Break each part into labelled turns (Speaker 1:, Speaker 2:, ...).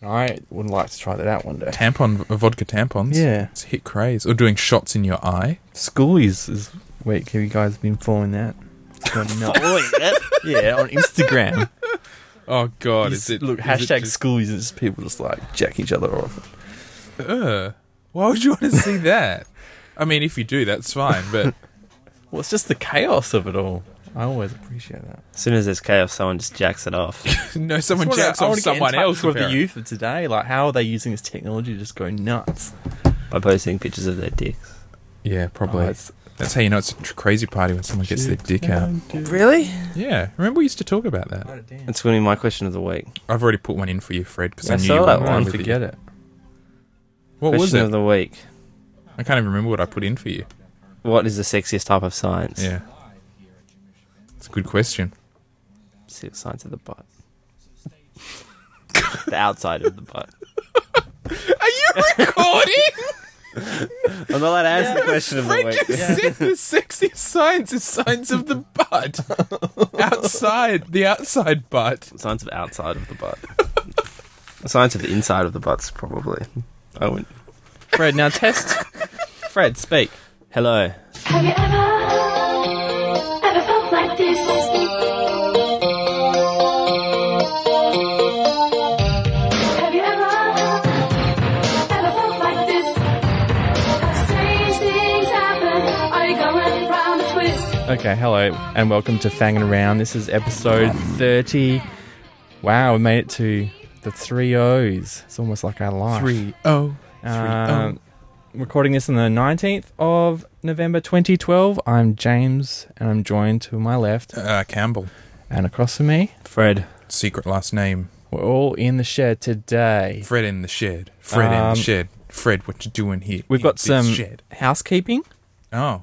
Speaker 1: I would like to try that out one day.
Speaker 2: Tampon, vodka tampons.
Speaker 1: Yeah.
Speaker 2: It's a hit craze. Or doing shots in your eye.
Speaker 1: Schoolies is week. Have you guys been following that? It's gone nuts. yeah, on Instagram.
Speaker 2: Oh, God.
Speaker 1: You
Speaker 2: Is
Speaker 1: s-
Speaker 2: it.
Speaker 1: look,
Speaker 2: is
Speaker 1: hashtag
Speaker 2: It just,
Speaker 1: schoolies is people just like jack each other off.
Speaker 2: Ugh. why would you want to see that? I mean, if you do, that's fine, but.
Speaker 1: Well, it's just the chaos of it all. I always appreciate that.
Speaker 3: As soon as there's chaos, someone just jacks it off.
Speaker 2: No, someone
Speaker 1: That's what I-
Speaker 2: jacks
Speaker 1: I
Speaker 2: off
Speaker 1: wanna get in
Speaker 2: someone
Speaker 1: touch
Speaker 2: else.
Speaker 1: with the
Speaker 2: apparently.
Speaker 1: youth of today. Like, how are they using this technology to just go nuts?
Speaker 3: by posting pictures of their dicks.
Speaker 2: Yeah, probably.
Speaker 1: Oh, it's-
Speaker 2: That's how you know it's a tr- crazy party when someone gets their dick out.
Speaker 3: Really?
Speaker 2: Yeah, remember we used to talk about that.
Speaker 3: That's going to be my question of the week.
Speaker 2: I've already put one in for you, Fred, because
Speaker 3: Yeah,
Speaker 2: I
Speaker 3: I
Speaker 2: knew
Speaker 3: saw
Speaker 2: you
Speaker 3: that
Speaker 2: were
Speaker 3: one.
Speaker 2: with you.
Speaker 1: Forget it.
Speaker 2: What
Speaker 3: question
Speaker 2: was it?
Speaker 3: of the week.
Speaker 2: I can't even remember what I put in for you.
Speaker 3: What is the sexiest type of science?
Speaker 2: Yeah, it's a good question.
Speaker 3: Sexiest science of the butt. the outside of the butt.
Speaker 2: Are you recording?
Speaker 3: I'm not allowed to answer the question of the week.
Speaker 2: said the sexiest science is science of the butt, outside the outside butt.
Speaker 3: Science of outside of the butt. science of the inside of the butts, probably. I would.
Speaker 1: Fred, now test. Fred, speak.
Speaker 3: Hello.
Speaker 4: Have you ever, ever felt like this? Have you ever, ever felt like this? Strange things happen. Are you going round a twist?
Speaker 1: Okay, hello, and welcome to Fanging Around. This is episode 30. Wow, we made it to the three O's. It's almost like our life.
Speaker 2: Three oh.
Speaker 1: Um, recording this on the 19th of November 2012. I'm James, and I'm joined to my left
Speaker 2: Uh, Campbell,
Speaker 1: and across from me.
Speaker 3: Fred.
Speaker 2: secret last name.
Speaker 1: We're all in the shed today.
Speaker 2: Fred in the shed. Fred in
Speaker 1: Um,
Speaker 2: the shed. Fred, what you doing here?
Speaker 1: We've
Speaker 2: in
Speaker 1: got
Speaker 2: this
Speaker 1: some
Speaker 2: shed.
Speaker 1: housekeeping.
Speaker 2: Oh,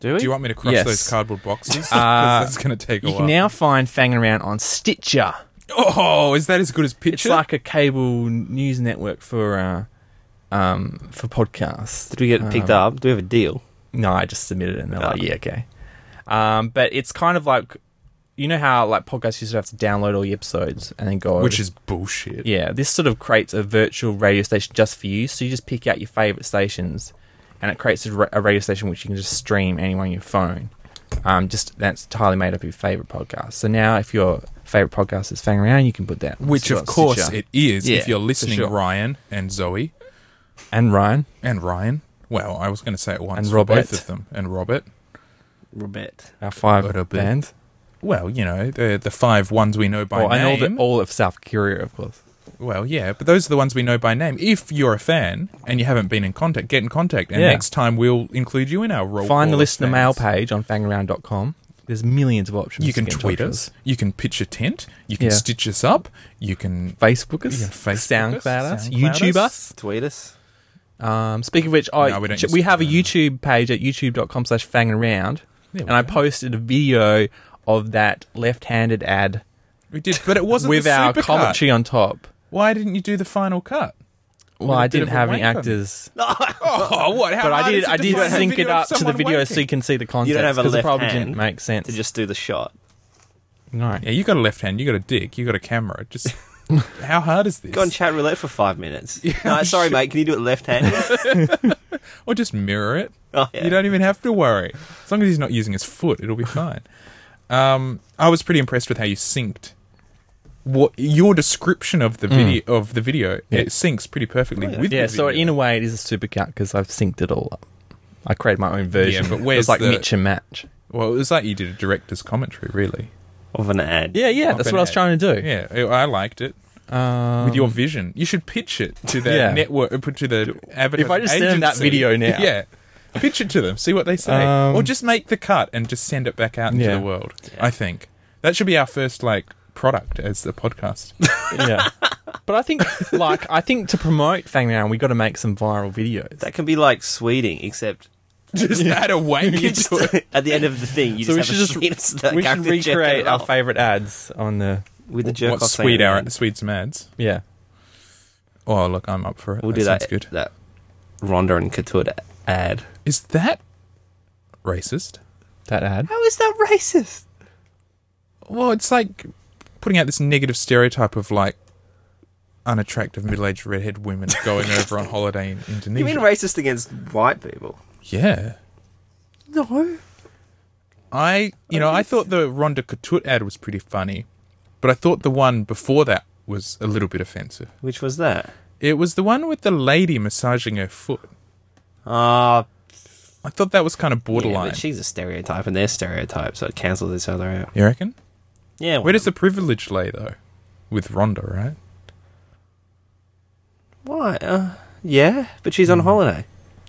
Speaker 3: Do we?
Speaker 2: do you want me to cross
Speaker 1: Yes.
Speaker 2: those cardboard boxes? 'Cause
Speaker 1: Uh,
Speaker 2: that's going to take a
Speaker 1: You
Speaker 2: while.
Speaker 1: can now find Fanging Around on Stitcher.
Speaker 2: oh, is that as good as
Speaker 1: It's
Speaker 2: picture?
Speaker 1: like a cable news network for uh, um, for podcasts.
Speaker 3: Did we get picked
Speaker 1: Um,
Speaker 3: up? Do we have a deal?
Speaker 1: No, I just submitted it and they're
Speaker 3: Ah.
Speaker 1: like, yeah, okay. Um, but it's kind of like, you know how like podcasts used to have to download all the episodes and then go over.
Speaker 2: which is bullshit.
Speaker 1: yeah, this sort of creates a virtual radio station just for you. So you just pick out your favorite stations, and it creates a, ra- a radio station which you can just stream anywhere on your phone. Um, just that's entirely made up of your favorite podcast. So now, if your favorite podcast is Fang Around, you can put that. on
Speaker 2: Which,
Speaker 1: Stitcher-
Speaker 2: of course,
Speaker 1: Stitcher.
Speaker 2: it is.
Speaker 1: Yeah,
Speaker 2: if you're
Speaker 1: for
Speaker 2: listening,
Speaker 1: sure.
Speaker 2: Ryan and Zoe
Speaker 1: and Ryan
Speaker 2: and Ryan. Well, I was going to say it once.
Speaker 1: And
Speaker 2: for
Speaker 1: Robert.
Speaker 2: Both of them. And Robert.
Speaker 3: Robert.
Speaker 1: our five
Speaker 2: What a bit.
Speaker 1: band,
Speaker 2: Well, you know, the, the five ones we know by
Speaker 1: oh, and all,
Speaker 2: name.
Speaker 1: the, all of South Korea, of course.
Speaker 2: well, yeah, but those are the ones we know by name. If you're a fan and you haven't been in contact, get in contact. And
Speaker 1: Yeah.
Speaker 2: next time we'll include you in our roll.
Speaker 1: Find
Speaker 2: call
Speaker 1: the
Speaker 2: of
Speaker 1: listener
Speaker 2: fans.
Speaker 1: mail page on fangaround.com. There's millions of options.
Speaker 2: You can
Speaker 1: to get in
Speaker 2: tweet
Speaker 1: touch with
Speaker 2: us. You can pitch a tent. You can
Speaker 1: Yeah.
Speaker 2: stitch us up. You can.
Speaker 1: Facebook us,
Speaker 2: You can Facebook us,
Speaker 1: SoundCloud us,
Speaker 2: SoundCloud
Speaker 1: YouTube
Speaker 2: us.
Speaker 1: us.
Speaker 3: Tweet us.
Speaker 1: Um, speaking of which, I,
Speaker 2: No, we
Speaker 1: we,
Speaker 2: don't use
Speaker 1: have a
Speaker 2: Instagram.
Speaker 1: YouTube page at youtube.com slash fangaround,
Speaker 2: There we
Speaker 1: and I
Speaker 2: go.
Speaker 1: posted a video of that left-handed ad
Speaker 2: We did, but it wasn't
Speaker 1: with
Speaker 2: the
Speaker 1: our
Speaker 2: supercut.
Speaker 1: commentary on top.
Speaker 2: Why didn't you do the final cut?
Speaker 1: Well,
Speaker 2: With a
Speaker 1: I
Speaker 2: bit
Speaker 1: didn't
Speaker 2: of a
Speaker 1: have any
Speaker 2: wank on it.
Speaker 1: actors,
Speaker 2: Oh, what? How
Speaker 1: but I
Speaker 2: hard
Speaker 1: did.
Speaker 2: is it
Speaker 1: I
Speaker 2: to
Speaker 1: did
Speaker 2: find a
Speaker 1: sync it
Speaker 2: video of
Speaker 1: up to the
Speaker 2: someone
Speaker 1: video
Speaker 2: wanking?
Speaker 1: so you can see the
Speaker 3: You
Speaker 1: context
Speaker 3: don't have a
Speaker 1: because it
Speaker 3: left
Speaker 1: probably
Speaker 3: hand
Speaker 1: didn't make sense.
Speaker 3: to just do the shot.
Speaker 1: no.
Speaker 2: Yeah, you got a left hand, you got a dick, you got a camera. Just how hard is this?
Speaker 3: Go on chat roulette for five minutes. no, sorry, mate. Can you do it left handed?
Speaker 2: or just mirror it.
Speaker 3: oh, yeah.
Speaker 2: You don't even have to worry. As long as he's not using his foot, it'll be fine. um, I was pretty impressed with how you synced. What your description of the video of the video it syncs pretty perfectly
Speaker 3: Mm. Oh, yeah.
Speaker 2: with
Speaker 1: Yeah,
Speaker 2: The
Speaker 1: so
Speaker 2: video.
Speaker 1: in a way, it is a supercut because I've synced it all up. I created my own version.
Speaker 2: but
Speaker 1: It was
Speaker 2: where's
Speaker 1: like
Speaker 2: the-
Speaker 1: Mitch and Match?
Speaker 2: well, it was like you did a director's commentary, really.
Speaker 3: Of an ad.
Speaker 1: Yeah, yeah,
Speaker 2: Up
Speaker 1: that's
Speaker 2: an
Speaker 1: what I was
Speaker 2: ad.
Speaker 1: trying to do.
Speaker 2: Yeah, I I liked it
Speaker 1: Um,
Speaker 2: with your vision. You should pitch it to the
Speaker 1: Yeah.
Speaker 2: network, uh, to the advertising
Speaker 1: If I just send them that
Speaker 2: agency.
Speaker 1: video now.
Speaker 2: yeah. Pitch it to them, see what they say,
Speaker 1: Um,
Speaker 2: or just make the cut and just send it back out into
Speaker 1: Yeah.
Speaker 2: the world. I think that should be our first like product as the podcast.
Speaker 1: yeah. But I think, like, I think to promote Fang Round, we got to make some viral videos.
Speaker 3: That can be like sweeting, except
Speaker 2: just add a wank into
Speaker 3: you just,
Speaker 2: it.
Speaker 3: at the end of the thing, you
Speaker 1: So we
Speaker 3: just have a
Speaker 1: should
Speaker 3: sweet
Speaker 1: just- we should recreate our favorite ads on the
Speaker 3: with the jerk
Speaker 2: What
Speaker 3: off
Speaker 2: sweet
Speaker 3: saying
Speaker 2: our
Speaker 3: that.
Speaker 2: sweet some ads?
Speaker 1: yeah.
Speaker 2: Oh look, I'm up for it.
Speaker 3: We'll
Speaker 2: that
Speaker 3: do
Speaker 2: sounds
Speaker 3: that.
Speaker 2: good.
Speaker 3: That Ronda and Couture ad.
Speaker 2: Is that racist?
Speaker 1: That ad.
Speaker 3: How is that racist?
Speaker 2: Well, it's like putting out this negative stereotype of like unattractive middle-aged redhead women going over on holiday in Indonesia.
Speaker 3: You mean racist against white people?
Speaker 2: yeah.
Speaker 3: No.
Speaker 2: I you know I thought the Rhonda Couture ad was pretty funny, but I thought the one before that was a little bit offensive.
Speaker 3: Which was that?
Speaker 2: It was the one with the lady massaging her foot.
Speaker 3: Ah,
Speaker 2: I thought that was kind of
Speaker 3: yeah,
Speaker 2: borderline.
Speaker 3: but she's a stereotype, and they're stereotypes, so it cancels each other out.
Speaker 2: you reckon?
Speaker 3: Yeah.
Speaker 2: Where does the privilege lay though? With Rhonda, right?
Speaker 3: why? Uh, yeah, but she's on holiday.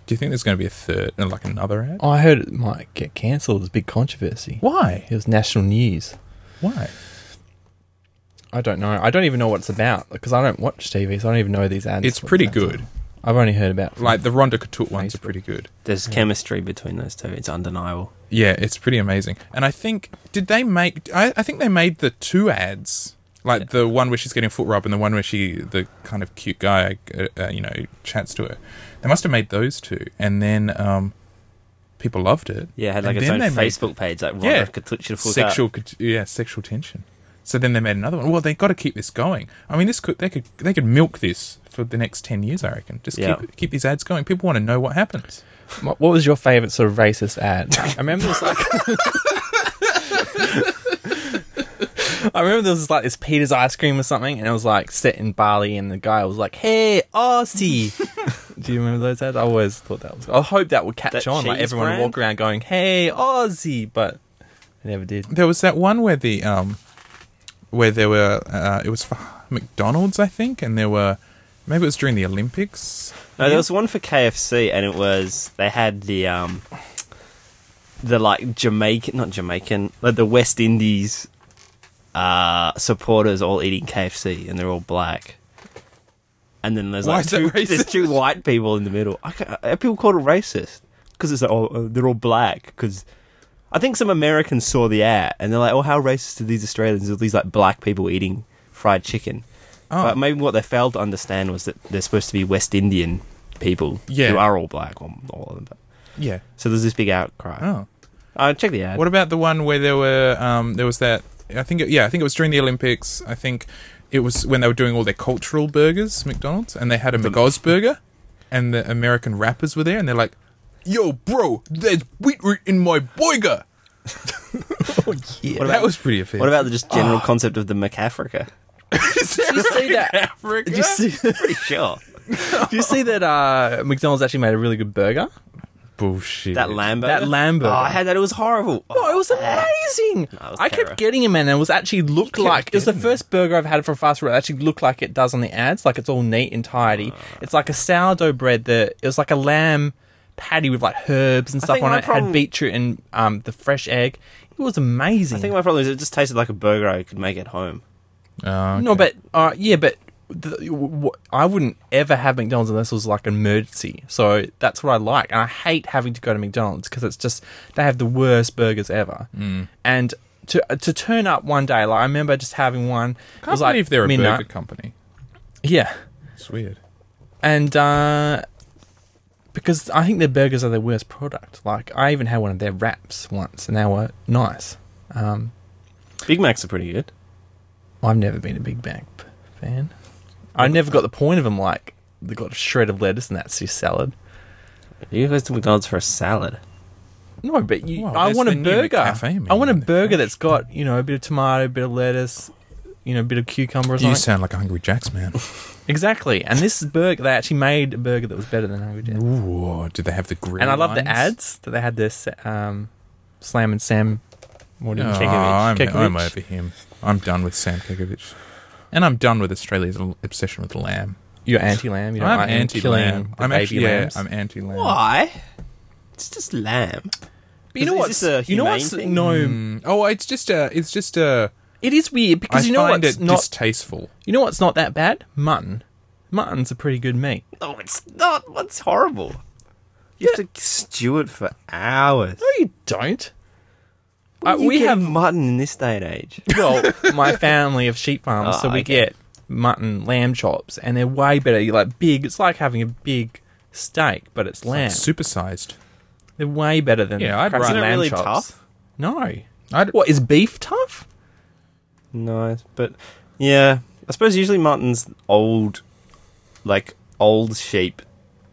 Speaker 2: Do you think there's going to be a third and like another ad?
Speaker 1: I heard it might get cancelled. There's a big controversy.
Speaker 2: Why?
Speaker 1: It was national news.
Speaker 2: Why?
Speaker 1: I don't know. I don't even know what it's about because I don't watch TV, so I don't even know these ads.
Speaker 2: It's pretty
Speaker 1: What ads
Speaker 2: good.
Speaker 1: are. I've only heard about from-
Speaker 2: Like the Rhonda Couture ones are
Speaker 1: Facebook.
Speaker 2: pretty good.
Speaker 3: There's chemistry between those two. It's undeniable.
Speaker 2: Yeah, it's pretty amazing. And I think did they make? I, I think they made the two ads, like the one where she's getting a foot rub and the one where she, the kind of cute guy, uh, uh, you know, chats to her. They must have made those two, and then um, people loved it.
Speaker 3: Yeah, it had
Speaker 2: And
Speaker 3: like its own
Speaker 2: then they made
Speaker 3: Facebook page, like
Speaker 2: Yeah.
Speaker 3: Rhonda Katucha full
Speaker 2: sexual, cont- yeah, sexual tension. So then they made another one. Well, they got to keep this going. I mean, this could they could they could milk this for the next ten years. I reckon. Just
Speaker 3: Yeah.
Speaker 2: keep keep these ads going. People want to know what happens.
Speaker 1: What what was your favourite sort of racist ad? I remember it was like. I remember there was like this Peter's ice cream or something, and it was like set in Bali, and the guy was like, "Hey, Aussie." Do you remember those ads? I always thought that was. I hope that would catch
Speaker 3: That
Speaker 1: on. Like
Speaker 3: cheese
Speaker 1: everyone would
Speaker 3: brand?
Speaker 1: walk around going, "Hey, Aussie," but it never did.
Speaker 2: There was that one where the um, where there were uh, it was for McDonald's, I think, and there were maybe it was during the Olympics.
Speaker 3: No, there was one for KFC, and it was they had the um, the like Jamaican, not Jamaican, like the West Indies uh supporters all eating KFC, and they're all black. And then there's
Speaker 2: Why
Speaker 3: like
Speaker 2: is that
Speaker 3: two,
Speaker 2: racist?
Speaker 3: there's two white people in the middle. I can't, uh, people call it racist because it's like, oh uh, they're all black because. I think some Americans saw the ad and they're like, "Oh, how racist are these Australians? Are these like black people eating fried chicken?"
Speaker 2: Oh.
Speaker 3: But maybe what they failed to understand was that they're supposed to be West Indian people
Speaker 2: Yeah.
Speaker 3: who are all black, or all of them. But,
Speaker 2: Yeah.
Speaker 3: so there's this big outcry.
Speaker 2: Oh.
Speaker 3: Uh, check the ad.
Speaker 2: What about the one where there were um, there was that I think it, yeah I think it was during the Olympics. I think it was when they were doing all their cultural burgers, McDonald's, and they had a McGoz burger, and the American rappers were there, and they're like, "Yo, bro, there's wheatroot in my burger."
Speaker 3: What
Speaker 2: that
Speaker 3: about-
Speaker 2: was pretty Oh. offensive.
Speaker 3: What about the just general concept of the McAfrica?
Speaker 1: Did you see that?
Speaker 2: Africa?
Speaker 3: Did you see? Pretty sure
Speaker 1: Did you see that? Uh, McDonald's actually made a really good burger.
Speaker 2: bullshit?
Speaker 3: that Lambo.
Speaker 1: That Lambo.
Speaker 3: Oh, I had that. It was horrible.
Speaker 1: Oh, it was amazing.
Speaker 3: That was
Speaker 1: I
Speaker 3: terror.
Speaker 1: kept getting him, and it was actually looked like it was the first burger I've had from fast food. It actually looked like it does on the ads, like it's all neat and tidy.
Speaker 3: Ah.
Speaker 1: it's like a sourdough bread that it was like a lamb patty with like herbs and stuff
Speaker 3: think
Speaker 1: on
Speaker 3: my
Speaker 1: it.
Speaker 3: problem-
Speaker 1: Had beetroot and um, the fresh egg. It was amazing.
Speaker 3: I think my problem is it just tasted like a burger I could make at home.
Speaker 2: Oh, okay.
Speaker 1: no, but uh, yeah, but. The, w- w- I wouldn't ever have McDonald's unless it was like an emergency. So that's what I like. And I hate having to go to McDonald's because it's just, they have the worst burgers ever. Mm. And to to turn up one day, like I remember just having one. it
Speaker 2: can't
Speaker 1: was like
Speaker 2: believe they're a
Speaker 1: midnight.
Speaker 2: burger company.
Speaker 1: Yeah,
Speaker 2: It's weird.
Speaker 1: and uh, because I think their burgers are their worst product. Like I even had one of their wraps once, and they were nice. Um,
Speaker 3: Big Macs are pretty good.
Speaker 1: I've never been a Big Mac p- fan. I never got the point of them. Like they got a shred of lettuce and that's your salad.
Speaker 3: You go to McDonald's for a salad.
Speaker 1: No, but you,
Speaker 2: Well,
Speaker 1: I
Speaker 2: there's
Speaker 1: want a
Speaker 2: the new
Speaker 1: burger.
Speaker 2: McCafe
Speaker 1: I want a
Speaker 2: menu, the
Speaker 1: burger
Speaker 2: fresh.
Speaker 1: that's got you know a bit of tomato, a bit of lettuce, you know, a bit of cucumber or something.
Speaker 2: You sound like a Hungry Jack's man.
Speaker 1: exactly. And this burger, they actually made a burger that was better than Hungry Jack's.
Speaker 2: Ooh, did they have the grill?
Speaker 1: And I love the
Speaker 2: lines?
Speaker 1: ads that they had this um, Slam and Sam. What do you
Speaker 2: Oh,
Speaker 1: Kekovich-
Speaker 2: I'm, I'm
Speaker 1: Kekovich.
Speaker 2: over him. I'm done with Sam Kekovich. And I'm done with Australia's l- obsession with lamb.
Speaker 1: You're anti-lamb. You don't
Speaker 2: I'm
Speaker 1: like them
Speaker 2: anti
Speaker 1: killing
Speaker 2: lamb.
Speaker 1: the
Speaker 2: I'm
Speaker 1: baby
Speaker 2: actually yeah,
Speaker 1: lambs.
Speaker 2: I'm anti lamb.
Speaker 3: Why? It's just lamb.
Speaker 1: But you know
Speaker 3: Is
Speaker 1: what?
Speaker 3: this a
Speaker 1: You know
Speaker 3: humane
Speaker 1: what's
Speaker 3: thing?
Speaker 1: no.
Speaker 2: Oh, it's just a. It's just a.
Speaker 1: It is weird because
Speaker 2: I
Speaker 1: you know
Speaker 2: find
Speaker 1: what's
Speaker 2: it
Speaker 1: not.
Speaker 2: distasteful.
Speaker 1: you know what's not that bad? Mutton. Mutton's a pretty good meat.
Speaker 3: No, it's not. What's horrible? You have to stew it for hours.
Speaker 1: No, you don't. Uh,
Speaker 3: You
Speaker 1: we
Speaker 3: get
Speaker 1: have
Speaker 3: mutton in this day and age.
Speaker 1: well, my family of sheep farmers,
Speaker 3: Ah,
Speaker 1: so we
Speaker 3: okay.
Speaker 1: get mutton lamb chops, and they're way better. You like big. It's like having a big steak, but it's lamb.
Speaker 2: Supersized.
Speaker 1: They're way better than
Speaker 2: Yeah, I'd
Speaker 1: crappy
Speaker 2: rather- Isn't it
Speaker 1: lamb
Speaker 3: really
Speaker 1: chops.
Speaker 3: tough?
Speaker 1: No.
Speaker 2: I'd-
Speaker 1: What is beef tough?
Speaker 3: Nice, but yeah, I suppose usually mutton's old, like old sheep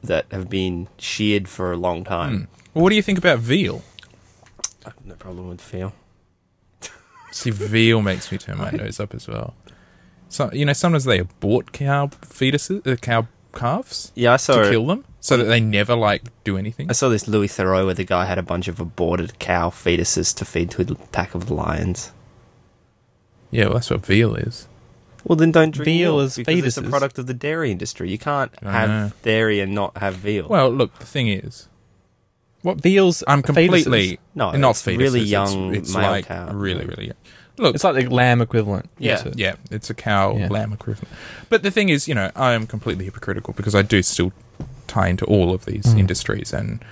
Speaker 3: that have been sheared for a long time.
Speaker 2: Well, what do you think about veal?
Speaker 3: I have No problem with feel.
Speaker 2: See, veal makes me turn my nose up as well. So you know, sometimes they abort cow fetuses, uh, cow calves
Speaker 3: Yeah, I saw.
Speaker 2: to kill them, so that they never like do anything.
Speaker 3: I saw this Louis Thoreau where the guy had a bunch of aborted cow fetuses to feed to a pack of lions.
Speaker 2: Yeah, well, that's what veal is.
Speaker 3: Well, then don't drink
Speaker 1: Veal
Speaker 3: milk
Speaker 1: is
Speaker 3: because it's a
Speaker 1: fetuses.
Speaker 3: product of the dairy industry. You can't
Speaker 2: I
Speaker 3: have
Speaker 2: know.
Speaker 3: dairy and not have veal.
Speaker 2: Well, look, the thing is,
Speaker 1: What veals?
Speaker 2: I'm completely
Speaker 3: No,
Speaker 2: not
Speaker 3: it's really
Speaker 2: fetuses, it's-
Speaker 3: young
Speaker 2: It's,
Speaker 3: male
Speaker 2: like
Speaker 3: cow. Mm.
Speaker 2: really, really young. Look,
Speaker 1: It's like the lamb equivalent.
Speaker 3: Yeah.
Speaker 1: isn't it?
Speaker 2: Yeah, it's a cow
Speaker 1: Yeah.
Speaker 2: lamb equivalent. But the thing is, you know, I am completely hypocritical because I do still tie into all of these industries and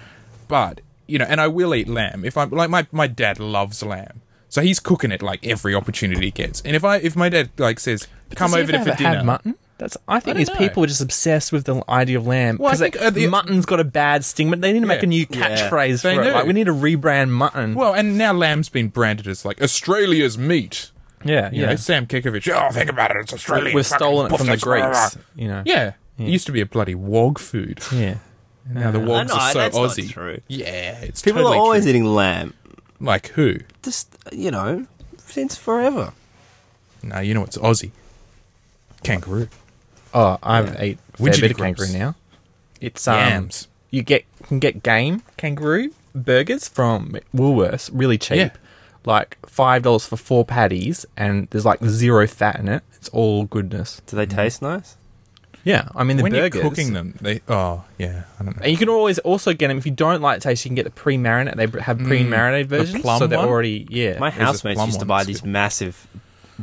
Speaker 2: but you know, and I will eat lamb. If I'm like my, my dad loves lamb. So he's cooking it like every opportunity he gets. And if I if my dad like says, Come
Speaker 1: Does he
Speaker 2: over to
Speaker 1: ever
Speaker 2: for dinner
Speaker 1: Have mutton? That's. I think
Speaker 2: don't
Speaker 1: these
Speaker 2: know.
Speaker 1: people are just obsessed with the idea of lamb.
Speaker 2: Well, I
Speaker 1: Because
Speaker 2: think, uh, the-
Speaker 1: mutton's got a bad sting, but they need to make
Speaker 2: Yeah.
Speaker 1: a new
Speaker 3: Yeah.
Speaker 1: catchphrase
Speaker 2: They
Speaker 1: for it.
Speaker 2: do.
Speaker 1: Like we need to rebrand mutton.
Speaker 2: Well, and now lamb's been branded as like Australia's meat.
Speaker 1: yeah,
Speaker 2: You know, Sam Kikovich, oh think about it, it's Australian.
Speaker 1: We've
Speaker 2: fucking
Speaker 1: stolen it from the
Speaker 2: buffets, rah, rah, rah."
Speaker 1: Greeks. You know.
Speaker 2: Yeah. It used to be a bloody wog food.
Speaker 1: Yeah.
Speaker 2: Now the wogs
Speaker 3: know,
Speaker 2: are so
Speaker 3: that's not
Speaker 2: Aussie.
Speaker 3: true.
Speaker 2: Yeah, it's
Speaker 3: People
Speaker 2: totally
Speaker 3: are always
Speaker 2: true.
Speaker 3: eating lamb.
Speaker 2: like who?
Speaker 3: Just you know, since forever.
Speaker 2: No, you know what's Aussie? Kangaroo.
Speaker 1: Oh, I haven't ate a fair
Speaker 2: Widgety
Speaker 1: bit of
Speaker 2: grubs.
Speaker 1: kangaroo now. It's um,
Speaker 2: Yams.
Speaker 1: you get can get game kangaroo burgers from Woolworths, really cheap.
Speaker 2: Yeah.
Speaker 1: Like five dollars for four patties, and there's like zero fat in it. It's all goodness.
Speaker 2: Mm-hmm.
Speaker 3: Do they taste nice?
Speaker 1: Yeah, I mean the
Speaker 2: when
Speaker 1: burgers.
Speaker 2: you're cooking them, they oh yeah, I don't know.
Speaker 1: and you can always also get them if you don't like the taste. You can get the pre-marinate. They have pre-marinated versions,
Speaker 2: Mm. plum
Speaker 1: so they're
Speaker 2: one?
Speaker 1: already yeah.
Speaker 3: My
Speaker 2: there's a
Speaker 3: housemates
Speaker 2: plum
Speaker 3: used to
Speaker 2: one
Speaker 3: buy
Speaker 2: that's
Speaker 3: these
Speaker 2: good.
Speaker 3: massive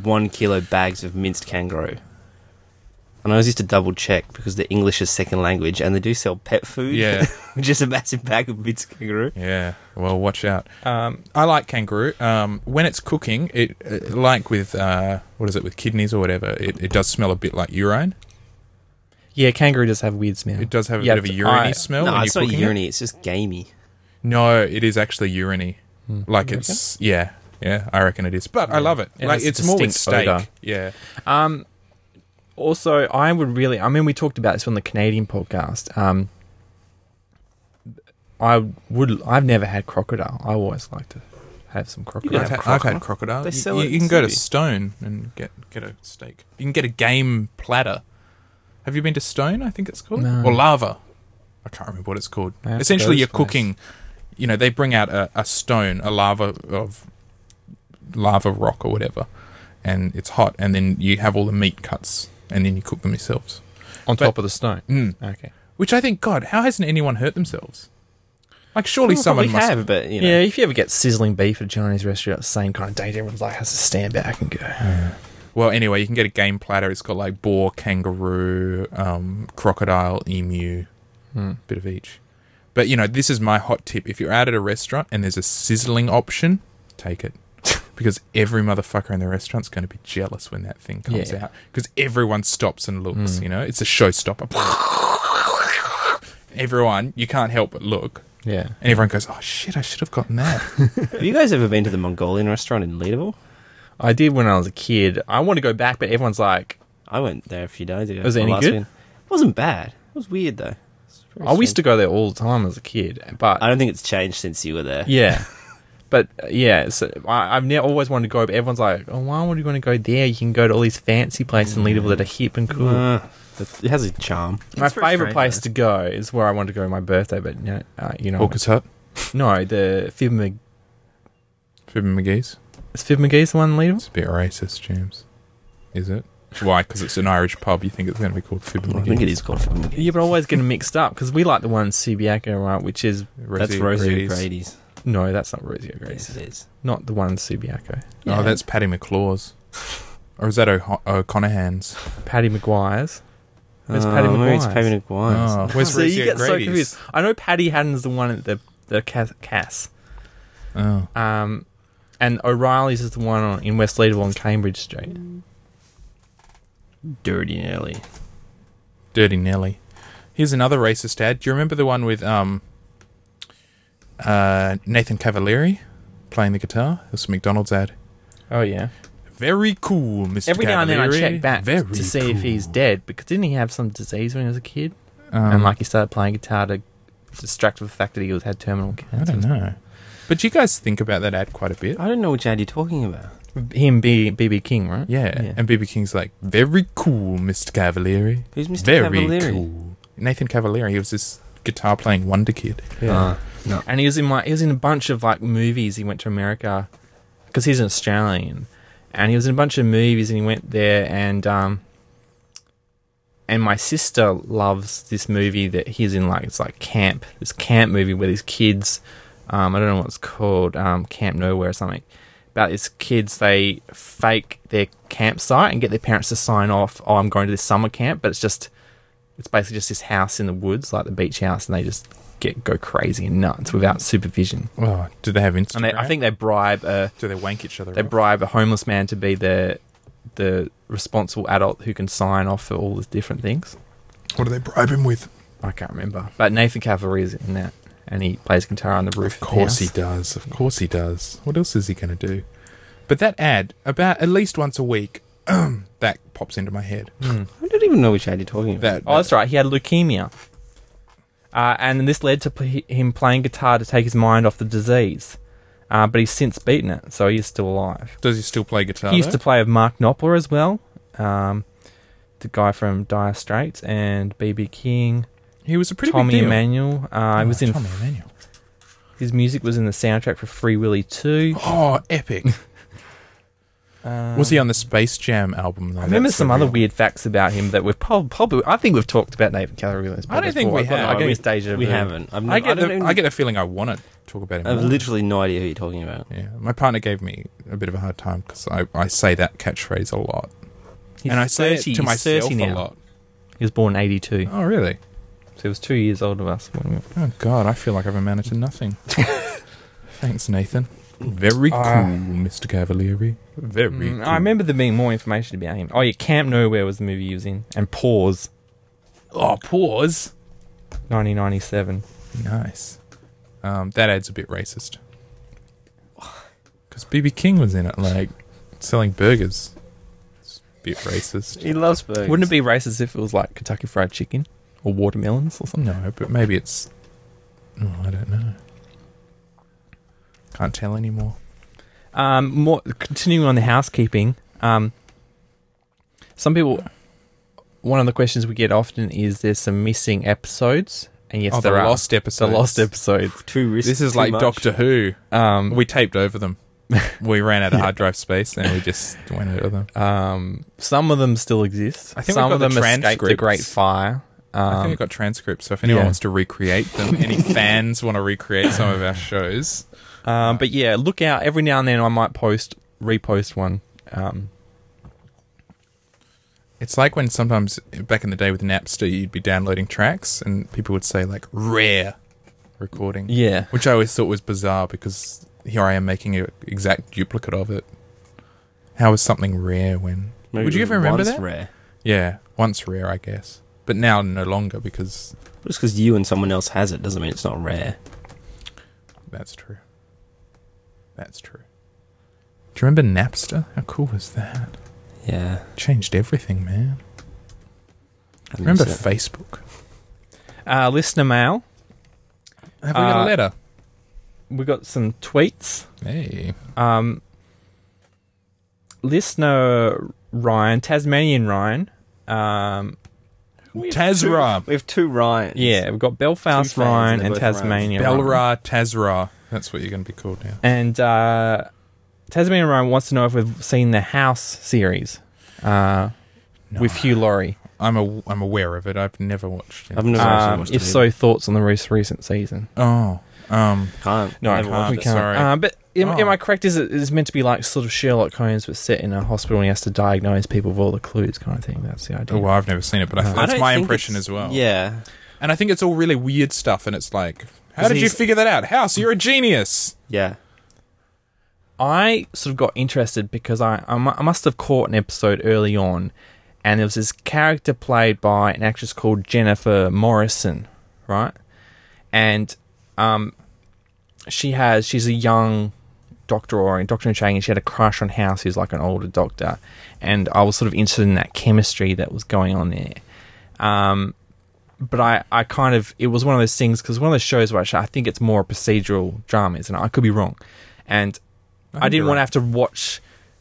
Speaker 3: one kilo bags of minced kangaroo. And I always used to double check because the English is second language and they do sell pet food.
Speaker 2: Yeah.
Speaker 3: which is a massive bag of minced kangaroo.
Speaker 2: Yeah, well, watch out.
Speaker 1: um,
Speaker 2: I like kangaroo. Um, when it's cooking, it uh, like with uh, what is it with kidneys or whatever, it, it does smell a bit like urine.
Speaker 1: yeah, kangaroo does have a weird smell.
Speaker 2: It does have a
Speaker 1: Yeah, uh,
Speaker 2: bit of a
Speaker 1: I-
Speaker 2: urine smell.
Speaker 3: no,
Speaker 2: when
Speaker 3: it's
Speaker 2: you're
Speaker 3: not
Speaker 2: cooking
Speaker 3: urine, it's just gamey.
Speaker 2: It. No, it is actually urine.
Speaker 1: Hmm.
Speaker 2: Like it's yeah, yeah. I reckon it is, but I love it.
Speaker 1: It
Speaker 2: like
Speaker 1: has a
Speaker 2: it's more with
Speaker 1: distinct
Speaker 2: steak.
Speaker 1: odour.
Speaker 2: Yeah,
Speaker 1: Um, also, I would really. I mean, we talked about this on the Canadian podcast. Um, I would. I've never had crocodile. I always like to have some crocodile.
Speaker 2: I've,
Speaker 3: have
Speaker 2: had, I've had
Speaker 3: crocodile.
Speaker 2: crocodile.
Speaker 3: They
Speaker 2: You,
Speaker 3: sell
Speaker 2: you-
Speaker 3: it
Speaker 2: you
Speaker 3: in
Speaker 2: can go to
Speaker 3: Sydney.
Speaker 2: Stone and get get a steak. You can get a game platter. Have you been to Stone? I think it's called
Speaker 1: No.
Speaker 2: or Lava. I can't remember what it's called.
Speaker 1: I have to go
Speaker 2: Essentially,
Speaker 1: to
Speaker 2: you're
Speaker 1: this place.
Speaker 2: cooking. You know, they bring out a, a stone, a lava of lava rock or whatever, and it's hot, and then you have all the meat cuts, and then you cook them yourselves.
Speaker 1: on
Speaker 2: but-
Speaker 1: top of the stone.
Speaker 2: Mm.
Speaker 1: Okay.
Speaker 2: Which I think, God, how hasn't anyone hurt themselves? Like, surely someone
Speaker 3: Probably
Speaker 2: must.
Speaker 3: have, but you know.
Speaker 1: Yeah, if you ever get sizzling beef at a Chinese restaurant, it's the same kind of date, everyone's like has to stand back and go.
Speaker 2: Well, anyway, you can get a game platter. It's got like boar, kangaroo, um, crocodile, emu, bit of each. But you know, this is my hot tip. If you're out at a restaurant and there's a sizzling option, take it. Because every motherfucker in the restaurant's going to be jealous when that thing comes
Speaker 1: Yeah.
Speaker 2: out. Because everyone stops and looks, you know? It's a showstopper. everyone, you can't help but look.
Speaker 1: Yeah.
Speaker 2: And everyone goes, oh shit, I should have gotten that.
Speaker 3: Have you guys ever been to the Mongolian restaurant in Leadville?
Speaker 1: I did when I was a kid. I want to go back, but everyone's like,
Speaker 3: I went there a few days ago.
Speaker 1: Was it
Speaker 3: or
Speaker 1: any
Speaker 3: last
Speaker 1: good?
Speaker 3: weekend. It wasn't bad. It was weird though. It's very
Speaker 1: I used to
Speaker 3: strange.
Speaker 1: go there all the time as a kid, but
Speaker 3: I don't think it's changed since you were there.
Speaker 1: Yeah. But uh, yeah, so I, I've ne- always wanted to go, but everyone's like, "Oh, why would you want to go there? You can go to all these fancy places in Leadville that are hip and cool."
Speaker 3: Uh, it has a charm.
Speaker 1: my
Speaker 3: It's very
Speaker 1: favorite
Speaker 3: strange,
Speaker 1: place
Speaker 3: though.
Speaker 1: to go is where I wanted to go on my birthday, but no, uh, you know,
Speaker 2: Orca's Hut,
Speaker 1: no, the Fib Mag-
Speaker 2: Fibber McGee's.
Speaker 1: is Fib McGee's the one in Leadville.
Speaker 2: It's a bit racist, James. Is it? Why? Because it's an Irish pub. You think it's going to be called Fibber
Speaker 3: I think it is called Fibber
Speaker 1: Yeah, but I always getting mixed up because we like the one in Subiaco, right? Which is
Speaker 3: That's Rosie O'Grady's.
Speaker 1: no, that's not Rosie O'Grady's,
Speaker 3: Yes, it is.
Speaker 1: not the one in Subiaco.
Speaker 2: Oh, that's Paddy McClaw's. Or is that O'Ho- O'Connorhan's?
Speaker 1: Patty McGuire's. Where's
Speaker 3: Uh,
Speaker 1: Paddy
Speaker 3: maybe it's
Speaker 1: McGuire's?
Speaker 3: Paddy McGuire's.
Speaker 2: Oh, where's
Speaker 1: See,
Speaker 2: Rosie
Speaker 1: you get so
Speaker 2: O'Grady's?
Speaker 1: confused. I know Paddy Haddon's the one at the the Cass. Cass.
Speaker 2: oh.
Speaker 1: Um, and O'Reilly's is the one on, in West Leadville on Cambridge Street.
Speaker 3: Dirty Nelly.
Speaker 2: Dirty Nelly. Here's another racist ad. Do you remember the one with um, uh, Nathan Cavalieri playing the guitar? It was a McDonald's ad.
Speaker 1: Oh yeah.
Speaker 2: very cool, Mr.
Speaker 1: Every now and then I
Speaker 2: Cavalieri.
Speaker 1: check back
Speaker 2: Very
Speaker 1: to see if
Speaker 2: cool.
Speaker 1: he's dead because didn't he have some disease when he was a kid?
Speaker 2: Um,
Speaker 1: and like he started playing guitar to distract with the fact that he was had terminal
Speaker 2: I
Speaker 1: cancer.
Speaker 2: don't know. But you guys think about that ad quite a bit.
Speaker 3: I don't know which ad you're talking about.
Speaker 1: Him B BB King, right?
Speaker 2: Yeah. And BB King's like, very cool, Mr. Cavalieri.
Speaker 3: Who's Mr.
Speaker 2: Very
Speaker 3: Cavalieri?
Speaker 2: cool. Nathan Cavalieri, he was this guitar playing wonder kid.
Speaker 1: Um,
Speaker 3: Yeah. no.
Speaker 1: and he was in like he was in a bunch of like movies. He went to America because he's an Australian, and he was in a bunch of movies. And he went there, and um, and my sister loves this movie that he's in. Like it's like camp, this camp movie where these kids, um, I don't know what it's called, um, Camp Nowhere or something. About these kids, they fake their campsite and get their parents to sign off. Oh, I'm going to this summer camp, but it's just it's basically just this house in the woods, like the beach house, and they just get go crazy and nuts without supervision.
Speaker 2: Oh, do they have Instagram?
Speaker 1: And they, I think they bribe a
Speaker 2: do they wank each other?
Speaker 1: they
Speaker 2: off?
Speaker 1: bribe a homeless man to be the the responsible adult who can sign off for all the different things.
Speaker 2: what do they bribe him with?
Speaker 1: I can't remember, but Nathan Cavalry is in that, and he plays guitar on the roof.
Speaker 2: Of course he
Speaker 1: does.
Speaker 2: does. Of course he does. What else is he going to do? But that ad, about at least once a week, that pops into my head.
Speaker 3: I don't even know which ad you're talking about.
Speaker 2: That
Speaker 1: Oh, that's right. He had leukemia, uh, and this led to p- him playing guitar to take his mind off the disease. Uh, but he's since beaten it, so he is still alive.
Speaker 2: does he still play guitar?
Speaker 1: He used
Speaker 2: though?
Speaker 1: to play with Mark Knopfler as well, um, the guy from Dire Straits and BB King,
Speaker 2: He was a pretty
Speaker 1: Tommy
Speaker 2: big deal. Oh,
Speaker 1: Emmanuel. Uh, he was in
Speaker 2: Tommy Emmanuel.
Speaker 1: his music was in the soundtrack for Free Willy Two.
Speaker 2: Oh, epic!
Speaker 1: Um,
Speaker 2: was he on the Space Jam album? Though?
Speaker 1: I remember
Speaker 2: Oh, That's
Speaker 1: some
Speaker 2: the
Speaker 1: other
Speaker 2: real-
Speaker 1: weird facts about him that we've prob- probably. I think we've talked about Nathan Calorie.
Speaker 2: I don't think we have.
Speaker 1: I
Speaker 2: I get-
Speaker 1: this stage of
Speaker 3: we
Speaker 1: the-
Speaker 3: haven't. I've
Speaker 2: I get
Speaker 3: don't
Speaker 2: the,
Speaker 3: even-
Speaker 2: I get a feeling I want to talk about him.
Speaker 3: I have
Speaker 2: more.
Speaker 3: literally no idea who you're talking about.
Speaker 2: yeah, my partner gave me a bit of a hard time because I, I say that catchphrase a lot,
Speaker 1: He's
Speaker 2: and I
Speaker 1: 30,
Speaker 2: say it to
Speaker 1: he's
Speaker 2: myself
Speaker 1: 30
Speaker 2: a
Speaker 1: now.
Speaker 2: lot.
Speaker 1: He was born eighty two,
Speaker 2: Oh, really?
Speaker 1: so he was two years older than us. When we
Speaker 2: Oh God, I feel like I've amounted to nothing. Thanks, Nathan. Very cool,
Speaker 1: Uh,
Speaker 2: Mr. Cavalieri. Very.
Speaker 1: Mm, I remember there being more information about him. Oh yeah, Camp Nowhere was the movie he was in, and Pause,
Speaker 2: Oh, pause.
Speaker 1: nineteen ninety seven.
Speaker 2: Nice. Um, that ad's a bit racist. Because BB King was in it, like selling burgers. It's a bit racist.
Speaker 3: He loves burgers.
Speaker 1: Wouldn't it be racist if it was like Kentucky Fried Chicken or watermelons or something?
Speaker 2: No, but maybe it's. Oh, I don't know. Can't tell anymore.
Speaker 1: Um, more continuing on the housekeeping. Um, some people. One of the questions we get often is: "There's some missing episodes?" And yes,
Speaker 2: oh,
Speaker 1: there
Speaker 2: the
Speaker 1: are.
Speaker 2: lost
Speaker 1: the
Speaker 2: episode.
Speaker 1: lost episodes.
Speaker 3: too risky?
Speaker 2: This is
Speaker 3: too
Speaker 2: like
Speaker 3: much?
Speaker 2: Doctor Who.
Speaker 1: Um,
Speaker 2: We taped over them. We ran out of hard drive space and we just went over them.
Speaker 1: um, some of them still exist.
Speaker 2: I think
Speaker 1: some of
Speaker 2: we've got
Speaker 1: them
Speaker 2: the
Speaker 1: escaped the
Speaker 2: transcripts.
Speaker 1: Great Fire.
Speaker 2: I think
Speaker 1: Um,
Speaker 2: we've got transcripts, so if anyone
Speaker 1: yeah.
Speaker 2: wants to recreate them, any fans want to recreate some of our shows,
Speaker 1: um, but yeah, look out. Every now and then, I might post, repost one. Um,
Speaker 2: It's like when sometimes back in the day with Napster, you'd be downloading tracks and people would say like rare recording,
Speaker 1: yeah,
Speaker 2: which I always thought was bizarre because here I am making an exact duplicate of it. How is something rare when?
Speaker 3: Maybe
Speaker 2: would you
Speaker 3: it
Speaker 2: ever remember
Speaker 3: was
Speaker 2: that?
Speaker 3: Rare.
Speaker 2: Yeah, once rare, I guess, but now no longer because
Speaker 3: Just because you and someone else has it doesn't mean it's not rare.
Speaker 2: that's true. That's true. Do you remember Napster? How cool was that?
Speaker 3: Yeah.
Speaker 2: Changed everything, man.
Speaker 3: I
Speaker 2: Remember
Speaker 3: miss it.
Speaker 2: Facebook?
Speaker 1: uh, listener mail.
Speaker 2: Have we got
Speaker 1: Uh,
Speaker 2: a letter?
Speaker 1: We got some tweets.
Speaker 2: Hey,
Speaker 1: Um, listener Ryan, Tasmanian Ryan. Um,
Speaker 2: Tazra,
Speaker 3: we have two Ryans.
Speaker 1: yeah, we've got Belfast
Speaker 3: Two fans,
Speaker 1: Ryan
Speaker 3: they're
Speaker 1: and
Speaker 3: both
Speaker 1: Tasmania Ryan.
Speaker 2: Belra Tazra. That's what you're going to be called now.
Speaker 1: And uh, Tasmanian Ryan wants to know if we've seen the House series uh, with Hugh Laurie.
Speaker 2: I'm a, I'm aware of it. I've never watched it.
Speaker 3: I've never actually
Speaker 1: Um,
Speaker 3: watched
Speaker 1: if
Speaker 3: it.
Speaker 1: so, thoughts on the most recent season?
Speaker 2: oh, um,
Speaker 3: can't.
Speaker 1: No,
Speaker 3: never watched
Speaker 1: we
Speaker 3: it.
Speaker 1: can't.
Speaker 2: sorry.
Speaker 1: Um, but am, am
Speaker 2: Oh.
Speaker 1: I correct? Is it is meant to be like sort of Sherlock Holmes, but set in a hospital and he has to diagnose people with all the clues, kind of thing? That's the idea.
Speaker 2: oh, well, I've never seen it, but I,
Speaker 1: No.
Speaker 2: think
Speaker 3: I
Speaker 2: that's
Speaker 3: don't
Speaker 2: my
Speaker 3: think
Speaker 2: impression
Speaker 3: it's-
Speaker 2: as well.
Speaker 3: Yeah.
Speaker 2: and I think it's all really weird stuff, and it's like, how did you
Speaker 1: he's-
Speaker 2: figure that out, House? You're a genius.
Speaker 3: Yeah.
Speaker 1: I sort of got interested because I, I mu- I must have caught an episode early on, and there was this character played by an actress called Jennifer Morrison, right? And um, she has she's a young doctor or a doctor in training. and She had a crush on House, who's like an older doctor, and I was sort of interested in that chemistry that was going on there. Um, but I, I kind of it was one of those things because one of those shows where actually I think it's more a procedural drama, isn't it? I could be wrong, and I,
Speaker 2: you're
Speaker 1: didn't want to
Speaker 2: right.
Speaker 1: have to watch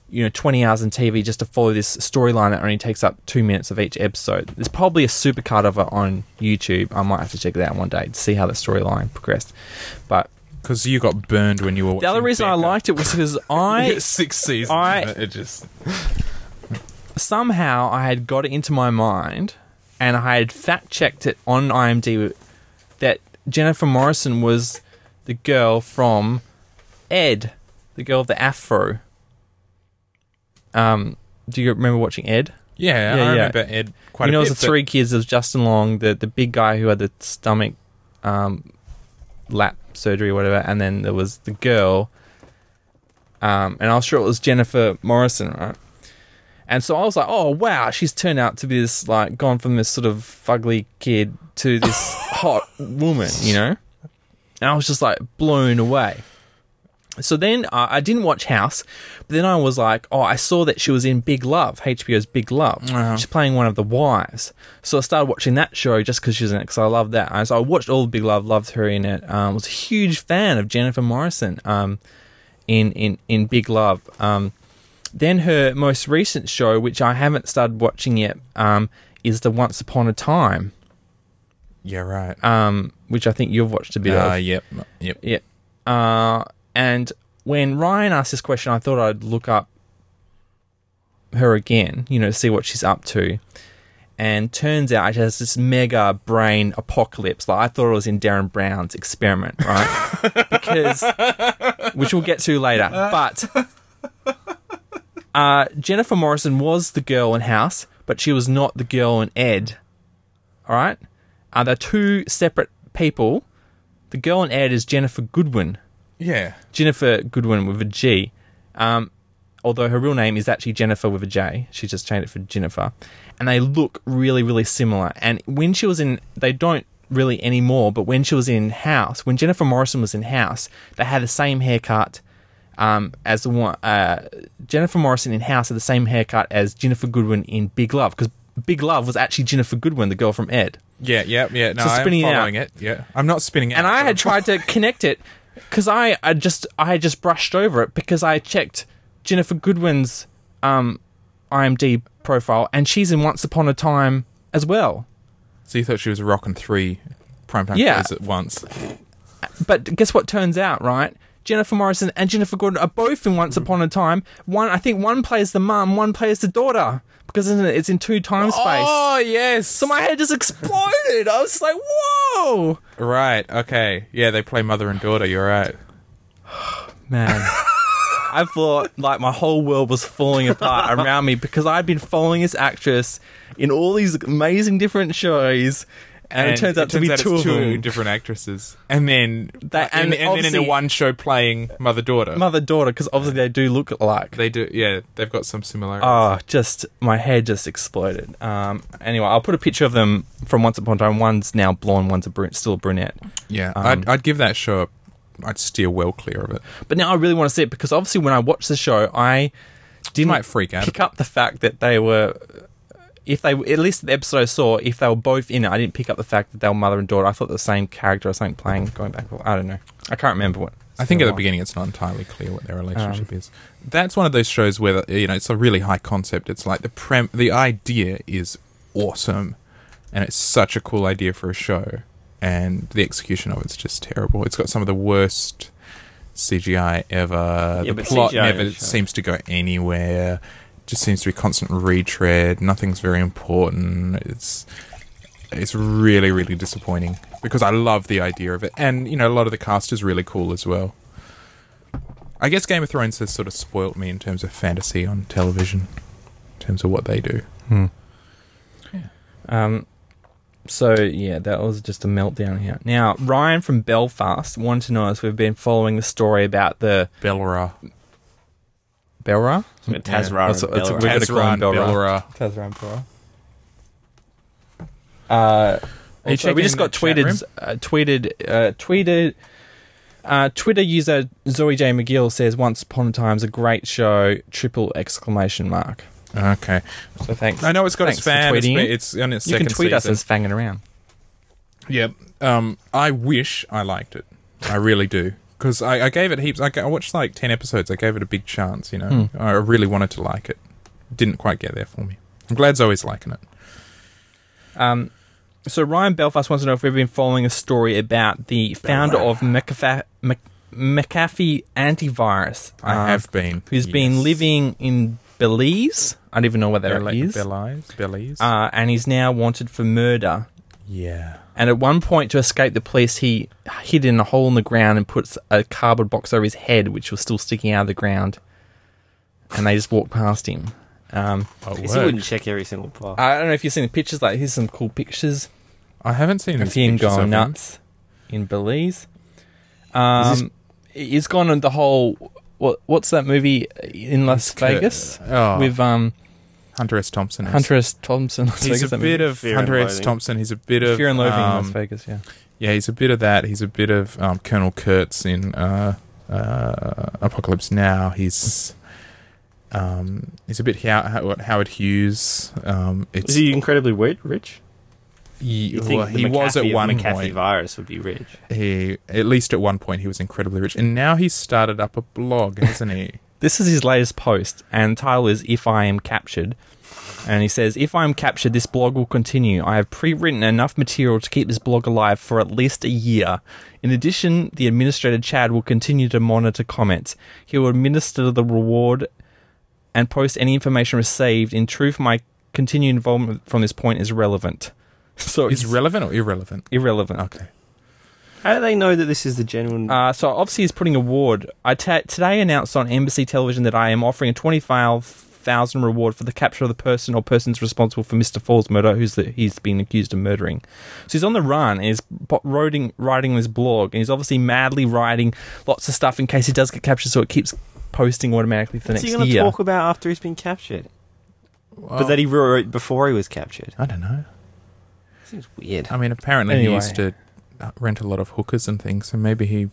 Speaker 1: you know 20 hours on TV just to follow this storyline that only takes up two minutes of each episode. There's probably a supercut of it on YouTube. I might have to check that out one day to see how the storyline progressed. But
Speaker 2: Because you got burned when you were watching
Speaker 1: the other reason I
Speaker 2: Becca.
Speaker 1: liked it was because I
Speaker 2: six seasons.
Speaker 1: I-
Speaker 2: but it just
Speaker 1: somehow I had got it into my mind and I had fact checked it on IMDb that Jennifer Morrison was the girl from Ed, the girl of the afro. Um, do you remember watching Ed?
Speaker 2: yeah,
Speaker 1: Yeah,
Speaker 2: I
Speaker 1: yeah.
Speaker 2: remember Ed quite
Speaker 1: you know,
Speaker 2: a
Speaker 1: it
Speaker 2: bit.
Speaker 1: was the three kids. It was Justin Long, the the big guy who had the stomach um, lap surgery or whatever, and then there was the girl. Um, and I was sure it was Jennifer Morrison, right? And so I was like, "Oh wow, she's turned out to be this like gone from this sort of fugly kid to this hot woman," you know. And I was just like blown away. So then uh, I didn't watch House, but then I was like, oh, I saw that she was in Big Love, HBO's Big Love. She's playing one of the wives. So I started watching that show just because she was in it, because I loved that. And so I watched all of Big Love, loved her in it. Um, was a huge fan of Jennifer Morrison um, in, in, in Big Love. Um, then her most recent show, which I haven't started watching yet, um, is the Once Upon a Time,
Speaker 2: Yeah, right.
Speaker 1: um, which I think you've watched a bit
Speaker 2: Uh,
Speaker 1: of.
Speaker 2: yep, yep.
Speaker 1: Yeah. Uh, and when Ryan asked this question, I thought I'd look up her again, you know, to see what she's up to. And turns out she has this mega brain apocalypse. Like I thought it was in Darren Brown's experiment, right? because which we'll get to later. But uh, Jennifer Morrison was the girl in House, but she was not the girl in Ed. All right, uh, they're two separate people. The girl in Ed is Jennifer Goodwin.
Speaker 2: Yeah.
Speaker 1: Jennifer Goodwin with a G. Um, although her real name is actually Jennifer with a J. She just changed it for Jennifer. And they look really, really similar. And when she was in, they don't really anymore, but when she was in House, when Jennifer Morrison was in House, they had the same haircut. Um, as the one, uh, Jennifer Morrison in House had the same haircut as Jennifer Goodwin in Big Love, because Big Love was actually Jennifer Goodwin, the girl from Ed.
Speaker 2: Yeah, yeah, yeah. No,
Speaker 1: So
Speaker 2: I'm
Speaker 1: spinning it out.
Speaker 2: following it. Yeah, I'm not spinning it.
Speaker 1: and I had tried to connect it because I, I just I had just brushed over it because I checked Jennifer Goodwin's um, IMD profile and she's in Once Upon a Time as well.
Speaker 2: So you thought she was rocking three primetime
Speaker 1: Yeah.
Speaker 2: shows at once?
Speaker 1: But guess what turns out, right? Jennifer Morrison and Jennifer Gordon are both in Once Upon a Time. One, I think one plays the mum, one plays the daughter because isn't it? It's in two time space.
Speaker 2: Oh yes.
Speaker 1: So my head just exploded. I was just like, whoa,
Speaker 2: right. Okay. Yeah, they play mother and daughter. You're right.
Speaker 1: man. I thought like my whole world was falling apart around me because I'd been following this actress in all these amazing different shows, and, it turns out to be
Speaker 2: turns
Speaker 1: two
Speaker 2: it's
Speaker 1: of them.
Speaker 2: different actresses, and then
Speaker 1: That- and
Speaker 2: and, and then in the
Speaker 1: obviously-
Speaker 2: one show playing mother daughter.
Speaker 1: Mother daughter, because obviously they do look alike.
Speaker 2: They do. Yeah, they've got some similarities.
Speaker 1: Oh, just my head just exploded. Um, anyway, I'll put a picture of them from Once Upon a Time. One's now blonde, one's a brun- still a brunette.
Speaker 2: yeah,
Speaker 1: um,
Speaker 2: I'd, I'd give that show. A, I'd steer well clear of it.
Speaker 1: But now I really want to see it because obviously when I watched the show, I didn't
Speaker 2: might freak out a
Speaker 1: Pick up the fact that they were, if they at least the episode I saw, if they were both in it, I didn't pick up the fact that they were mother and daughter. I thought the same character or something playing going back. I don't know. I can't remember what.
Speaker 2: I think at the
Speaker 1: what.
Speaker 2: beginning it's not entirely clear what their
Speaker 1: Um,
Speaker 2: relationship is. That's one of those shows where you know it's a really high concept. It's like the prem, the idea is awesome, and it's such a cool idea for a show, and the execution of it's just terrible. It's got some of the worst CGI ever.
Speaker 3: Yeah,
Speaker 2: the
Speaker 3: but
Speaker 2: plot
Speaker 3: CGI
Speaker 2: never
Speaker 3: is a show.
Speaker 2: seems to go anywhere. Just seems to be constant retread. Nothing's very important. It's it's really really disappointing because I love the idea of it, and you know a lot of the cast is really cool as well. I guess Game of Thrones has sort of spoilt me in terms of fantasy on television, in terms of what they do.
Speaker 1: Um, so yeah, that was just a meltdown here. Now Ryan from Belfast wanted to know if we've been following the story about the
Speaker 2: Belra,
Speaker 1: Belra.
Speaker 3: Tazra
Speaker 1: That's-
Speaker 3: and
Speaker 1: that's-
Speaker 3: Belra.
Speaker 1: we're gonna call him Belra.
Speaker 2: Belra.
Speaker 1: Tazran Uh,
Speaker 2: Are you
Speaker 1: also, we
Speaker 2: checking
Speaker 1: just got
Speaker 2: the chat
Speaker 1: tweeted, uh, tweeted, uh, tweeted, Uh, Twitter user Zoe J McGill says, "Once upon a time's a great show!" Triple exclamation mark.
Speaker 2: Okay.
Speaker 1: So thanks.
Speaker 2: I know it's got
Speaker 1: thanks
Speaker 2: its
Speaker 1: for
Speaker 2: fan. It's,
Speaker 1: tweeting in.
Speaker 2: it's on its
Speaker 1: you
Speaker 2: second
Speaker 1: can tweet us
Speaker 2: season.
Speaker 1: as fanging around.
Speaker 2: Yep. Um, I wish I liked it. I really do. Because I, I gave it heaps. I, ga- I watched like 10 episodes. I gave it a big chance, you know.
Speaker 1: Hmm.
Speaker 2: I really wanted to like it. Didn't quite get there for me. I'm glad Zoe's liking it.
Speaker 1: Um, so Ryan Belfast wants to know if we've been following a story about the founder of McAfa- Mc- McAfee Antivirus.
Speaker 2: I
Speaker 1: um,
Speaker 2: have been.
Speaker 1: who's been
Speaker 2: Yes.
Speaker 1: living in Belize. I don't even know what that is.
Speaker 2: Bel- Bel Eyes? Bel Eyes?
Speaker 1: uh, and he's now wanted for murder.
Speaker 2: yeah.
Speaker 1: And at one point, to escape the police, he hid in a hole in the ground and puts a cardboard box over his head, which was still sticking out of the ground. And they just walked past him. Um,
Speaker 2: It
Speaker 3: Because he
Speaker 2: worked.
Speaker 3: wouldn't check every single bar.
Speaker 1: I don't know if you've seen the pictures. Like, here's some cool pictures
Speaker 2: I haven't seen
Speaker 1: of
Speaker 2: this.
Speaker 1: him going
Speaker 2: of him.
Speaker 1: nuts in Belize. Um, he's gone on the whole. What, what's that movie in Las Vegas
Speaker 2: Oh,
Speaker 1: with um,
Speaker 2: Hunter S. Thompson. is-
Speaker 1: Hunter S. Thompson? Las
Speaker 2: He's
Speaker 1: Vegas,
Speaker 2: a
Speaker 1: that movie.
Speaker 2: bit of
Speaker 3: Fear and
Speaker 2: Hunter S.
Speaker 3: Loathing.
Speaker 2: Thompson. He's a bit of
Speaker 1: Fear and Loathing in Las
Speaker 2: um,
Speaker 1: Vegas. Yeah.
Speaker 2: Yeah, he's a bit of that. He's a bit of um, Colonel Kurtz in uh, uh, Apocalypse Now. He's um, he's a bit How- How- Howard Hughes. Um, it's
Speaker 5: Is he incredibly wi- rich?
Speaker 2: he,
Speaker 3: You
Speaker 2: well, he
Speaker 3: the
Speaker 2: was at
Speaker 3: McAfee of
Speaker 2: one
Speaker 3: McAfee
Speaker 2: point.
Speaker 3: virus would be rich.
Speaker 2: He at least at one point he was incredibly rich, and now he's started up a blog, hasn't he?
Speaker 1: This is his latest post, and the title is If I Am Captured. And he says, If I am captured, this blog will continue. I have pre written enough material to keep this blog alive for at least a year. In addition, the administrator Chad will continue to monitor comments. He will administer the reward and post any information received. In truth, my continued involvement from this point is relevant. So
Speaker 2: Is
Speaker 1: it's
Speaker 2: relevant or irrelevant?
Speaker 1: irrelevant.
Speaker 2: Okay.
Speaker 3: How do they know that this is the genuine?
Speaker 1: Uh, so obviously he's putting a ward. I ta today announced on Embassy Television that I am offering a twenty-five thousand reward for the capture of the person or persons responsible for Mr. Fall's murder, who's the, he's been accused of murdering. So he's on the run and he's bo- writing writing this blog, and he's obviously madly writing lots of stuff in case he does get captured, so it keeps posting automatically for the
Speaker 3: What's he
Speaker 1: next
Speaker 3: going to
Speaker 1: year.
Speaker 3: talk about after he's been captured?
Speaker 2: Oh.
Speaker 3: but that he wrote before he was captured.
Speaker 2: I don't know.
Speaker 3: Seems weird.
Speaker 2: I mean, apparently he
Speaker 1: Anyway.
Speaker 2: used to uh, rent a lot of hookers and things, so maybe he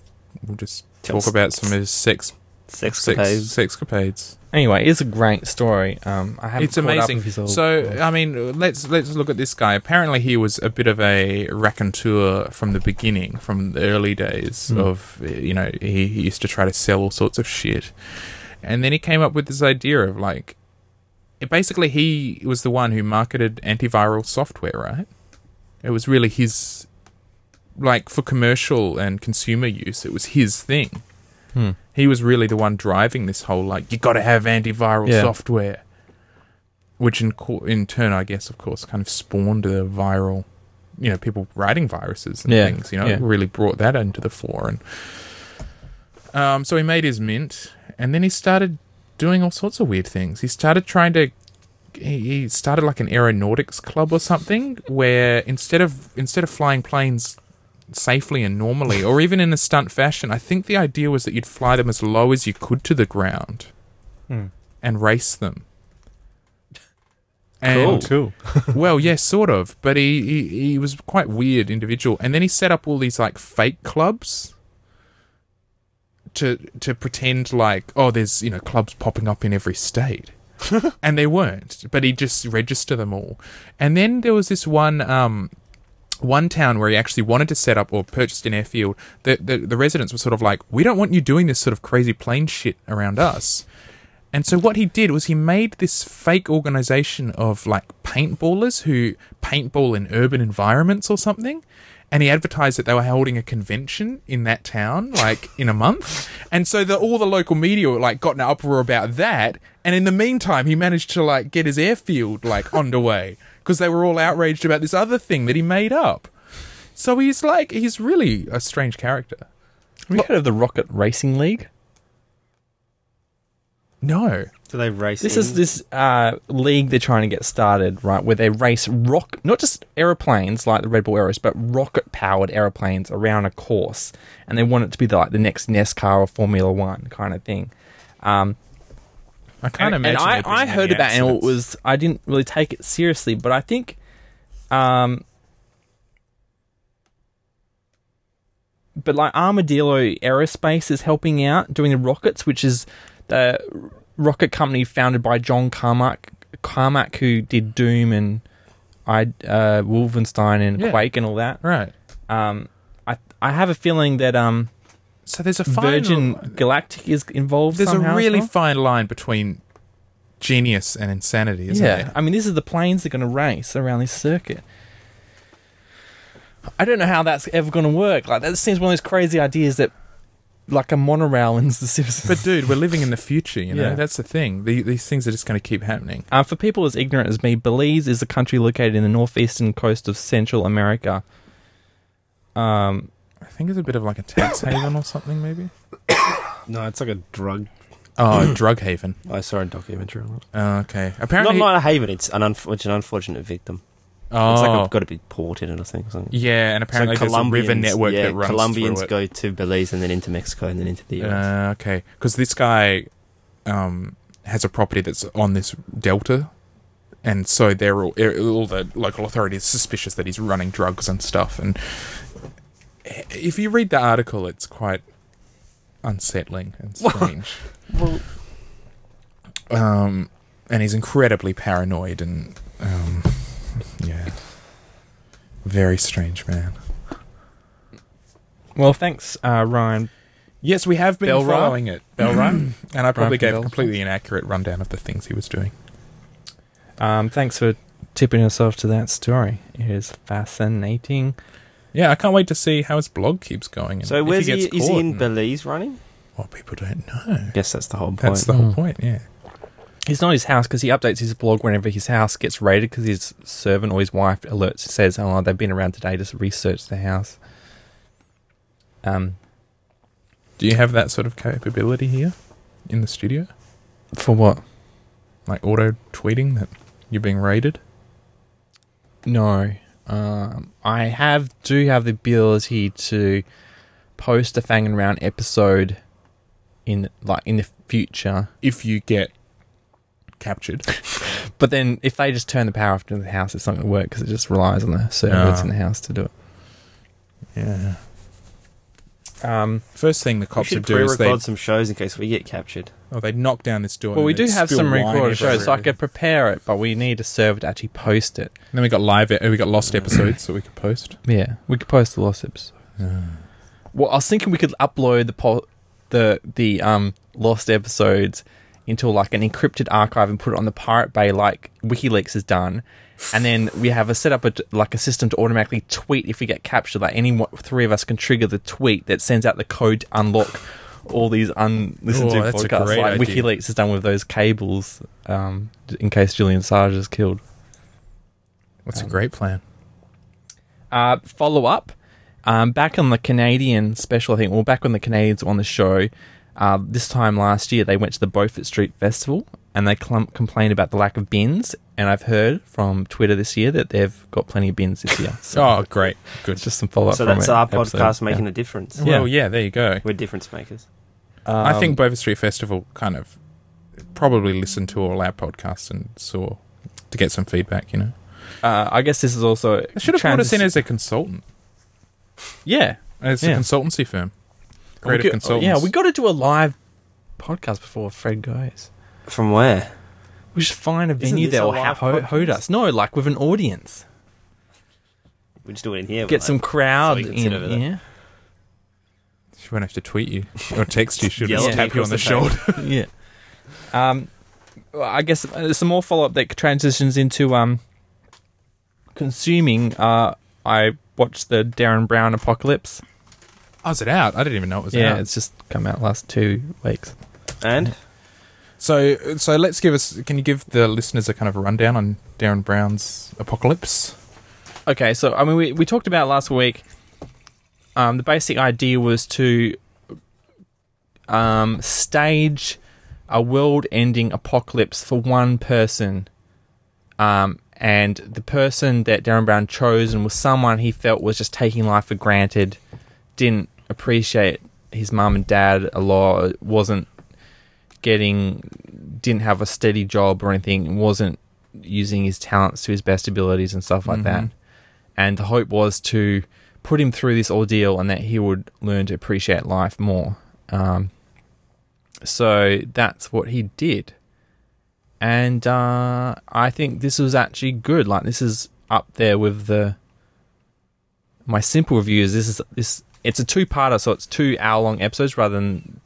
Speaker 2: will just
Speaker 3: Tell
Speaker 2: talk about some of his sex
Speaker 3: Sex
Speaker 2: sex
Speaker 3: capades.
Speaker 2: sexcapades.
Speaker 1: Anyway, it's a great story. Um, I haven't
Speaker 2: it's
Speaker 1: caught up
Speaker 2: amazing.
Speaker 1: with his old
Speaker 2: So
Speaker 1: blog.
Speaker 2: I mean, let's let's look at this guy. Apparently, he was a bit of a raconteur from the beginning, from the early days
Speaker 1: Hmm.
Speaker 2: of you know he, he used to try to sell all sorts of shit, and then he came up with this idea of like, it, basically he was the one who marketed antiviral software, right? It was really his, like for commercial and consumer use, it was his thing.
Speaker 1: Hmm.
Speaker 2: He was really the one driving this whole like you got to have antiviral
Speaker 1: Yeah.
Speaker 2: software which in co- in turn, I guess, of course, kind of spawned the viral, you know, people writing viruses and
Speaker 1: Yeah,
Speaker 2: things. You know,
Speaker 1: yeah.
Speaker 2: really brought that into the fore. And um, so he made his mint, and then he started doing all sorts of weird things. He started trying to. He he started like an aeronautics club or something, where instead of instead of flying planes safely and normally, or even in a stunt fashion, I think the idea was that you'd fly them as low as you could to the ground, and race them. And
Speaker 5: cool.
Speaker 2: well, yes, sort of. But he, he he was quite weird individual, and then he set up all these like fake clubs to to pretend like oh, there's you know clubs popping up in every state, and they weren't. But he just register them all, and then there was this one um one town where he actually wanted to set up or purchased an airfield, the, the, the residents were sort of like, we don't want you doing this sort of crazy plane shit around us. And so what he did was he made this fake organization of like paintballers who paintball in urban environments or something. And he advertised that they were holding a convention in that town, like in a month. And so the, all the local media like got an uproar about that. And in the meantime, he managed to like get his airfield like underway because they were all outraged about this other thing that he made up. So he's like, he's really a strange character.
Speaker 1: have you heard of the Rocket Racing League?
Speaker 2: No.
Speaker 3: Do they race?
Speaker 1: This is this uh, league they're trying to get started, right? Where they race rock, not just aeroplanes like the Red Bull Aeros, but rocket-powered aeroplanes around a course, and they want it to be the, like the next NASCAR or Formula One kind of thing. Um,
Speaker 2: I can't
Speaker 1: and, and
Speaker 2: imagine.
Speaker 1: I,
Speaker 2: there being
Speaker 1: I
Speaker 2: any
Speaker 1: heard about it, and it
Speaker 2: accidents.
Speaker 1: was I didn't really take it seriously, but I think, um, but like Armadillo Aerospace is helping out doing the rockets, which is the rocket company founded by John Carmack, Carmack who did Doom and I uh, Wolfenstein and
Speaker 2: Yeah.
Speaker 1: Quake and all that.
Speaker 2: Right.
Speaker 1: Um, I I have a feeling that um,
Speaker 2: So there's a fine
Speaker 1: Virgin
Speaker 2: li-
Speaker 1: Galactic is involved.
Speaker 2: There's
Speaker 1: somehow
Speaker 2: a
Speaker 1: as
Speaker 2: really
Speaker 1: well.
Speaker 2: fine line between genius and insanity, isn't
Speaker 1: yeah.
Speaker 2: there?
Speaker 1: I mean, this is the planes that are going to race around this circuit. I don't know how that's ever going to work. Like that seems one of those crazy ideas that, like a monorail in The Simpsons.
Speaker 2: But dude, we're living in the future, you know.
Speaker 1: Yeah.
Speaker 2: That's the thing. The, these things are just going to keep happening.
Speaker 1: Uh, for people as ignorant as me, Belize is a country located in the northeastern coast of Central America. Um,
Speaker 2: I think it's a bit of like a tax haven or something, maybe.
Speaker 6: No, it's like a drug.
Speaker 2: Oh, drug haven.
Speaker 6: I saw a documentary on it.
Speaker 2: Oh, okay.
Speaker 3: Not,
Speaker 2: Apparently,
Speaker 3: not a haven. It's an unf- it's an unfortunate victim.
Speaker 2: oh,
Speaker 3: It's like a, got a big port in it, I think. or Something.
Speaker 2: yeah, and apparently
Speaker 3: so
Speaker 2: there's a river
Speaker 3: Colombians,
Speaker 2: network
Speaker 3: yeah,
Speaker 2: that runs
Speaker 3: Colombians
Speaker 2: through it.
Speaker 3: go to Belize and then into Mexico and then into the US.
Speaker 2: Uh, okay, because this guy um, has a property that's on this delta, and so they're all, er, all the local authorities suspicious that he's running drugs and stuff. And if you read the article, it's quite unsettling and strange. um, and he's incredibly paranoid and um, yeah, very strange man.
Speaker 1: well, thanks, uh, Ryan.
Speaker 2: Yes, we have been
Speaker 1: Bell Run?
Speaker 2: following it. Bell Run. and I probably
Speaker 1: Run for
Speaker 2: gave a
Speaker 1: Bells.
Speaker 2: completely inaccurate rundown of the things he was doing.
Speaker 1: Um, thanks for tipping yourself to that story. It is fascinating.
Speaker 2: Yeah, I can't wait to see how his blog keeps going. And
Speaker 3: so
Speaker 2: if
Speaker 3: where's
Speaker 2: he?
Speaker 3: he?
Speaker 2: Gets
Speaker 3: Is
Speaker 2: caught
Speaker 3: he in
Speaker 2: and-
Speaker 3: Belize running?
Speaker 2: Well, people don't know.
Speaker 3: Yes, that's the whole point.
Speaker 2: That's the whole
Speaker 1: Hmm.
Speaker 2: point. Yeah.
Speaker 1: It's not his house because he updates his blog whenever his house gets raided because his servant or his wife alerts says, "Oh, they've been around today. Just research the house." Um,
Speaker 2: Do you have that sort of capability here in the studio,
Speaker 1: for what?
Speaker 2: like auto tweeting that you're being raided?
Speaker 1: No, um, I have do have the ability to post a Fang and Round episode in like in the future,
Speaker 2: If you get captured,
Speaker 1: but then if they just turn the power off to the house, it's not going to work because it just relies on the server that's
Speaker 2: Ah.
Speaker 1: in the house to do it.
Speaker 2: yeah.
Speaker 1: Um,
Speaker 2: First thing the
Speaker 3: We
Speaker 2: cops would
Speaker 3: should
Speaker 2: do is they
Speaker 3: pre-record some shows in case we get captured.
Speaker 2: oh they knock down this door.
Speaker 1: well,
Speaker 2: and
Speaker 1: we do
Speaker 2: they'd
Speaker 1: have
Speaker 2: spill
Speaker 1: some
Speaker 2: wine
Speaker 1: recorded shows, so I
Speaker 2: everywhere.
Speaker 1: could prepare it, but we need a server to actually post it.
Speaker 2: And then we got live. We got lost episodes that we could post.
Speaker 1: Yeah, we could post the lost episode. Mm. Well, I was thinking we could upload the po- the the um lost episodes into like an encrypted archive and put it on the Pirate Bay like WikiLeaks has done, and then we have a set up a, like a system to automatically tweet if we get captured. Like any one- three of us can trigger the tweet that sends out the code to unlock all these unlistened
Speaker 2: Oh,
Speaker 1: to
Speaker 2: that's a
Speaker 1: podcasts
Speaker 2: great
Speaker 1: like
Speaker 2: idea.
Speaker 1: WikiLeaks has done with those cables um, in case Julian Assange is killed.
Speaker 2: That's a great plan.
Speaker 1: uh, follow up. Um, back on the Canadian special, I think, well, back when the Canadians were on the show, uh, this time last year, they went to the Beaufort Street Festival and they clum- complained about the lack of bins. And I've heard from Twitter this year that they've got plenty of bins this year. So
Speaker 2: Oh, great. Good.
Speaker 1: it's just some follow up.
Speaker 3: so that's our podcast making
Speaker 1: it.
Speaker 3: a difference.
Speaker 2: Well, yeah, Um, there you go.
Speaker 3: We're difference makers.
Speaker 2: I think Bover Street Festival kind of probably listened to all our podcasts and saw to get some feedback, you know.
Speaker 1: Uh, I guess this is also.
Speaker 2: They should have brought us in
Speaker 1: transi-
Speaker 2: as a consultant.
Speaker 1: Yeah.
Speaker 2: As
Speaker 1: Yeah.
Speaker 2: a consultancy firm. Creative
Speaker 1: We could- oh,
Speaker 2: consultants.
Speaker 1: Yeah, we got to do a live podcast before Fred goes.
Speaker 3: From where?
Speaker 1: We should find a venue
Speaker 3: this
Speaker 1: that
Speaker 3: a
Speaker 1: will
Speaker 3: live
Speaker 1: ho- host
Speaker 3: podcast?
Speaker 1: us. No, like with an audience.
Speaker 3: We just do it in here.
Speaker 1: Get
Speaker 3: like,
Speaker 1: some crowd
Speaker 3: so we can sit
Speaker 1: in.
Speaker 3: over there.
Speaker 1: Yeah.
Speaker 2: She won't have to tweet you or text you. She'll
Speaker 3: Yell
Speaker 2: just
Speaker 3: at
Speaker 2: tap
Speaker 3: me
Speaker 2: you on the
Speaker 3: across the table.
Speaker 2: shoulder.
Speaker 1: yeah. Um, well, I guess uh, some more follow up that transitions into um, consuming. Uh, I watched the Darren Brown Apocalypse.
Speaker 2: oh, is it out? I didn't even know it was
Speaker 1: Yeah,
Speaker 2: out.
Speaker 1: it's just come out last two weeks.
Speaker 3: and
Speaker 2: So, so let's give us. Can you give the listeners a kind of a rundown on Darren Brown's Apocalypse?
Speaker 1: Okay, so I mean, we we talked about it last week. Um, the basic idea was to um, stage a world-ending apocalypse for one person, um, and the person that Darren Brown chose and was someone he felt was just taking life for granted, didn't appreciate his mum and dad a lot, wasn't getting, didn't have a steady job or anything, wasn't using his talents to his best abilities and stuff like that and the hope was to put him through this ordeal and that he would learn to appreciate life more. Um, so that's what he did. And uh, I think this was actually good. Like this is up there with the my simple review is this is this it's a two parter, so it's two hour long episodes rather than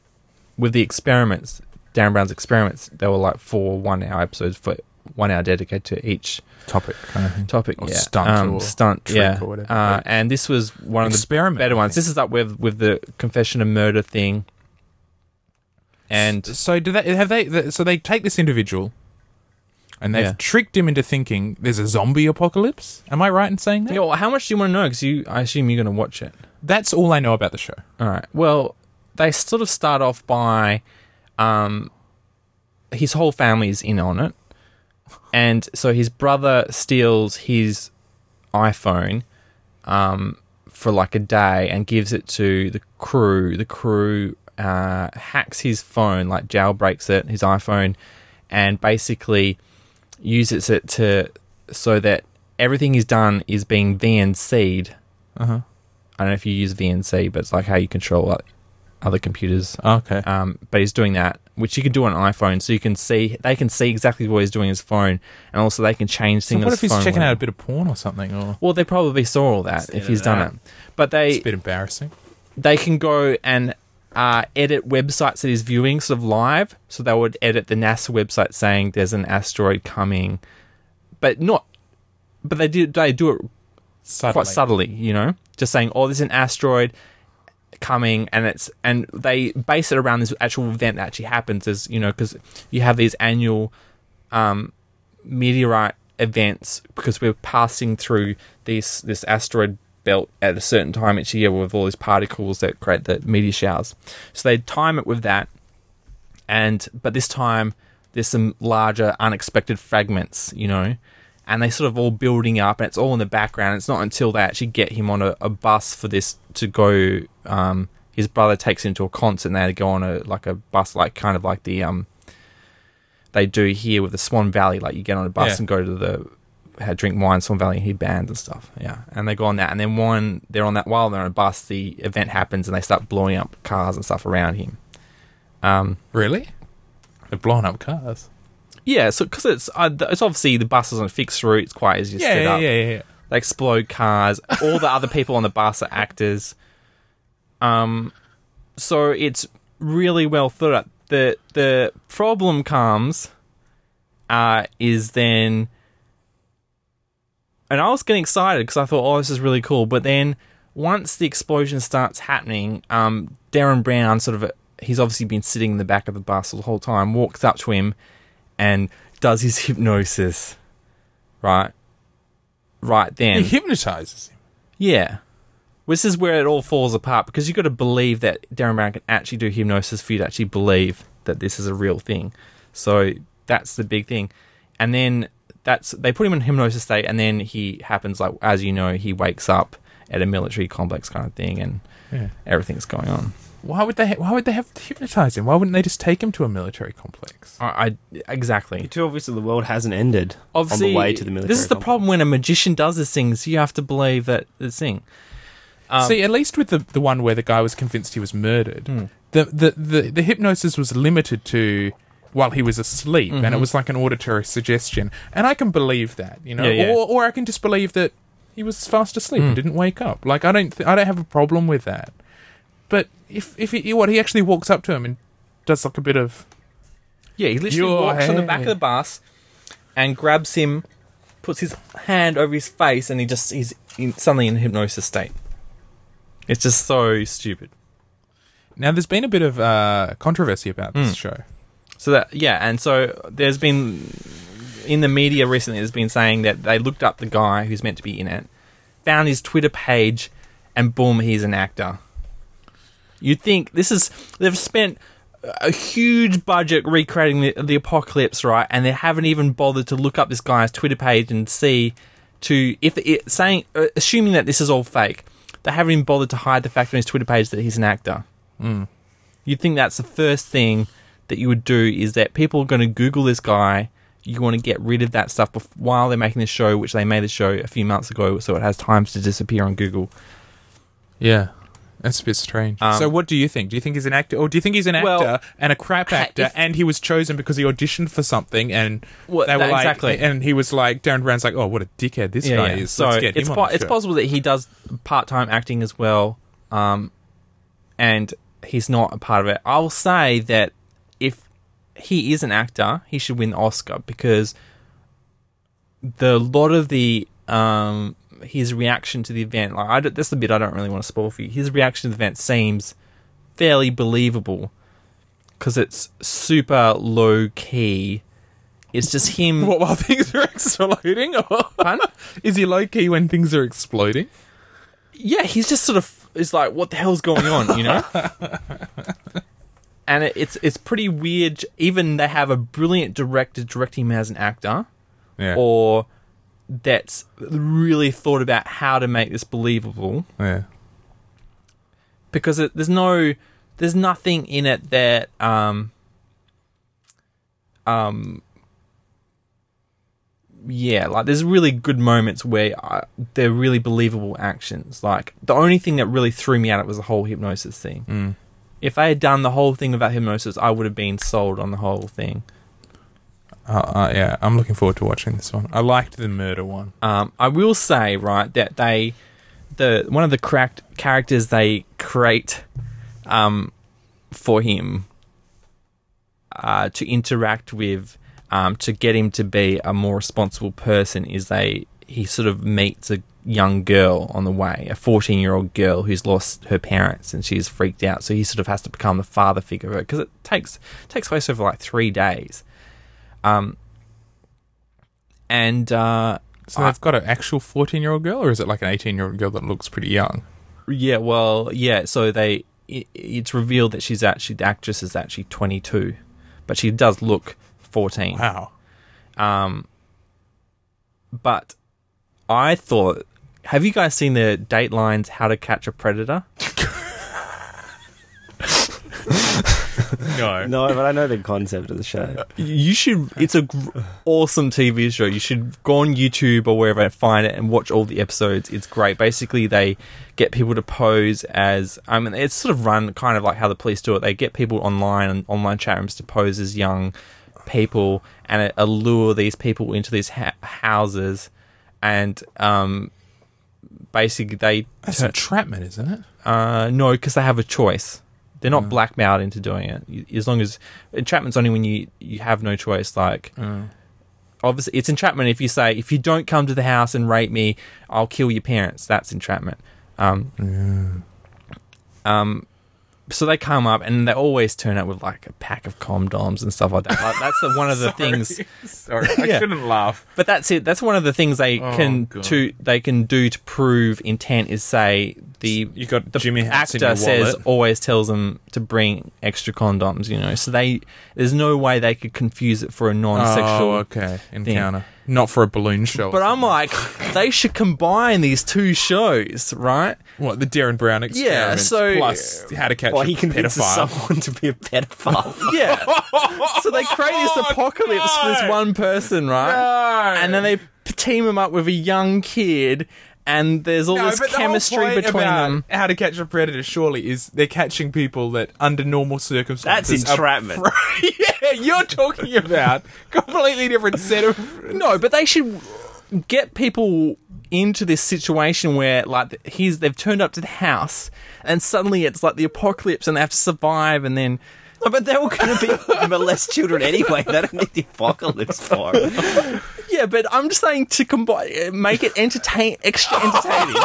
Speaker 1: with the experiments, Dan Brown's experiments, they were like four one hour episodes for one hour dedicated to each
Speaker 2: Topic kind of thing.
Speaker 1: topic
Speaker 2: Or
Speaker 1: yeah.
Speaker 2: stunt
Speaker 1: um,
Speaker 2: or
Speaker 1: stunt
Speaker 2: trick
Speaker 1: yeah.
Speaker 2: or whatever.
Speaker 1: Uh, and this was one of the
Speaker 2: Experiment.
Speaker 1: better ones. This is up with with the confession of murder thing. And
Speaker 2: so do they have they th- so they take this individual and they've
Speaker 1: Yeah.
Speaker 2: tricked him into thinking there's a zombie apocalypse. Am I right in saying that?
Speaker 1: Yo, how much do you want to know? Because you, I assume you're going to watch it.
Speaker 2: That's all I know about the show.
Speaker 1: All right. Well, they sort of start off by, um, his whole family is in on it, and so his brother steals his iPhone, um, for like a day and gives it to the crew. The crew uh, hacks his phone, like jailbreaks it, his iPhone, and basically uses it to so that everything he's done is being VNC'd
Speaker 2: Uh-huh.
Speaker 1: I don't know if you use VNC, but it's like how you control o- other computers.
Speaker 2: Okay.
Speaker 1: Um, but he's doing that, which you can do on iPhone, so you can see they can see exactly what he's doing on his phone, and also they can change
Speaker 2: so
Speaker 1: things. on
Speaker 2: what
Speaker 1: his
Speaker 2: if he's
Speaker 1: phone
Speaker 2: checking
Speaker 1: when-
Speaker 2: out a bit of porn or something or
Speaker 1: Well, they probably saw all that if he's done it, but
Speaker 2: it's
Speaker 1: they
Speaker 2: a bit embarrassing.
Speaker 1: they can go and uh, edit websites that he's viewing sort of live. So they would edit the NASA website saying there's an asteroid coming, but not. But they do they do it
Speaker 2: Suddenly.
Speaker 1: quite subtly, you know, just saying, "Oh, there's an asteroid coming," and it's and they base it around this actual event that actually happens, is you know, because you have these annual um, meteorite events because we're passing through this this asteroid belt at a certain time each year with all these particles that create the meteor showers. So they time it with that, and but this time there's some larger unexpected fragments, you know, and they sort of all building up, and it's all in the background. It's not until they actually get him on a, a bus for this to go. Um, his brother takes him to a concert, and they had to go on a like a bus, like kind of like the um they do here with the Swan Valley. Like you get on a bus
Speaker 2: Yeah.
Speaker 1: and go to the had drink wine, Swan Valley and hear bands and stuff. Yeah, and they go on that, and then one they're on that while they're on a bus, the event happens, and they start blowing up cars and stuff around him. Um,
Speaker 2: Really? They're blowing up cars.
Speaker 1: yeah, so because it's uh, th- it's obviously the bus is on a fixed route, it's quite easy to
Speaker 2: Yeah,
Speaker 1: set
Speaker 2: yeah,
Speaker 1: up.
Speaker 2: yeah, yeah, yeah.
Speaker 1: They explode cars. All the other people on the bus are actors. Um, so it's really well thought out. the The problem comes, uh, is then, and I was getting excited because I thought, oh, this is really cool. But then once the explosion starts happening, um, Darren Brown sort of he's obviously been sitting in the back of the bus the whole time, walks up to him, and does his hypnosis, right, right then.
Speaker 2: He hypnotizes him.
Speaker 1: Yeah. This is where it all falls apart because you've got to believe that Darren Brown can actually do hypnosis for you to actually believe that this is a real thing. So that's the big thing. And then that's they put him in hypnosis state and then he happens like as you know, he wakes up at a military complex kind of thing and
Speaker 2: Yeah.
Speaker 1: everything's going on.
Speaker 2: Why would they? Ha- why would they have to hypnotize him? Why wouldn't they just take him to a military complex?
Speaker 1: I, I exactly.
Speaker 3: Too obvious that the world hasn't ended
Speaker 1: Obviously,
Speaker 3: on the way to the military.
Speaker 1: this is the
Speaker 3: complex.
Speaker 1: problem when a magician does this thing. So you have to believe that this thing. Um, Hmm.
Speaker 2: See, at least with the the one where the guy was convinced he was murdered, the, the the the hypnosis was limited to while he was asleep,
Speaker 1: Mm-hmm.
Speaker 2: and it was like an auditory suggestion. And I can believe that, you know,
Speaker 1: Yeah, Hmm. yeah.
Speaker 2: or or I can just believe that he was fast asleep and didn't wake up. Like I don't th- I don't have a problem with that. But if if he, what he actually walks up to him and does like a bit of
Speaker 1: Yeah, he literally
Speaker 2: Your
Speaker 1: walks on the back of the
Speaker 2: hand.
Speaker 1: bus and grabs him, puts his hand over his face, and he just he's in, suddenly in hypnosis state. It's just so stupid.
Speaker 2: now, there's been a bit of uh, controversy about
Speaker 1: Hmm.
Speaker 2: this show.
Speaker 1: So that yeah, and so there's been in the media recently there's been saying that they looked up the guy who's meant to be in it, found his Twitter page, and boom, he's an actor. You'd think this is they've spent a huge budget recreating the, the apocalypse, right? And they haven't even bothered to look up this guy's Twitter page and see to if it saying uh, assuming that this is all fake. They haven't even bothered to hide the fact on his Twitter page that he's an actor. You'd think that's the first thing that you would do is that people are going to Google this guy. You want to get rid of that stuff bef- while they're making the show, which they made the show a few months ago, so it has time to disappear on Google.
Speaker 2: Yeah. That's a bit strange.
Speaker 1: Um,
Speaker 2: so, what do you think? Do you think he's an actor, or do you think he's an actor
Speaker 3: Well,
Speaker 2: and a crap
Speaker 3: ha-
Speaker 2: actor,
Speaker 3: if-
Speaker 2: and he was chosen because he auditioned for something, and
Speaker 1: Well,
Speaker 2: they were
Speaker 1: that-
Speaker 2: like,
Speaker 1: exactly.
Speaker 2: and he was like, Darren Brown's like, oh, what a dickhead this
Speaker 1: yeah,
Speaker 2: guy
Speaker 1: yeah.
Speaker 2: is.
Speaker 1: So
Speaker 2: Let's get
Speaker 1: it's
Speaker 2: him
Speaker 1: po-
Speaker 2: on the
Speaker 1: it's
Speaker 2: show."
Speaker 1: possible that he does part time acting as well, um, and he's not a part of it. I will say that if he is an actor, he should win the Oscar because the lot of the um, his reaction to the event, like I don't- that's the bit I don't really want to spoil for you. His reaction to the event seems fairly believable because it's super low key. It's just him.
Speaker 2: What, while things are exploding, or
Speaker 1: Pardon?
Speaker 2: is he low key when things are exploding?
Speaker 1: yeah, he's just sort of is like, what the hell's going on, you know? and it, it's it's pretty weird. Even they have a brilliant director directing him as an actor,
Speaker 2: Yeah.
Speaker 1: or that's really thought about how to make this believable
Speaker 2: yeah.
Speaker 1: because it, there's no there's nothing in it that um um yeah like there's really good moments where I, they're really believable actions like the only thing that really threw me at it was the whole hypnosis thing
Speaker 2: Mm.
Speaker 1: if they had done the whole thing about hypnosis i would have been sold on the whole thing
Speaker 2: Uh, uh, yeah, I'm looking forward to watching this one. I liked the murder one.
Speaker 1: Um, I will say, right, that they the one of the cracked characters they create um, for him uh, to interact with um, to get him to be a more responsible person is they he sort of meets a young girl on the way, a fourteen year old girl who's lost her parents and she's freaked out, so he sort of has to become the father figure of her because it takes takes place over like three days. Um, and uh,
Speaker 2: So they've got an actual 14 year old girl, or is it like an 18 year old girl that looks pretty young?
Speaker 1: Yeah, well, yeah. So they, i it's revealed that she's actually the actress is actually 22, but she does look 14.
Speaker 2: Wow.
Speaker 1: Um, but I thought, have you guys seen the Dateline's How to Catch a Predator?
Speaker 2: No.
Speaker 3: No, but I know the concept of the show.
Speaker 1: You should. It's a gr- awesome TV show. You should go on YouTube or wherever and find it and watch all the episodes. It's great. Basically, they get people to pose as. I mean, it's sort of run kind of like how the police do it. They get people online and online chat rooms to pose as young people and it allure these people into these ha- houses, and um, basically they.
Speaker 2: That's
Speaker 1: turn-
Speaker 2: entrapment, isn't it?
Speaker 1: uh, no, because they have a choice. They're not blackmailed into doing it. You- As long as entrapment's only when you you have no choice. Like, obviously, it's entrapment if you say if you don't come to the house and rape me, I'll kill your parents. That's entrapment. Um, um, so they come up and they always turn up with like a pack of condoms and stuff like that. Like, that's the, one of the things.
Speaker 2: Sorry, I
Speaker 1: Yeah.
Speaker 2: shouldn't laugh.
Speaker 1: But that's it. That's one of the things they
Speaker 2: Oh,
Speaker 1: can
Speaker 2: God.
Speaker 1: to they can do to prove intent is say the
Speaker 2: You got
Speaker 1: the
Speaker 2: Jimmy Hats
Speaker 1: actor
Speaker 2: in your
Speaker 1: says
Speaker 2: wallet.
Speaker 1: always tells them to bring extra condoms. You know, so they there's no way they could confuse it for a non-sexual.
Speaker 2: Oh, okay. Encounter. Not for a balloon show.
Speaker 1: But I'm like, they should combine these two shows, right?
Speaker 2: What, the Darren Brown experiment
Speaker 1: so-
Speaker 2: plus how to catch
Speaker 3: Well,
Speaker 2: a
Speaker 3: he convinces
Speaker 2: pedophile.
Speaker 3: someone to be a pedophile.
Speaker 1: Yeah. so they create
Speaker 2: Oh,
Speaker 1: this apocalypse for this
Speaker 2: no.
Speaker 1: one person, right? And then they p- team him up with a young kid, and there's all
Speaker 2: No,
Speaker 1: this
Speaker 2: but the whole
Speaker 1: chemistry
Speaker 2: point
Speaker 1: between
Speaker 2: about
Speaker 1: them.
Speaker 2: How to catch a predator surely is they're catching people that under normal
Speaker 3: That's
Speaker 2: circumstances are
Speaker 3: entrapment.
Speaker 2: yeah, you're talking about completely different set of.
Speaker 1: No, but they should get people into this situation where like he's they've turned up to the house and suddenly it's like the apocalypse and they have to survive and then
Speaker 3: No, but they were going to be molest children anyway. They don't need the apocalypse for it.
Speaker 1: yeah but i'm just saying to combine make it entertain extra entertaining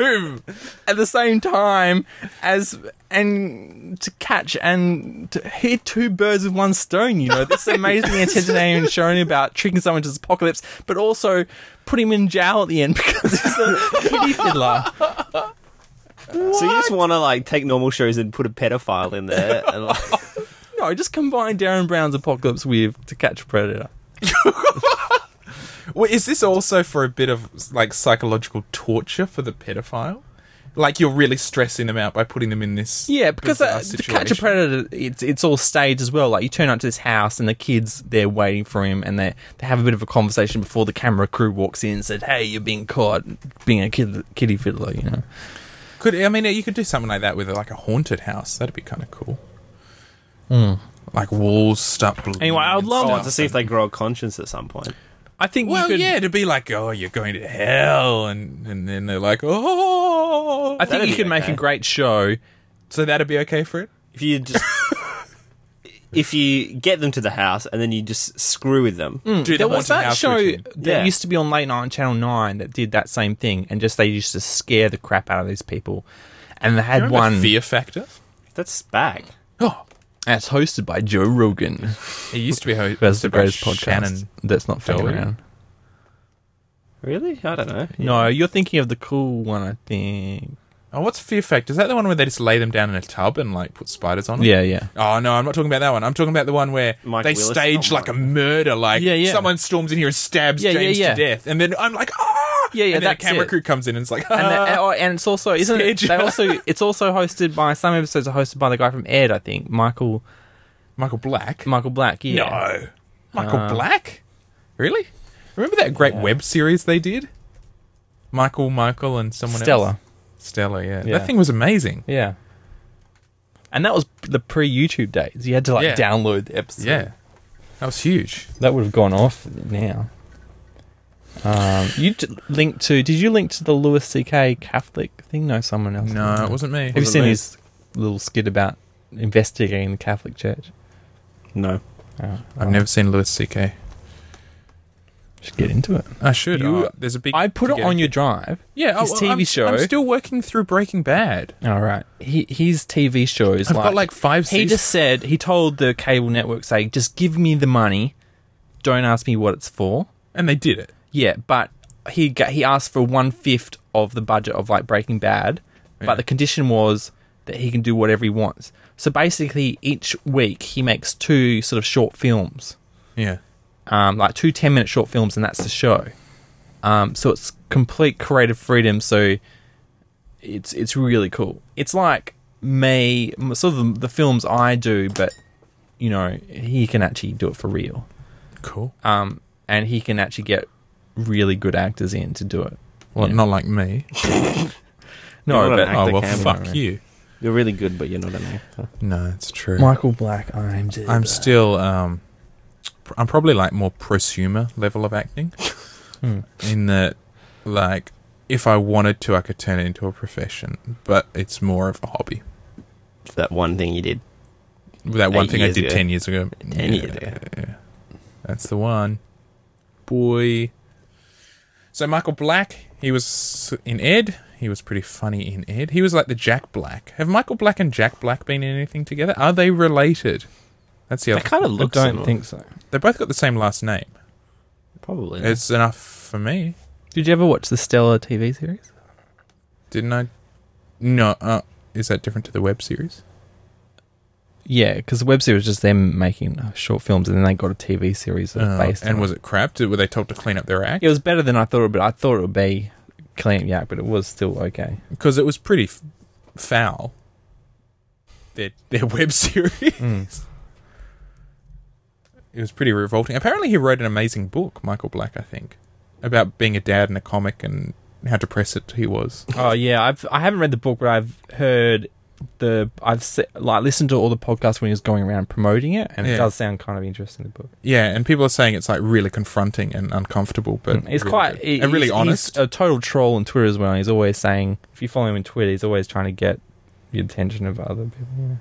Speaker 1: at the same time as and to catch and to hit two birds with one stone you know this amazing entertainment shown about tricking someone to this apocalypse but also put him in jail at the end because he's a kitty fiddler
Speaker 3: So you just want to like take normal shows and put a pedophile in there. And, like,
Speaker 1: No, just combine Darren Brown's Apocalypse with To Catch a Predator.
Speaker 2: Well, is this also for a bit of like psychological torture for the pedophile? Like you're really stressing them out by putting them in this.
Speaker 1: Yeah, because
Speaker 2: bizarre
Speaker 1: uh, To Catch a
Speaker 2: situation?
Speaker 1: Predator, it's it's all staged as well. Like you turn up to this house and the kids they're waiting for him, and they they have a bit of a conversation before the camera crew walks in and said, "Hey, you're being caught being a kid, kitty fiddler," you know.
Speaker 2: Could I mean you could do something like that with like a haunted house? That'd be kind of cool.
Speaker 1: Hmm.
Speaker 2: Like walls start. Bleeding
Speaker 3: Anyway, I would
Speaker 2: and
Speaker 3: love
Speaker 2: stuff.
Speaker 3: Oh, to see if they grow a conscience at some point.
Speaker 1: I think
Speaker 2: Well,
Speaker 1: you could.
Speaker 2: yeah, to be like, oh, you're going to hell, and and then they're like, oh,
Speaker 1: I think
Speaker 3: That'd
Speaker 1: you
Speaker 3: be
Speaker 1: could make
Speaker 3: okay.
Speaker 1: a great show.
Speaker 2: so that'd be okay for it.
Speaker 3: If you just. if you get them to the house and then you just screw with them.
Speaker 2: Do
Speaker 1: there
Speaker 2: the
Speaker 1: was
Speaker 2: haunted
Speaker 1: that
Speaker 2: house
Speaker 1: show
Speaker 2: routine.
Speaker 1: that
Speaker 3: Yeah.
Speaker 1: used to be on late night on Channel Nine that did that same thing, and just they used to scare the crap out of these people. And they had
Speaker 2: Remember
Speaker 1: one
Speaker 2: Fear Factor.
Speaker 3: That's back.
Speaker 2: Oh,
Speaker 1: that's hosted by Joe Rogan.
Speaker 2: it used to be ho-
Speaker 1: That's the
Speaker 2: by
Speaker 1: greatest podcast
Speaker 2: Shannon.
Speaker 1: that's not fucking
Speaker 2: Doherty.
Speaker 1: around.
Speaker 3: Really? I don't know.
Speaker 1: No, you're thinking of the cool one, I think.
Speaker 2: Oh, what's Fear Factor? Is that the one where they just lay them down in a tub and like put spiders on them?
Speaker 1: Yeah, yeah.
Speaker 2: Oh no, I'm not talking about that one. I'm talking about the one where
Speaker 3: Mike
Speaker 2: they
Speaker 3: Willis?
Speaker 2: stage
Speaker 3: Oh,
Speaker 2: like a murder, like
Speaker 1: Yeah, yeah.
Speaker 2: someone storms in here and stabs
Speaker 1: Yeah, yeah,
Speaker 2: James
Speaker 1: yeah.
Speaker 2: to death, and then I'm like, ah,
Speaker 1: Yeah, yeah,
Speaker 2: And then a
Speaker 1: that's
Speaker 2: camera
Speaker 1: it.
Speaker 2: crew comes in and it's like,
Speaker 1: And, the- and-
Speaker 2: ah.
Speaker 1: oh, and it's also isn't it?
Speaker 2: Scared you.
Speaker 1: They also it's also hosted by some episodes are hosted by the guy from Ed, I think Michael
Speaker 2: Michael Black.
Speaker 1: Michael Black. Yeah, Uh.
Speaker 2: No, Michael Black. Really? Remember that great web series they did? Michael, Michael, and someone
Speaker 1: Stella.
Speaker 2: else. Stella. Yeah.
Speaker 1: Yeah.
Speaker 2: that thing was amazing.
Speaker 1: Yeah, and that was the pre YouTube days. You had to like
Speaker 2: Yeah.
Speaker 1: download the episode.
Speaker 2: Yeah, that was huge.
Speaker 1: that would have gone off now. Um, you t- linked to? Did you link to the Lewis C.K. Catholic thing? No, someone else.
Speaker 2: No, it wasn't me.
Speaker 1: Have you seen
Speaker 3: me.
Speaker 1: his little skit about investigating the Catholic Church?
Speaker 6: No.
Speaker 1: Oh,
Speaker 2: I've never seen Lewis C.K.
Speaker 1: should get into it.
Speaker 2: I should.
Speaker 1: You-
Speaker 2: uh, there's a big.
Speaker 1: I put it
Speaker 2: together.
Speaker 1: on your drive.
Speaker 2: Yeah,
Speaker 1: his
Speaker 2: well,
Speaker 1: TV
Speaker 2: I'm,
Speaker 1: show.
Speaker 2: I'm still working through Breaking Bad.
Speaker 1: All right. He, his TV shows.
Speaker 2: I've got like five
Speaker 1: He
Speaker 2: seasons.
Speaker 1: just said he told the cable network, saying, "Just give me the money. Don't ask me what it's for."
Speaker 2: and they did it.
Speaker 1: Yeah, but he got, he asked for one fifth of the budget of like Breaking Bad,
Speaker 2: Yeah.
Speaker 1: but the condition was that he can do whatever he wants. So basically, each week he makes two sort of short films,
Speaker 2: Yeah.
Speaker 1: um, like two 10 minute short films, and that's the show. Um, so it's complete creative freedom. So it's it's really cool. It's like me, m- sort of the, the films I do, but you know he can actually do it for real
Speaker 2: Cool.
Speaker 1: um, and he can actually get really good actors in to do it.
Speaker 2: Well,
Speaker 1: Yeah.
Speaker 2: not like me.
Speaker 1: No,
Speaker 3: You're not
Speaker 1: but
Speaker 3: an
Speaker 2: Oh
Speaker 3: Actor
Speaker 2: well,
Speaker 3: can be,
Speaker 2: fuck
Speaker 1: right?
Speaker 2: you.
Speaker 3: You're really good, but you're not an actor.
Speaker 2: No, it's true.
Speaker 1: Michael Black, I'm uh,
Speaker 2: I'm still. Um, pr- I'm probably like more prosumer level of acting, Hmm. in that, like, if I wanted to, I could turn it into a profession, but it's more of a hobby.
Speaker 3: That one thing you did.
Speaker 2: That one
Speaker 3: Eight
Speaker 2: thing I
Speaker 3: years
Speaker 2: did
Speaker 3: ago.
Speaker 2: ten years ago.
Speaker 3: 10 years ago.
Speaker 2: yeah. That's the one. Boy. So Michael Black, he was in Ed. He was pretty funny in Ed. He was like the Jack Black. Have Michael Black and Jack Black been in anything together? Are they related? That's the
Speaker 3: They
Speaker 2: other.
Speaker 3: kind of
Speaker 1: I
Speaker 3: look
Speaker 1: don't
Speaker 3: similar.
Speaker 1: think so.
Speaker 2: They both got the same last name.
Speaker 3: Probably.
Speaker 1: Uh,
Speaker 2: It's enough for me,
Speaker 1: Did you ever watch the Stellar TV series?
Speaker 2: didn't I? No. Uh, is that different to the web series?
Speaker 1: Yeah, because the web series was just them making uh, short films, and then they got a TV series sort of
Speaker 2: Uh,
Speaker 1: based.
Speaker 2: and
Speaker 1: on
Speaker 2: was it crap? Did, were they told to clean up their act?
Speaker 1: It was better than I thought it would. But I thought it would be clean yak, but it was still okay.
Speaker 2: because it was pretty f- foul. Their their web series. Mm. It was pretty revolting. Apparently, he wrote an amazing book, Michael Black, I think, about being a dad and a comic and how depressed he was.
Speaker 1: Oh yeah, I've I haven't read the book, but I've heard the I've se- like listened to all the podcasts when he was going around promoting it, and
Speaker 2: Yeah.
Speaker 1: it does sound kind of interesting. The book.
Speaker 2: Yeah, and people are saying it's like really confronting and uncomfortable, but
Speaker 1: Mm, He's
Speaker 2: really
Speaker 1: quite
Speaker 2: good.
Speaker 1: he-
Speaker 2: and really
Speaker 1: he's-
Speaker 2: honest.
Speaker 1: He's a total troll on Twitter as well. He's always saying, if you follow him on Twitter, he's always trying to get the attention of other people.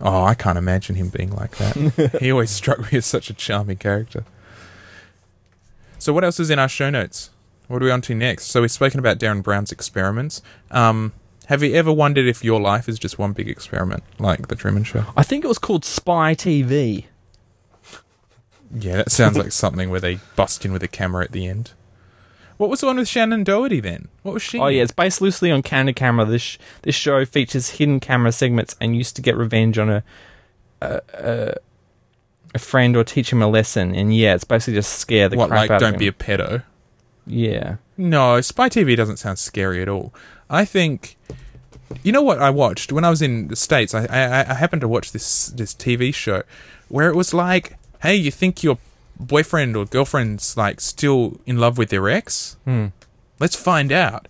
Speaker 2: Oh, I can't imagine him being like that. he always struck me as such a charming character. So, what else is in our show notes? What are we on to next? So, we've spoken about Darren Brown's experiments. Um, have you ever wondered if your life is just one big experiment, like The Truman Show?
Speaker 1: I think it was called Spy TV.
Speaker 2: Yeah, that sounds like something where they bust in with a camera at the end. What was the one with Shannon Doherty then? What was she?
Speaker 1: Oh
Speaker 2: in?
Speaker 1: yeah, it's based loosely on Candid Camera. This sh- this show features hidden camera segments and used to get revenge on a a, a, a friend or teach him a lesson. And yeah, it's basically just scare the
Speaker 2: what
Speaker 1: crap
Speaker 2: like
Speaker 1: out
Speaker 2: don't
Speaker 1: of
Speaker 2: be
Speaker 1: him.
Speaker 2: a pedo.
Speaker 1: yeah.
Speaker 2: No, Spy TV doesn't sound scary at all. I think, you know what I watched when I was in the states. I I, I happened to watch this this TV show where it was like, hey, you think your boyfriend or girlfriend's like still in love with their ex? Let's find out.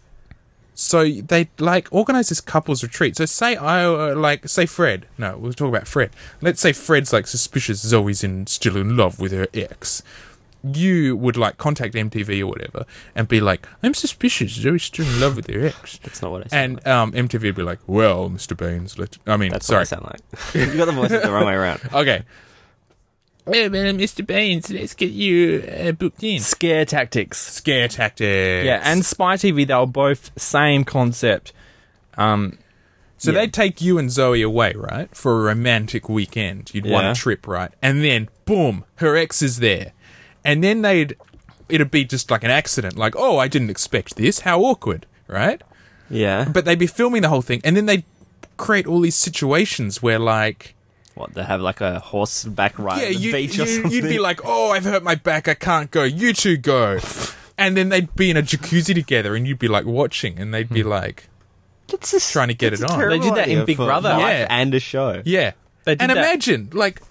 Speaker 2: So they like organize this couples retreat. So say I uh, like say Fred. No, we'll talk about Fred. Let's say Fred's like suspicious Zoe's in still in love with her ex. You would like contact MTV or whatever and be like, I'm suspicious Zoe's still in love with her ex.
Speaker 3: That's not what I sound
Speaker 2: And um, MTV would be like, Well, Mr. Baines, let I mean,
Speaker 3: That's
Speaker 2: sorry,
Speaker 3: what I sound like. you got the voices the wrong way around.
Speaker 2: okay. Well, well, Mr. Baines, let's get you uh, booked in.
Speaker 1: Scare tactics.
Speaker 2: Scare tactics.
Speaker 1: Yeah, and Spy TV, they were both same concept. Um,
Speaker 2: so
Speaker 1: yeah.
Speaker 2: they take you and Zoe away, right, for a romantic weekend. You'd want
Speaker 3: Yeah.
Speaker 2: a trip, right? And then, boom, her ex is there, and then they'd it'd be just like an accident, like, oh, I didn't expect this. How awkward, right?
Speaker 3: Yeah.
Speaker 2: But they'd be filming the whole thing, and then they would create all these situations where, like,
Speaker 3: What, they have like a horseback ride
Speaker 2: yeah,
Speaker 3: at the
Speaker 2: you,
Speaker 3: beach or
Speaker 2: you,
Speaker 3: something?
Speaker 2: would be like, oh, I've hurt my back, I can't go. You two go. And then they'd be in a jacuzzi together, and you'd be like watching, and they'd be like,
Speaker 3: It's just
Speaker 2: trying to get
Speaker 3: it's
Speaker 2: it
Speaker 3: a
Speaker 2: on.
Speaker 3: terrible
Speaker 1: They did that in
Speaker 3: idea
Speaker 1: Big
Speaker 3: for
Speaker 1: Brother.
Speaker 3: life
Speaker 2: Yeah.
Speaker 3: and a show.
Speaker 2: yeah.
Speaker 1: They did
Speaker 2: and
Speaker 1: that.
Speaker 2: imagine, like,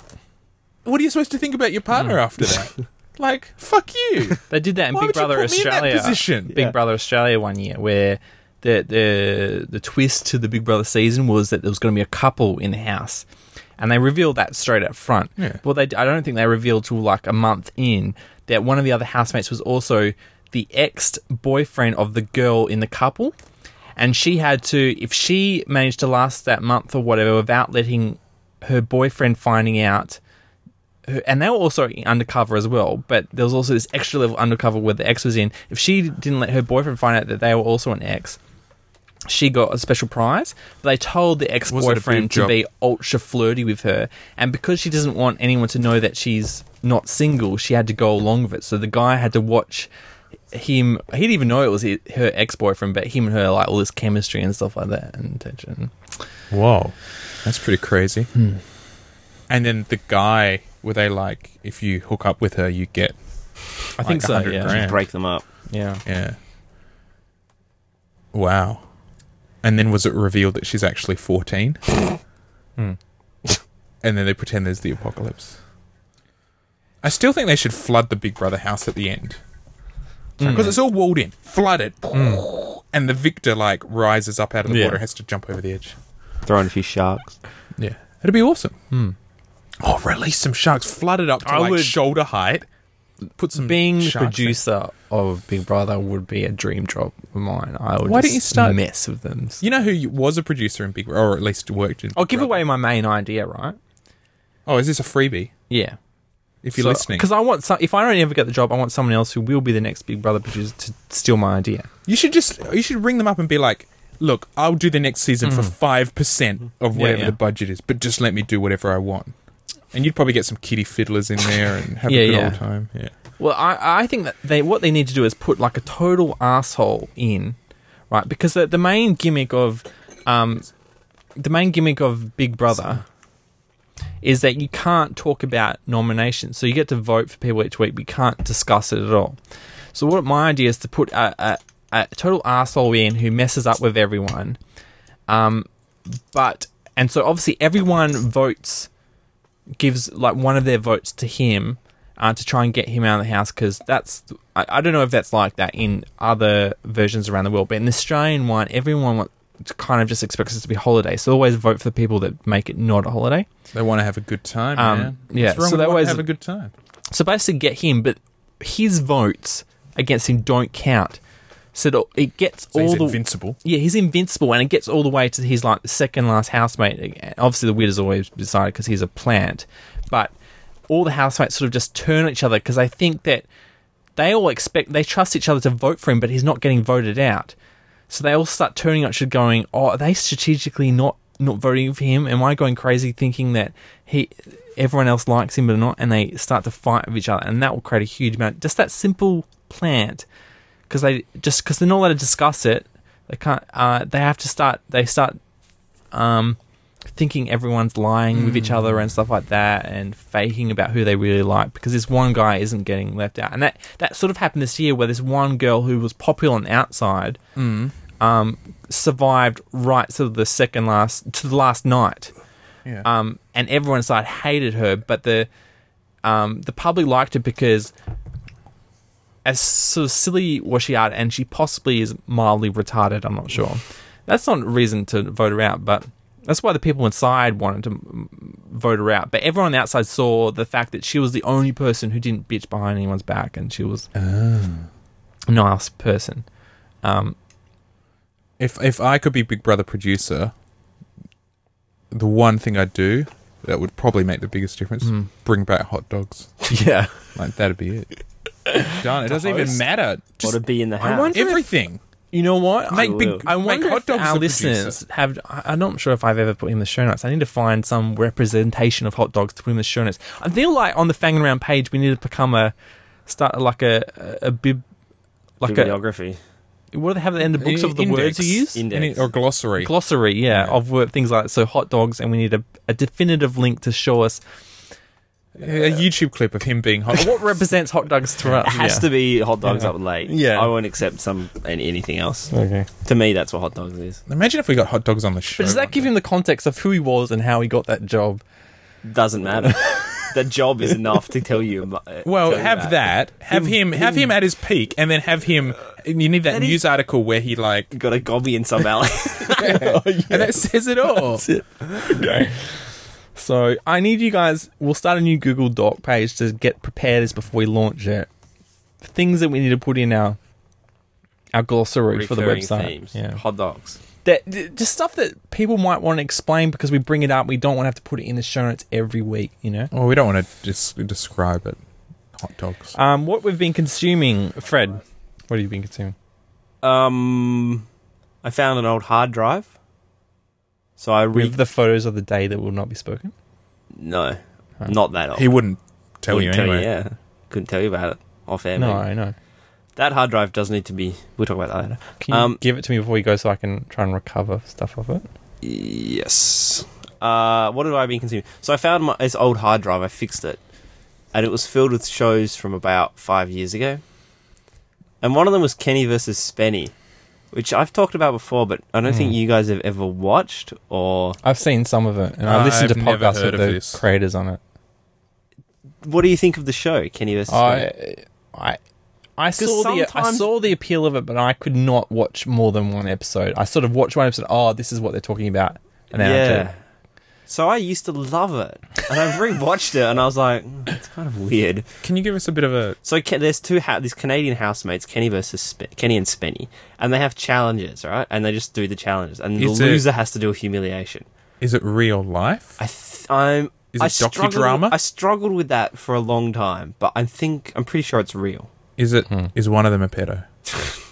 Speaker 2: what are you supposed to think about your partner after that? like, fuck you.
Speaker 1: they did that in
Speaker 2: Why
Speaker 1: Big
Speaker 2: would you
Speaker 1: Brother
Speaker 2: put me in that
Speaker 1: Australia.
Speaker 2: position?
Speaker 1: Big Brother Australia one year, where the the the twist to the Big Brother season was that there was going to be a couple in the house, and they revealed that straight up front.
Speaker 2: Yeah.
Speaker 1: Well, they I don't think they revealed till like a month in that one of the other housemates was also the ex boyfriend of the girl in the couple, and she had to if she managed to last that month or whatever without letting her boyfriend finding out who- and they were also undercover as well. But there was also this extra level undercover where the ex was in. If she didn't let her boyfriend find out that they were also an ex, she got a special prize. But they told the ex boyfriend to
Speaker 2: job?
Speaker 1: be ultra flirty with her, and because she doesn't want anyone to know that she's not single, she had to go along with it. So the guy had to watch him. He didn't even know it was hi- her ex boyfriend, but him and her like all this chemistry and stuff like that and attention.
Speaker 2: Whoa, that's pretty crazy. And then the guy, were they like, if you hook up with her, you get, I
Speaker 1: think so,
Speaker 2: 100
Speaker 1: yeah.
Speaker 2: grand.
Speaker 3: Break them up.
Speaker 1: Yeah.
Speaker 2: Yeah. Wow. And then was it revealed that she's actually 14?
Speaker 1: Hmm.
Speaker 2: and then they pretend there's the apocalypse. I still think they should flood the Big Brother house at the end.
Speaker 1: Hmm.
Speaker 2: Because it's all walled in. Flood it. And the victor, like, rises up out of the
Speaker 1: Yeah.
Speaker 2: water and has to jump over the edge.
Speaker 3: Throwing a few sharks.
Speaker 2: Yeah. It'd be awesome. Oh, release some sharks. Flood it up to,
Speaker 1: Hmm. I
Speaker 2: like,
Speaker 1: would-
Speaker 2: shoulder height. Put some
Speaker 1: being
Speaker 2: sharks eh? in.
Speaker 1: producer of Big Brother would be a dream job of mine. I would
Speaker 2: Why don't
Speaker 1: just
Speaker 2: you start-
Speaker 1: mess with them.
Speaker 2: You know who you- was a producer in Big Brother, or at least worked in.
Speaker 1: I'll Oh,
Speaker 2: Big
Speaker 1: give
Speaker 2: Brother?
Speaker 1: away my main idea, right?
Speaker 2: Oh, is this a freebie?
Speaker 1: Yeah.
Speaker 2: If you're listening,
Speaker 1: because I want some, if I don't ever get the job, I want someone else who will be the next Big Brother producer to steal my idea.
Speaker 2: you should just you should ring them up and be like, "Look, I'll do the next season for five percent of
Speaker 1: Mm. Yeah,
Speaker 2: whatever
Speaker 1: yeah.
Speaker 2: the budget is, but just let me do whatever I want." And you'd probably get some kiddie fiddlers in there and have
Speaker 1: Yeah,
Speaker 2: a good
Speaker 1: yeah.
Speaker 2: old time. Yeah.
Speaker 1: Well, I, I think that they what they need to do is put like a total asshole in, right? Because the, the main gimmick of um, the main gimmick of Big Brother is that you can't talk about nominations. So you get to vote for people each week. We can't discuss it at all. So what my idea is to put a, a, a total asshole in who messes up with everyone. Um, but and so obviously everyone votes gives like one of their votes to him uh, to try and get him out of the house because that's I, I don't know if that's like that in other versions around the world, but in the Australian one, everyone wa- kind of just expects it to be holiday, so always vote for the people that make it not a holiday.
Speaker 2: They want to have a good time,
Speaker 1: Um,
Speaker 2: man.
Speaker 1: yeah,
Speaker 2: What's wrong
Speaker 1: so
Speaker 2: with
Speaker 1: they
Speaker 2: wanting
Speaker 1: always-
Speaker 2: to have a good time.
Speaker 1: So basically, get him, but his votes against him don't count. So it- it gets
Speaker 2: So
Speaker 1: all
Speaker 2: he's
Speaker 1: the
Speaker 2: invincible.
Speaker 1: yeah, he's invincible, and it gets all the way to his like second last housemate. Obviously, the widow's always decided because he's a plant, but all the housemates sort of just turn on each other because they think that they all expect they trust each other to vote for him, but he's not getting voted out. So they all start turning on each other, going, "Oh, are they strategically not not voting for him? Am I going crazy thinking that he everyone else likes him but not?" And they start to fight with each other, and that will create a huge amount. Just that simple plant because they just because they're not allowed to discuss it. They can't. Uh, they have to start. They start um, thinking everyone's lying with each other and stuff like that, and faking about who they really like because this one guy isn't getting left out. And that that sort of happened this year where this one girl who was popular on the outside um, survived right to the second last to the last night
Speaker 2: Yeah.
Speaker 1: um, and everyone inside hated her, but the um, the public liked her because as sort of silly was she out, and she possibly is mildly retarded. I'm not sure. That's not a reason to vote her out, but that's why the people inside wanted to mm, vote her out. But everyone outside saw the fact that she was the only person who didn't bitch behind anyone's back, and she was a nice person. Um,
Speaker 2: If if I could be Big Brother producer, the one thing I'd do that would probably make the biggest difference:
Speaker 1: Hmm.
Speaker 2: bring back hot dogs.
Speaker 3: Yeah.
Speaker 2: Like that'd be it. Done. It doesn't even
Speaker 3: host?
Speaker 2: matter. Just
Speaker 3: Or to be in the
Speaker 1: I
Speaker 3: house.
Speaker 1: wonder-
Speaker 2: everything.
Speaker 1: you know what?
Speaker 2: Make
Speaker 3: will.
Speaker 2: big.
Speaker 1: I
Speaker 2: make
Speaker 1: wonder
Speaker 2: hot
Speaker 1: if
Speaker 2: dogs.
Speaker 1: our
Speaker 2: the
Speaker 1: listeners
Speaker 2: producer.
Speaker 1: have. I- I'm not sure if I've ever put in the show notes. I need to find some representation of hot dogs to put in the show notes. I feel like on the Fanging Around page, we need to become a start like a a, a bib, like
Speaker 3: Bibliography.
Speaker 1: a what do they have at the end of books of the
Speaker 2: Index.
Speaker 1: words you use?
Speaker 3: Index.
Speaker 2: Any- or glossary.
Speaker 1: Glossary, yeah,
Speaker 2: Yeah.
Speaker 1: of word, things like that. So hot dogs, and we need a, a definitive link to show us
Speaker 2: a YouTube clip of him being hot.
Speaker 1: what represents hot dogs to us.
Speaker 3: It has
Speaker 1: yeah.
Speaker 3: to be hot dogs up late.
Speaker 1: Yeah.
Speaker 3: I won't accept some and anything else.
Speaker 1: Okay.
Speaker 3: To me, that's what hot dogs is.
Speaker 2: Imagine if we got hot dogs on the show.
Speaker 1: But does that give him the context of who he was and how he got that job?
Speaker 3: Doesn't matter. the job is enough to tell you. mu- uh,
Speaker 2: Well,
Speaker 3: tell you
Speaker 2: have that. Have him. Have him at his peak, and then have him. and You need that
Speaker 3: And he-
Speaker 2: news article where he like,
Speaker 3: Got a gobby in some alley.
Speaker 2: and that says it all.
Speaker 1: So I need you guys. We'll start a new Google Doc page to get prepared as before we launch it. Things that we need to put in our our glossary for the
Speaker 3: Recurring
Speaker 1: website.
Speaker 3: themes.
Speaker 1: Yeah,
Speaker 3: Hot dogs.
Speaker 1: that d- just stuff that people might want to explain because we bring it up. We don't want to have to put it in the show notes every week. You know.
Speaker 2: Well, we don't want to just describe it. Hot dogs.
Speaker 1: Um, what we've been consuming, Fred. What have you been consuming?
Speaker 3: Um, I found an old hard drive. So I re
Speaker 1: With the photos of the day that will not be spoken.
Speaker 3: no, not that old.
Speaker 2: He wouldn't tell
Speaker 3: Oh. Wouldn't
Speaker 2: you anyway.
Speaker 3: yeah, couldn't tell you about it off air.
Speaker 1: no,
Speaker 3: maybe.
Speaker 1: I know.
Speaker 3: that hard drive does need to be. We'll talk about that later.
Speaker 1: Can you
Speaker 3: Um,
Speaker 1: give it to me before you go so I can try and recover stuff of it?
Speaker 3: Yes. Uh, what have I been consuming? So I found my this old hard drive. I fixed it, and it was filled with shows from about five years ago. And one of them was Kenny versus Spenny, which I've talked about before, but I
Speaker 2: Hmm.
Speaker 3: don't think you guys have ever watched or.
Speaker 1: I've seen some of it, and I listened to
Speaker 2: I've never
Speaker 1: podcasts
Speaker 2: heard
Speaker 1: with
Speaker 2: of
Speaker 1: the
Speaker 2: this.
Speaker 1: creators on it.
Speaker 3: What do you think of the show, Kenny versus? Spenny?
Speaker 1: I, I, I saw the I
Speaker 3: sometimes-
Speaker 1: saw the appeal of it, but I could not watch more than one episode. I sort of watched one episode. Oh, this is what they're talking about. And then I did.
Speaker 3: So I used to love it, and I've rewatched it, and I was like, "Mm, it's kind of weird.
Speaker 2: Can you give us a bit of a?
Speaker 3: So Ke- there's two ha- these Canadian housemates, Kenny versus Spe- Kenny and Spenny, and they have challenges, right? And they just do the challenges, and
Speaker 2: Is
Speaker 3: the
Speaker 2: it-
Speaker 3: loser has to do a humiliation.
Speaker 2: Is it real life?
Speaker 3: I th- I'm
Speaker 2: Is
Speaker 3: I
Speaker 2: it
Speaker 3: struggled-
Speaker 2: docudrama?
Speaker 3: I struggled with that for a long time, but I think I'm pretty sure it's real.
Speaker 2: Is it? Is one of them a pedo?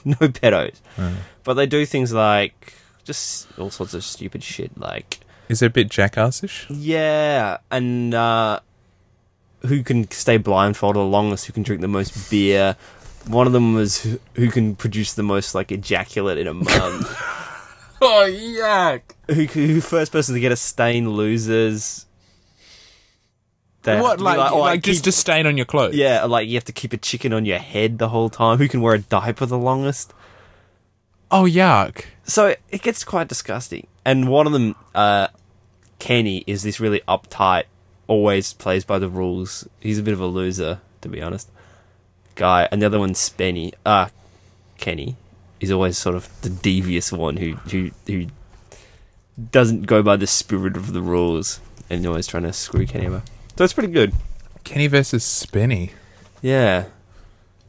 Speaker 3: no pedos,
Speaker 2: Hmm.
Speaker 3: but they do things like just all sorts of stupid shit, like
Speaker 2: Is it a bit jackassish?
Speaker 3: yeah, and uh, who can stay blindfolded the longest? Who can drink the most beer? One of them was who- who can produce the most like ejaculate in a month.
Speaker 2: Oh yuck!
Speaker 3: who, who first person to get a stain loses. They have
Speaker 2: What
Speaker 3: to be
Speaker 2: like like,
Speaker 3: oh, I keep-
Speaker 2: just a stain on your clothes?
Speaker 3: yeah, like you have to keep a chicken on your head the whole time. Who can wear a diaper the longest?
Speaker 2: Oh yuck!
Speaker 3: So it gets quite disgusting. And one of them, uh, Kenny, is this really uptight, always plays by the rules. He's a bit of a loser, to be honest, guy. And the other one's Spenny. Uh, Kenny is always sort of the devious one who who who doesn't go by the spirit of the rules and always trying to screw Kenny over. So it's pretty good.
Speaker 2: Kenny versus Spenny.
Speaker 3: Yeah.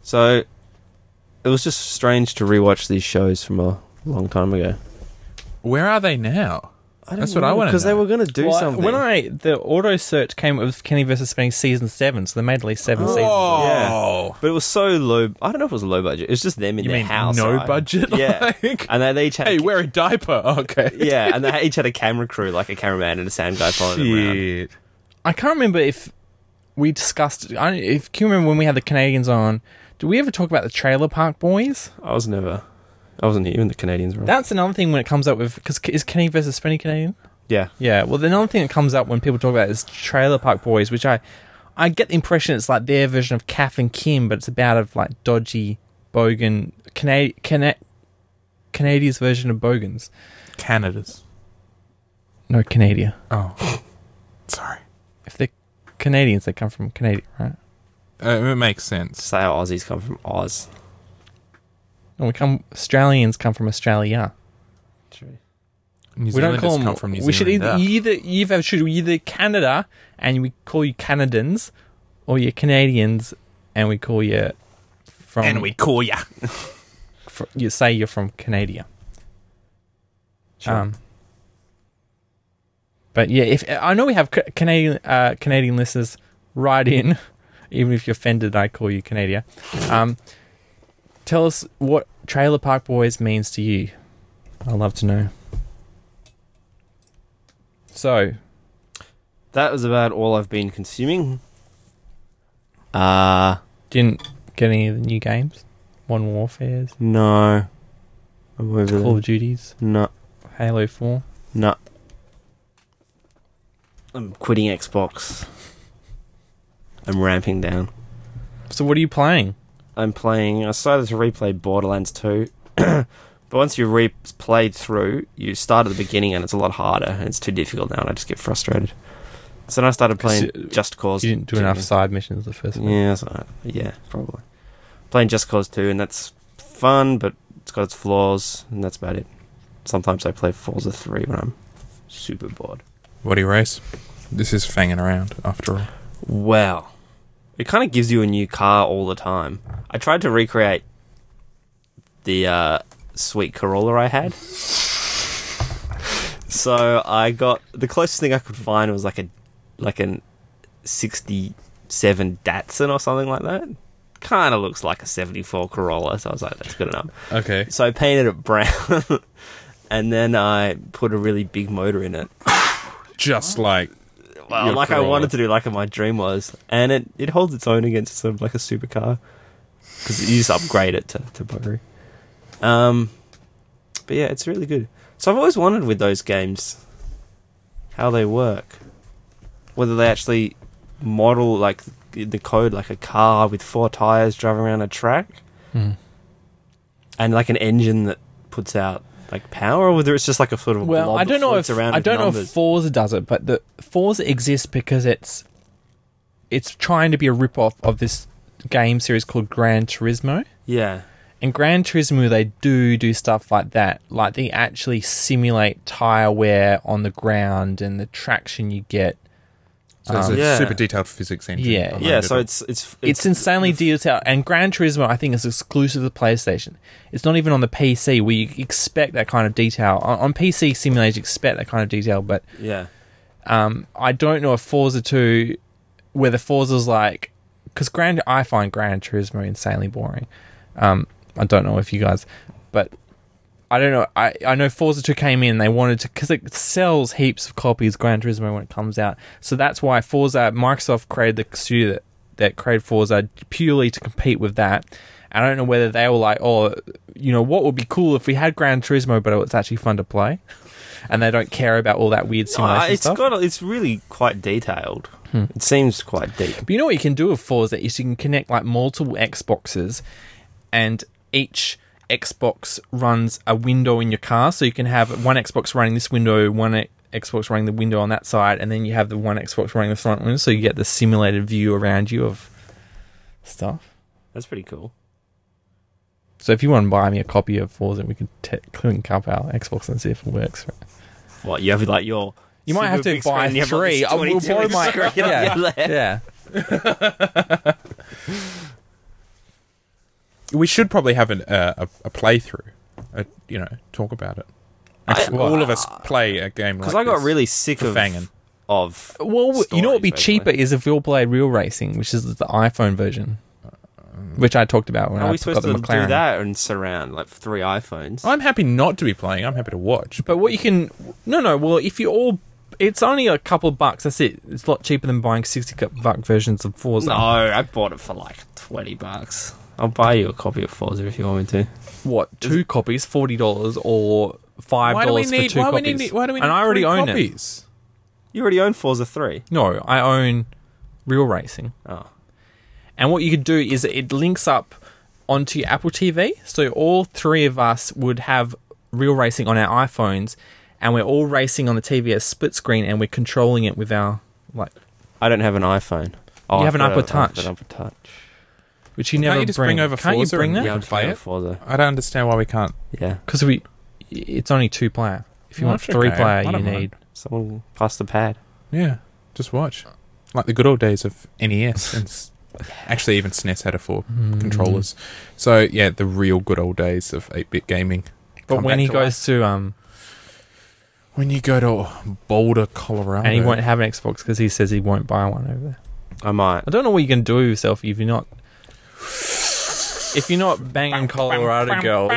Speaker 3: So it was just strange to rewatch these shows from a long time ago.
Speaker 2: Where are they now?
Speaker 3: I
Speaker 2: That's what I wanna
Speaker 3: because they
Speaker 2: know.
Speaker 3: were going to do
Speaker 1: Well, I-
Speaker 3: something.
Speaker 1: When I the auto search came with Kenny versus Spenny season seven, so they made at least
Speaker 3: Oh.
Speaker 1: seven seasons.
Speaker 2: Whoa!
Speaker 3: But it was so low. I don't know if it was low budget. It was just them in
Speaker 2: You
Speaker 3: their
Speaker 2: mean
Speaker 3: house.
Speaker 2: no
Speaker 3: right?
Speaker 2: budget?
Speaker 3: Yeah.
Speaker 2: Like-
Speaker 3: and they, they each had.
Speaker 2: Hey,
Speaker 3: a,
Speaker 2: wear a diaper. Okay.
Speaker 3: yeah, and they each had a camera crew, like a cameraman and a sound guy following them around.
Speaker 1: I can't remember if we discussed. I don't- if can you remember when we had the Canadians on? Did we ever talk about the Trailer Park Boys?
Speaker 3: I was never. I wasn't here when the Canadians were. on.
Speaker 1: That's another thing when it comes up with because is Kenny versus Spenny Canadian?
Speaker 3: yeah.
Speaker 1: Yeah. Well, the another thing that comes up when people talk about it is Trailer Park Boys, which I, I get the impression it's like their version of Kath and Kim, but it's about of like dodgy bogan Cana- Cana- Canadia's version of bogans.
Speaker 2: Canada's.
Speaker 1: No, Canada.
Speaker 2: Oh, sorry.
Speaker 1: If they're Canadians, they come from Canada, right?
Speaker 2: Uh, it makes sense.
Speaker 3: Say our Aussies come from Oz.
Speaker 1: And we come Australians come from Australia.
Speaker 3: True.
Speaker 1: we
Speaker 2: New
Speaker 1: don't
Speaker 2: Zealanders
Speaker 1: call them.
Speaker 2: come from New
Speaker 1: we should
Speaker 2: Zealand.
Speaker 1: either, either either should we either Canada and we call you Canadians, or you Canadians and we call you from
Speaker 2: and we call ya.
Speaker 1: fr- you say you're from Canada. Um, but yeah, if I know we have C- Canadian uh, Canadian listeners, write in, even if you're offended, I call you Canada. Um, tell us what Trailer Park Boys means to you. I'd love to know. So,
Speaker 3: That was about all I've been consuming. Uh
Speaker 1: didn't get any of the new games, Modern Warfare's,
Speaker 3: no. I'm over there.
Speaker 1: Call of Duties,
Speaker 3: No,
Speaker 1: Halo Four.
Speaker 3: no. I'm quitting Xbox. I'm ramping down.
Speaker 1: So, what are you playing?
Speaker 3: I'm playing. I started to replay Borderlands 2. but once you replayed through, you start at the beginning and it's a lot harder and it's too difficult now and I just get frustrated. So then I started playing
Speaker 1: you-
Speaker 3: Just Cause.
Speaker 1: You didn't do
Speaker 3: 2.
Speaker 1: enough side missions the first one.
Speaker 3: Yeah, that's alright. yeah, probably. Playing Just Cause 2 and that's fun, but it's got its flaws and that's about it. Sometimes I play Forza 3 when I'm super bored.
Speaker 2: What do you race? This is fanging around after all.
Speaker 3: Wow. It kind of gives you a new car all the time. I tried to recreate the uh, sweet Corolla I had. So I got the closest thing I could find was like a like an 67 Datsun or something like that. Kind of looks like a 74 Corolla, so I was like that's good enough.
Speaker 2: Okay.
Speaker 3: So I painted it brown and then I put a really big motor in it
Speaker 2: Just like
Speaker 3: well,
Speaker 2: Your
Speaker 3: like I
Speaker 2: Corolla.
Speaker 3: wanted to do, like my dream was, and it, it holds its own against sort of like a supercar because you just upgrade it to to Buggery. Um, but yeah, it's really good. So I've always wondered with those games how they work, whether they actually model like the code like a car with four tires driving around a track,
Speaker 1: Hmm.
Speaker 3: and like an engine that puts out like power, or whether it's just like a sort of
Speaker 1: Well,
Speaker 3: blob
Speaker 1: I don't
Speaker 3: that
Speaker 1: know
Speaker 3: floats
Speaker 1: if
Speaker 3: around
Speaker 1: I
Speaker 3: with
Speaker 1: don't know if
Speaker 3: numbers.
Speaker 1: Forza does it, but the Forza exists because it's it's trying to be a rip-off of this game series called Gran Turismo.
Speaker 3: yeah.
Speaker 1: In Gran Turismo, they do do stuff like that, like they actually simulate tire wear on the ground and the traction you get.
Speaker 2: so it's
Speaker 1: Um,
Speaker 2: a
Speaker 3: Yeah.
Speaker 2: super detailed physics engine.
Speaker 1: Yeah.
Speaker 2: behind
Speaker 3: Yeah,
Speaker 2: it
Speaker 3: so
Speaker 2: all.
Speaker 3: it's it's
Speaker 1: It's, insanely detailed, and Gran Turismo, I think, is exclusive to PlayStation. It's not even on the PC where you expect that kind of detail. On, on PC simulators, you expect that kind of detail, but
Speaker 3: Yeah,
Speaker 1: Um, I don't know if Forza 2, whether Forza's like, because Grand, I find Gran Turismo insanely boring. Um, I don't know if you guys, but I don't know. I, I know Forza 2 came in, they wanted to, because it sells heaps of copies, Gran Turismo, when it comes out. So that's why Forza, Microsoft created the studio that, that created Forza purely to compete with that. I don't know whether they were like, oh, you know, what would be cool if we had Gran Turismo, but it's actually fun to play. And they don't care about all that weird simulation
Speaker 3: Uh, it's
Speaker 1: stuff.
Speaker 3: got a- it's really quite detailed. It seems quite deep.
Speaker 1: But you know what you can do with Forza is you can connect like multiple Xboxes, and each Xbox runs a window in your car, so you can have one Xbox running this window, one e- Xbox running the window on that side, and then you have the one Xbox running the front window, so you get the simulated view around you of stuff.
Speaker 3: That's pretty cool.
Speaker 1: So if you want to buy me a copy of Forza, we can t- link up our Xbox and see if it works.
Speaker 3: What you have like your
Speaker 1: You might have
Speaker 3: super
Speaker 1: to
Speaker 3: big screen
Speaker 1: buy
Speaker 3: and you have, like,
Speaker 1: three.
Speaker 3: this
Speaker 1: I will
Speaker 3: 22
Speaker 1: borrow my
Speaker 3: screen on
Speaker 1: yeah,
Speaker 3: the left.
Speaker 1: yeah.
Speaker 2: we should probably have an, uh, a a playthrough. A, you know, talk about it. Actually, all of us
Speaker 1: uh,
Speaker 2: play a game like
Speaker 3: Because I got
Speaker 2: this
Speaker 3: really sick
Speaker 2: for
Speaker 3: of
Speaker 2: fanging.
Speaker 3: of
Speaker 1: Well, w you know what would be
Speaker 3: stories,
Speaker 1: cheaper
Speaker 3: basically.
Speaker 1: is if we all play Real Racing, which is the iPhone version, which I talked about when
Speaker 3: Are
Speaker 1: I
Speaker 3: we
Speaker 1: got
Speaker 3: supposed
Speaker 1: the
Speaker 3: to do
Speaker 1: McLaren.
Speaker 3: that and surround like three iPhones?
Speaker 2: I'm happy not to be playing. I'm happy to watch.
Speaker 1: But what you can, no, no. Well, if you all, it's only a couple of bucks. That's it. It's a lot cheaper than buying sixty cu- buck versions of Forza.
Speaker 3: No, I bought it for like twenty bucks. I'll buy you a copy of Forza if you want me to.
Speaker 1: What two copies, forty dollars or five
Speaker 2: why do we
Speaker 1: dollars for
Speaker 2: need?
Speaker 1: two
Speaker 2: Why do we
Speaker 1: copies?
Speaker 2: need? Why do we need?
Speaker 1: and I already
Speaker 2: three
Speaker 1: own it.
Speaker 2: copies?
Speaker 3: You already own Forza three.
Speaker 1: No, I own Real Racing.
Speaker 3: Oh,
Speaker 1: And what you could do is it links up onto your Apple TV. So all three of us would have real racing on our iPhones, and we're all racing on the TV as split screen, and we're controlling it with our like.
Speaker 3: I don't have an iPhone. Oh,
Speaker 1: You
Speaker 3: I
Speaker 1: have an
Speaker 3: forgot
Speaker 1: upper
Speaker 3: about- I
Speaker 1: touch.
Speaker 3: forgot upper touch.
Speaker 1: which you
Speaker 2: Can't
Speaker 1: never
Speaker 2: you just bring over
Speaker 1: Can't you
Speaker 2: Forza
Speaker 1: bring
Speaker 2: and-
Speaker 1: that?
Speaker 2: Yeah,
Speaker 3: Yeah,
Speaker 2: I'll
Speaker 3: I'm
Speaker 2: just play
Speaker 3: playing
Speaker 2: it.
Speaker 3: Forza.
Speaker 2: I don't understand why we can't.
Speaker 3: Yeah.
Speaker 1: Because we, it's only two player. If you
Speaker 2: Well,
Speaker 1: want
Speaker 2: Oh, that's
Speaker 1: three
Speaker 2: okay. I
Speaker 1: player, you
Speaker 2: don't mind.
Speaker 1: need.
Speaker 3: Someone pass the pad.
Speaker 2: Yeah, just watch. Like the good old days of NES and s- actually even SNES had a four
Speaker 1: Hmm.
Speaker 2: controllers. So yeah, the real good old days of eight bit gaming.
Speaker 1: But
Speaker 2: Come
Speaker 1: when
Speaker 2: back
Speaker 1: he
Speaker 2: to
Speaker 1: goes to um,
Speaker 2: When you go to Boulder, Colorado,
Speaker 1: and he won't have an Xbox because he says he won't buy one over there.
Speaker 3: I might.
Speaker 1: I don't know what you can do with yourself if you're not. If you're not banging Colorado girls,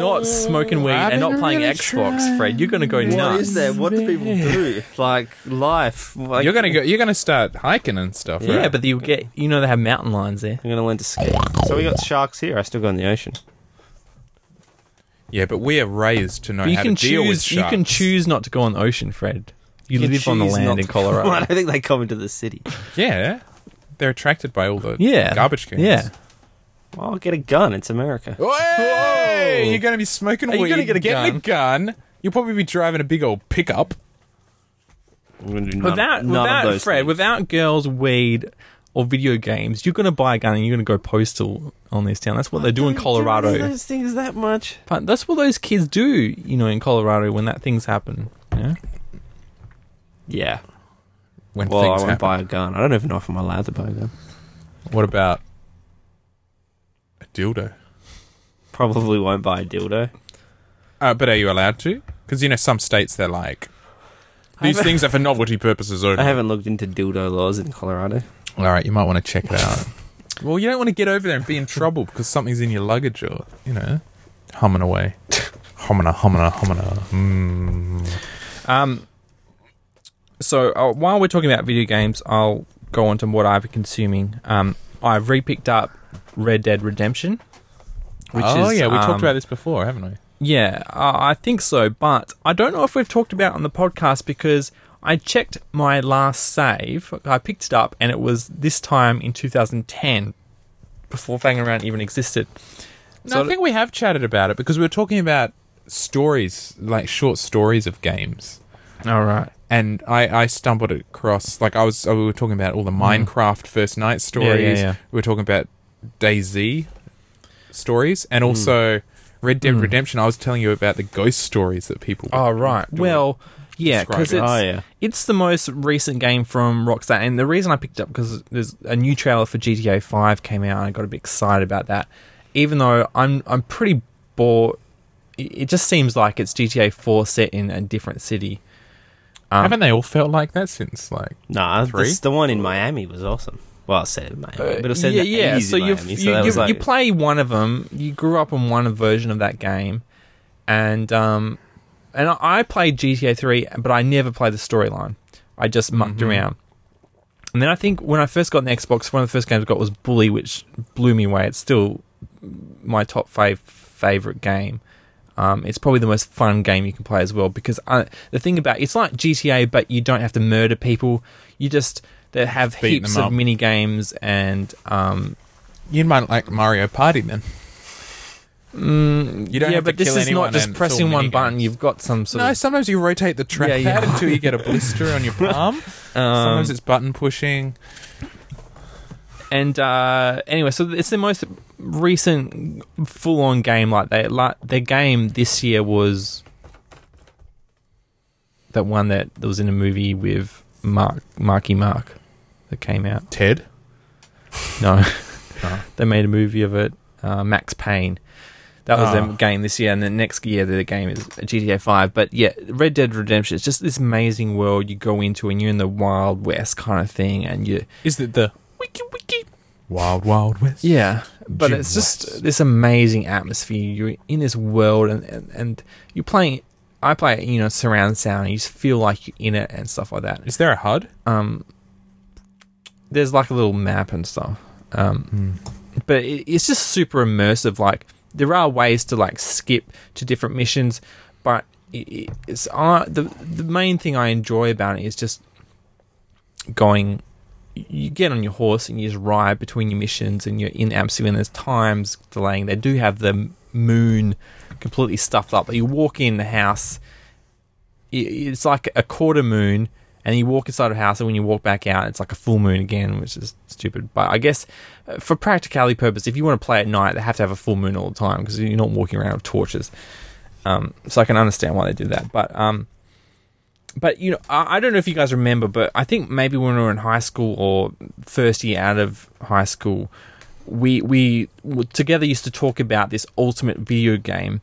Speaker 1: not smoking weed,
Speaker 2: I've
Speaker 1: and not
Speaker 2: been
Speaker 1: playing
Speaker 2: really
Speaker 1: Xbox,
Speaker 2: trying.
Speaker 1: Fred, you're gonna go
Speaker 2: What
Speaker 1: nuts.
Speaker 2: is that? What do people
Speaker 3: do? Like life. Like,
Speaker 2: you're gonna go. You're gonna start hiking and stuff.
Speaker 1: Yeah,
Speaker 2: right?
Speaker 1: but you'll get. You know they have mountain lions there.
Speaker 3: I'm gonna learn to ski. So we got sharks here. I still go in the ocean.
Speaker 2: yeah, but we are raised to know
Speaker 1: But you
Speaker 2: how
Speaker 1: can
Speaker 2: to deal with
Speaker 1: choose. You
Speaker 2: sharks.
Speaker 1: can choose not to go on the ocean, Fred. You, live on the
Speaker 3: choose not
Speaker 1: land in
Speaker 3: to- Well, I
Speaker 1: Colorado.
Speaker 3: don't think they come into the city.
Speaker 2: Yeah, they're attracted by all the
Speaker 1: yeah,
Speaker 2: garbage cans.
Speaker 1: Yeah.
Speaker 3: Well, I'll get a gun. It's America.
Speaker 1: Oh!
Speaker 2: Hey, you're gonna be smoking
Speaker 1: Are you
Speaker 2: weed.
Speaker 1: gonna get a
Speaker 2: getting a gun. You'll probably be driving a big old pickup.
Speaker 3: I'm gonna do none,
Speaker 1: Without,
Speaker 3: none of
Speaker 1: without
Speaker 3: those
Speaker 1: Fred,
Speaker 3: things.
Speaker 1: without girls, weed, or video games, you're going to buy a gun and you're going to go postal on this town. That's what they do in
Speaker 3: Don't any of
Speaker 1: Colorado.
Speaker 3: those things that much.
Speaker 1: But that's what those kids do, you know, in Colorado when that things happen. You know?
Speaker 3: Yeah.
Speaker 2: When
Speaker 3: Well, I
Speaker 2: things
Speaker 3: won't
Speaker 2: happen.
Speaker 3: buy a gun. I don't even know if I'm allowed to buy a gun.
Speaker 2: What about a dildo?
Speaker 3: Probably won't buy a dildo.
Speaker 2: Uh, but are you allowed to? Because you know some states they're like these
Speaker 3: haven't-
Speaker 2: things are for novelty purposes only.
Speaker 3: I haven't looked into dildo laws in Colorado.
Speaker 2: All right, you might want to check it out. well, you don't want to get over there and be in trouble because something's in your luggage or you know humming away, humming a humming a humming a. Mm.
Speaker 1: Um, so uh, while we're talking about video games, I'll go on to what I've been consuming. Um, I've re-picked up Red Dead Redemption. Which
Speaker 2: oh
Speaker 1: is,
Speaker 2: yeah, we
Speaker 1: um,
Speaker 2: talked about this before, haven't we?
Speaker 1: Yeah, uh, I think so, but I don't know if we've talked about it on the podcast because I checked my last save. I picked it up and it was this time in 2010 before Fang Around even existed.
Speaker 2: No, I think we have chatted about it because we were talking about stories, like short stories of games.
Speaker 1: All right.
Speaker 2: And I, I stumbled across, like, I was, oh, we were talking about all the Minecraft First Night stories.
Speaker 1: yeah.
Speaker 2: We were talking about DayZ stories and also Red Dead Redemption. I was telling you about the ghost stories that people.
Speaker 1: All right.
Speaker 2: Oh, Do
Speaker 1: Well, yeah,
Speaker 2: describe
Speaker 1: because
Speaker 2: it?
Speaker 1: it's,
Speaker 3: Oh, yeah.
Speaker 1: it's the most recent game from Rockstar. And the reason I picked it up because there's a new trailer for GTA 5 came out and I got a bit excited about that. Even though I'm, I'm pretty bored. It it just seems like it's GTA 4 set in a different city.
Speaker 2: haven't they all felt like that since, like,
Speaker 3: Nah,
Speaker 2: Three?
Speaker 3: this, the one in Miami was awesome. Well, I said it in Miami, but it said
Speaker 1: Uh, yeah,
Speaker 3: in the
Speaker 1: yeah.
Speaker 3: 80s
Speaker 1: So,
Speaker 3: in
Speaker 1: you
Speaker 3: Miami,
Speaker 1: you,
Speaker 3: so that
Speaker 1: you,
Speaker 3: was like,
Speaker 1: you play one of them. You grew up on one version of that game, and um, and I- I played GTA Three, but I never played the storyline. I just mucked
Speaker 3: Mm-hmm.
Speaker 1: around. And then I think when I first got an Xbox, one of the first games I got was Bully, which blew me away. It's still my top five favorite game. Um, it's probably the most fun game you can play as well because I, the thing about it's like GTA, but you don't have to murder people. You just they have
Speaker 2: beat
Speaker 1: heaps
Speaker 2: them
Speaker 1: of
Speaker 2: up.
Speaker 1: mini games and um,
Speaker 2: you might like Mario Party then. you don't
Speaker 1: mm, yeah,
Speaker 2: have
Speaker 1: but
Speaker 2: to
Speaker 1: this
Speaker 2: kill
Speaker 1: is
Speaker 2: anyone
Speaker 1: not just
Speaker 2: and it's all
Speaker 1: pressing one
Speaker 2: minigames.
Speaker 1: button. You've got some sort
Speaker 2: No,
Speaker 1: of
Speaker 2: sometimes you rotate the trackpad
Speaker 1: Yeah, yeah.
Speaker 2: until you get a blister on your palm.
Speaker 1: um,
Speaker 2: Sometimes it's button pushing.
Speaker 1: and uh, anyway, so it's the most recent full-on game like they like their game this year was that one that that was in a movie with Mark Marky Mark that came out.
Speaker 2: Ted.
Speaker 1: No,
Speaker 2: No.
Speaker 1: they made a movie of it. Uh, Max Payne. That was
Speaker 2: Ah.
Speaker 1: their game this year, and then next year the game is GTA Five. But yeah, Red Dead Redemption. It's just this amazing world you go into, and you're in the Wild West kind of thing, and you
Speaker 2: Is it the wiki wiki wild wild west?
Speaker 1: yeah. But
Speaker 2: Jim
Speaker 1: it's just
Speaker 2: West.
Speaker 1: this amazing atmosphere. You're in this world, and and, and you're playing. I play it, you know, surround sound. And you just feel like you're in it and stuff like that.
Speaker 2: Is there a HUD?
Speaker 1: um, there's like a little map and stuff. Um, But it, it's just super immersive. Like there are ways to like skip to different missions, but it, it- it's uh, the the main thing I enjoy about it is just going. You get on your horse and you just ride between your missions, and you're in Amsterdam. And there's times delaying. They do have the moon completely stuffed up, but you walk in the house. i- It's like a quarter moon, And you walk inside a house, and when you walk back out, it's like a full moon again, which is stupid. But I guess uh, for practicality purpose, if you want to play at night, they have to have a full moon all the time because you're not walking around with torches. Um, so I can understand why they do that. But um, but you know, I, I don't know if you guys remember, but I think maybe when we were in high school or first year out of high school, we we w- together used to talk about this ultimate video game,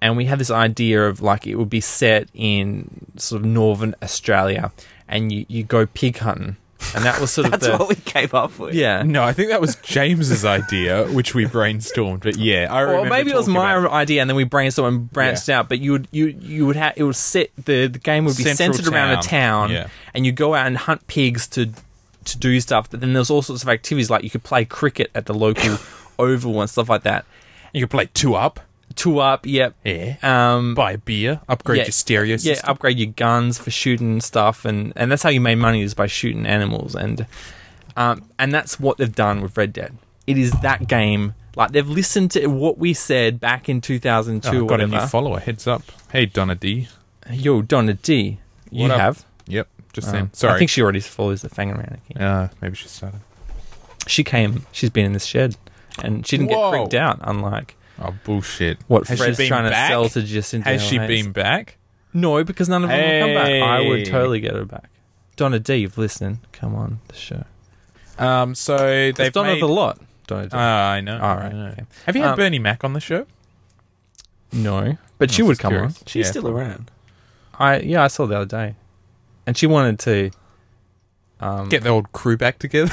Speaker 1: and we had this idea of like it would be set in sort of northern Australia, and you you go pig hunting, and that was sort of
Speaker 3: That's
Speaker 1: the
Speaker 3: what we came up with.
Speaker 1: yeah.
Speaker 2: Uh, No, I think that was James's idea, which we brainstormed. But yeah, I
Speaker 1: Or
Speaker 2: remember.
Speaker 1: maybe it was
Speaker 2: talking
Speaker 1: my
Speaker 2: about
Speaker 1: idea, and then we brainstormed and branched out. But you would you you would have it would set the the game would be
Speaker 2: Central
Speaker 1: centered around a
Speaker 2: town.
Speaker 1: town,
Speaker 2: Yeah.
Speaker 1: and you go out and hunt pigs to to do stuff. But then there's all sorts of activities like you could play cricket at the local oval and stuff like that.
Speaker 2: you could play two up,
Speaker 1: Two up, yep.
Speaker 2: Yeah.
Speaker 1: Um,
Speaker 2: buy a beer, upgrade
Speaker 1: Yeah.
Speaker 2: your stereo
Speaker 1: yeah,
Speaker 2: system.
Speaker 1: upgrade your guns for shooting and stuff, and and that's how you made money is by shooting animals, and um, and that's what they've done with Red Dead. It is that game. Like they've listened to what we said back in 2002
Speaker 2: Oh,
Speaker 1: or
Speaker 2: I've got a
Speaker 1: whatever.
Speaker 2: new follower. Heads up. Hey, Donna D.
Speaker 1: Yo, Donna D, you
Speaker 2: What up?
Speaker 1: have.
Speaker 2: Yep, just
Speaker 1: Um,
Speaker 2: saying. Sorry.
Speaker 1: I think she already follows the Fang around.
Speaker 2: uh, maybe she started.
Speaker 1: She came. She's been in this shed, and she didn't
Speaker 2: Whoa.
Speaker 1: get freaked out. Unlike
Speaker 2: Oh, bullshit.
Speaker 1: what
Speaker 2: Has she
Speaker 1: Fred's
Speaker 2: been
Speaker 1: trying
Speaker 2: back?
Speaker 1: to sell to Jacinta.
Speaker 2: Has she
Speaker 1: Hayes.
Speaker 2: been back?
Speaker 1: No, because none of them will come back. I
Speaker 2: Hey.
Speaker 1: would totally get her back. Donna D, if listening, come on the show.
Speaker 2: Um, so they've
Speaker 1: it's Donna
Speaker 2: made.
Speaker 1: the lot. Donna D.
Speaker 2: Ah, I know.
Speaker 1: All
Speaker 2: I
Speaker 1: right,
Speaker 2: know.
Speaker 1: okay.
Speaker 2: Have you had
Speaker 1: Um,
Speaker 2: Bernie Mac on the show?
Speaker 1: no, but she would come
Speaker 2: on.
Speaker 6: She's still around.
Speaker 1: on. I yeah, I saw the other day, and she wanted to. Um,
Speaker 2: Get the old crew back together.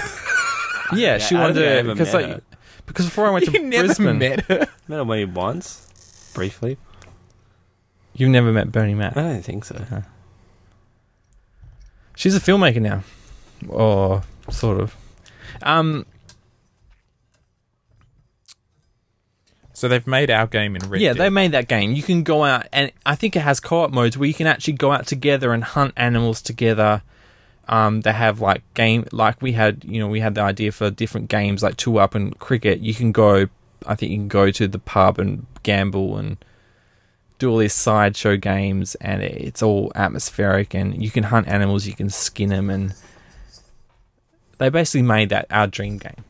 Speaker 1: yeah, she
Speaker 3: I don't
Speaker 1: wanted
Speaker 3: think I
Speaker 1: to
Speaker 3: ever
Speaker 1: because
Speaker 3: met
Speaker 1: like
Speaker 3: her.
Speaker 1: because before I went to
Speaker 2: you never
Speaker 1: Brisbane,
Speaker 2: met her.
Speaker 3: Met him maybe once, briefly.
Speaker 1: you've never met Bernie Mac.
Speaker 3: I don't think so.
Speaker 1: She's a filmmaker now, or sort of. Um,
Speaker 2: So they've made our game in red.
Speaker 1: yeah, they
Speaker 2: Dead.
Speaker 1: made that game. You can go out, and I think it has co-op modes where you can actually go out together and hunt animals together. Um, they have like game, like we had, you know, we had the idea for different games like two up and cricket. You can go, I think you can go to the pub and gamble and do all these sideshow games, and it- it's all atmospheric. And you can hunt animals, you can skin them, and they basically made that our dream game.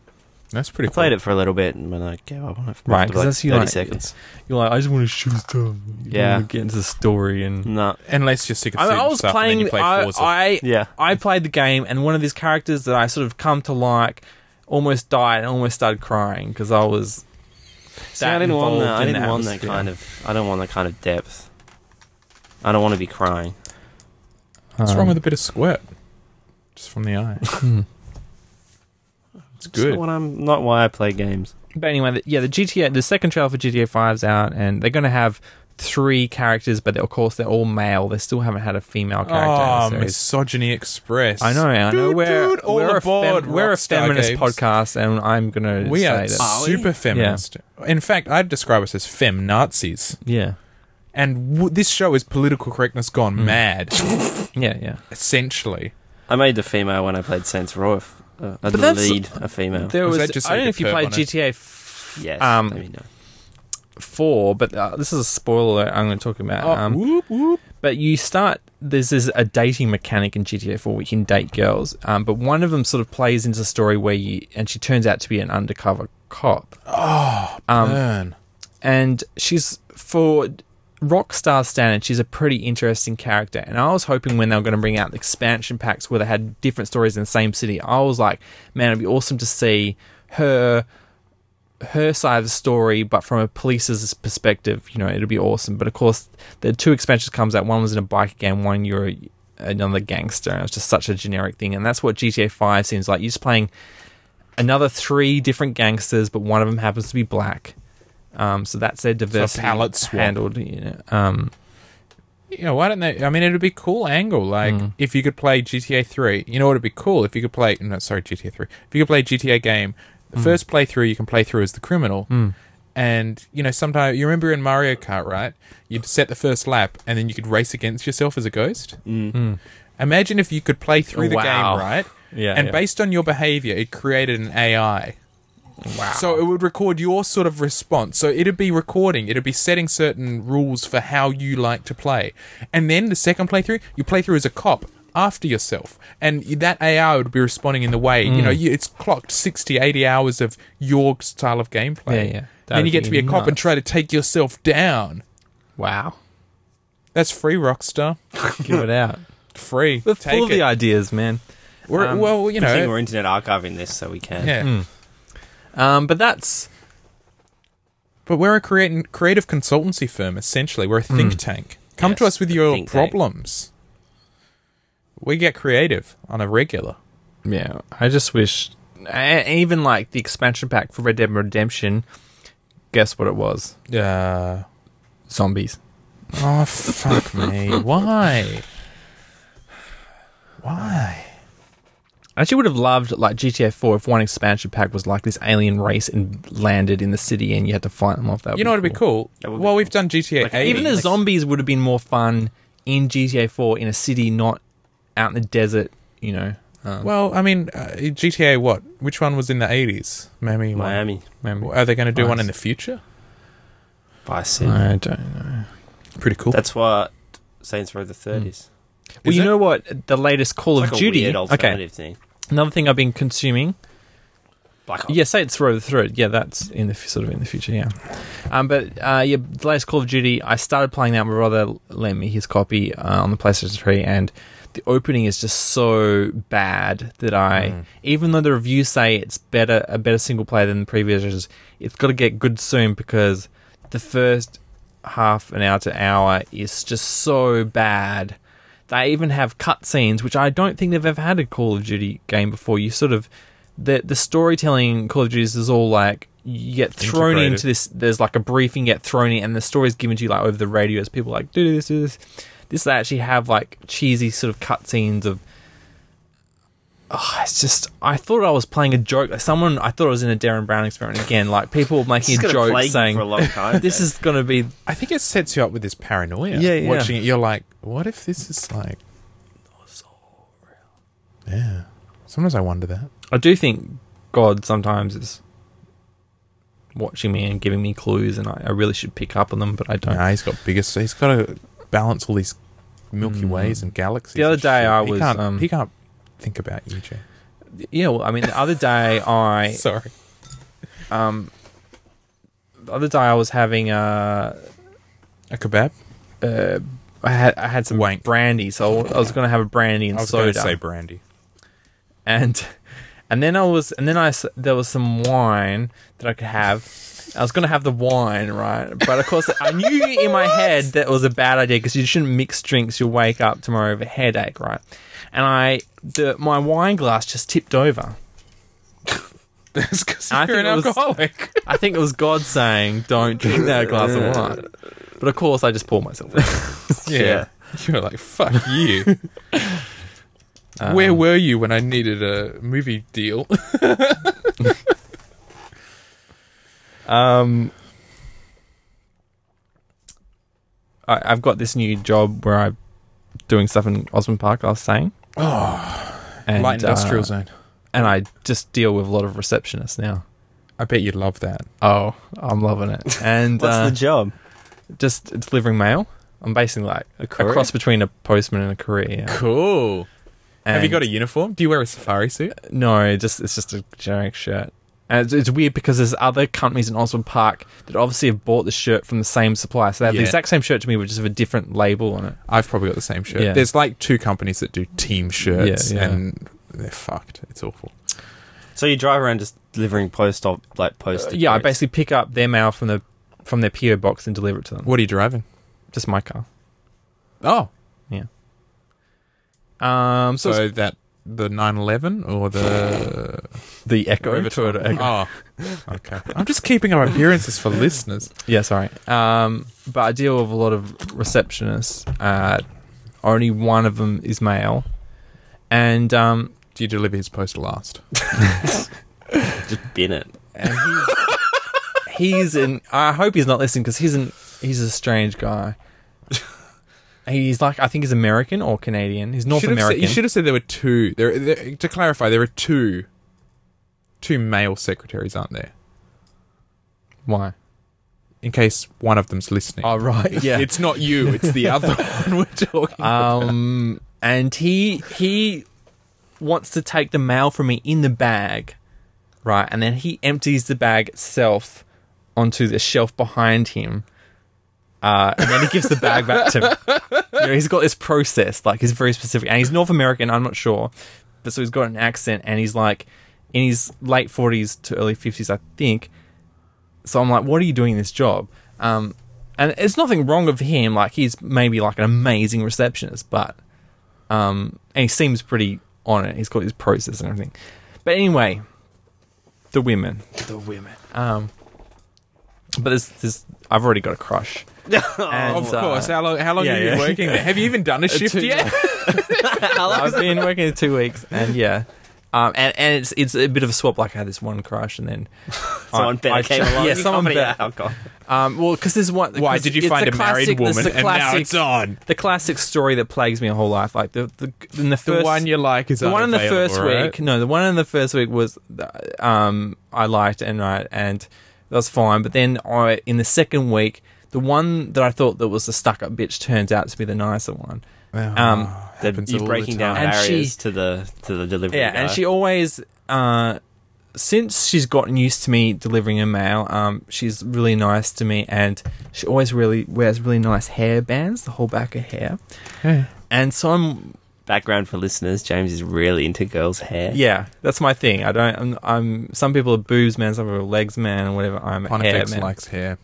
Speaker 2: That's pretty.
Speaker 3: I
Speaker 2: cool.
Speaker 3: played it for a little bit and then I gave up on it.
Speaker 1: Right,
Speaker 3: after
Speaker 1: 'cause
Speaker 3: like
Speaker 1: that's you
Speaker 3: thirty
Speaker 1: like-
Speaker 3: seconds.
Speaker 1: You're like, I just want to shoot stuff. You
Speaker 3: Yeah.
Speaker 1: wanna get into the story and.
Speaker 3: No,
Speaker 2: Unless you're sick of
Speaker 1: I, mean,
Speaker 2: seeing
Speaker 1: I was
Speaker 2: stuff and then
Speaker 1: playing.
Speaker 2: you play
Speaker 1: I,
Speaker 2: Forza.
Speaker 1: I
Speaker 3: Yeah.
Speaker 1: I played the game, and one of these characters that I sort of come to like almost died and almost started crying because I was.
Speaker 3: See, I didn't want
Speaker 1: involved
Speaker 3: that. I
Speaker 1: in the
Speaker 3: didn't want that
Speaker 1: atmosphere.
Speaker 3: kind of. I don't want that kind of depth. I don't want to be crying.
Speaker 2: What's
Speaker 1: Um,
Speaker 2: wrong with a bit of squirt? Just from the eye. it's
Speaker 3: It's
Speaker 2: good.
Speaker 3: Not what I'm not why I play games.
Speaker 1: But anyway, the, yeah, the GTA, the second trailer for GTA 5's out, and they're going to have three characters, but of course they're all male. They still haven't had a female character. in
Speaker 2: Oh,
Speaker 1: the series.
Speaker 2: misogyny express.
Speaker 1: I know, I know.
Speaker 2: Dude,
Speaker 1: we're
Speaker 2: dude, all
Speaker 1: we're, a,
Speaker 2: aboard,
Speaker 1: fem- we're a
Speaker 2: Rockstar
Speaker 1: feminist
Speaker 2: Games.
Speaker 1: podcast, and I'm going to
Speaker 2: We
Speaker 1: say
Speaker 2: are
Speaker 1: that.
Speaker 2: super feminist. In fact, I'd describe us as fem Nazis.
Speaker 1: yeah,
Speaker 2: And w- this show is political correctness gone mad,
Speaker 1: yeah, yeah.
Speaker 2: essentially.
Speaker 3: I made the female when I played Saints Row. if- Uh, I
Speaker 1: that's-
Speaker 3: lead a female.
Speaker 1: There
Speaker 2: Was
Speaker 1: was,
Speaker 2: that just
Speaker 1: I
Speaker 2: like
Speaker 1: don't
Speaker 2: a
Speaker 1: know if you
Speaker 2: perv
Speaker 1: played
Speaker 2: on it?
Speaker 1: GTA f-
Speaker 3: Yes,
Speaker 1: um,
Speaker 3: let me know.
Speaker 1: 4, but uh, this is a spoiler alert I'm going to talk about.
Speaker 2: Oh,
Speaker 1: um,
Speaker 2: whoop, whoop.
Speaker 1: but you start, there's, there's a dating mechanic in GTA 4 where you can date girls, um, but one of them sort of plays into the story where you, and she turns out to be an undercover cop.
Speaker 2: oh, Burn.
Speaker 1: And she's, for Rockstar standards, she's a pretty interesting character. And I was hoping when they were going to bring out the expansion packs where they had different stories in the same city, I was like, man, it'd be awesome to see her her side of the story, but from a police's perspective, you know, it'll be awesome. But of course, the two expansions comes out. One was in a bike game. One you're a- another gangster. And it was just such a generic thing, and that's what GTA Five seems like. You're just playing another three different gangsters, but one of them happens to be black. Um, so that's their diversity
Speaker 2: palette swap.
Speaker 1: handled. You know, um,
Speaker 2: You know, why don't they? I mean, it'd be a cool angle. Like,
Speaker 1: Hmm.
Speaker 2: if you could play GTA 3, you know what would be cool? If you could play, no, sorry, GTA 3. If you could play GTA game, the
Speaker 1: Hmm.
Speaker 2: first playthrough you can play through as the criminal. And, you know, sometimes, you remember in Mario Kart, right? You'd set the first lap and then you could race against yourself as a ghost. Imagine if you could play through the
Speaker 1: Hmm. Wow.
Speaker 2: game, right?
Speaker 1: Yeah,
Speaker 2: And
Speaker 1: yeah.
Speaker 2: based on your behavior, it created an AI.
Speaker 1: wow.
Speaker 2: So it would record your sort of response. So it'd be recording, it'd be setting certain rules for how you like to play. And then the second playthrough, you play through as a cop after yourself. And that AR would be responding in the way, you know,
Speaker 1: Mm.
Speaker 2: you, it's clocked 60, 80 hours of your style of gameplay.
Speaker 1: Yeah, yeah. That
Speaker 2: Then you
Speaker 1: would
Speaker 2: get
Speaker 1: be
Speaker 2: to be a cop and
Speaker 1: nuts.
Speaker 2: try to take yourself down.
Speaker 1: Wow.
Speaker 2: That's free, Rockstar.
Speaker 1: Give it out.
Speaker 2: Free.
Speaker 1: We're
Speaker 2: Take
Speaker 1: full of the
Speaker 2: it.
Speaker 1: ideas, man.
Speaker 2: We're-
Speaker 1: um,
Speaker 2: well, you
Speaker 3: I think
Speaker 2: know.
Speaker 3: we're internet archiving this so we can.
Speaker 2: Yeah.
Speaker 1: Hmm. Um, but that's
Speaker 2: But we're a creating, creative consultancy firm, essentially. We're a think tank. Come to
Speaker 3: Hmm. Yes,
Speaker 2: us with
Speaker 3: a
Speaker 2: your
Speaker 3: think tank.
Speaker 2: problems. We get creative on a regular.
Speaker 1: yeah. I just wish, and even like the expansion pack for Red Dead Redemption. Guess what it was?
Speaker 2: Uh,
Speaker 1: Zombies.
Speaker 2: oh, fuck me. Why? Why?
Speaker 1: I actually would have loved like GTA 4 if one expansion pack was like this alien race and landed in the city and you had to fight them off. That
Speaker 2: You know what'd be cool?
Speaker 3: That would be
Speaker 2: well,
Speaker 3: cool.
Speaker 2: we've done GTA
Speaker 3: Like,
Speaker 2: 8.
Speaker 1: Even the
Speaker 3: Like-
Speaker 1: zombies would have been more fun in GTA 4 in a city, not out in the desert. You know, um,
Speaker 2: Well, I mean, uh, GTA what? Which one was in the 80s? Miami. one.
Speaker 3: Miami
Speaker 1: remember?
Speaker 2: Are they going to do one
Speaker 1: Nice.
Speaker 2: in the future?
Speaker 3: Vice City.
Speaker 1: I don't know.
Speaker 2: Pretty cool.
Speaker 3: That's what Saints Row the Third is.
Speaker 1: Well,
Speaker 2: Is
Speaker 1: you
Speaker 2: it?
Speaker 1: know what? The latest Mm. Call
Speaker 3: It's
Speaker 1: of
Speaker 3: like
Speaker 1: Duty.
Speaker 3: a weird
Speaker 1: okay,
Speaker 3: alternative thing.
Speaker 1: another thing I've been consuming
Speaker 3: Black Ops.
Speaker 1: Yeah, say it's Row the Thread. Yeah, that's in the f- sort of in the future. Yeah, um, but uh, yeah, the latest Call of Duty. I started playing that. My brother lent me his copy uh, on the PlayStation Three, and the opening is just so bad that I, even though the reviews say it's better, a better single player than the previous, it's, it's got to get good soon because the first half an hour to hour is just so bad. They even have cutscenes, which I don't think they've ever had a Call of Duty game before. You sort of the the storytelling in Call of Duty is all like you get thrown
Speaker 2: Integrated.
Speaker 1: into this. There's like a briefing, you get thrown in, and the story's given to you like over the radio as people like do this, do this. This they actually have like cheesy sort of cutscenes of Oh, it's just I thought I was playing a joke. Like, Someone I thought I was in a Darren Brown experiment again. Like people making
Speaker 3: It's
Speaker 1: a
Speaker 3: gonna
Speaker 1: joke
Speaker 3: plague you
Speaker 1: saying
Speaker 3: for a long time.
Speaker 1: this is going to be
Speaker 2: I think it sets you up with this paranoia.
Speaker 1: Yeah, yeah.
Speaker 2: Watching it, you're like, what if this is like. Yeah. Sometimes I wonder that.
Speaker 1: I do think God sometimes is watching me and giving me clues, and I, I really should pick up on them, but I don't.
Speaker 2: Nah, he's got bigger. He's got to balance all these
Speaker 1: Mm.
Speaker 2: Milky Ways and galaxies.
Speaker 1: The other
Speaker 2: and
Speaker 1: day
Speaker 2: shit.
Speaker 1: I
Speaker 2: He
Speaker 1: was,
Speaker 2: can't-
Speaker 1: um,
Speaker 2: he can't think about you, Jay.
Speaker 1: Yeah, well, I mean, the other day I
Speaker 2: Sorry.
Speaker 1: the other day I was having uh,
Speaker 2: A kebab?
Speaker 1: uh I had I had some
Speaker 2: Wank.
Speaker 1: brandy, so I was going to have a brandy and
Speaker 2: I was
Speaker 1: soda.
Speaker 2: going to say brandy.
Speaker 1: and and then I was and then I s- there was some wine that I could have. I was gonna have the wine, right? But of course, I knew in my head that it was a bad idea because you shouldn't mix drinks. You'll wake up tomorrow with a headache, right? And I, the, my wine glass just tipped over.
Speaker 2: That's because
Speaker 1: I
Speaker 2: you're an
Speaker 1: think it was-
Speaker 2: alcoholic.
Speaker 1: I think it was God saying, "Don't drink that glass of wine." But of course, I just poured myself.
Speaker 2: yeah. You're like, fuck you. Where were you when I needed a movie deal?
Speaker 1: Um, I, I've got this new job where I'm doing stuff in Osmond Park. I was saying, oh, and,
Speaker 2: Light industrial
Speaker 1: uh,
Speaker 2: zone.
Speaker 1: and I just deal with a lot of receptionists now.
Speaker 2: I bet you'd love that.
Speaker 1: Oh, I'm loving it, and
Speaker 3: What's
Speaker 1: uh,
Speaker 3: the job?
Speaker 1: just delivering mail. I'm basically like a,
Speaker 2: courier?
Speaker 1: cross between a postman and a courier. yeah.
Speaker 2: Cool. Have you
Speaker 1: And-
Speaker 2: got a uniform? Do you wear a safari suit?
Speaker 1: No, just it's just a generic shirt. And it's, it's weird because there's other companies in Osborne Park that obviously have bought the shirt from the same supplier, so they have
Speaker 2: Yeah.
Speaker 1: the exact same shirt to me, but just have a different label on it.
Speaker 2: I've probably got the same shirt.
Speaker 1: Yeah.
Speaker 2: There's like two companies that do team shirts,
Speaker 1: Yeah, yeah.
Speaker 2: and they're fucked. It's awful.
Speaker 3: So you drive around just delivering post op like post.
Speaker 1: Uh, yeah, I basically pick up their mail from the from their PO box and deliver it to them.
Speaker 2: What are you driving?
Speaker 1: Just my car.
Speaker 2: Oh,
Speaker 1: Um, so,
Speaker 2: so,
Speaker 1: it's
Speaker 2: that the 911 or the
Speaker 1: the Echo
Speaker 2: Rover
Speaker 1: to
Speaker 2: Type? Oh, okay. I'm just keeping up appearances for listeners.
Speaker 1: Yeah, sorry. Um, but I deal with a lot of receptionists. Uh, only one of them is male, and um,
Speaker 2: Do you deliver his post last?
Speaker 3: just bin it.
Speaker 1: and he's, he's an. I hope he's not listening because he's an. He's a strange guy. He's like I think he's American or Canadian. He's North
Speaker 2: Should have said-
Speaker 1: American.
Speaker 2: you should have said there were two. There, there, to clarify, there are two, two male secretaries, aren't there?
Speaker 1: Why?
Speaker 2: In case one of them's listening.
Speaker 1: Oh right, yeah.
Speaker 2: It's not you. It's the other one we're talking.
Speaker 1: um, and he he wants to take the mail from me in the bag, right? And then he empties the bag itself onto the shelf behind him. Uh, and then he gives the bag back to me. You know, he's got this process, like he's very specific, and he's North American. I'm not sure, but so he's got an accent, and he's like in his late 40s to early 50s, I think. So I'm like, what are you doing in this job? Um, and it's nothing wrong of him. Like he's maybe like an amazing receptionist, but um, and he seems pretty on it. He's got his process and everything. But anyway, the women, the women. Um, but this, this, I've already got a crush. And,
Speaker 2: Of
Speaker 1: uh,
Speaker 2: course. How long, how long
Speaker 1: yeah,
Speaker 2: have you been
Speaker 1: yeah.
Speaker 2: working there? Have you even done a shift
Speaker 1: two-
Speaker 2: yet?
Speaker 1: I've been working in two weeks, and yeah. Um, and, and it's it's a bit of a swap. Like I had this one crush, and then
Speaker 3: Someone
Speaker 1: I-
Speaker 3: better
Speaker 1: I
Speaker 3: came
Speaker 1: ch-
Speaker 3: along.
Speaker 1: Yeah, someone
Speaker 3: Company-
Speaker 1: better.
Speaker 3: Oh, God.
Speaker 1: Um, well, because there's one.
Speaker 2: Why
Speaker 1: 'cause
Speaker 2: did you
Speaker 1: it's
Speaker 2: find a
Speaker 1: classic-
Speaker 2: married
Speaker 1: this
Speaker 2: woman
Speaker 1: is a
Speaker 2: and now
Speaker 1: classic-
Speaker 2: it's on?
Speaker 1: The classic story that plagues me a whole life. Like the the, in the,
Speaker 2: The
Speaker 1: first
Speaker 2: one you like is
Speaker 1: the one in the
Speaker 2: unavailable,
Speaker 1: first
Speaker 2: right?
Speaker 1: week. No, the one in the first week was um, I liked and right and that was fine. But then I in the second week, the one that I thought that was the stuck up bitch turns out to be the nicer one. Um,
Speaker 3: The,
Speaker 2: Happens all the
Speaker 3: you're breaking down
Speaker 1: time. And she-
Speaker 3: barriers to the to the delivery.
Speaker 1: Yeah, and
Speaker 3: guy.
Speaker 1: she always, uh, since she's gotten used to me delivering her mail, um, she's really nice to me, and she always really wears really nice hair bands, the whole back of hair. And so I'm,
Speaker 3: background for listeners. James is really into girls' hair.
Speaker 1: yeah, that's my thing. I don't, I'm, I'm some people are boobs man, some people are legs man, and whatever. I'm a hair
Speaker 2: Pontifex
Speaker 1: man.
Speaker 2: likes hair.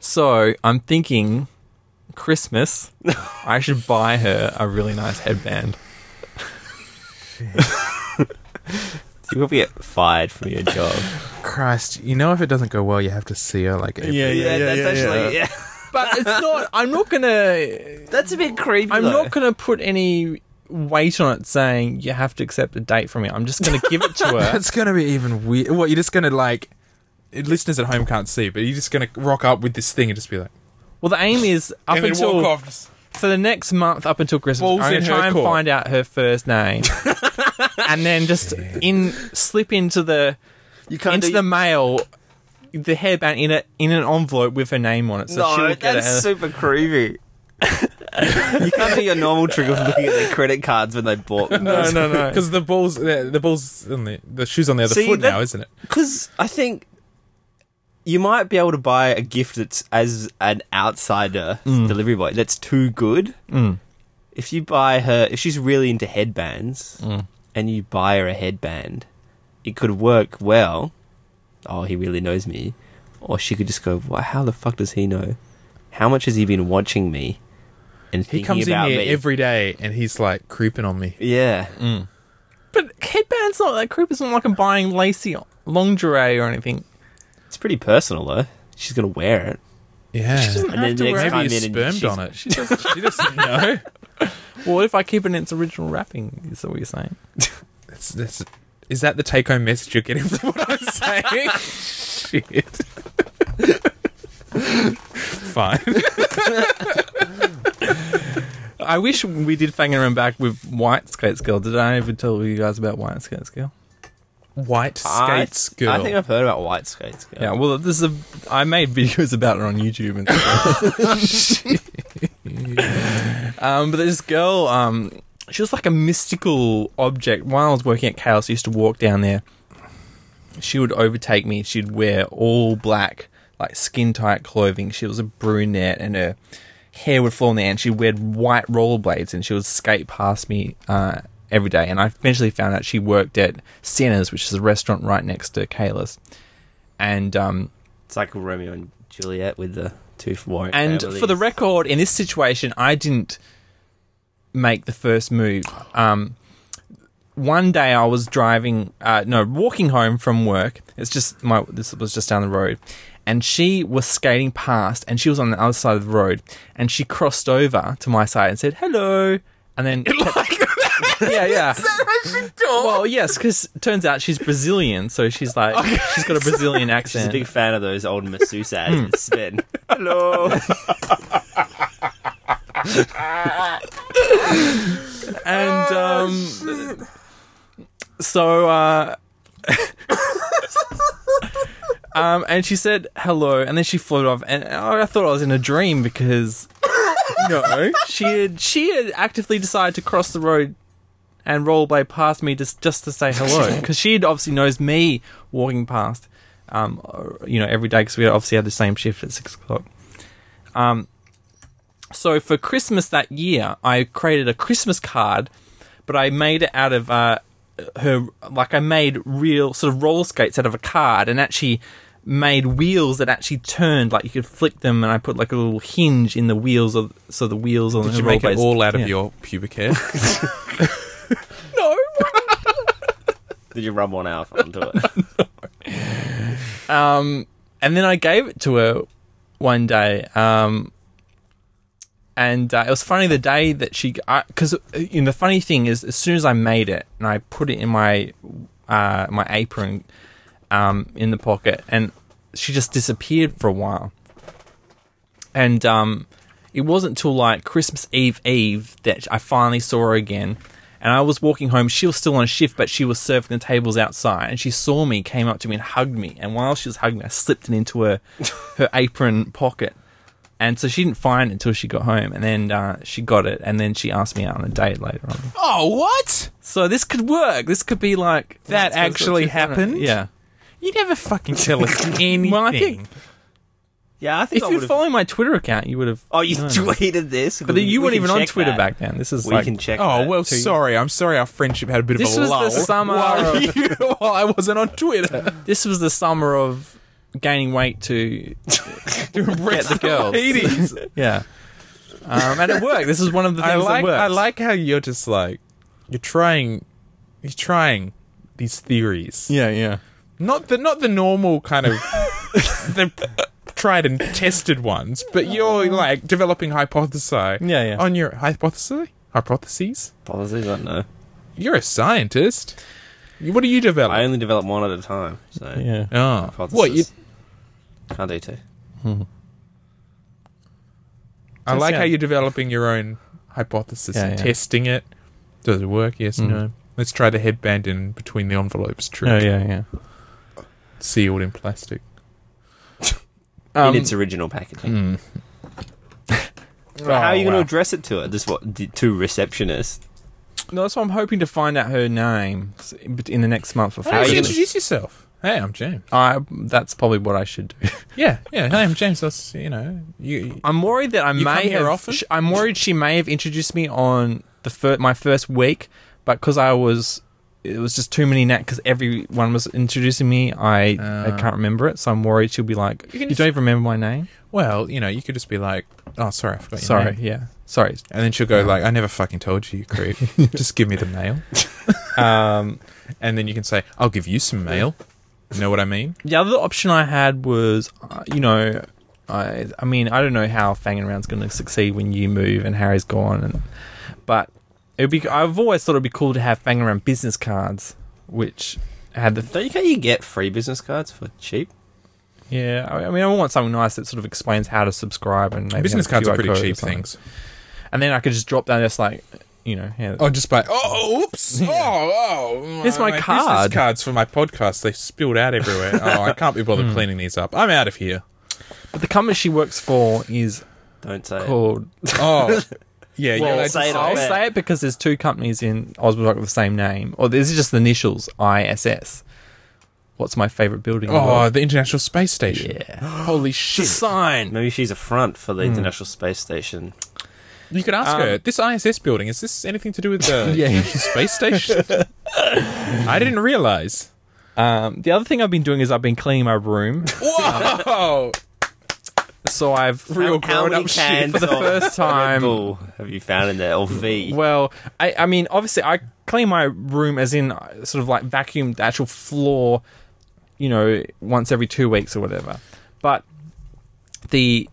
Speaker 1: So I'm thinking, Christmas, I should buy her a really nice headband.
Speaker 3: you will get fired from your job.
Speaker 2: Christ, you know if it doesn't go well, you have to see her like. every-
Speaker 3: that's actually yeah.
Speaker 1: But it's not. I'm not gonna.
Speaker 3: That's a bit creepy.
Speaker 1: I'm
Speaker 3: though.
Speaker 1: not going to put any weight on it saying you have to accept a date from me. I'm just going to give it to her.
Speaker 2: That's gonna be even weird. What you're just gonna like? Listeners at home can't see, but you're just gonna rock up with this thing and just be like,
Speaker 1: Well, the aim is up
Speaker 2: and then walk
Speaker 1: until
Speaker 2: off. just-
Speaker 1: for the next month up until Christmas.
Speaker 2: Balls
Speaker 1: I'm
Speaker 2: in
Speaker 1: going to
Speaker 2: her
Speaker 1: try and
Speaker 2: court.
Speaker 1: find out her first name, and then just in slip into the
Speaker 3: You can't
Speaker 1: into
Speaker 3: do-
Speaker 1: the mail. The hairband in a in an envelope with her name on it, so
Speaker 3: no,
Speaker 1: she'll get
Speaker 3: that's
Speaker 1: it.
Speaker 3: super creepy. you can't do your normal trick of looking at their credit cards when they bought. them.
Speaker 1: no, no, no.
Speaker 2: Because the balls, the, the balls, on the, the shoes on the other
Speaker 3: See,
Speaker 2: foot
Speaker 3: that-
Speaker 2: now, isn't it?
Speaker 3: Because I think you might be able to buy a gift that's as an outsider delivery boy that's too good. If you buy her, if she's really into headbands, and you buy her a headband, it could work well. Oh, he really knows me. Or she could just go, well, how the fuck does he know? How much has he been watching me and
Speaker 2: He
Speaker 3: thinking
Speaker 2: comes in
Speaker 3: about
Speaker 2: here
Speaker 3: me?
Speaker 2: every day and he's like creeping on me.
Speaker 3: yeah.
Speaker 1: But headband's not like creepers not like I'm buying lacy lingerie or anything.
Speaker 3: It's pretty personal, though. She's going to wear it.
Speaker 2: Yeah,
Speaker 1: She doesn't
Speaker 3: And
Speaker 1: have
Speaker 3: then
Speaker 1: to
Speaker 3: the next
Speaker 1: wear it.
Speaker 3: time
Speaker 2: maybe you
Speaker 3: in and
Speaker 2: spermed
Speaker 3: she's-
Speaker 2: on it. She doesn't, she doesn't know.
Speaker 1: Well, if I keep it in its original wrapping, is that what you're saying?
Speaker 2: That's, that's, is that the take-home message you're getting from what I'm saying? Shit. Fine.
Speaker 1: I wish we did Fang and Run back with White Skates Girl. Did I ever tell you guys about White Skates Girl?
Speaker 2: White skates
Speaker 3: I,
Speaker 2: girl.
Speaker 3: I think I've heard about white skates girl.
Speaker 1: Yeah. Well, this is a. I made videos about her on YouTube and. stuff. um, but this girl, um, she was like a mystical object. While I was working at Chaos, I used to walk down there. She would overtake me. She'd wear all black, like skin tight clothing. She was a brunette, and her hair would fall in the air. And she wear white rollerblades, and she would skate past me uh, every day. And I eventually found out she worked at Sienna's, which is a restaurant right next to Kayla's. And um,
Speaker 3: It's like Romeo and Juliet with the two Warren.
Speaker 1: and for the record, in this situation, I didn't make the first move. Um, one day I was driving, uh, no, walking home from work. It's just my this was just down the road, and she was skating past, and she was on the other side of the road, and she crossed over to my side and said hello, and then yeah, yeah. Well, yes, because turns out she's Brazilian, so she's like she's got a Brazilian accent.
Speaker 3: She's a big fan of those old masseuse ads with Sven. Hello.
Speaker 1: and um, so uh, um, and she said hello, and then she floated off, and I I thought I was in a dream because
Speaker 2: No.
Speaker 1: she had she had actively decided to cross the road and roll by past me just just to say hello because she had obviously knows me walking past, um, uh, you know, every day because we obviously had the same shift at six o'clock. Um, so for Christmas that year, I created a Christmas card, but I made it out of uh, her like I made real sort of roller skates out of a card and actually made wheels that actually turned like you could flick them and I put like a little hinge in the wheels of so the wheels on
Speaker 2: Did
Speaker 1: her
Speaker 2: you make
Speaker 1: roller
Speaker 2: it
Speaker 1: blades-
Speaker 2: all out of
Speaker 1: yeah.
Speaker 2: your pubic hair?
Speaker 1: no
Speaker 3: Did you rub one out onto it?
Speaker 1: Um, and then I gave it to her one day. Um, and uh, it was funny the day that she, because uh, you know, the funny thing is, as soon as I made it and I put it in my uh, my apron um, in the pocket, and she just disappeared for a while. And um, it wasn't till like Christmas Eve Eve that I finally saw her again. And I was walking home. She was still on a shift, but she was serving the tables outside. And she saw me, came up to me, and hugged me. And while she was hugging me, I slipped it into her her apron pocket. And so she didn't find it until she got home. And then uh, she got it. And then she asked me out on a date later on.
Speaker 2: oh, what?
Speaker 1: So this could work. This could be like Well,
Speaker 2: That
Speaker 1: it's-
Speaker 2: actually
Speaker 1: it's- it's-
Speaker 2: happened?
Speaker 1: Yeah.
Speaker 2: You never fucking tell us anything.
Speaker 1: Well, I think-
Speaker 3: Yeah, I
Speaker 1: If
Speaker 3: think I
Speaker 1: you
Speaker 3: would've-
Speaker 1: would follow my Twitter account, you would have.
Speaker 3: Oh, you
Speaker 1: known.
Speaker 3: tweeted this,
Speaker 1: But you
Speaker 3: We
Speaker 1: weren't
Speaker 3: can
Speaker 1: even on
Speaker 3: check
Speaker 1: Twitter
Speaker 3: that.
Speaker 1: back then. This is
Speaker 3: We
Speaker 1: like
Speaker 3: can check.
Speaker 2: Oh
Speaker 3: that.
Speaker 2: well, sorry. I'm sorry. Our friendship had a bit
Speaker 1: This
Speaker 2: of a
Speaker 1: was the
Speaker 2: lull.
Speaker 1: summer
Speaker 2: while,
Speaker 1: of-
Speaker 2: you- while I wasn't on Twitter.
Speaker 1: this was the summer of gaining weight to to impress the girls.
Speaker 2: Hades.
Speaker 1: Yeah. Um, and it worked. This is one of the things
Speaker 2: I
Speaker 1: that
Speaker 2: like.
Speaker 1: works.
Speaker 2: I like how you're just like you're trying. You're trying these theories.
Speaker 1: Yeah, yeah.
Speaker 2: Not the not the normal kind of the tried and tested ones, but you're like developing hypothesi.
Speaker 1: Yeah, yeah.
Speaker 2: On your hypothesis, hypotheses.
Speaker 3: Policies, I don't know.
Speaker 2: You're a scientist. You- What do you develop?
Speaker 3: I only develop one at a time, so
Speaker 1: Yeah.
Speaker 2: oh,
Speaker 3: hypothesis.
Speaker 2: what you?
Speaker 3: Can't do two.
Speaker 2: I
Speaker 1: Just,
Speaker 2: like
Speaker 1: yeah.
Speaker 2: how you're developing your own hypothesis
Speaker 1: Yeah,
Speaker 2: and
Speaker 1: yeah.
Speaker 2: testing it. Does it work? Yes, no. Let's try the headband in between the envelopes trick.
Speaker 1: Oh, yeah, yeah.
Speaker 2: Sealed in plastic.
Speaker 1: Um, hmm.
Speaker 3: in its original packaging.
Speaker 1: oh,
Speaker 3: But how are you going to address it to her? Just what d- to receptionists?
Speaker 1: no, that's why I'm hoping to find out her name s- in bet- in the next month. Or
Speaker 2: How
Speaker 3: are
Speaker 2: do
Speaker 3: you
Speaker 2: you
Speaker 3: gonna-
Speaker 2: introduce yourself? Hey, I'm James.
Speaker 1: I, that's probably what I should do.
Speaker 2: Yeah, yeah. Hey, I'm James. That's you know you.
Speaker 1: I'm worried that I
Speaker 2: You
Speaker 1: may
Speaker 2: come here
Speaker 1: have.
Speaker 2: often?
Speaker 1: sh- I'm worried she may have introduced me on the fir- my first week, but because I was, it was just too many net. Because everyone was introducing me, I
Speaker 2: Ah.
Speaker 1: I can't remember it. So I'm worried she'll be like, "You,
Speaker 2: You can just-
Speaker 1: don't even remember my name."
Speaker 2: Well, you know, you could just be like, "Oh, sorry, I forgot." Your
Speaker 1: Sorry,
Speaker 2: name."
Speaker 1: yeah, sorry.
Speaker 2: and then she'll go like, "I never fucking told you, you creep. just give me the mail."
Speaker 1: Um,
Speaker 2: And then you can say, "I'll give you some mail." You know what I mean?
Speaker 1: the other option I had was, uh, you know, I I mean I don't know how Fangin Round's going to succeed when you move and Harry's gone, and but it'd be. I've always thought it'd be cool to have Fangin Round business cards, which had the
Speaker 3: Don't you can you get free business cards for cheap?
Speaker 1: Yeah, I I mean, I want something nice that sort of explains how to subscribe and maybe
Speaker 2: Business
Speaker 1: have a
Speaker 2: cards are
Speaker 1: QR
Speaker 2: pretty
Speaker 1: code or
Speaker 2: cheap
Speaker 1: something.
Speaker 2: things.
Speaker 1: And then I could just drop down just like, you know, yeah.
Speaker 2: Oh, just by oh, oh oops, oh, oh.
Speaker 1: Here's my
Speaker 2: business
Speaker 1: card.
Speaker 2: cards for my podcast. They spilled out everywhere. oh, I can't be bothered
Speaker 1: Hmm.
Speaker 2: cleaning these up. I'm out of here.
Speaker 1: But the company she works for is
Speaker 3: Don't say. it.
Speaker 1: called.
Speaker 2: Oh, yeah. you know,
Speaker 3: Well, say
Speaker 2: just-
Speaker 3: it
Speaker 1: I'll
Speaker 3: off air.
Speaker 1: say it because there's two companies in Oswald with the same name, or this is just the initials ISS. What's my favorite building? in the
Speaker 2: Oh,
Speaker 1: world?
Speaker 2: the International Space Station.
Speaker 1: yeah,
Speaker 2: Holy
Speaker 1: the
Speaker 2: shit!
Speaker 1: sign.
Speaker 3: Maybe she's a front for the
Speaker 1: Hmm.
Speaker 3: International Space Station.
Speaker 2: You could ask
Speaker 1: Um,
Speaker 2: her. This ISS building is this anything to do with the
Speaker 1: Yeah.
Speaker 2: International space station? I didn't realize.
Speaker 1: Um, the other thing I've been doing is I've been cleaning my room,
Speaker 2: Whoa!
Speaker 1: so I've
Speaker 2: Real
Speaker 3: how
Speaker 2: grown-up
Speaker 3: many
Speaker 2: shit
Speaker 3: cans
Speaker 1: for the
Speaker 3: of
Speaker 1: first
Speaker 3: Oh, Red
Speaker 1: time.
Speaker 3: Bull have you found in there? Or V?
Speaker 1: Well, I, I mean, obviously, I clean my room as in uh, sort of like vacuum the actual floor, you know, once every two weeks or whatever. But the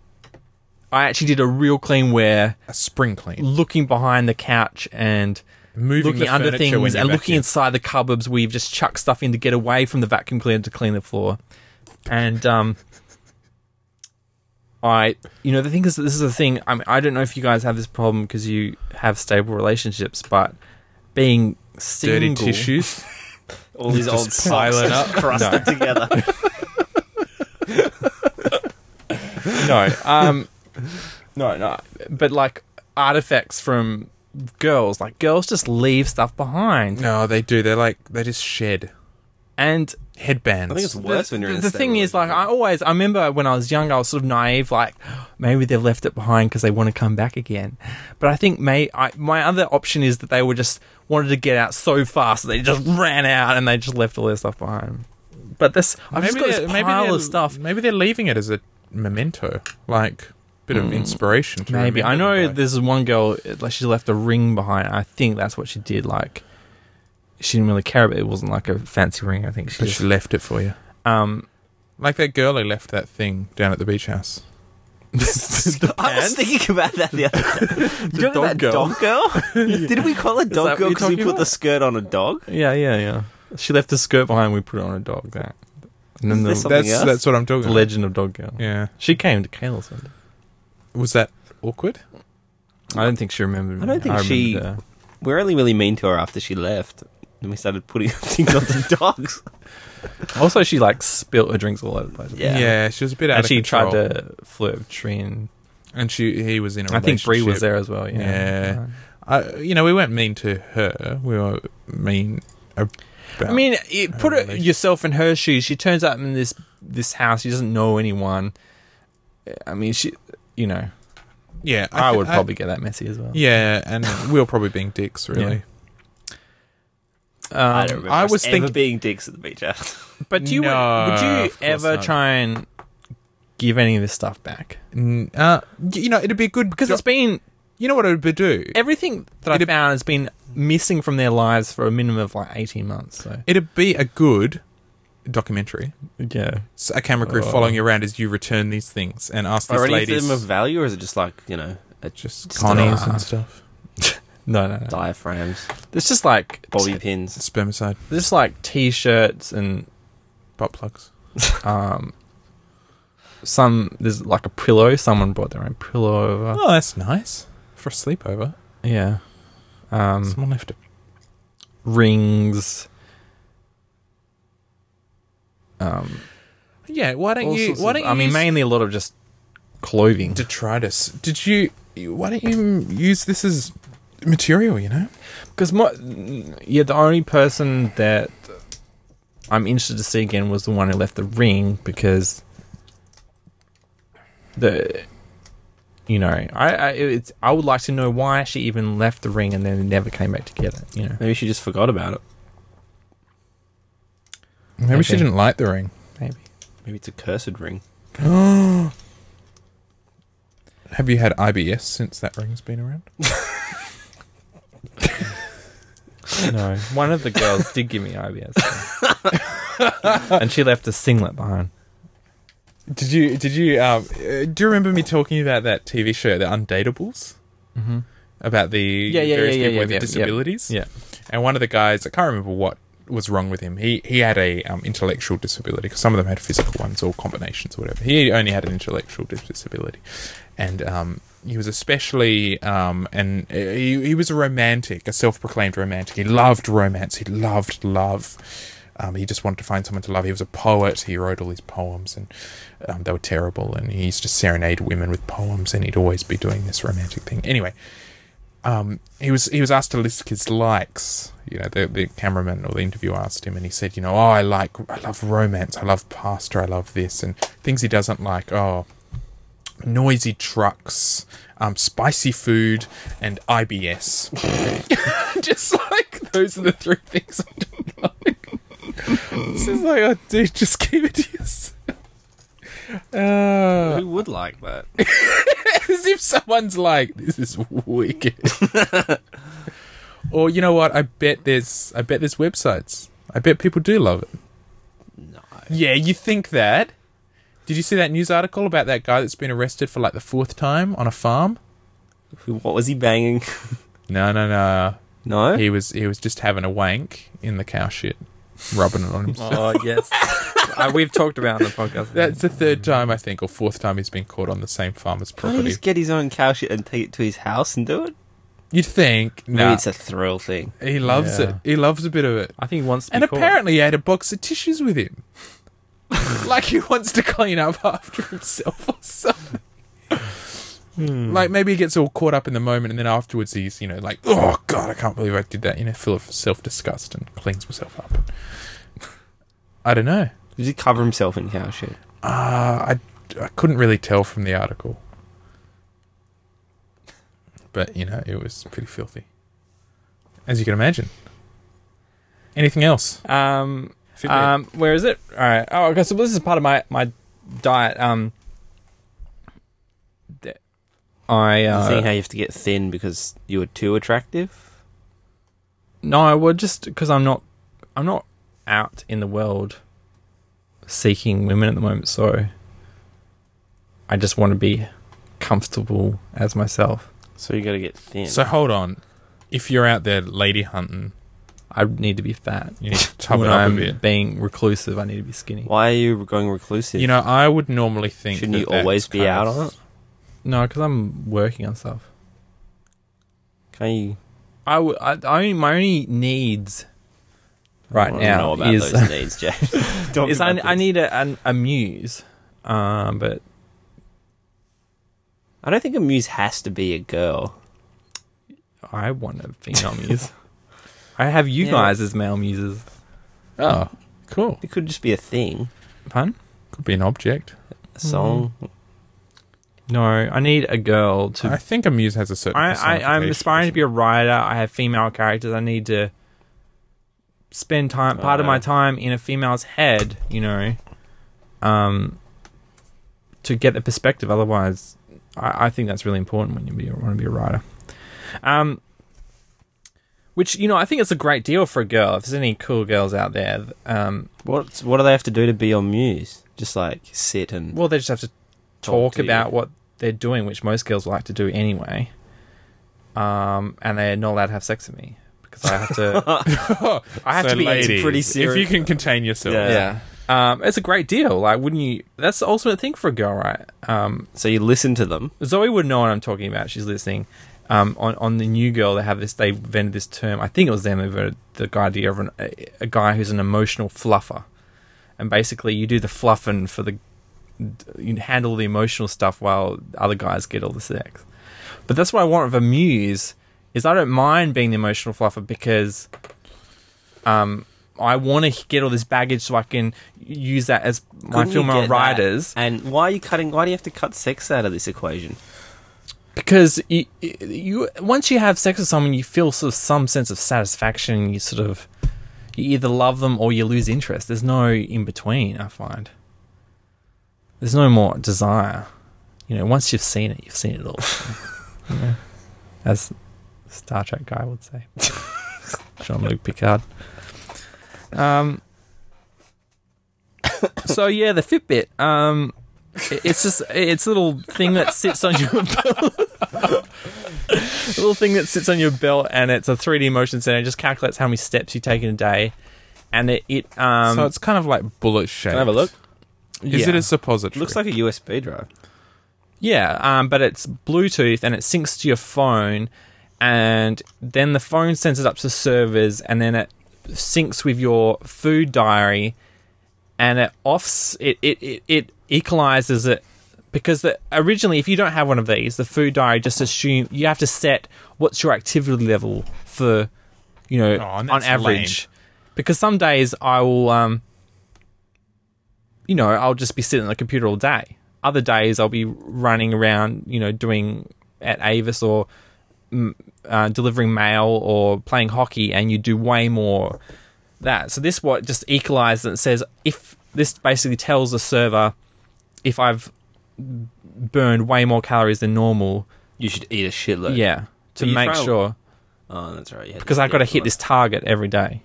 Speaker 1: I actually did a real clean where
Speaker 2: a spring clean,
Speaker 1: looking behind the couch and
Speaker 2: moving
Speaker 1: looking
Speaker 2: the
Speaker 1: under
Speaker 2: furniture
Speaker 1: things
Speaker 2: when
Speaker 1: and
Speaker 2: you
Speaker 1: looking
Speaker 2: vacuum.
Speaker 1: inside the cupboards where you've just chucked stuff in to get away from the vacuum cleaner to clean the floor. And um, I, you know, the thing is, this is the thing. I mean, I don't know if you guys have this problem because you have stable relationships, but being
Speaker 2: dirty
Speaker 1: single,
Speaker 2: tissues.
Speaker 3: All these
Speaker 2: Just
Speaker 3: old
Speaker 2: pile
Speaker 3: socks
Speaker 2: it
Speaker 3: just crusted together.
Speaker 1: no, um, No, no. But like artifacts from girls, like girls just leave stuff behind.
Speaker 2: No, they do. They're like they just shed
Speaker 1: And
Speaker 2: headbands.
Speaker 3: I think it's worse when you're in a
Speaker 1: the
Speaker 3: stable
Speaker 1: thing is, like, I
Speaker 3: relationship.
Speaker 1: always I remember when I was younger, I was sort of naive, like maybe they've left it behind because they want to come back again. But I think may I, my other option is that they were just wanted to get out so fast that they just ran out and they just left all their stuff behind. But this, I've just got
Speaker 2: they're-
Speaker 1: this pile
Speaker 2: they're-
Speaker 1: of stuff.
Speaker 2: Maybe they're leaving it as a memento, like bit of inspiration. To
Speaker 1: Hmm. Maybe I
Speaker 2: remember
Speaker 1: know
Speaker 2: by.
Speaker 1: there's one girl it- like she left a ring behind. I think that's what she did. Like she didn't really care, but it wasn't like a fancy ring. I think she
Speaker 2: but
Speaker 1: just
Speaker 2: she left it for you.
Speaker 1: um.
Speaker 2: Like that girl who left that thing down at the beach house.
Speaker 3: I was thinking about that the other day. Do you remember
Speaker 1: dog
Speaker 3: that
Speaker 1: girl.
Speaker 3: dog girl? Did we call a
Speaker 1: that
Speaker 3: dog
Speaker 1: what
Speaker 3: girl
Speaker 1: you're
Speaker 3: because we
Speaker 1: talking
Speaker 3: put the
Speaker 1: about?
Speaker 3: skirt on a dog?
Speaker 1: Yeah, yeah, yeah. She left a skirt behind. We put it on a dog. That and then
Speaker 3: Is this
Speaker 1: the,
Speaker 3: Something
Speaker 2: That's
Speaker 3: else?
Speaker 2: that's what I'm talking
Speaker 1: the
Speaker 2: about.
Speaker 1: legend of Dog Girl.
Speaker 2: Yeah.
Speaker 1: She came to Kayla's one day.
Speaker 2: Was that awkward?
Speaker 1: I don't think she remembered. me.
Speaker 3: I don't think she-
Speaker 1: remembered her.
Speaker 3: We were only really mean to her after she left. And we started putting things on the dogs.
Speaker 1: Also, she like spilt her drinks all over the place.
Speaker 3: Yeah.
Speaker 2: she was a bit out
Speaker 1: and
Speaker 2: of
Speaker 1: she
Speaker 2: control.
Speaker 1: tried to flirt with Tree, and
Speaker 2: and she he was in a
Speaker 1: I think Bree was
Speaker 2: relationship.
Speaker 1: there as well. Yeah.
Speaker 2: Yeah. I, you know, we weren't mean to her. We were mean. About,
Speaker 1: I mean, it, put it,
Speaker 2: relation-
Speaker 1: yourself in her shoes. She turns up in this this house. She doesn't know anyone. I mean, she, you know,
Speaker 2: yeah,
Speaker 1: I,
Speaker 2: thi-
Speaker 1: would probably get that messy as well.
Speaker 2: yeah, and we were probably being dicks, really.
Speaker 1: Um,
Speaker 3: I don't remember
Speaker 2: I
Speaker 3: us
Speaker 2: was
Speaker 3: ever
Speaker 2: thinking-
Speaker 3: being dicks at the beach house.
Speaker 1: But do you
Speaker 2: No,
Speaker 1: would you
Speaker 2: of course
Speaker 1: ever
Speaker 2: not.
Speaker 1: try and give any of this stuff back?
Speaker 2: Mm, uh, y- you know, it'd be a good
Speaker 1: Because it's been
Speaker 2: you know what it would do.
Speaker 1: everything that I
Speaker 2: It'd-
Speaker 1: found has been missing from their lives for a minimum of like eighteen months. So
Speaker 2: It'd be a good documentary.
Speaker 1: yeah,
Speaker 2: So a camera crew
Speaker 1: Oh.
Speaker 2: following you around as you return these things and ask these
Speaker 3: Are any
Speaker 2: ladies
Speaker 3: of them of value, or is it just like you know, a
Speaker 2: just
Speaker 3: Just
Speaker 2: connies
Speaker 1: a-
Speaker 2: and stuff.
Speaker 1: no, no, no.
Speaker 3: diaphragms,
Speaker 1: It's just like
Speaker 3: bobby pins?
Speaker 2: Spermicide,
Speaker 1: just like t-shirts and
Speaker 2: butt plugs.
Speaker 1: um, some there's like a pillow. Someone brought their own pillow over.
Speaker 2: Oh, that's nice for a sleepover.
Speaker 1: Yeah, um,
Speaker 2: Someone left a
Speaker 1: rings. Um,
Speaker 2: Yeah, why don't
Speaker 1: all
Speaker 2: you?
Speaker 1: sorts
Speaker 2: Why
Speaker 1: of-
Speaker 2: don't you?
Speaker 1: I mean,
Speaker 2: use
Speaker 1: mainly a lot of just clothing.
Speaker 2: detritus. Did you? you- Why don't you use this as material? You know,
Speaker 1: Because my yeah, the only person that I'm interested to see again was the one who left the ring because the you know I I it's I would like to know why she even left the ring and then never came back together. You know
Speaker 3: Maybe she just forgot about it.
Speaker 2: maybe she
Speaker 1: Okay.
Speaker 2: didn't like the ring.
Speaker 1: maybe
Speaker 3: Maybe it's a cursed ring.
Speaker 2: Have you had IBS since that ring's been around?
Speaker 1: no one of the girls did give me IBS and she left a singlet behind.
Speaker 2: Did you? Did you? Um, uh, do you remember me talking about that TV show, The Undateables?
Speaker 1: Mm-hmm.
Speaker 2: About the
Speaker 1: Yeah, yeah,
Speaker 2: various
Speaker 1: yeah, yeah,
Speaker 2: people
Speaker 1: yeah,
Speaker 2: with
Speaker 1: yeah, yeah.
Speaker 2: disabilities.
Speaker 1: Yeah.
Speaker 2: And one of the guys, I can't remember what was wrong with him. He he had a um, intellectual disability because some of them had physical ones or combinations or whatever. He only had an intellectual dis- disability, and um, he was especially um, and uh, he, he was a romantic, a self-proclaimed romantic. He loved romance. He loved love. Um, he just wanted to find someone to love. He was a poet. He wrote all these poems, and um, they were terrible. And he used to serenade women with poems, and he'd always be doing this romantic thing. Anyway, um, he was he was asked to list his likes. You know, the, the cameraman or the interviewer asked him, and he said, you know, oh, I like, I love romance, I love pasta, I love this, and things he doesn't like. Oh, noisy trucks, um, spicy food, and IBS. just like those are the three things I don't like. It's just like, oh, dude, just keep it to yourself. Uh,
Speaker 3: Who would like that?
Speaker 2: as if someone's like, "This is wicked." or you know what? I bet there's I bet there's websites. I bet people do love it.
Speaker 3: No.
Speaker 2: Yeah, you think that? Did you see that news article about that guy that's been arrested for like the fourth time on a farm?
Speaker 3: Who, what was he banging?
Speaker 2: No, no, no.
Speaker 3: No.
Speaker 2: He was he was just having a wank in the cow shit, rubbing it on himself.
Speaker 1: Oh yes, I, Uh, we've talked about it on the podcast.
Speaker 2: That's the third time I think, or fourth time he's been caught on the same farmer's
Speaker 3: Can't he
Speaker 2: property.
Speaker 3: just get his own cow shit and take it to his house and do it?
Speaker 2: You'd think,
Speaker 3: Maybe
Speaker 2: no,
Speaker 3: it's a thrill thing.
Speaker 2: he loves
Speaker 1: Yeah.
Speaker 2: it. He loves a bit of it.
Speaker 1: I think once
Speaker 2: And apparently, he had a box of tissues with him. like he wants to clean up after himself or something. Like maybe he gets all caught up in the moment, and then afterwards he's you know like, oh god, I can't believe I did that. You know, full of self disgust and cleans himself up. I don't know.
Speaker 3: Does he cover himself in cow shit?
Speaker 2: Uh, I I couldn't really tell from the article, but you know it was pretty filthy, as you can imagine. Anything else?
Speaker 1: Um,
Speaker 2: Fitbit.
Speaker 1: um, where is it? All right. Oh, okay. So this is part of my my diet. Um, that I
Speaker 3: You Seeing
Speaker 1: uh,
Speaker 3: how you have to get thin because you were too attractive?
Speaker 1: no, well, just because I'm not I'm not out in the world seeking women at the moment, so I just want to be comfortable as myself.
Speaker 3: So you got to get thin.
Speaker 2: so hold on. If you're out there lady hunting,
Speaker 1: I need to be fat.
Speaker 2: you need to tub it
Speaker 1: when
Speaker 2: up
Speaker 1: I'm
Speaker 2: a bit.
Speaker 1: being reclusive, I need to be skinny.
Speaker 3: why are you going reclusive?
Speaker 2: You know, I would normally think.
Speaker 3: Shouldn't
Speaker 2: that
Speaker 3: you always
Speaker 2: that's
Speaker 3: be
Speaker 2: kind
Speaker 3: out
Speaker 2: of-
Speaker 3: on it?
Speaker 1: No, because I'm working on stuff.
Speaker 3: Can't you?
Speaker 1: I, w- I, I only, my only needs right
Speaker 3: I don't know
Speaker 1: now
Speaker 3: about
Speaker 1: is
Speaker 3: those needs, James. Don't
Speaker 1: is
Speaker 3: be
Speaker 1: I,
Speaker 3: about
Speaker 1: I
Speaker 3: this.
Speaker 1: need a, an, a muse, um, but
Speaker 3: I don't think a muse has to be a girl.
Speaker 1: I want a female muse. I have you
Speaker 3: Yeah.
Speaker 1: guys as male muses.
Speaker 2: Oh, cool.
Speaker 3: It could just be a thing,
Speaker 1: Pun?
Speaker 2: Could be an object.
Speaker 3: a
Speaker 1: Hmm.
Speaker 3: song.
Speaker 1: No, I need a girl
Speaker 2: I
Speaker 1: to.
Speaker 2: think a muse has a certain.
Speaker 1: I, I, I'm
Speaker 2: personification.
Speaker 1: aspiring to be a writer. I have female characters. I need to spend time, part of my time in a female's head. You know, um, to get the perspective. Otherwise, I, I think that's really important when you be, want to be a writer. Um, which you know, I think it's a great deal for a girl. If there's any cool girls out there, th- um,
Speaker 3: What's what do they have to do to be your muse? Just like sit and
Speaker 1: well, they just have to talk,
Speaker 3: Talk to
Speaker 1: about
Speaker 3: you.
Speaker 1: what they're doing, which most girls like to do anyway. Um, and they're not allowed to have sex with me because I have to. I have
Speaker 2: Oh, So
Speaker 1: to be.
Speaker 2: ladies,
Speaker 3: pretty
Speaker 2: If you
Speaker 3: serious-
Speaker 2: can contain yourself,
Speaker 3: Yeah.
Speaker 1: Yeah. Um, it's a great deal. Like, wouldn't you? That's the ultimate thing for a girl, right? Um,
Speaker 3: so you listen to them.
Speaker 1: Zoe would know what I'm talking about. She's listening. Um, on on the new girl, they have this. They invented this term. I think it was them. They invented the idea of an, a, a guy who's an emotional fluffer, and basically you do the fluffing for the you handle the emotional stuff while other guys get all the sex. But that's what I want of a muse is I don't mind being the emotional fluffer because um I want to get all this baggage so I can use that as my
Speaker 3: Couldn't you
Speaker 1: female
Speaker 3: get that?
Speaker 1: writers.
Speaker 3: And why are you cutting? Why do you have to cut sex out of this equation?
Speaker 1: because you, you once you have sex with someone, you feel sort of some sense of satisfaction. You sort of you either love them or you lose interest. There's no in between. I find there's no more desire. You know, once you've seen it, you've seen it all. You know, as Star Trek guy would say, Jean Luc Picard. Um. So yeah, the Fitbit. Um, it- it's just it's a little thing that sits on your a little thing that sits on your belt and it's a 3D motion sensor. It just calculates how many steps you take in a day. And it, it um,
Speaker 2: so it's kind of like bullet shaped. Is
Speaker 1: yeah.
Speaker 2: it a suppository?
Speaker 3: Looks like a USB drive.
Speaker 1: yeah, um, but it's Bluetooth and it syncs to your phone. And then the phone sends it up to servers and then it syncs with your food diary and it offs, it, it, it, it equalizes it. Because the, originally, if you don't have one of these, the food diary just assume you have to set what's your activity level for, you know,
Speaker 2: Oh, and
Speaker 1: on
Speaker 2: that's
Speaker 1: average. Because some days I will, um, you know, I'll just be sitting at the computer all day. Other days I'll be running around, you know, doing at Avis or mm, uh, delivering mail or playing hockey, and you do way more that. So this what just equalizes and says if this basically tells the server if I've burned way more calories than normal.
Speaker 3: You should eat a shitload.
Speaker 1: Yeah, to
Speaker 3: But you
Speaker 1: make
Speaker 3: throw-
Speaker 1: sure
Speaker 3: Oh, that's right. you had to
Speaker 1: because I've
Speaker 3: eat
Speaker 1: got to
Speaker 3: a
Speaker 1: hit
Speaker 3: lot.
Speaker 1: this target every day,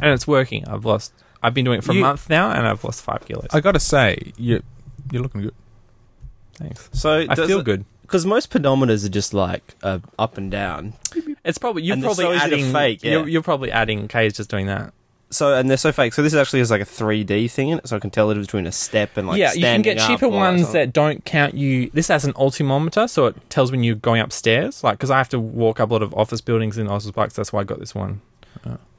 Speaker 1: and it's working. I've lost. I've been doing it for
Speaker 2: You-
Speaker 1: a month now, and I've lost five kilos.
Speaker 2: I gotta say, you you're looking good.
Speaker 1: Thanks.
Speaker 3: So
Speaker 1: I feel good.
Speaker 3: because most pedometers are just like uh, up and down.
Speaker 1: It's probably you're
Speaker 3: And they're
Speaker 1: probably
Speaker 3: so easy to
Speaker 1: adding
Speaker 3: fake, yeah.
Speaker 1: You're, you're probably adding. Kay's just doing that.
Speaker 3: So and they're so fake. So this actually is like a 3D thing in it, so I can tell it between a step and like
Speaker 1: yeah, you can
Speaker 3: standing
Speaker 1: get
Speaker 3: up
Speaker 1: cheaper
Speaker 3: or
Speaker 1: ones
Speaker 3: something.
Speaker 1: that don't count you. This has an altimeter, so it tells when you're going upstairs. Like, because I have to walk up a lot of office buildings in Oswald's so that's why I got this one.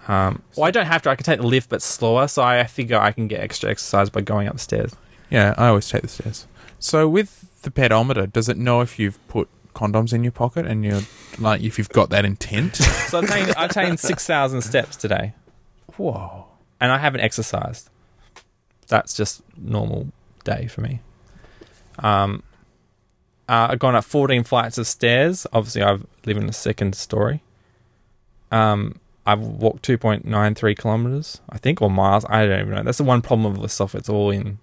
Speaker 1: Um, well, I don't have to. I can take the lift, but slower. So I figure I can get extra exercise by going upstairs.
Speaker 2: Yeah, I always take the stairs. So with the pedometer, does it know if you've put condoms in your pocket and you're like if you've got that intent?
Speaker 1: So I've taken, I've taken 6,000 steps today
Speaker 2: Whoa.
Speaker 1: and I haven't exercised. That's just normal day for me. Um, uh, I've gone up 14 flights of stairs. Obviously, I live in the second story. Um, I've walked 2.93 kilometers, I think, or miles. I don't even know. That's the one problem with the software. It's all in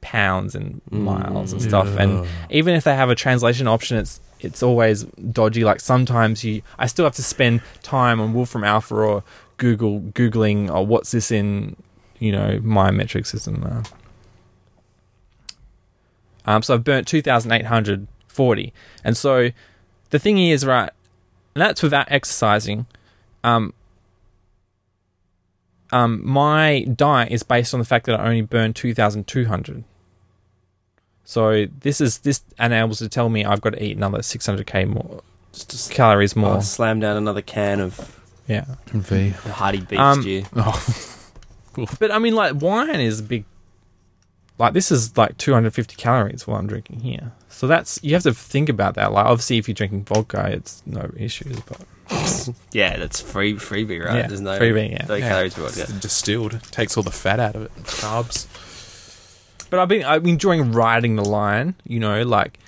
Speaker 1: pounds and miles and stuff. And even if they have a translation option, it's it's always dodgy. Like sometimes you, I still have to spend time on Wolfram Alpha or Google googling or what's this in, you know, my metric system. Uh, um, so I've burnt 2,840. And so the thing is, right, and that's without exercising. Um, um, my diet is based on the fact that I only burned 2,200. So this is this enables to tell me I've got to eat another 600k more
Speaker 3: Just, just
Speaker 1: calories more.
Speaker 3: I'll slam down another can of
Speaker 1: Yeah.
Speaker 2: V.
Speaker 3: hearty beef
Speaker 1: Um,
Speaker 3: stew.
Speaker 2: Oh,
Speaker 1: But I mean, like wine is a big. Like this is like 250 calories what I'm drinking here. So that's you have to think about that. Like obviously, if you're drinking vodka, it's no issues. But
Speaker 3: Yeah, that's free freebie, right?
Speaker 1: Yeah,
Speaker 3: There's no
Speaker 1: freebie, yeah.
Speaker 3: no
Speaker 2: Yeah.
Speaker 3: calories for vodka.
Speaker 2: It's distilled. Takes all the fat out of it. Carbs.
Speaker 1: But I've been I've been enjoying riding the line. You know, like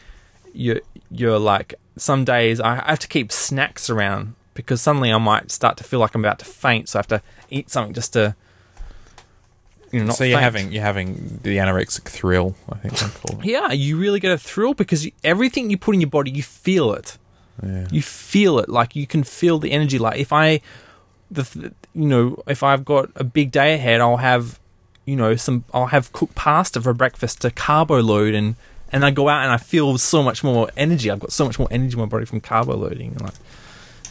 Speaker 1: you're you're like some days I have to keep snacks around because suddenly I might start to feel like I'm about to faint, so I have to eat something just to you know not.
Speaker 2: so you're
Speaker 1: faint.
Speaker 2: having you're having the anorexic thrill, I think they call it.
Speaker 1: yeah, you really get a thrill because you, everything you put in your body, you feel it.
Speaker 2: Yeah.
Speaker 1: You feel it like you can feel the energy. Like if I, the th- you know, if I've got a big day ahead, I'll have, you know, some I'll have cooked pasta for breakfast to carbo load, and and I go out and I feel so much more energy. I've got so much more energy in my body from carbo loading, and like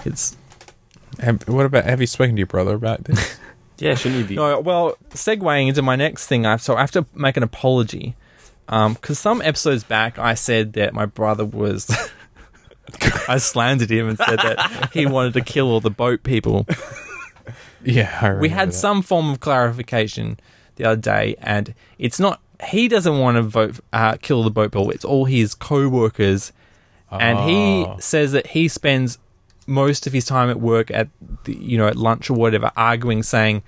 Speaker 1: it's
Speaker 2: Have, what about have you spoken to your brother about this?
Speaker 3: Yeah, shouldn't you be?
Speaker 1: No, well, segueing into my next thing, I so I have to make an apology because some episodes back I said that my brother was. I slandered him and said that he wanted to kill all the boat people.
Speaker 2: yeah, I
Speaker 1: We
Speaker 2: remember
Speaker 1: had
Speaker 2: that.
Speaker 1: some form of clarification the other day, and it's not he doesn't want to vote uh, kill the boat people. It's all his co-workers, and he
Speaker 2: Oh.
Speaker 1: says that he spends most of his time at work at the, you know at lunch or whatever arguing, saying,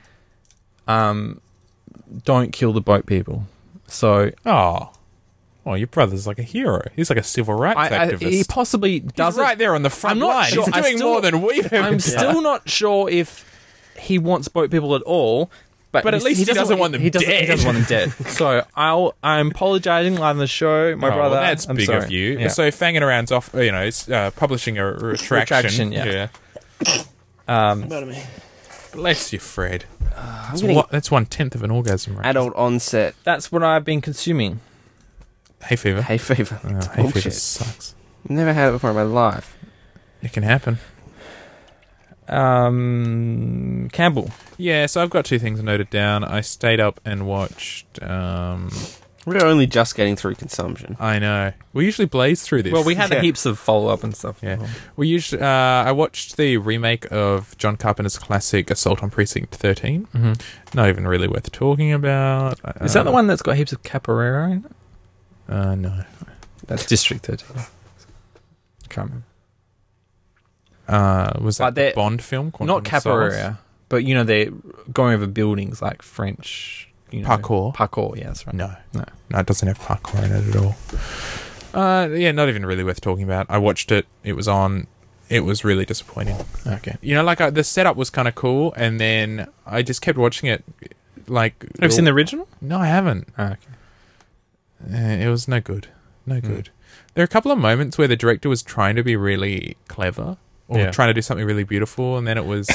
Speaker 1: um, "Don't kill the boat people." So
Speaker 2: Oh. Well, your brother's like a hero. He's like a civil rights
Speaker 1: I, I,
Speaker 2: activist.
Speaker 1: he possibly
Speaker 2: He's
Speaker 1: doesn't.
Speaker 2: right there on the front
Speaker 1: I'm not
Speaker 2: line.
Speaker 1: sure-
Speaker 2: He's
Speaker 1: I
Speaker 2: doing
Speaker 1: still-
Speaker 2: more than we've ever
Speaker 1: I'm
Speaker 2: done.
Speaker 1: still not sure if he wants boat people at all. But,
Speaker 2: But at
Speaker 1: he's-
Speaker 2: least he doesn't want them
Speaker 1: he doesn't, He
Speaker 2: dead.
Speaker 1: doesn't want them dead. So I'll, I'm apologising live on the show, my
Speaker 2: Oh, well,
Speaker 1: brother.
Speaker 2: that's
Speaker 1: I'm
Speaker 2: big
Speaker 1: sorry.
Speaker 2: of you.
Speaker 1: Yeah.
Speaker 2: So fanging around's off. You know, it's, uh, publishing a retraction. Um,
Speaker 1: Retraction, yeah.
Speaker 2: Bless you, Fred.
Speaker 1: Uh,
Speaker 3: I'm
Speaker 2: That's,
Speaker 3: getting
Speaker 2: one, that's one tenth of an orgasm rate.
Speaker 3: adult onset
Speaker 1: that's what I've been consuming.
Speaker 2: Hay fever.
Speaker 3: hay fever.
Speaker 2: Oh, hay fever
Speaker 3: bullshit.
Speaker 2: sucks.
Speaker 3: Never had it before in my life.
Speaker 2: It can happen.
Speaker 1: Um, Campbell.
Speaker 2: Yeah. So I've got two things noted down. I stayed up and watched. Um,
Speaker 3: We're only just getting through consumption.
Speaker 2: I know. We usually blaze through this.
Speaker 1: Well, we had
Speaker 3: Yeah.
Speaker 1: heaps of follow up and stuff.
Speaker 2: Yeah. We usually. Uh, I watched the remake of John Carpenter's classic Assault on Precinct 13
Speaker 1: Mhm.
Speaker 2: Not even really worth talking about.
Speaker 1: Is that the
Speaker 2: Uh,
Speaker 1: one that's got heaps of capoeira in it?
Speaker 2: Uh, no.
Speaker 1: That's District 13. Can't remember.
Speaker 2: Uh, was
Speaker 1: But
Speaker 2: that the
Speaker 1: they're-
Speaker 2: Bond film? Quantum
Speaker 1: Not
Speaker 2: of Solace?
Speaker 1: capoeira, but you know, they're going over buildings like French. You know,
Speaker 2: Parkour.
Speaker 1: Parkour, yeah, that's right.
Speaker 2: No,
Speaker 1: No.
Speaker 2: no, it doesn't have parkour in it at all. Uh, yeah, not even really worth talking about. I watched it. It was on. It was really disappointing.
Speaker 1: Okay.
Speaker 2: You know, like I, the setup was kind of cool, and then I just kept watching it. Like,
Speaker 1: Have you seen the original?
Speaker 2: No, I haven't.
Speaker 1: Oh, okay.
Speaker 2: Uh, it was no good. No good. There are a couple of moments where the director was trying to be really clever or
Speaker 1: Yeah.
Speaker 2: trying to do something really beautiful, and then it was.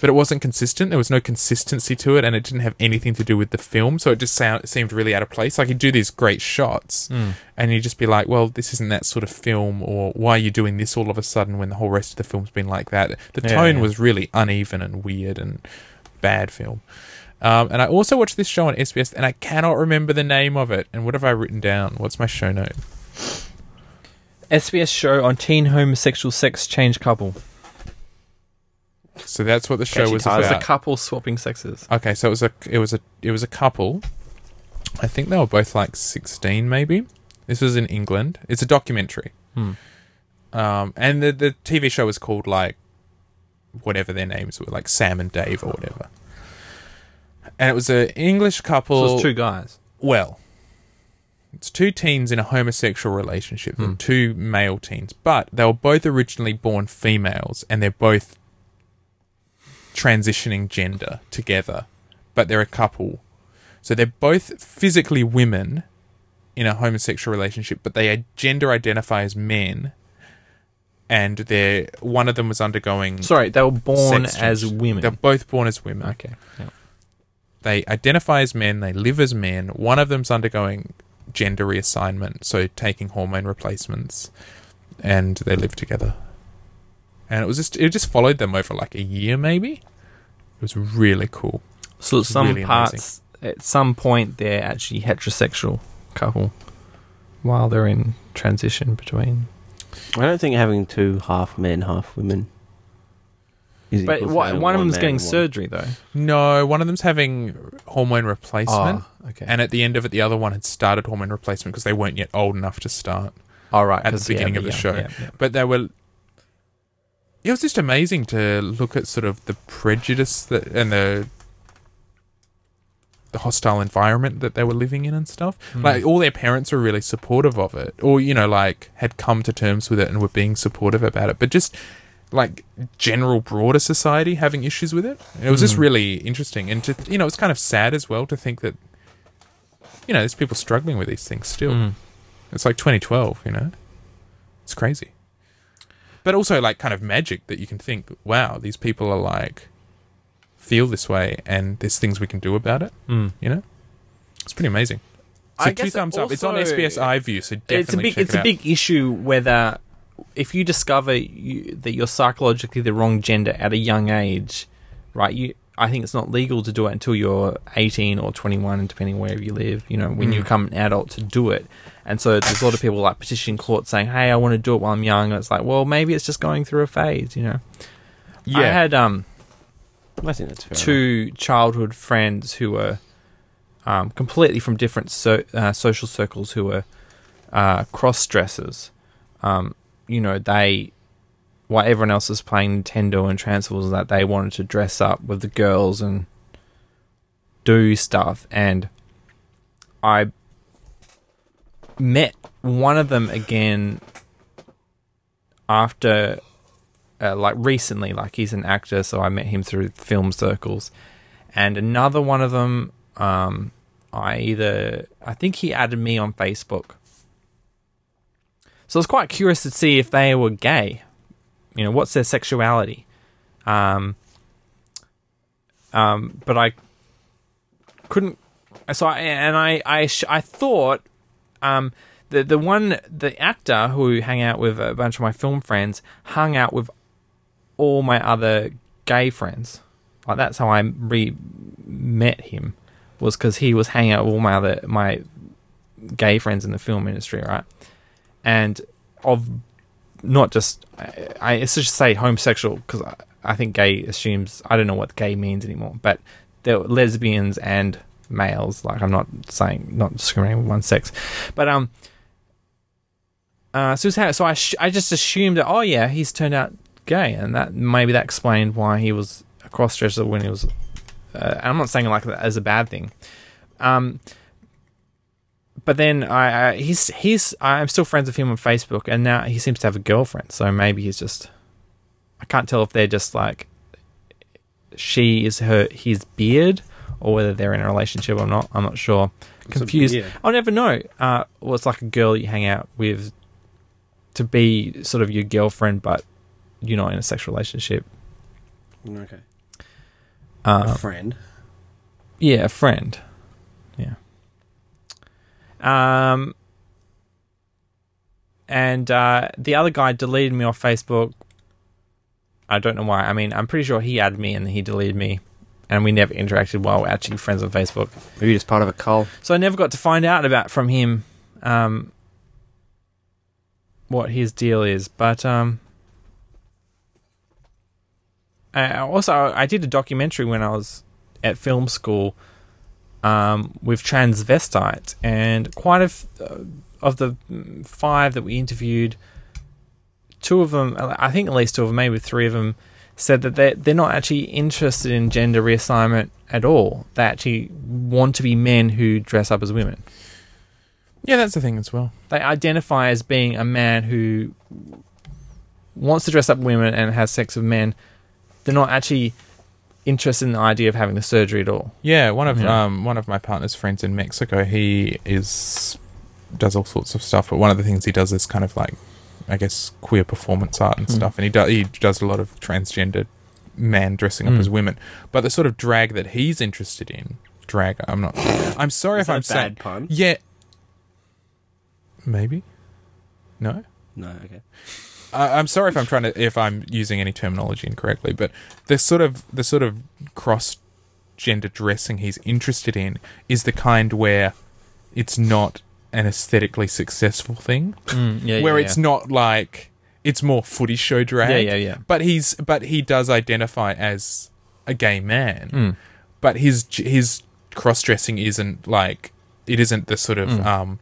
Speaker 2: but it wasn't consistent. There was no consistency to it, and it didn't have anything to do with the film. So it just sound, seemed really out of place. Like, you do these great shots,
Speaker 1: Hmm.
Speaker 2: and you just be like, well, this isn't that sort of film, or why are you doing this all of a sudden when the whole rest of the film's been like that? The
Speaker 1: Yeah,
Speaker 2: tone
Speaker 1: yeah.
Speaker 2: was really uneven and weird and bad film. Um, and I also watched this show on SBS, and I cannot remember the name of it. And what have I written down? What's my show note?
Speaker 1: SBS show on teen homosexual sex change couple.
Speaker 2: So that's what the show
Speaker 3: Catchy
Speaker 2: was
Speaker 3: title.
Speaker 1: It's
Speaker 2: about.
Speaker 1: a couple swapping sexes.
Speaker 2: Okay, so it was a it was a it was a couple. I think they were both like sixteen, maybe. This was in England. It's a documentary.
Speaker 1: Hmm.
Speaker 2: Um, and the, the TV show was called, like, whatever their names were, like Sam and Dave or whatever. And it was an English couple.
Speaker 1: So it's two guys.
Speaker 2: Well, it's two teens in a homosexual relationship,
Speaker 1: Hmm.
Speaker 2: and two male teens, but they were both originally born females and they're both transitioning gender together, but they're a couple. So they're both physically women in a homosexual relationship, but they gender identify as men. And they're one of them was undergoing
Speaker 1: Sorry, they were born
Speaker 2: sex
Speaker 1: as
Speaker 2: change.
Speaker 1: women.
Speaker 2: They're both born as women.
Speaker 1: Okay. Yeah.
Speaker 2: They identify as men, they live as men. One of them's undergoing gender reassignment, so taking hormone replacements, and they live together. And it was just it just followed them over like a year maybe. It was really cool.
Speaker 1: So at some
Speaker 2: really
Speaker 1: parts, at some point, they're actually heterosexual couple while they're in transition between.
Speaker 3: I don't think having two half men, half women. Is
Speaker 1: But
Speaker 3: equal to
Speaker 1: wha-
Speaker 3: having
Speaker 1: one of them's
Speaker 3: man
Speaker 1: getting
Speaker 3: and one-
Speaker 1: surgery though. Ah,
Speaker 2: No, one of them's having hormone replacement.
Speaker 1: okay.
Speaker 2: And at the end of it, the other one had started hormone replacement because they weren't yet old enough to start.
Speaker 1: All right.
Speaker 2: at the beginning of the show. But they were. It was just amazing to look at sort of the prejudice that and the the hostile environment that they were living in and stuff. Like all their parents were really supportive of it, or you know, like had come to terms with it and were being supportive about it. But just like general broader society having issues with it, it was just really interesting. And to you know, it's kind of sad as well to think that you know there's people struggling with these things still. It's like 2012, you know? It's crazy. But also, like, kind of magic that you can think, wow, these people are like, feel this way, and there's things we can do about it,
Speaker 1: Mm.
Speaker 2: you know? It's pretty amazing. So,
Speaker 1: I
Speaker 2: two
Speaker 1: guess
Speaker 2: thumbs up. It's on
Speaker 1: also-
Speaker 2: SBS iView, so definitely
Speaker 1: it's a big
Speaker 2: check
Speaker 1: it's
Speaker 2: it
Speaker 1: a
Speaker 2: out.
Speaker 1: big issue whether if you discover you, that you're psychologically the wrong gender at a young age, right? You I think it's not legal to do it until you're 18 or 21, and depending wherever you live, you know, when
Speaker 2: Mm.
Speaker 1: you become an adult to do it. And so there's a lot of people like petitioning court saying, "Hey, I want to do it while I'm young." And it's like, well, maybe it's just going through a phase, you know. I
Speaker 2: Yeah.
Speaker 1: had um
Speaker 3: I think that's fair. enough.
Speaker 1: two childhood friends who were um, completely from different so, uh, social circles who were uh, cross dressers. Um, you know, they, while everyone else was playing Nintendo and Transformers, and that they wanted to dress up with the girls and do stuff. And I met one of them again after uh, like recently, like he's an actor, so I met him through film circles. And another one of them, um, I either I think he added me on Facebook. So I was quite curious to see if they were gay. You know, what's their sexuality? Um, um, but I couldn't. So I and I I sh- I thought um, the the one the actor who hang out with a bunch of my film friends hung out with all my other gay friends. Like that's how I re met him was because he was hanging out with all my other my gay friends in the film industry, right? And of not just I, I it's just say homosexual because I, I think gay assumes I don't know what gay means anymore, but there were lesbians and males. Like I'm not saying not discriminating with one sex, but um, uh, so, it's how- so I, sh- I just assumed that, oh yeah, he's turned out gay, and that maybe that explained why he was a crossdresser when he was. Uh, and I'm not saying like that as a bad thing, um, but then I, I he's he's I'm still friends with him on Facebook, and now he seems to have a girlfriend, so maybe he's just. I can't tell if they're just like she is her his beard or whether they're in a relationship or not. I'm not sure. Confused.
Speaker 6: beard.
Speaker 1: I'll never know. Uh, well, it's like a girl you hang out with to be sort of your girlfriend, but you're not in a sexual relationship.
Speaker 3: Mm,
Speaker 6: Okay.
Speaker 1: Uh,
Speaker 6: A friend.
Speaker 1: yeah, a friend. Yeah. Um. And uh, the other guy deleted me off Facebook. I don't know why. I mean, I'm pretty sure he added me and he deleted me, and we never interacted while we're actually friends on Facebook.
Speaker 3: Are you just part of a cult?
Speaker 1: So I never got to find out about from him um, what his deal is. But um, I, I also, I did a documentary when I was at film school um, with transvestites, and quite a f- uh, of the mm, five that we interviewed, two of them, I think at least two of them, maybe three of them, said that they they're not actually interested in gender reassignment at all. They actually want to be men who dress up as women.
Speaker 2: Yeah, that's the thing as well.
Speaker 1: They identify as being a man who wants to dress up women and has sex with men. They're not actually interested in the idea of having the surgery at all.
Speaker 2: Yeah, one of
Speaker 1: Yeah.
Speaker 2: um one of my partner's friends in Mexico, he is does all sorts of stuff, but one of the things he does is kind of like I guess queer performance art and stuff, and he does he does a lot of transgender man dressing up
Speaker 1: Mm.
Speaker 2: as women, but the sort of drag that he's interested in, drag. I'm not. I'm sorry
Speaker 3: Is
Speaker 2: if
Speaker 3: that
Speaker 2: I'm
Speaker 3: a
Speaker 2: saying
Speaker 3: bad pun?
Speaker 2: yeah, maybe no.
Speaker 3: No, okay.
Speaker 2: I, I'm sorry if I'm trying to if I'm using any terminology incorrectly, but the sort of the sort of cross gender dressing he's interested in is the kind where it's not an aesthetically successful thing,
Speaker 1: Mm, yeah,
Speaker 2: where it's not like it's more footy show drag.
Speaker 1: Yeah, yeah, yeah.
Speaker 2: But he's but he does identify as a gay man,
Speaker 1: Hmm.
Speaker 2: but his j- his cross dressing isn't like it isn't the sort of
Speaker 1: Hmm.
Speaker 2: um,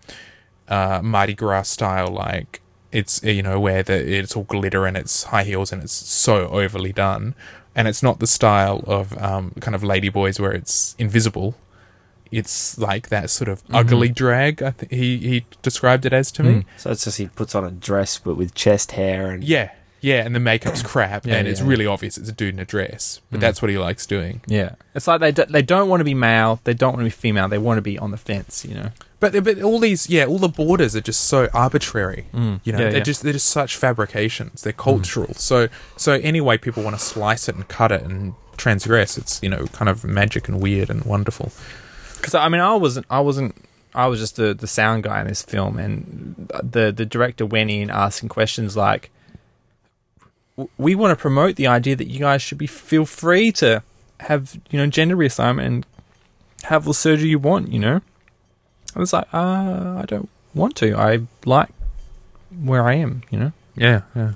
Speaker 2: uh, Mardi Gras style like it's you know where the it's all glitter and it's high heels and it's so overly done, and it's not the style of um, kind of ladyboys where it's invisible. It's like that sort
Speaker 1: Mm-hmm.
Speaker 2: of ugly drag. I th- he he described it as to
Speaker 1: Hmm.
Speaker 2: me.
Speaker 3: So it's just he puts on a dress but with chest hair and
Speaker 2: Yeah, yeah, and the makeup's crap,
Speaker 1: Yeah,
Speaker 2: and it's
Speaker 1: yeah. Mm.
Speaker 2: really obvious it's a dude in a dress, but that's what he likes doing.
Speaker 1: Yeah, it's like they do, they don't want to be male, they don't want to be female, they want to be on the fence, you know.
Speaker 2: But but all these yeah, all the borders are just so arbitrary. You know,
Speaker 1: Mm. Yeah, Mm.
Speaker 2: they're
Speaker 1: yeah.
Speaker 2: just they're just such fabrications. They're cultural. So so any way people want to slice it and cut it and transgress, it's you know kind of magic and weird and wonderful.
Speaker 1: Because I mean, I wasn't, I wasn't, I was just the the sound guy in this film, and the the director went in asking questions like, "W- "We want to promote the idea that you guys should be feel free to have you know gender reassignment and have the surgery you want," you know. I was like, uh, I don't want to. I like where I am, you know.
Speaker 2: Yeah, yeah.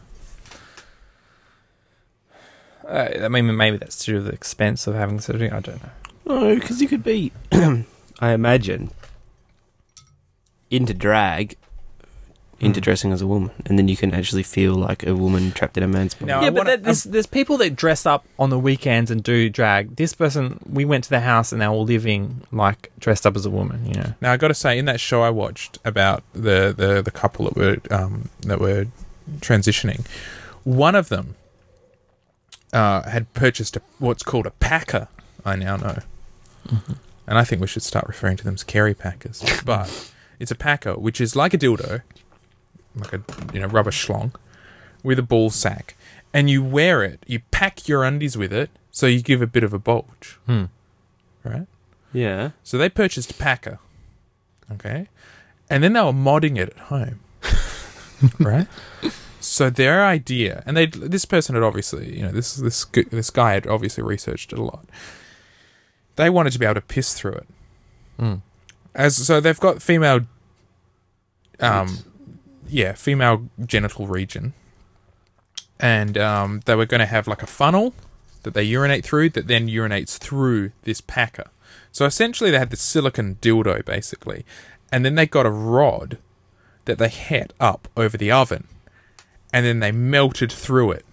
Speaker 1: Uh, I mean, maybe that's due to the expense of having surgery. I don't know.
Speaker 3: No, because you could be, I imagine, into drag, into dressing as a woman, and then you can actually feel like a woman trapped in a man's body.
Speaker 2: No. I
Speaker 1: yeah, but
Speaker 2: wanna-
Speaker 1: that, there's, there's people that dress up on the weekends and do drag. This person, we went to the house and they were living like dressed up as a woman, you know.
Speaker 2: Now I got to say, in that show I watched about the the, the couple that were um, that were transitioning, one of them uh, had purchased a, what's called a packer. I now know, and I think we should start referring to them as carry packers. But it's a packer, which is like a dildo, like a you know rubber schlong, with a ball sack, and you wear it. You pack your undies with it, so you give a bit of a bulge, right?
Speaker 3: Yeah.
Speaker 2: So they purchased a Packer, okay, and then they were modding it at home, right? So their idea, and they this person had obviously, you know, this this gu- this guy had obviously researched it a lot. They wanted to be able to piss through it, as so they've got female, um, yeah, female genital region, and um, they were going to have like a funnel that they urinate through that then urinates through this packer. So essentially, they had this silicon dildo, basically, and then they got a rod that they had up over the oven, and then they melted through it.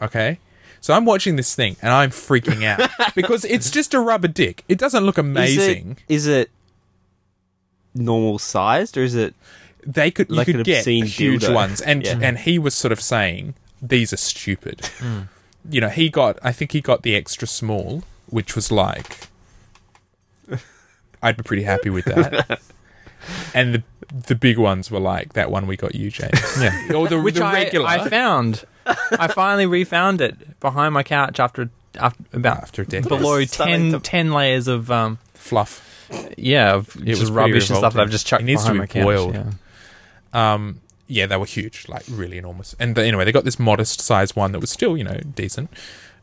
Speaker 2: Okay. So I'm watching this thing and I'm freaking out because it's just a rubber dick. It doesn't look amazing.
Speaker 3: Is it, is it normal sized or is it?
Speaker 2: they could you
Speaker 3: Like
Speaker 2: could
Speaker 3: an
Speaker 2: get
Speaker 3: obscene
Speaker 2: huge
Speaker 3: dildo.
Speaker 2: ones and
Speaker 3: Yeah.
Speaker 2: and he was sort of saying these are stupid you know he got i think he got the extra small which was like i'd be pretty happy with that and the the big ones were like that one we got you james yeah or the, the
Speaker 1: I-
Speaker 2: regular
Speaker 1: I, found. I finally refound it behind my couch after, after about
Speaker 2: after a decade
Speaker 1: below 10,
Speaker 3: Starting to-
Speaker 1: 10 layers of um
Speaker 2: fluff
Speaker 1: yeah of just
Speaker 2: was pretty
Speaker 1: rubbish and stuff that
Speaker 2: revolting.
Speaker 1: I've just chucked
Speaker 2: It needs to
Speaker 1: behind
Speaker 2: be
Speaker 1: my couch.
Speaker 2: boiled.
Speaker 1: yeah.
Speaker 2: um yeah they were huge like really enormous and the, anyway they got this modest size one that was still you know decent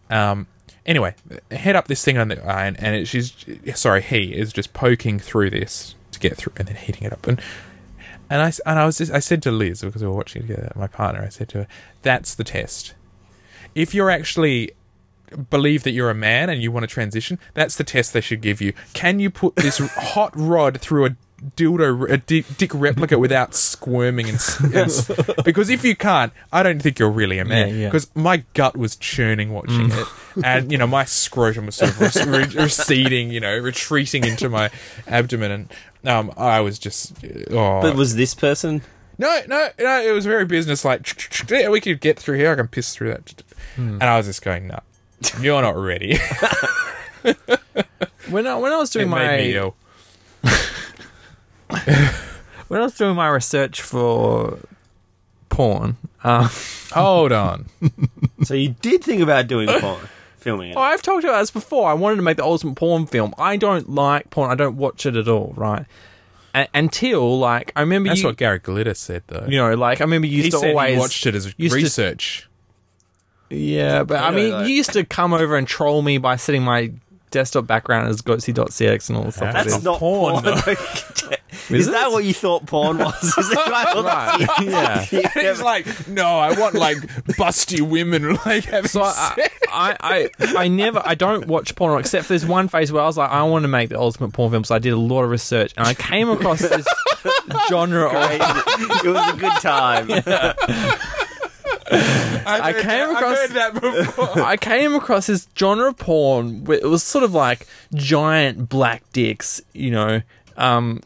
Speaker 2: Um, anyway, head up this thing on the iron, and it, she's sorry, he is just poking through this to get through, and then heating it up. And and I s- and I was just, I said to Liz because we were watching together, my partner. I said to her, "That's the test. If you're actually." Believe that you're a man and you want to transition. That's the test they should give you. Can you put this hot rod through a dildo, a di- dick replica without squirming and, s- and s- because if you can't, I don't think you're really a
Speaker 1: Yeah,
Speaker 2: man.
Speaker 1: yeah.
Speaker 2: Because my gut was churning watching
Speaker 1: Mm.
Speaker 2: it, and you know my scrotum was sort of rec- re- receding, you know, retreating into my abdomen, and um, I was just oh.
Speaker 3: But was this person?
Speaker 2: No, no, no. It was very business like. "Yeah, we could get through here. I can piss through that.
Speaker 1: Hmm.
Speaker 2: And I was just going, no, you're not ready.
Speaker 1: When I, when I was
Speaker 2: it
Speaker 1: doing
Speaker 2: made me
Speaker 1: my
Speaker 2: ill.
Speaker 1: when I was doing my research for porn, um,
Speaker 2: Hold on.
Speaker 3: So you did think about doing porn, filming it.
Speaker 1: Oh, I've talked about this before. I wanted to make the ultimate porn film. I don't like porn. I don't watch it at all, right? A- until like I remember
Speaker 2: That's
Speaker 1: you,
Speaker 2: what Gary Glitter said, though.
Speaker 1: you know, like I remember you
Speaker 2: he
Speaker 1: used to
Speaker 2: said
Speaker 1: always
Speaker 2: he watched it as
Speaker 1: used to-
Speaker 2: research.
Speaker 1: Yeah, but I
Speaker 3: know,
Speaker 1: mean,
Speaker 3: like-
Speaker 1: you used to come over and troll me by setting my desktop background as goatsy.cx and all the stuff. like
Speaker 3: That's
Speaker 1: this.
Speaker 3: not porn.
Speaker 2: though.
Speaker 3: Is, that what you thought porn was? Is that right?
Speaker 1: yeah.
Speaker 3: You
Speaker 2: He's
Speaker 3: never-
Speaker 2: like, no, I want like busty women like having
Speaker 1: So I, I, I, I never, I don't watch porn except for this one phase where I was like, I want to make the ultimate porn film. So I did a lot of research and I came across this genre of
Speaker 3: it was a good time.
Speaker 1: I
Speaker 2: heard
Speaker 1: came
Speaker 2: that-
Speaker 1: across-
Speaker 2: I've heard that before.
Speaker 1: I came across this genre of porn where it was sort of like giant black dicks, you know. Um,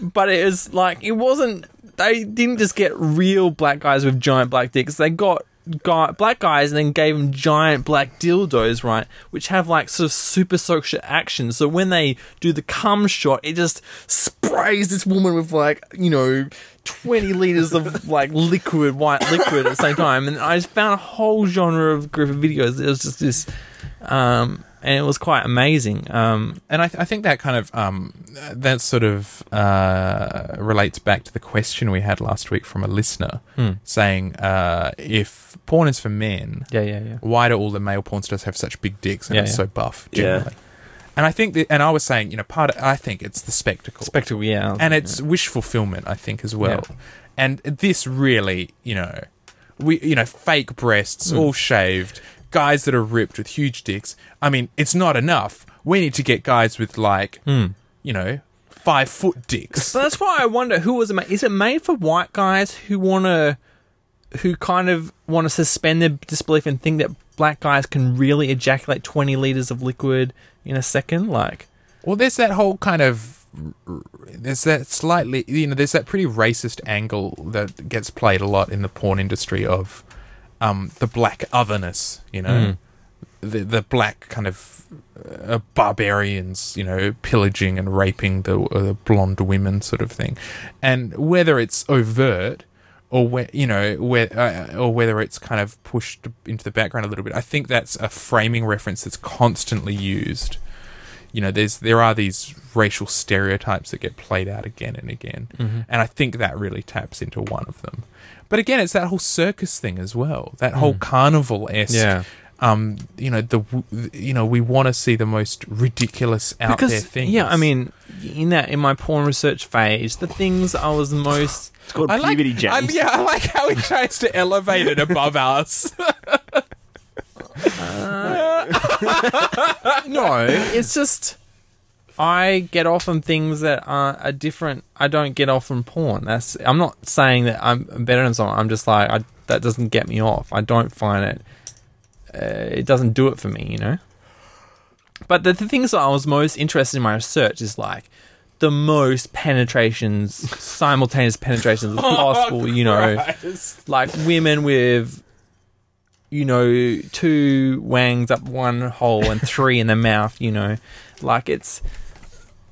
Speaker 1: but it was like it wasn't. They didn't just get real black guys with giant black dicks. They got guy, black guys and then gave them giant black dildos, right? Which have like sort of super soaker action. So when they do the cum shot, it just sprays this woman with like you know 20 liters of like liquid, white liquid at the same time. And I just found a whole genre of group of videos. It was just this, um, and it was quite amazing. Um,
Speaker 2: and I, th- I think that kind of um, that sort of uh, relates back to the question we had last week from a listener
Speaker 1: Hmm.
Speaker 2: saying uh, if porn is for men,
Speaker 1: yeah, yeah, yeah.
Speaker 2: why do all the male porn stars have such big dicks and
Speaker 1: Yeah,
Speaker 2: it's
Speaker 1: yeah.
Speaker 2: so buff
Speaker 3: Yeah.
Speaker 2: generally? And I think that, and I was saying, you know, part of, I think it's the spectacle,
Speaker 1: Spectacle, yeah.
Speaker 2: and it's wish fulfillment, I think, as well.
Speaker 1: Yeah.
Speaker 2: And this really, you know, we, you know, fake breasts, all shaved, guys that are ripped with huge dicks. I mean, it's not enough. We need to get guys with like, you know, five foot dicks.
Speaker 1: So that's why I wonder who was it made. Is it made for white guys who want to, who kind of want to suspend their disbelief and think that black guys can really ejaculate twenty liters of liquid in a second? Like,
Speaker 2: Well, there's that whole kind of there's that slightly you know there's that pretty racist angle that gets played a lot in the porn industry of um, the black otherness, you know, the the black kind of uh, barbarians, you know, pillaging and raping the uh, blonde women sort of thing, and whether it's overt. Or where you know, where uh, or whether it's kind of pushed into the background a little bit. I think that's a framing reference that's constantly used you know there's there are these racial stereotypes that get played out again and again and i think that really taps into one of them but again it's that whole circus thing as well that whole carnival-esque
Speaker 1: Yeah.
Speaker 2: um you know the w- you know we want to see the most ridiculous out there things
Speaker 1: yeah, I mean, in that in my porn research phase, the things I was most
Speaker 3: It's called
Speaker 2: I like,
Speaker 3: puberty
Speaker 2: I,
Speaker 3: James.
Speaker 2: yeah, I like how he tries to elevate it above us. Uh,
Speaker 1: no, it's just I get off on things that are, are different. I don't get off on porn. That's I'm not saying that I'm better than someone. I'm just like I, that doesn't get me off. I don't find it. Uh, it doesn't do it for me, you know. But the, the things that I was most interested in my research is like the most penetrations, simultaneous penetrations as possible, you know like women with you know two wangs up one hole and three in the mouth you know like it's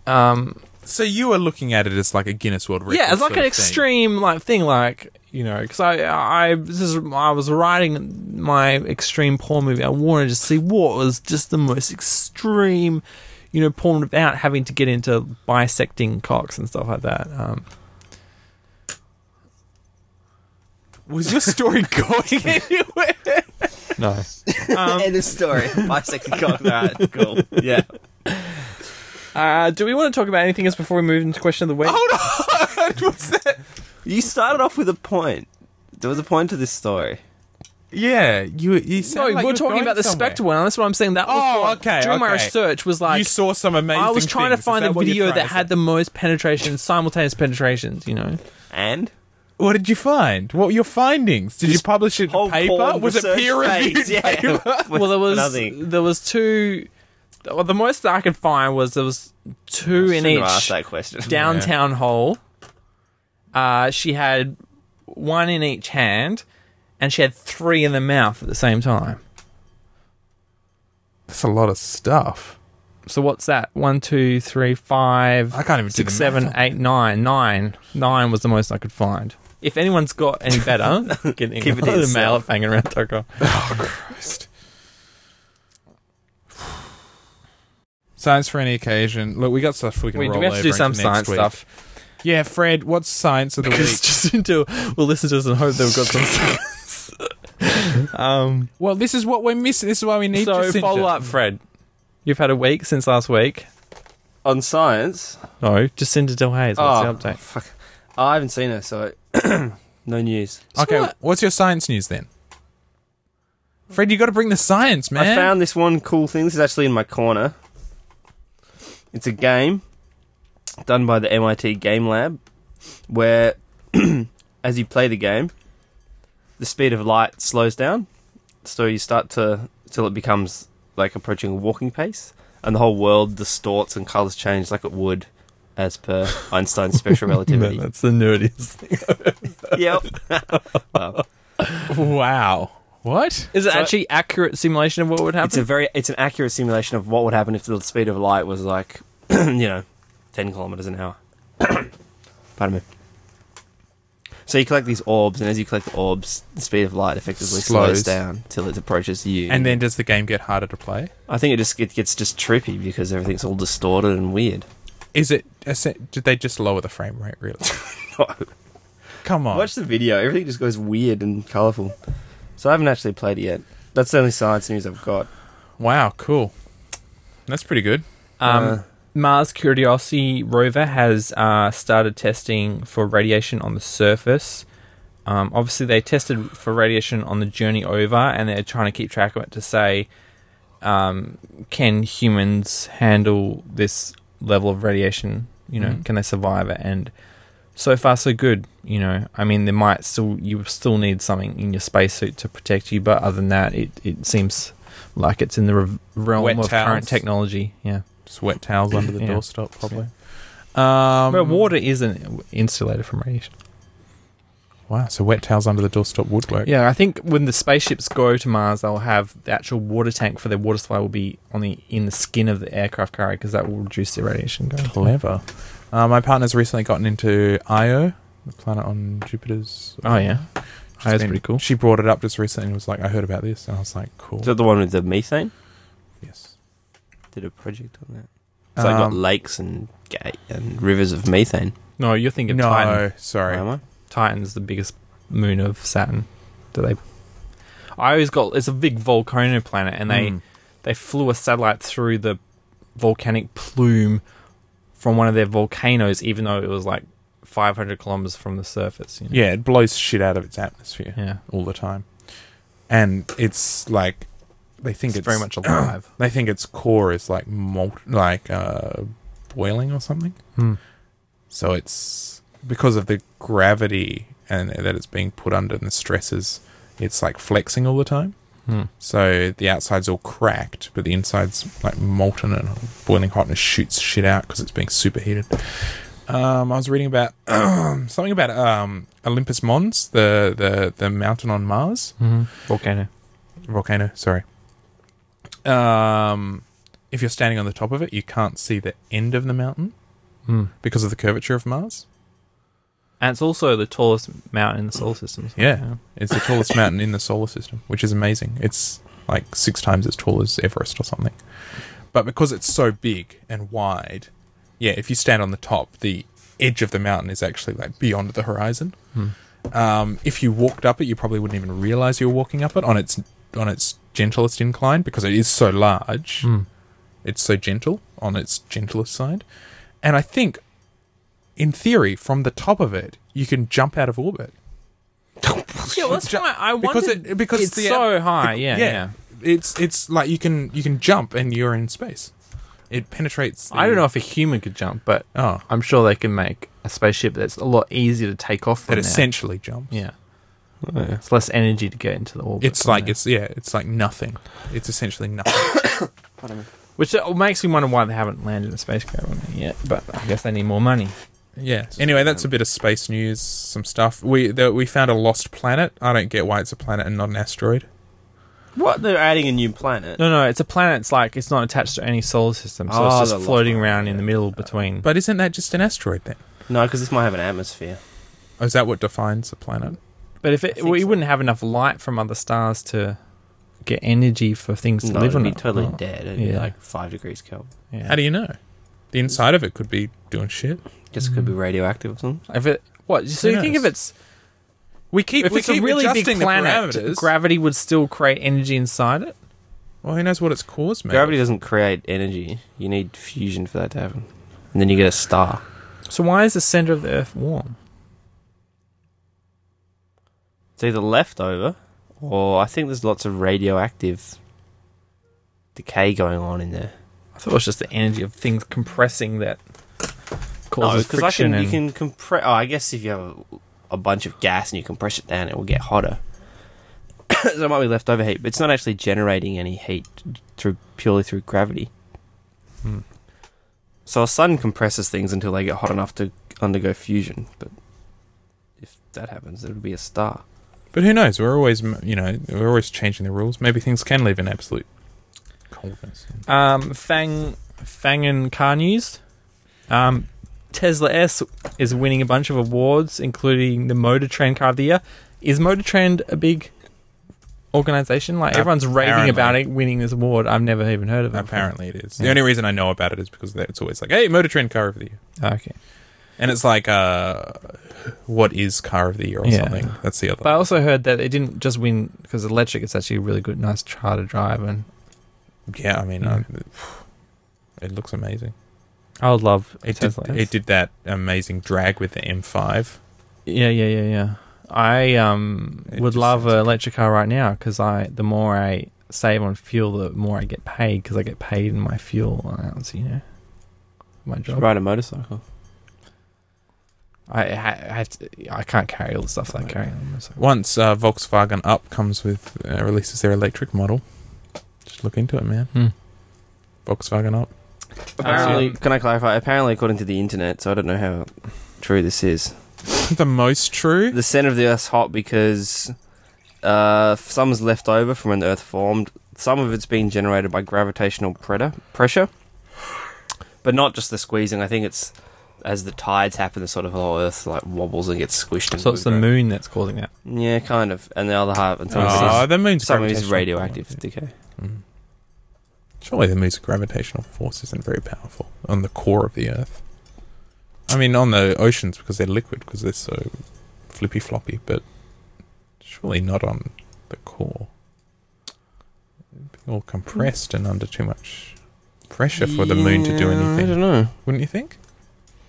Speaker 1: um
Speaker 2: so you are looking at it as like a Guinness World Record.
Speaker 1: yeah it's like
Speaker 2: sort
Speaker 1: an
Speaker 2: of thing.
Speaker 1: extreme like thing like you know because i i this is i was writing my extreme porn movie i wanted to see what was just the most extreme you know porn without having to get into bisecting cocks and stuff like that um
Speaker 2: Was your story going anywhere?
Speaker 1: no
Speaker 3: End of story. Bisected cock. Alright, Um, cool. Yeah.
Speaker 1: uh do we want to talk about anything else before we move into question of the week
Speaker 2: Oh, Hold on. What's that?
Speaker 3: You started off with a point. There was a point to this story.
Speaker 2: Yeah, you. you
Speaker 1: No,
Speaker 2: sound like
Speaker 1: we're
Speaker 2: you're
Speaker 1: talking
Speaker 2: going
Speaker 1: about the
Speaker 2: somewhere.
Speaker 1: Spectre one. and That's what I'm saying. That was
Speaker 2: Oh,
Speaker 1: what-
Speaker 2: okay,
Speaker 1: During my
Speaker 2: okay.
Speaker 1: research, was like
Speaker 2: you saw some amazing.
Speaker 1: I was trying to
Speaker 2: things. Is
Speaker 1: find
Speaker 2: that
Speaker 1: a
Speaker 2: what you're
Speaker 1: video
Speaker 2: trying
Speaker 1: that
Speaker 2: to
Speaker 1: had
Speaker 2: say?
Speaker 1: the most penetration, simultaneous penetrations. You know,
Speaker 7: And
Speaker 2: What did you find? What were your findings? Did you publish it in
Speaker 7: whole
Speaker 2: paper?
Speaker 7: porn
Speaker 2: Was it
Speaker 7: research
Speaker 2: peer
Speaker 7: phase,
Speaker 2: reviewed?
Speaker 7: Yeah.
Speaker 1: well, there was
Speaker 7: nothing.
Speaker 1: there was two. Well, the most I could find was there was two in
Speaker 7: Shouldn't have asked
Speaker 1: each
Speaker 7: that question.
Speaker 1: downtown hole. Uh, she had one in each hand, and she had three in the mouth at the same time.
Speaker 2: That's a lot of stuff.
Speaker 1: So what's that? One, two, three, five.
Speaker 2: I can't even do
Speaker 1: six,
Speaker 2: the
Speaker 1: seven,
Speaker 2: math.
Speaker 1: eight, nine. Nine. Nine was the most I could find. If anyone's got any better, get in
Speaker 7: Keep it to
Speaker 1: the mail
Speaker 7: yourself.
Speaker 1: at bangaround.com.
Speaker 2: Science for any occasion. Look, we got stuff we can
Speaker 1: We,
Speaker 2: roll
Speaker 1: we have to
Speaker 2: over
Speaker 1: do
Speaker 2: into
Speaker 1: some
Speaker 2: next
Speaker 1: science
Speaker 2: week.
Speaker 1: stuff.
Speaker 2: Yeah, Fred, what's science of the
Speaker 1: Because
Speaker 2: week?
Speaker 1: just until we'll listen to us and hope they've got some um,
Speaker 2: Well, this is what we're missing. This is why we need
Speaker 1: so
Speaker 2: you, Sinjin.
Speaker 1: follow up, Fred. You've had a week since last week.
Speaker 3: On science,
Speaker 1: No, Jacinda Del Hayes. What's the update?
Speaker 3: Fuck. I haven't seen her, so no news.
Speaker 2: Okay,
Speaker 1: what?
Speaker 2: what's your science news then? Fred, you got to bring the science, man.
Speaker 3: I found this one cool thing. This is actually in my corner. It's a game done by the MIT Game Lab where, as you play the game, the speed of light slows down. So you start to, till it becomes like approaching a walking pace, and the whole world distorts and colors change like it would as per Einstein's special relativity.
Speaker 1: that's the nerdiest.
Speaker 3: yep.
Speaker 2: wow. What?
Speaker 1: Is it
Speaker 3: So-
Speaker 1: actually accurate simulation of what would
Speaker 3: It's a
Speaker 1: happen?
Speaker 3: very it's an accurate simulation of what would happen if the speed of light was like you know ten kilometers an hour. Pardon me. So you collect these orbs, and as you collect the orbs, the speed of light effectively
Speaker 2: Slows.
Speaker 3: slows, down till it approaches you.
Speaker 2: And then does the game get harder to play?
Speaker 3: I think it just it gets just trippy because everything's all distorted and weird.
Speaker 2: Is it? is it- Did they just lower the frame rate? Really? Come on.
Speaker 3: Watch the video; everything just goes weird and colorful. So I haven't actually played it yet. That's the only science news I've got.
Speaker 2: Wow. Cool. That's pretty good.
Speaker 1: Um,
Speaker 3: uh,
Speaker 1: Mars Curiosity rover has uh, started testing for radiation on the surface. Um, obviously, they tested for radiation on the journey over, and they're trying to keep track of it to say, um, can humans handle this level of radiation? You know,
Speaker 2: Mhm.
Speaker 1: can they survive it? And so far, so good. You know, I mean, there might still you still need something in your spacesuit to protect you, but other than that, it, it seems like it's in the re- realm
Speaker 2: Wet
Speaker 1: of current
Speaker 2: towels.
Speaker 1: technology. Yeah.
Speaker 2: Just wet towels under the
Speaker 1: Yeah.
Speaker 2: doorstop, probably. Um,
Speaker 1: Well, water isn't insulated from radiation.
Speaker 2: Wow. So wet towels under the doorstop would work.
Speaker 1: Yeah, I think when the spaceships go to Mars, they'll have the actual water tank for their water supply will be on the in the skin of the aircraft carrier because that will reduce the radiation going.
Speaker 2: Clever. Uh, my partner's recently gotten into Io, the planet on Jupiter's.
Speaker 1: Oh yeah,
Speaker 2: She's
Speaker 1: that's
Speaker 2: been-
Speaker 1: pretty cool.
Speaker 2: She brought it up just recently and was like, "I heard about this," and I was like, "Cool."
Speaker 3: Is that the one with the methane?
Speaker 2: yes.
Speaker 3: Did a project on that. So I got
Speaker 2: Um,
Speaker 3: lakes and ga- and rivers of methane.
Speaker 1: No, you're thinking
Speaker 2: no,
Speaker 1: Titan.
Speaker 2: sorry.
Speaker 3: Am I?
Speaker 1: Titan's the biggest moon of Saturn. Do they? I always got it's a big volcano planet, and they
Speaker 2: Mm.
Speaker 1: they flew a satellite through the volcanic plume from one of their volcanoes, even though it was like 500 kilometers from the surface. You know?
Speaker 2: Yeah, it blows shit out of its atmosphere
Speaker 1: Yeah.
Speaker 2: all the time, and it's like they think
Speaker 1: It's
Speaker 2: it's,
Speaker 1: very much alive.
Speaker 2: They think its core is like molt, like uh, boiling or something.
Speaker 1: Hmm.
Speaker 2: So it's because of the gravity and that it's being put under and the stresses, it's like flexing all the time.
Speaker 1: Hmm.
Speaker 2: So the outside's all cracked, but the inside's like molten and boiling hot, and it shoots shit out because it's being superheated. Um, I was reading about something about um, Olympus Mons, the, the the mountain on Mars
Speaker 1: Volcano.
Speaker 2: volcano. Sorry. Um, if you're standing on the top of it, you can't see the end of the mountain
Speaker 1: Hmm.
Speaker 2: because of the curvature of Mars.
Speaker 1: And it's also the tallest mountain in the solar system. so-
Speaker 2: Yeah, it's the tallest mountain in the solar system, which is amazing. It's like six times as tall as Everest or something. But because it's so big and wide, yeah, if you stand on the top, the edge of the mountain is actually like beyond the horizon. Um, if you walked up it, you probably wouldn't even realize you were walking up it on its on its gentlest incline because it is so large. It's so gentle on its gentlest side, and I think, in theory, from the top of it, you can jump out of orbit.
Speaker 8: Yeah, well, that's
Speaker 2: Ju-
Speaker 8: why I
Speaker 2: because
Speaker 8: wondered-
Speaker 2: it because
Speaker 1: it's
Speaker 2: the
Speaker 1: so high. Yeah, yeah.
Speaker 2: It's it's like you can you can jump and you're in space. It penetrates. The,
Speaker 1: I don't know if a human could jump, but
Speaker 2: Oh,
Speaker 1: I'm sure they can make a spaceship that's a lot easier to take off from
Speaker 2: that
Speaker 1: now.
Speaker 2: essentially jumps.
Speaker 1: Yeah.
Speaker 3: Oh,
Speaker 1: It's less energy to get into the orbit.
Speaker 2: It's like it's yeah, it's like nothing. It's essentially nothing.
Speaker 1: which uh, makes me wonder why they haven't landed a spacecraft on it yet. But I guess they need more money.
Speaker 2: yeah. Anyway, that's a bit of space news. Some stuff we the, we found a lost planet. I don't get why it's a planet and not an asteroid.
Speaker 3: What? They're adding a new planet.
Speaker 1: No, no, it's a planet. It's like it's not attached to any solar system, so
Speaker 3: Oh,
Speaker 1: it's
Speaker 3: the
Speaker 1: just
Speaker 3: lost
Speaker 1: floating
Speaker 3: one,
Speaker 1: around in the middle between.
Speaker 2: But isn't that just an asteroid then?
Speaker 3: No, because this might have an atmosphere.
Speaker 2: Or is that what defines a planet?
Speaker 1: But if it,
Speaker 3: think
Speaker 1: we
Speaker 3: so.
Speaker 1: wouldn't have enough light from other stars to get energy for things to
Speaker 3: No,
Speaker 1: live
Speaker 3: it'd
Speaker 1: on.
Speaker 3: be
Speaker 1: it.
Speaker 3: totally
Speaker 1: Oh,
Speaker 3: dead. It'd be
Speaker 1: yeah.
Speaker 3: like five degrees Kelvin.
Speaker 1: yeah.
Speaker 2: How do you know? The inside of it could be doing shit.
Speaker 3: Guess it could be
Speaker 1: Mm.
Speaker 3: radioactive or something.
Speaker 1: If it, what? So
Speaker 2: Who
Speaker 1: you think
Speaker 2: knows?
Speaker 1: if it's
Speaker 2: We keep
Speaker 1: if
Speaker 2: we
Speaker 1: it's
Speaker 2: keep
Speaker 1: a really big
Speaker 2: adjusting the
Speaker 1: planet,
Speaker 2: parameters.
Speaker 1: gravity would still create energy inside it.
Speaker 2: well, who knows what it's caused, man?
Speaker 3: Gravity doesn't create energy. You need fusion for that to happen. And then you get a star.
Speaker 1: So why is the center of the Earth warm?
Speaker 3: It's either leftover, or I think there's lots of radioactive decay going on in there.
Speaker 1: I thought it was just the energy of things compressing that
Speaker 3: No,
Speaker 1: causes
Speaker 3: because I
Speaker 1: friction.
Speaker 3: can you
Speaker 1: and,
Speaker 3: can compress. Oh, I guess if you have a, a bunch of gas and you compress it down, it will get hotter. so it might be leftover heat, but it's not actually generating any heat through purely through gravity.
Speaker 2: Hmm.
Speaker 3: So a sun compresses things until they get hot enough to undergo fusion. But if that happens, it would be a star.
Speaker 2: But who knows? We're always, m- you know, we're always changing the rules. Maybe things can live in absolute coldness.
Speaker 1: um, Fang Fang and car news. Um, Tesla S is winning a bunch of awards, including the Motor Trend Car of the Year. Is Motor Trend a big organization? Like
Speaker 2: Ap-
Speaker 1: everyone's raving
Speaker 2: apparently.
Speaker 1: about it winning this award. I've never even heard of it. before.
Speaker 2: Apparently, it is. The
Speaker 1: Yeah.
Speaker 2: only reason I know about it is because that- it's always like, "Hey, Motor Trend Car of the Year,"
Speaker 1: Okay.
Speaker 2: and it's like, uh, "What is Car of the Year?" or
Speaker 1: Yeah.
Speaker 2: something. That's the other.
Speaker 1: But I also heard that it didn't just win because electric. It's actually a really good, nice car to drive, and
Speaker 2: yeah, I mean,
Speaker 1: Mm.
Speaker 2: uh, it looks amazing.
Speaker 1: I would love a
Speaker 2: It did,
Speaker 1: Tesla. S.
Speaker 2: it did that amazing drag with the M5.
Speaker 1: Yeah, yeah, yeah, yeah. I um
Speaker 2: It
Speaker 1: would
Speaker 2: just
Speaker 1: love
Speaker 2: sounds
Speaker 1: an electric car right now because I the more I save on fuel, the more I get paid because I get paid in my fuel allowance. You know, my job.
Speaker 3: Ride a motorcycle.
Speaker 1: I, I have to. I can't carry all the stuff that I carry. On, so.
Speaker 2: Once uh, Volkswagen Up comes with uh, releases their electric model, just look into it, man.
Speaker 1: Hmm.
Speaker 2: Volkswagen Up.
Speaker 3: Apparently,
Speaker 1: Um,
Speaker 3: can I clarify? Apparently, according to the internet, so I don't know how true this is.
Speaker 2: the most true.
Speaker 3: the center of the Earth's hot because uh, some is left over from when the Earth formed. Some of it's being generated by gravitational predator, pressure, but not just the squeezing. I think it's as the tides happen, the sort of whole Earth like wobbles and gets squished. and
Speaker 1: so it's the
Speaker 3: moved
Speaker 1: moon that's causing that.
Speaker 3: around. Yeah, kind of. And the other half, and some,
Speaker 2: Ah,
Speaker 3: of,
Speaker 2: the
Speaker 3: it
Speaker 2: moon's
Speaker 3: is, some of it is
Speaker 2: gravitational. Mm.
Speaker 3: radioactive decay.
Speaker 2: Surely the moon's gravitational force isn't very powerful on the core of the Earth. I mean, on the oceans because they're liquid because they're so flippy floppy, but surely not on the core. It'd be all compressed and under too much pressure for the moon to do
Speaker 3: Yeah, I
Speaker 2: anything,
Speaker 3: don't know.
Speaker 2: wouldn't you think?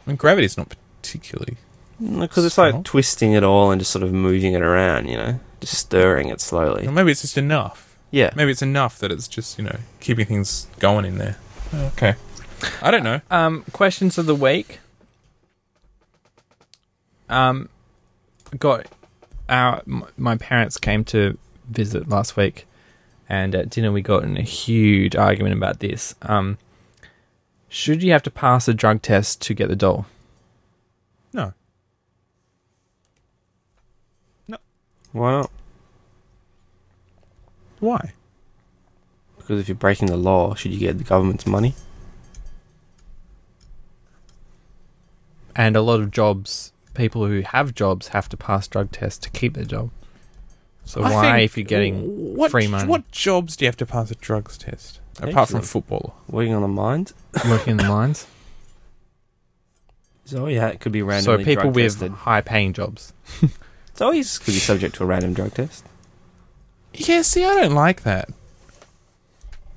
Speaker 2: I mean, gravity's not particularly.
Speaker 3: Because it's
Speaker 2: Small.
Speaker 3: like twisting it all and just sort of moving it around, you know, just stirring it slowly.
Speaker 2: Or maybe it's just enough.
Speaker 3: Yeah.
Speaker 2: Maybe it's enough that it's just you know keeping things going in there. Okay, I don't know.
Speaker 1: Um, questions of the week. Um, got our m- my parents came to visit last week, and at dinner we got in a huge argument about this. Um, should you have to pass a drug test to get the doll?
Speaker 2: No,
Speaker 3: Why not?
Speaker 2: why?
Speaker 3: Because if you're breaking the law, should you get the government's money?
Speaker 1: And a lot of jobs, people who have jobs have to pass drug tests to keep their job. So
Speaker 2: I
Speaker 1: why,
Speaker 2: think-
Speaker 1: if you're getting
Speaker 2: what,
Speaker 1: free money,
Speaker 2: What jobs do you have to pass a drugs test apart from
Speaker 3: Excellent.
Speaker 2: footballer?
Speaker 3: Working on the mind?
Speaker 1: working in the mines?
Speaker 3: So yeah, it could be
Speaker 1: So
Speaker 3: randomly
Speaker 1: people
Speaker 3: drug
Speaker 1: with
Speaker 3: tested.
Speaker 1: high-paying jobs.
Speaker 3: It's always could be subject to a random drug test.
Speaker 2: Yeah, see, I don't like that.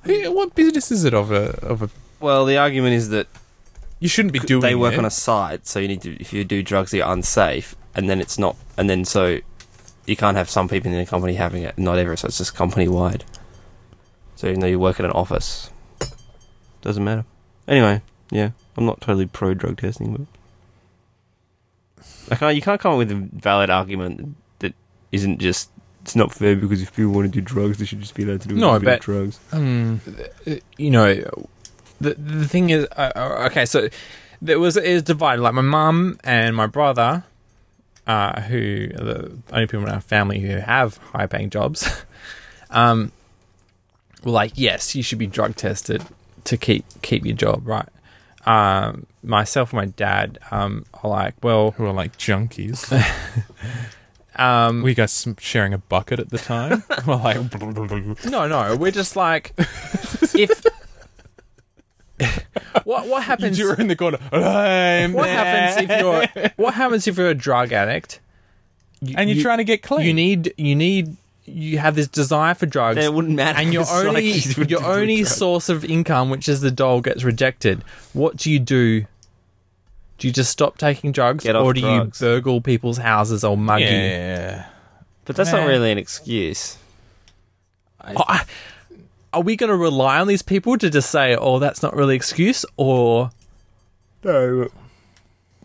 Speaker 2: Who- What business is it of a of a?
Speaker 3: Well, the argument is that
Speaker 2: You shouldn't be doing.
Speaker 3: they work
Speaker 2: it.
Speaker 3: on a site, so you need to if you do drugs, they're unsafe, and then it's not, and then so You can't have some people in the company having it, not everyone. So it's just company wide. So even though you work at an office, doesn't matter. Anyway, yeah, I'm not totally pro drug testing, but I can't. You can't come up with a valid argument that isn't just. It's not fair because if people want to do drugs, they should just be allowed to do
Speaker 1: No, I
Speaker 3: a bit
Speaker 1: bet-
Speaker 3: of drugs.
Speaker 2: Hmm.
Speaker 1: uh, you know, the the thing is, uh, uh, okay, so there was it is divided. Like my mum and my brother, uh, who are the only people in our family who have high paying jobs, um, were like, yes, you should be drug tested to keep keep your job, right? Um, myself and my dad um, are like, well,
Speaker 2: Who are like junkies.
Speaker 1: um,
Speaker 2: Were you guys sm- sharing a bucket at the time? We're like,
Speaker 1: no, no, we're just like, if what what happens?
Speaker 2: you're in the corner. I'm
Speaker 1: What
Speaker 2: there.
Speaker 1: happens if you're What happens if you're a drug addict? You-
Speaker 2: And you're
Speaker 1: you-
Speaker 2: trying to get clean.
Speaker 1: You need. You need. You have this desire for drugs,
Speaker 3: Then it wouldn't matter.
Speaker 1: and your
Speaker 3: It's like
Speaker 1: only
Speaker 3: you would
Speaker 1: your
Speaker 3: do
Speaker 1: only
Speaker 3: drugs.
Speaker 1: source of income, which is the doll, gets rejected. What do you do? Do you just stop taking drugs,
Speaker 3: Get off
Speaker 1: or do
Speaker 3: drugs.
Speaker 1: you burgle people's houses or mug you?
Speaker 2: yeah.
Speaker 3: But that's
Speaker 2: Nah.
Speaker 3: not really an excuse.
Speaker 1: Oh, I- are we going to rely on these people to just say, "Oh, that's not really excuse," or no?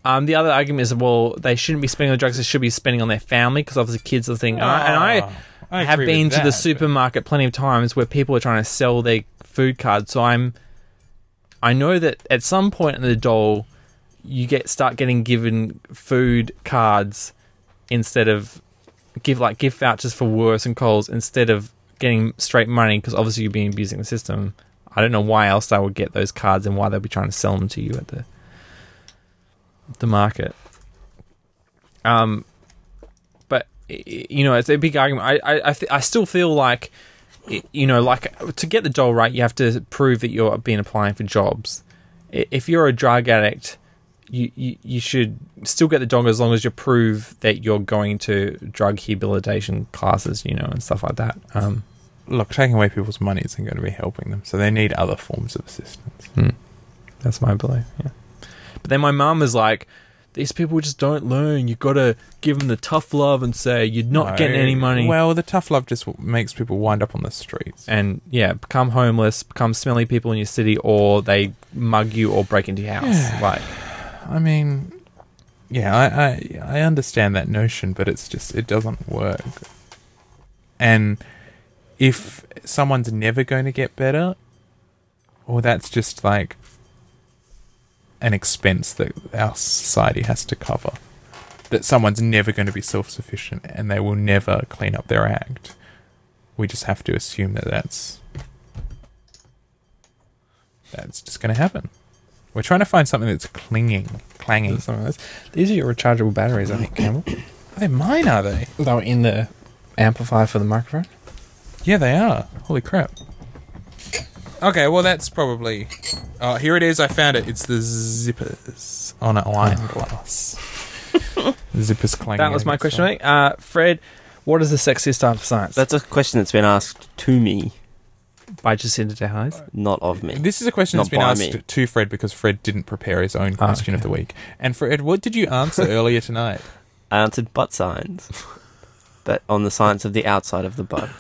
Speaker 1: Um, the other argument is, well, they shouldn't be spending on drugs; they should be spending on their family because obviously kids are the thing. And
Speaker 3: Ah.
Speaker 1: I- and I,
Speaker 2: Ah. I
Speaker 1: have
Speaker 2: agree with
Speaker 1: been to
Speaker 2: that,
Speaker 1: the
Speaker 2: but-
Speaker 1: supermarket plenty of times where people are trying to sell their food cards, so I'm. I know that at some point in the doll, you get start getting given food cards instead of give like gift vouchers for worse and calls instead of getting straight money because obviously you've been abusing the system. I don't know why else they would get those cards and why they'd be trying to sell them to you at the the market. Um, but y- y- you know, it's a big argument. I I I, th- I still feel like y- you know, like to get the doll right, you have to prove that you're being applying for jobs. I- If you're a drug addict, you, you you should still get the dog as long as you prove that you're going to drug rehabilitation classes, you know, and stuff like that. Um,
Speaker 2: Look, taking away people's money isn't going to be helping them, so they need other forms of assistance.
Speaker 1: that's my belief. Yeah. But then my mum is like, these people just don't learn. You've got to give them the tough love and say you're not
Speaker 2: No.
Speaker 1: getting any money.
Speaker 2: Well, the tough love just w- makes people wind up on the streets.
Speaker 1: and yeah, become homeless, become smelly people in your city, or they mug you or break into your house. like,
Speaker 2: I mean, yeah, I, I I understand that notion, but it's just it doesn't work. And if someone's never going to get better, or that's just like an expense that our society has to cover, that someone's never going to be self-sufficient and they will never clean up their act. We just have to assume that that's that's just going to happen. We're trying to find something that's clinging, clanging.
Speaker 1: something like this. These are your rechargeable batteries, I think, Campbell.
Speaker 2: Are they mine, are they?
Speaker 1: they were in the amplifier for the microphone.
Speaker 2: Yeah, they are. Holy crap. Okay, well, that's probably. Oh, here it is. I found it. It's the zippers on a wine glass. zippers clanging.
Speaker 1: Oh. That was my
Speaker 2: against
Speaker 1: question,
Speaker 2: them.
Speaker 1: mate. Uh, Fred, what is the sexiest type of science?
Speaker 3: That's a question that's been asked to me,
Speaker 1: by Jacinta Dehaze.
Speaker 3: not of me.
Speaker 2: This is a question
Speaker 3: Not
Speaker 2: that's been
Speaker 3: by
Speaker 2: asked
Speaker 3: me.
Speaker 2: to Fred because Fred didn't prepare his own
Speaker 1: Ah,
Speaker 2: question of the week. And Fred, what did you answer earlier tonight?
Speaker 3: I answered butt signs, but on the science of the outside of the butt,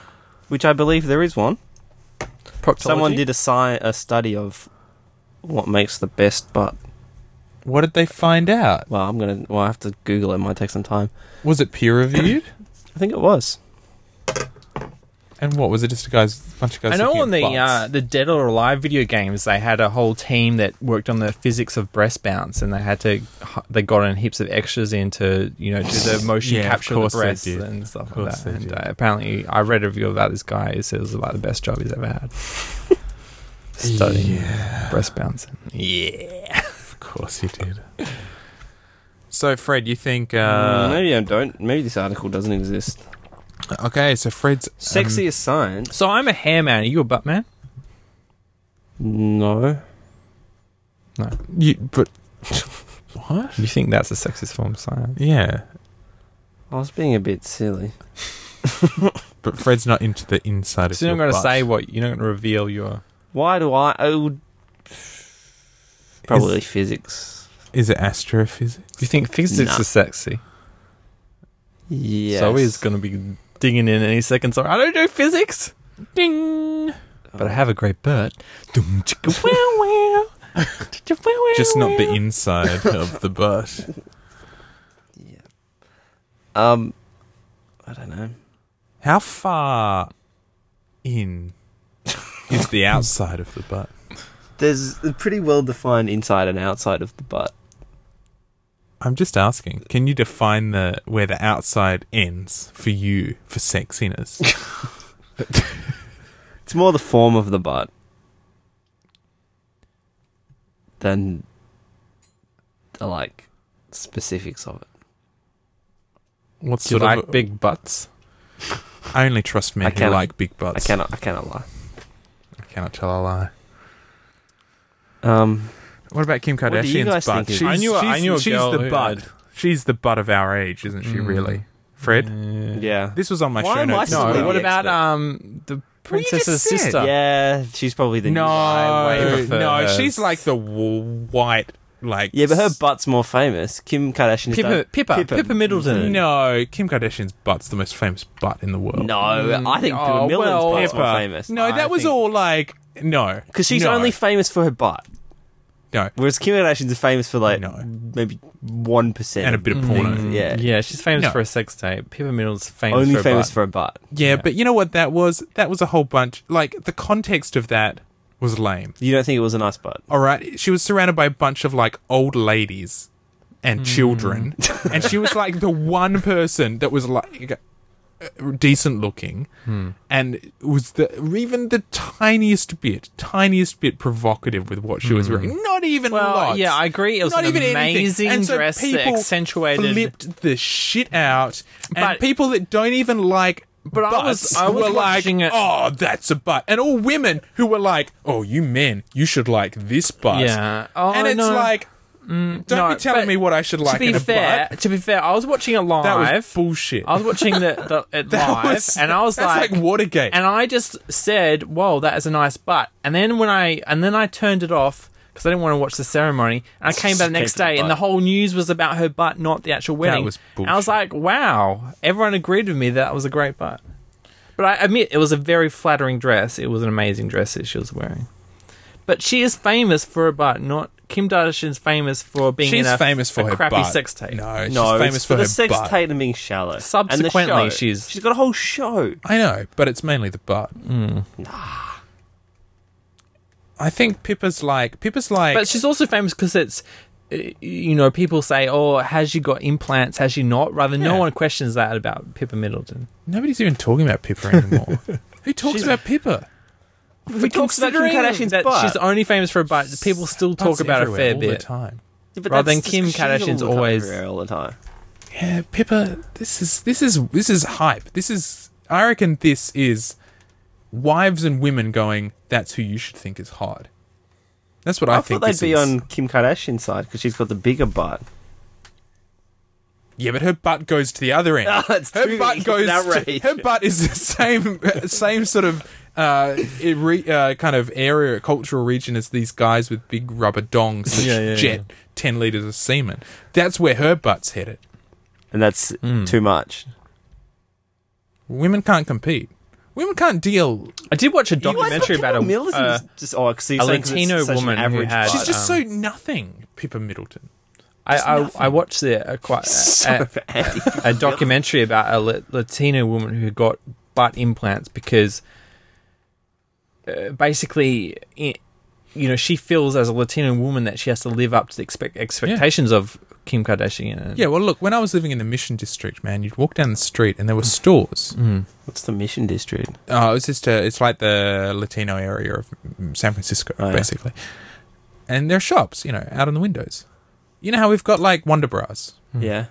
Speaker 3: which I believe there is one.
Speaker 1: Proctology.
Speaker 3: Someone did a sci- a study of what makes the best butt.
Speaker 2: What did they find out?
Speaker 3: Well, I'm gonna. Well, I have to Google it. it might take some time.
Speaker 2: Was it peer reviewed?
Speaker 3: I think it was.
Speaker 2: and what was it? Just a guys, bunch of guys.
Speaker 1: I know
Speaker 2: looking at
Speaker 1: on the uh,
Speaker 2: butts?
Speaker 1: the Dead or Alive video games, they had a whole team that worked on the physics of breast bounce, and they had to they got in heaps of extras in to you know do the motion
Speaker 2: Yeah, of
Speaker 1: capture of
Speaker 2: course
Speaker 1: the
Speaker 2: they
Speaker 1: breasts
Speaker 2: did.
Speaker 1: and stuff like
Speaker 2: Of course
Speaker 1: that.
Speaker 2: they
Speaker 1: And
Speaker 2: did.
Speaker 1: uh, apparently, I read a review about this guy who said it was about the best job he's ever had studying breast bouncing. Yeah,
Speaker 2: Of course he did. So, Fred, you think.
Speaker 3: Mm,
Speaker 2: Uh,
Speaker 3: maybe I don't. Maybe this article doesn't exist.
Speaker 1: Um,
Speaker 2: okay, so Fred's. um,
Speaker 3: Sexiest science?
Speaker 1: so I'm a hair man. Are you a butt man?
Speaker 3: No.
Speaker 2: you, but. what?
Speaker 1: You think that's the sexiest form of science?
Speaker 2: Yeah,
Speaker 3: I was being a bit silly.
Speaker 2: but Fred's not into the inside of
Speaker 1: So you're
Speaker 2: your
Speaker 1: not going to
Speaker 2: butt.
Speaker 1: say what you're not going to reveal your.
Speaker 3: Why do I? I would probably physics.
Speaker 2: Is it astrophysics?
Speaker 1: You think physics
Speaker 3: Nah.
Speaker 1: is sexy?
Speaker 3: Yes.
Speaker 1: So he's going to be dinging in any second. Sorry, I don't do physics. Ding. But I have a great bird. Dum, chicka, wow, wow. Chicka, wow, wow,
Speaker 2: Just not the
Speaker 1: wow.
Speaker 2: inside of the butt.
Speaker 3: Um, I don't know.
Speaker 2: How far in is the outside of the butt?
Speaker 3: There's a pretty well defined inside and outside of the butt.
Speaker 2: I'm just asking. Can you define the where the outside ends for you for sexiness?
Speaker 3: It's more the form of the butt than the like specifics of it.
Speaker 2: What
Speaker 1: Do you
Speaker 2: sort of?
Speaker 1: like big butts?
Speaker 2: I only trust men
Speaker 3: I
Speaker 2: who
Speaker 3: cannot-
Speaker 2: like big
Speaker 3: I
Speaker 2: butts.
Speaker 3: cannot. I cannot lie.
Speaker 2: I cannot tell a lie.
Speaker 3: Um,
Speaker 2: What about Kim
Speaker 3: What do you guys
Speaker 2: Kardashian's butt?
Speaker 3: think is-
Speaker 2: She's-
Speaker 1: I knew a- I
Speaker 2: she's-
Speaker 1: knew a
Speaker 2: she's
Speaker 1: girl
Speaker 2: the
Speaker 1: who
Speaker 2: butt.
Speaker 1: had-
Speaker 2: She's the butt of our age, isn't she?
Speaker 1: Mm.
Speaker 2: Really, Fred.
Speaker 3: yeah.
Speaker 2: This was on my
Speaker 3: Why
Speaker 2: show
Speaker 3: am I
Speaker 2: notes.
Speaker 3: so
Speaker 1: No.
Speaker 3: Really
Speaker 1: what about
Speaker 3: expert.
Speaker 1: um the
Speaker 2: Well, you just
Speaker 1: princess's
Speaker 2: said.
Speaker 1: sister?
Speaker 3: Yeah, she's probably the new-
Speaker 1: I way
Speaker 2: no,
Speaker 1: prefer
Speaker 2: no,
Speaker 1: hers.
Speaker 2: she's like the w- white, like
Speaker 3: Yeah, but her butt's more famous. Kim Kardashian. is
Speaker 1: Pippa,
Speaker 3: done-
Speaker 1: Pippa, Pippa, Middleton.
Speaker 2: No, Kim Kardashian's butt's the most famous butt in the world.
Speaker 3: No, I think Pippa
Speaker 1: oh,
Speaker 3: Middleton's
Speaker 1: well,
Speaker 3: butt's more
Speaker 2: Pippa.
Speaker 3: famous.
Speaker 2: No, that
Speaker 1: I
Speaker 2: was
Speaker 1: think-
Speaker 2: all like no,
Speaker 3: because she's
Speaker 2: no,
Speaker 3: only famous for her butt,
Speaker 2: no,
Speaker 3: whereas Kim Kardashian's famous for like
Speaker 2: No.
Speaker 3: maybe one percent Mm,
Speaker 2: and a bit of porno.
Speaker 1: Mm.
Speaker 3: Yeah.
Speaker 1: yeah, she's famous
Speaker 2: No.
Speaker 1: for a sex tape. Pippa Middleton's famous
Speaker 3: Only
Speaker 1: for a
Speaker 3: famous
Speaker 1: butt.
Speaker 3: for a butt.
Speaker 2: Yeah, but you know what that was? That was a whole bunch. Like the context of that was lame.
Speaker 3: You don't think it was a nice butt?
Speaker 2: All right, she was surrounded by a bunch of like old ladies and
Speaker 1: Hmm.
Speaker 2: children, and she was like the one person that was like uh, decent looking,
Speaker 1: Hmm.
Speaker 2: and was the even the tiniest bit, tiniest bit provocative with what she was wearing. Not even
Speaker 1: Hmm. Well,
Speaker 2: lots.
Speaker 1: yeah, I agree. It was
Speaker 2: Not
Speaker 1: an
Speaker 2: even anything.
Speaker 1: amazing
Speaker 2: And so
Speaker 1: dress that
Speaker 2: people
Speaker 1: accentuated.
Speaker 2: flipped the shit out, and
Speaker 1: But-
Speaker 2: people that don't even like. But
Speaker 1: I was- I was
Speaker 2: were like,
Speaker 1: watching it-
Speaker 2: oh, that's a butt, and all women who were like, oh, you men, you should like this butt,
Speaker 1: Yeah. Oh,
Speaker 2: and it's
Speaker 1: no.
Speaker 2: like, don't
Speaker 1: no,
Speaker 2: be telling
Speaker 1: but
Speaker 2: me what I should like
Speaker 1: to be
Speaker 2: in a
Speaker 1: fair,
Speaker 2: butt.
Speaker 1: to be fair, I was watching it live.
Speaker 2: That was bullshit.
Speaker 1: I was watching the, the it live,
Speaker 2: That was-
Speaker 1: and I was
Speaker 2: that's like, Watergate.
Speaker 1: and I just said, "Whoa, that is a nice butt." And then when I and then I turned it off because I didn't want to watch the ceremony. And I came back the next
Speaker 3: to the
Speaker 1: day, and
Speaker 3: butt.
Speaker 1: the whole news was about her butt, not the actual wedding.
Speaker 2: was
Speaker 1: and I was
Speaker 2: bullshit.
Speaker 1: like, "Wow!" Everyone agreed with me that was a great butt. But I admit it was a very flattering dress. It was an amazing dress that she was wearing. But she is famous for a butt, not Kim Kardashian's famous for being
Speaker 2: she's
Speaker 1: in a,
Speaker 2: famous for
Speaker 1: a
Speaker 2: her
Speaker 1: crappy
Speaker 2: butt.
Speaker 1: sex tape.
Speaker 2: No, she's
Speaker 3: No,
Speaker 2: famous
Speaker 3: it's
Speaker 2: for,
Speaker 3: for,
Speaker 2: her
Speaker 3: the sex
Speaker 2: butt.
Speaker 3: tape and being shallow.
Speaker 1: Subsequently,
Speaker 3: and the show.
Speaker 1: she's-
Speaker 3: she's got a whole show.
Speaker 2: I know, but it's mainly the butt.
Speaker 1: Mm.
Speaker 2: I think Pippa's like Pippa's like
Speaker 1: But she's also famous because it's, uh, you know, people say, "Oh, has she got implants? Has she not?" Rather, no
Speaker 2: Yeah.
Speaker 1: one questions that about Pippa Middleton.
Speaker 2: nobody's even talking about Pippa anymore. Who talks about Pippa?
Speaker 1: We
Speaker 3: talks about Kim Kardashian's
Speaker 1: that
Speaker 3: butt.
Speaker 1: she's only famous for a butt, people still talk
Speaker 2: Butts
Speaker 1: about it a
Speaker 2: everywhere
Speaker 1: fair
Speaker 2: all the
Speaker 1: bit.
Speaker 2: time.
Speaker 3: But
Speaker 1: Rather than
Speaker 3: that's-
Speaker 1: Kim
Speaker 3: she's all the
Speaker 1: Kardashian's
Speaker 3: time
Speaker 1: always-
Speaker 3: everywhere all the time.
Speaker 2: Yeah, Pippa. This is this is this is hype. This is I reckon this is wives and women going. That's who you should think is hot. That's what I,
Speaker 3: I,
Speaker 2: think.
Speaker 3: thought they'd
Speaker 2: this
Speaker 3: be
Speaker 2: is.
Speaker 3: on Kim Kardashian's side because she's got the bigger butt.
Speaker 2: Yeah, but her butt goes to the other end.
Speaker 1: Oh,
Speaker 3: Ah, it's
Speaker 2: her
Speaker 3: too-
Speaker 2: butt
Speaker 3: it's
Speaker 2: goes. To,
Speaker 3: outrageous.
Speaker 2: her butt is the same same sort of uh, it re, uh, kind of area cultural region as these guys with big rubber dongs that
Speaker 1: Yeah, yeah,
Speaker 2: jet ten liters of semen. That's where her butt's headed.
Speaker 3: And that's too much.
Speaker 2: Women can't compete. Women can't deal.
Speaker 1: I did watch a documentary about a,
Speaker 3: Middleton's
Speaker 1: uh,
Speaker 3: just oh, 'cause he's
Speaker 1: a
Speaker 3: saying 'cause it's
Speaker 1: Latino
Speaker 3: such an
Speaker 1: woman who
Speaker 3: average
Speaker 1: had-
Speaker 3: butt.
Speaker 2: She's just
Speaker 1: um,
Speaker 2: so nothing, Pippa Middleton.
Speaker 1: I, I, I watched the uh, quite a, a, a documentary about a la- Latino woman who got butt implants because uh, basically, i you know, she feels as a Latino woman that she has to live up to the expect- expectations of Kim Kardashian. And
Speaker 2: Yeah, well, look, when I was living in the Mission District, man, you'd walk down the street and there were stores.
Speaker 3: What's the Mission District?
Speaker 2: Oh, it's just a, it's like the Latino area of mm, San Francisco,
Speaker 3: Oh, yeah.
Speaker 2: basically. And there are shops, you know, out on the windows. You know how we've got like Wonder Bras,
Speaker 3: Yeah,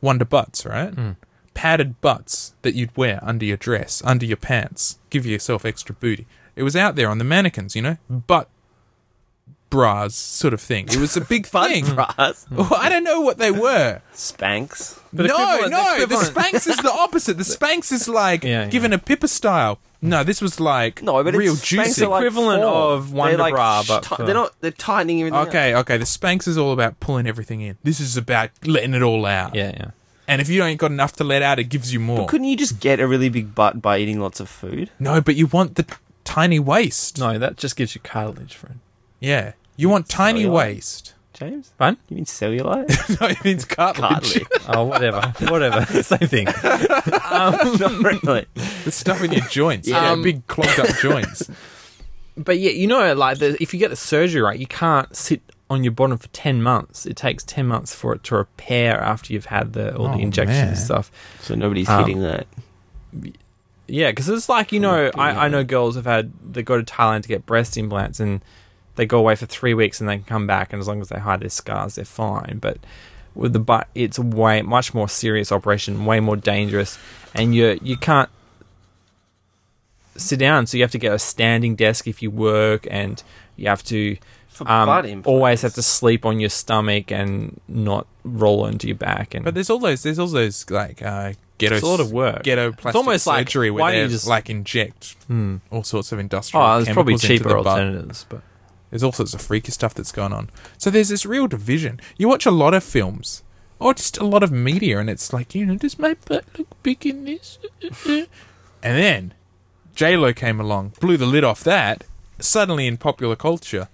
Speaker 2: Wonder Butts, right?
Speaker 3: Hmm.
Speaker 2: Padded butts that you'd wear under your dress, under your pants, give yourself extra booty. It was out there on the mannequins, you know, butt bras sort of thing. It was a big thing.
Speaker 3: bras,
Speaker 2: Well, I don't know what they were.
Speaker 3: Spanx.
Speaker 1: But
Speaker 2: no,
Speaker 1: equivalent-
Speaker 2: no, the
Speaker 1: equivalent-
Speaker 2: Spanx is the opposite. The Spanx is like
Speaker 1: Yeah, yeah.
Speaker 2: given a Pippa style. No, this was like
Speaker 3: No, but
Speaker 2: real
Speaker 3: it's
Speaker 2: juicy.
Speaker 3: Spanx are like
Speaker 1: Equivalent
Speaker 3: four.
Speaker 1: of
Speaker 3: They're
Speaker 1: Wonder
Speaker 3: like
Speaker 1: Bra,
Speaker 3: sh-
Speaker 1: but
Speaker 3: ti-
Speaker 1: for-
Speaker 3: they're not. They're tightening everything. up.
Speaker 2: okay, okay, the Spanx is all about pulling everything in. This is about letting it all out.
Speaker 1: yeah, yeah.
Speaker 2: And if you ain't got enough to let out, it gives you more.
Speaker 3: Couldn't you just get a really big butt by eating lots of food?
Speaker 2: no, but you want the tiny waist.
Speaker 1: No, that just gives you cartilage, friend.
Speaker 2: Yeah. You want tiny
Speaker 3: Cellulite.
Speaker 2: waist.
Speaker 3: James?
Speaker 1: Fun?
Speaker 3: You mean cellulite?
Speaker 2: no, it means cartilage.
Speaker 3: Hardly.
Speaker 1: Oh, whatever. whatever. Same thing.
Speaker 3: Not really.
Speaker 2: the stuff in your joints. Yeah,
Speaker 1: Um,
Speaker 2: big clogged up joints.
Speaker 1: But yeah, you know, like the, if you get the surgery right, you can't sit on your bottom for ten months. It takes ten months for it to repair after you've had the all
Speaker 2: Oh,
Speaker 1: the injections
Speaker 2: man.
Speaker 1: and stuff.
Speaker 3: So nobody's
Speaker 1: Um,
Speaker 3: hitting that.
Speaker 1: Yeah, because it's like you know, I, I
Speaker 3: yeah.
Speaker 1: know girls have had they go to Thailand to get breast implants and they go away for three weeks and they can come back and as long as they hide their scars, they're fine. But with the butt, it's way much more serious operation, way more dangerous, and you you can't sit down, so you have to get a standing desk if you work, and you have to
Speaker 3: For butt
Speaker 1: um,
Speaker 3: implants.
Speaker 1: always have to sleep on your stomach and not roll onto your back. And
Speaker 2: But there's all those there's all those like uh ghetto
Speaker 1: It's a lot of work.
Speaker 2: Ghetto
Speaker 1: It's
Speaker 2: plastic
Speaker 1: almost like,
Speaker 2: surgery
Speaker 1: why
Speaker 2: where
Speaker 1: don't
Speaker 2: they
Speaker 1: you just- Hmm.
Speaker 2: like inject all sorts of industrial
Speaker 1: oh, there's probably
Speaker 2: chemicals into
Speaker 1: cheaper
Speaker 2: the butt.
Speaker 1: alternatives, but.
Speaker 2: There's all sorts of freaky stuff that's going on. So there's this real division. You watch a lot of films, or just a lot of media, and it's like, you know, does my butt look big in this? and then J Lo came along, blew the lid off that. Suddenly, in popular culture,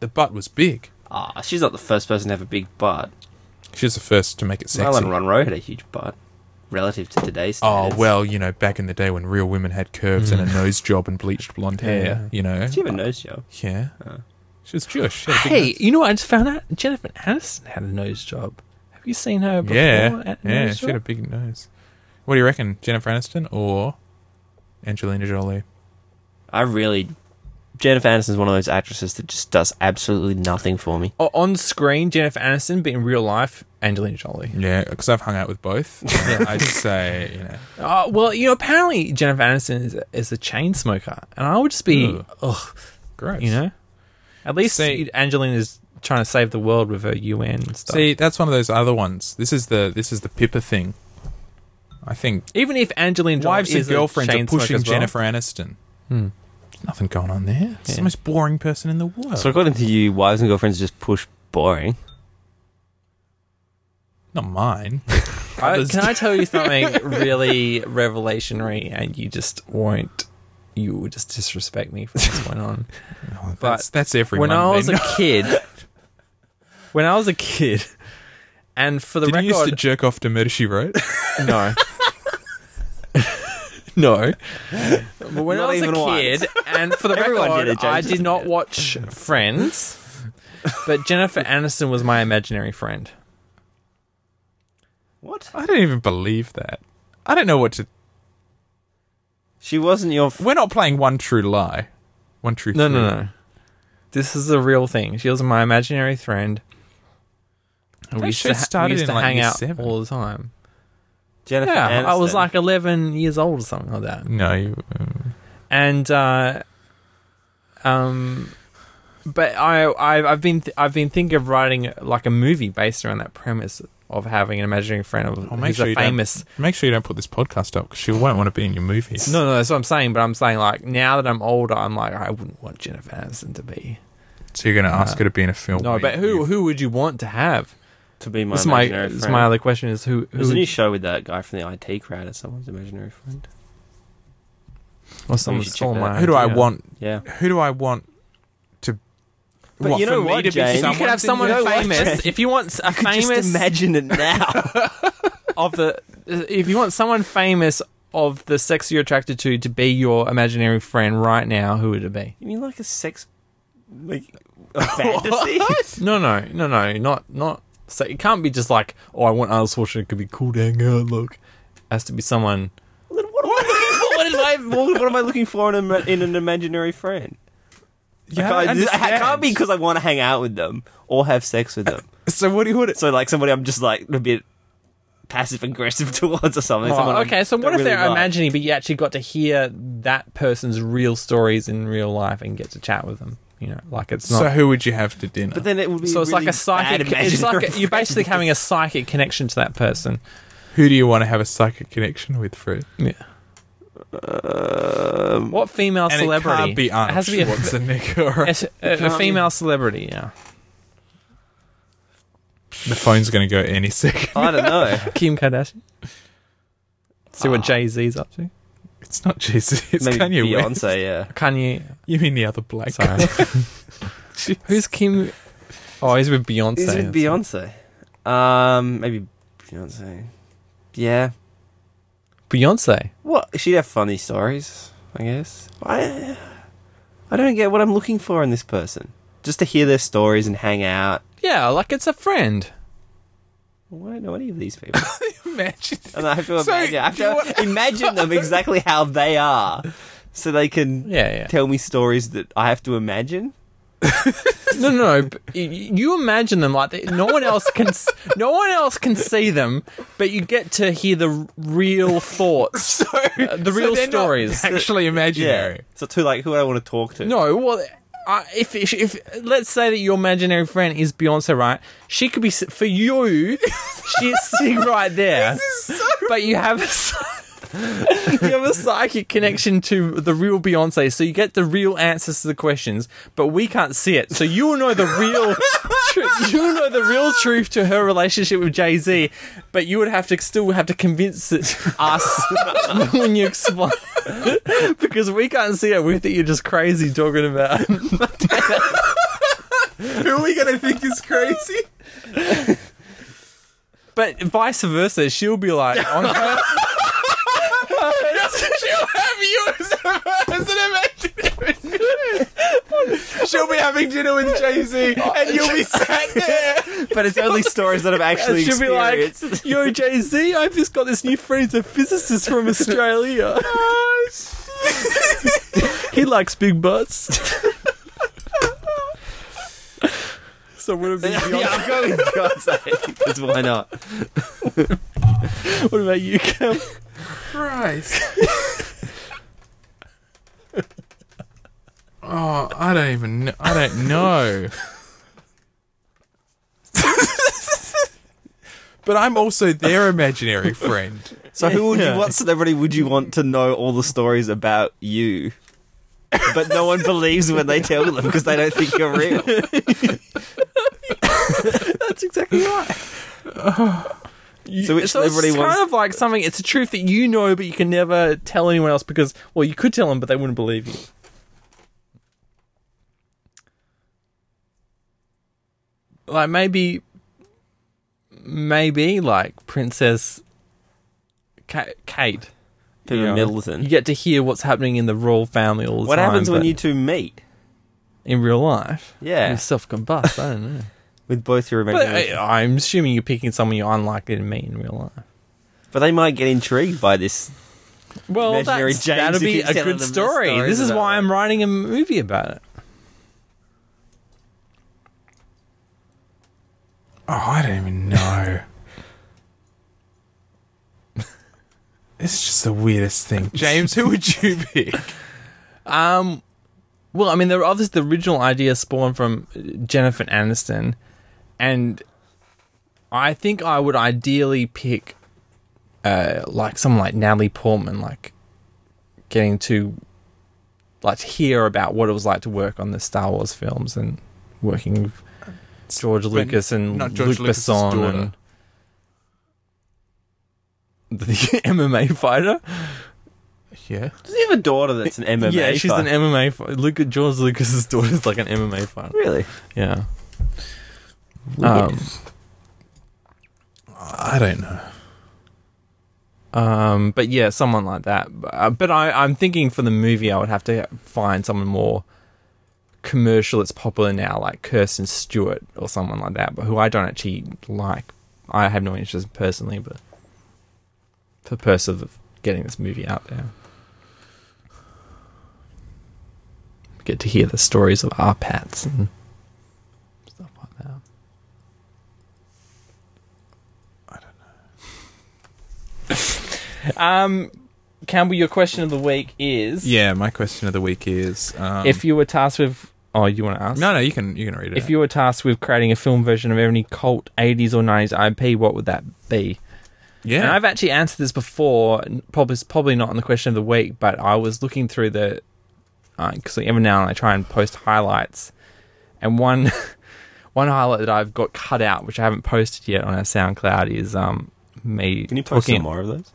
Speaker 2: the butt was big.
Speaker 3: Ah, she's not the first person to have a big butt.
Speaker 2: She's the first to make it sexy.
Speaker 3: Marilyn Monroe had a huge butt relative to today's
Speaker 2: Oh
Speaker 3: standards.
Speaker 2: well, you know, back in the day when real women had curves and a nose job and bleached blonde hair, Mm. you know.
Speaker 3: Did you have a nose job?
Speaker 2: Yeah. She was Jewish. She had a big
Speaker 1: Hey, you know what I just found out? Jennifer Aniston had a nose job. Have you seen her
Speaker 2: nose.
Speaker 1: before?
Speaker 2: Yeah.
Speaker 1: at
Speaker 2: Yeah,
Speaker 1: nose
Speaker 2: she had a
Speaker 1: job?
Speaker 2: big nose. What do you reckon? Jennifer Aniston or Angelina Jolie?
Speaker 3: I really. Jennifer Aniston's one of those actresses that just does absolutely nothing for me.
Speaker 1: O- on screen, Jennifer Aniston, but in real life, Angelina Jolie.
Speaker 2: Yeah, because I've hung out with both. I'd say, you know.
Speaker 1: Uh, well, you know, apparently Jennifer Aniston is, is a chain smoker, and I would just be,
Speaker 2: Ugh.
Speaker 1: ugh,
Speaker 2: Gross.
Speaker 1: you know. At least
Speaker 2: See-
Speaker 1: Angelina's trying to save the world with her UN stuff.
Speaker 2: See, that's one of those other ones. This is the this is the Pippa thing. I think
Speaker 1: Even if Angelina Jolie
Speaker 2: wives and
Speaker 1: is
Speaker 2: girlfriends
Speaker 1: a
Speaker 2: are
Speaker 1: chain smoker
Speaker 2: pushing
Speaker 1: as well.
Speaker 2: Jennifer Aniston. There's Nothing going on there. It's the
Speaker 1: Yeah.
Speaker 2: most boring person in the world.
Speaker 3: So according to you, wives and girlfriends just push boring.
Speaker 2: Not mine.
Speaker 1: I,
Speaker 2: Others
Speaker 1: can I tell you something really revelationary, and you just won't, you will just disrespect me from this point on.
Speaker 2: Oh,
Speaker 1: But
Speaker 2: that's, that's every
Speaker 1: when I
Speaker 2: Monday
Speaker 1: was a
Speaker 2: night.
Speaker 1: kid, when I was a kid, and for the
Speaker 2: Did
Speaker 1: record,
Speaker 2: you used to jerk off to Murder She Wrote?
Speaker 1: no, no. But when
Speaker 3: Not
Speaker 1: I was a
Speaker 3: even once.
Speaker 1: kid, and for the
Speaker 3: Everyone
Speaker 1: record,
Speaker 3: did it,
Speaker 1: I
Speaker 3: James
Speaker 1: did not watch Friends, but Jennifer Aniston was my imaginary friend.
Speaker 3: What?
Speaker 2: I don't even believe that. I don't know what to.
Speaker 3: She wasn't your. F-
Speaker 2: We're not playing One True Lie. One True.
Speaker 1: No,
Speaker 2: Three.
Speaker 1: no, no. This is a real thing. She was my imaginary friend. And
Speaker 2: That
Speaker 1: we used
Speaker 2: shit
Speaker 1: to, ha- we
Speaker 2: started
Speaker 1: used
Speaker 2: in,
Speaker 1: to
Speaker 2: like,
Speaker 1: hang
Speaker 2: year
Speaker 1: out
Speaker 2: seven.
Speaker 1: all the time.
Speaker 3: Jennifer
Speaker 1: Yeah, I was
Speaker 3: Aniston.
Speaker 1: like 11 years old or something like that.
Speaker 2: No, you, um,
Speaker 1: and uh, um, but I I've, I've been th- I've been thinking of writing like a movie based around that premise of having an imaginary friend of
Speaker 2: I'll make
Speaker 1: who's
Speaker 2: sure
Speaker 1: a
Speaker 2: you
Speaker 1: famous.
Speaker 2: Don't, make sure you don't put this podcast up because she won't want to be in your movies.
Speaker 1: No, no, that's what I'm saying. But I'm saying like now that I'm older, I'm like I wouldn't want Jennifer Aniston to be.
Speaker 2: So you're going to ask
Speaker 1: No.
Speaker 2: her to be in a film.
Speaker 1: No,
Speaker 2: where
Speaker 1: but
Speaker 2: you-
Speaker 1: who who would you want to have?
Speaker 3: to be my
Speaker 1: This is my
Speaker 3: imaginary
Speaker 1: this is
Speaker 3: friend.
Speaker 1: my other question is who who
Speaker 3: There's a new
Speaker 1: would,
Speaker 3: show with that guy from the IT crowd as someone's imaginary friend.
Speaker 1: or someone
Speaker 3: should check
Speaker 1: stole
Speaker 3: that
Speaker 1: my
Speaker 2: who do I
Speaker 1: idea.
Speaker 2: want?
Speaker 3: Yeah.
Speaker 2: Who do I want to?
Speaker 3: But you know
Speaker 2: for me
Speaker 3: what,
Speaker 2: to be
Speaker 3: Jane? You
Speaker 1: You
Speaker 2: someone's
Speaker 1: could have
Speaker 2: in-
Speaker 1: someone
Speaker 3: You know what,
Speaker 1: famous.
Speaker 3: Jane?
Speaker 1: If you want a famous
Speaker 3: imagine it now.
Speaker 1: of the if you want someone famous of the sex you're attracted to to be your imaginary friend right now, who would it be?
Speaker 3: you mean like a sex, like a fantasy?
Speaker 1: No, no, no, no, not not. So it can't be just like, oh, I want Arnold Schwarzenegger to be cool to hang out. Look, has to be someone.
Speaker 3: Then what, am I looking for? What, am I, what, what am I looking for in, a, in an imaginary friend?
Speaker 2: Yeah,
Speaker 3: I can't, I
Speaker 2: understand.
Speaker 3: can't be because I want to hang out with them or have sex with them.
Speaker 2: So what do you want?
Speaker 3: So like somebody I'm just like a bit passive aggressive towards or something. Someone
Speaker 1: Oh,
Speaker 3: I
Speaker 1: okay, so
Speaker 3: don't
Speaker 1: what if
Speaker 3: really
Speaker 1: they're
Speaker 3: like.
Speaker 1: imagining, but you actually got to hear that person's real stories in real life and get to chat with them? You know, like it's not.
Speaker 2: So who would you have to dinner?
Speaker 3: But then it would be
Speaker 1: so it's
Speaker 3: really
Speaker 1: like a psychic.
Speaker 3: bad
Speaker 1: It's like
Speaker 3: imaginary
Speaker 1: a, you're basically
Speaker 3: friend.
Speaker 1: having a psychic connection to that person.
Speaker 2: Who do you want to have a psychic connection with, Fred?
Speaker 1: Yeah.
Speaker 3: Um,
Speaker 1: What female
Speaker 2: And
Speaker 1: celebrity?
Speaker 2: it can't be Arnold
Speaker 1: It has to be a,
Speaker 2: Schwarzenegger.
Speaker 1: It's a, a
Speaker 3: can't
Speaker 1: female celebrity, yeah.
Speaker 2: the phone's going to go any second.
Speaker 3: I don't know.
Speaker 1: Kim Kardashian. See
Speaker 2: Ah.
Speaker 1: what Jay Z's up to.
Speaker 2: It's not Jesus. It's
Speaker 3: Maybe
Speaker 2: Kanye West.
Speaker 3: Beyonce, yeah.
Speaker 1: Kanye.
Speaker 2: You mean the other black guy?
Speaker 1: Sorry. Who's Kim? Oh, he's with Beyonce.
Speaker 3: Is it Beyonce? Um, maybe Beyonce. Yeah.
Speaker 1: Beyonce.
Speaker 3: What? She'd have funny stories, I guess. I, I don't get what I'm looking for in this person. Just to hear their stories and hang out.
Speaker 1: Yeah, like it's a friend.
Speaker 3: Well, I don't know any of these people.
Speaker 2: Imagine.
Speaker 3: And I have to
Speaker 2: So,
Speaker 3: imagine, I have
Speaker 2: do you
Speaker 3: to
Speaker 2: want-
Speaker 3: imagine them exactly how they are, so they can
Speaker 1: Yeah, yeah.
Speaker 3: tell me stories that I have to imagine.
Speaker 1: No, no, no. but y- You imagine them like they, no one else can. s- No one else can see them, but you get to hear the real thoughts,
Speaker 2: So,
Speaker 1: uh, the real
Speaker 2: they're not
Speaker 1: stories.
Speaker 2: actually
Speaker 3: Yeah.
Speaker 2: imaginary.
Speaker 3: So to like who I want to talk to.
Speaker 1: No, well, I, if, if if let's say that your imaginary friend is Beyonce, right? She could be s- for you. she's sitting right there, but you have. A, psy- you have a psychic connection to the real Beyonce, so you get the real answers to the questions, but we can't see it. So you will know the real, tru- you will know the real truth to her relationship with Jay Z, but you would have to still have to convince it, us when you explain because we can't see it. We think you're just crazy talking about.
Speaker 2: Who are we going to think is crazy?
Speaker 1: But vice versa, she'll be like, on her,
Speaker 2: She'll have you as, a, as an imaginary. She'll be having dinner with Jay Z, and you'll be sat there.
Speaker 3: but it's only stories that I've actually
Speaker 1: she'll be like,
Speaker 3: experienced.
Speaker 1: "Yo, Jay Z, I've just got this new friend, he's a physicist from Australia. he likes big butts." So would it be
Speaker 3: yeah,
Speaker 1: Beyonce?
Speaker 3: I'm going with Beyonce because why not?
Speaker 1: What about you, Cam?
Speaker 2: Christ. oh, I don't even. Know. I don't know. but I'm also their imaginary friend.
Speaker 3: So who would
Speaker 1: Yeah.
Speaker 3: you? What celebrity would you want to know all the stories about you? But no one believes when they tell them because they don't think you're real.
Speaker 1: That's exactly right. You-
Speaker 3: So which celebrity
Speaker 1: it's
Speaker 3: wants-
Speaker 1: kind of like something. It's a truth that you know, but you can never tell anyone else because, well, you could tell them, but they wouldn't believe you. Like maybe, maybe like Princess Ka- Kate.
Speaker 3: Pippa
Speaker 2: Yeah.
Speaker 1: You
Speaker 3: Middleton.
Speaker 1: get to hear what's happening in the royal family all the
Speaker 3: What
Speaker 1: time.
Speaker 3: happens when
Speaker 1: but
Speaker 3: you two meet?
Speaker 1: in real life?
Speaker 3: Yeah,
Speaker 1: You self combust. I don't know.
Speaker 3: with both your
Speaker 1: But uh,
Speaker 3: imaginary.
Speaker 1: I, I'm assuming you're picking someone you're unlikely to meet in real life.
Speaker 3: But they might get intrigued by this.
Speaker 1: Well,
Speaker 3: Imaginary
Speaker 1: that's,
Speaker 3: James
Speaker 1: that'll
Speaker 3: who
Speaker 1: be
Speaker 3: keeps
Speaker 1: a
Speaker 3: telling
Speaker 1: good
Speaker 3: them
Speaker 1: story.
Speaker 3: stories
Speaker 1: This is
Speaker 3: about
Speaker 1: why
Speaker 3: it.
Speaker 1: I'm writing a movie about it.
Speaker 2: Oh, I don't even know. it's just the weirdest thing. James, who would you pick?
Speaker 1: Um, well, I mean, there are obviously the original idea spawned from uh, Jennifer Aniston, and I think I would ideally pick, uh, like someone like Natalie Portman, like getting to, like, to hear about what it was like to work on the Star Wars films and working with George Lucas and
Speaker 2: not George
Speaker 1: Luc
Speaker 2: Lucas's
Speaker 1: Besson
Speaker 2: daughter.
Speaker 1: and. The MMA fighter?
Speaker 2: Yeah.
Speaker 3: Does he have a daughter that's an MMA?
Speaker 1: yeah, she's
Speaker 3: fighter?
Speaker 1: an MMA. Fi- Look at George Lucas's daughter's like an MMA fighter.
Speaker 3: Really?
Speaker 1: Yeah. Um,
Speaker 2: I don't know.
Speaker 1: um, but yeah, someone like that. Uh, but I, I'm thinking for the movie, I would have to find someone more commercial that's popular now, like Kirsten Stewart or someone like that, but who I don't actually like. I have no interest personally, but for purpose of getting this movie out there, get to hear the stories of our pats and stuff like that. Um, Campbell, your question of the week is
Speaker 2: Yeah, my question of the week is um,
Speaker 1: if you were tasked with. Oh, you want to ask?
Speaker 2: no, no, you can you can read it.
Speaker 1: If you were tasked with creating a film version of any cult 80s or 90s IP, what would that be? And
Speaker 2: yeah,
Speaker 1: I've actually answered this before, n- probably probably not on the question of the week, but I was looking through the uh, because every now and then I try and post highlights, and one one highlight that I've got cut out, which I haven't posted yet on our SoundCloud, is um me.
Speaker 3: Can you post
Speaker 1: talking-
Speaker 3: some more of those?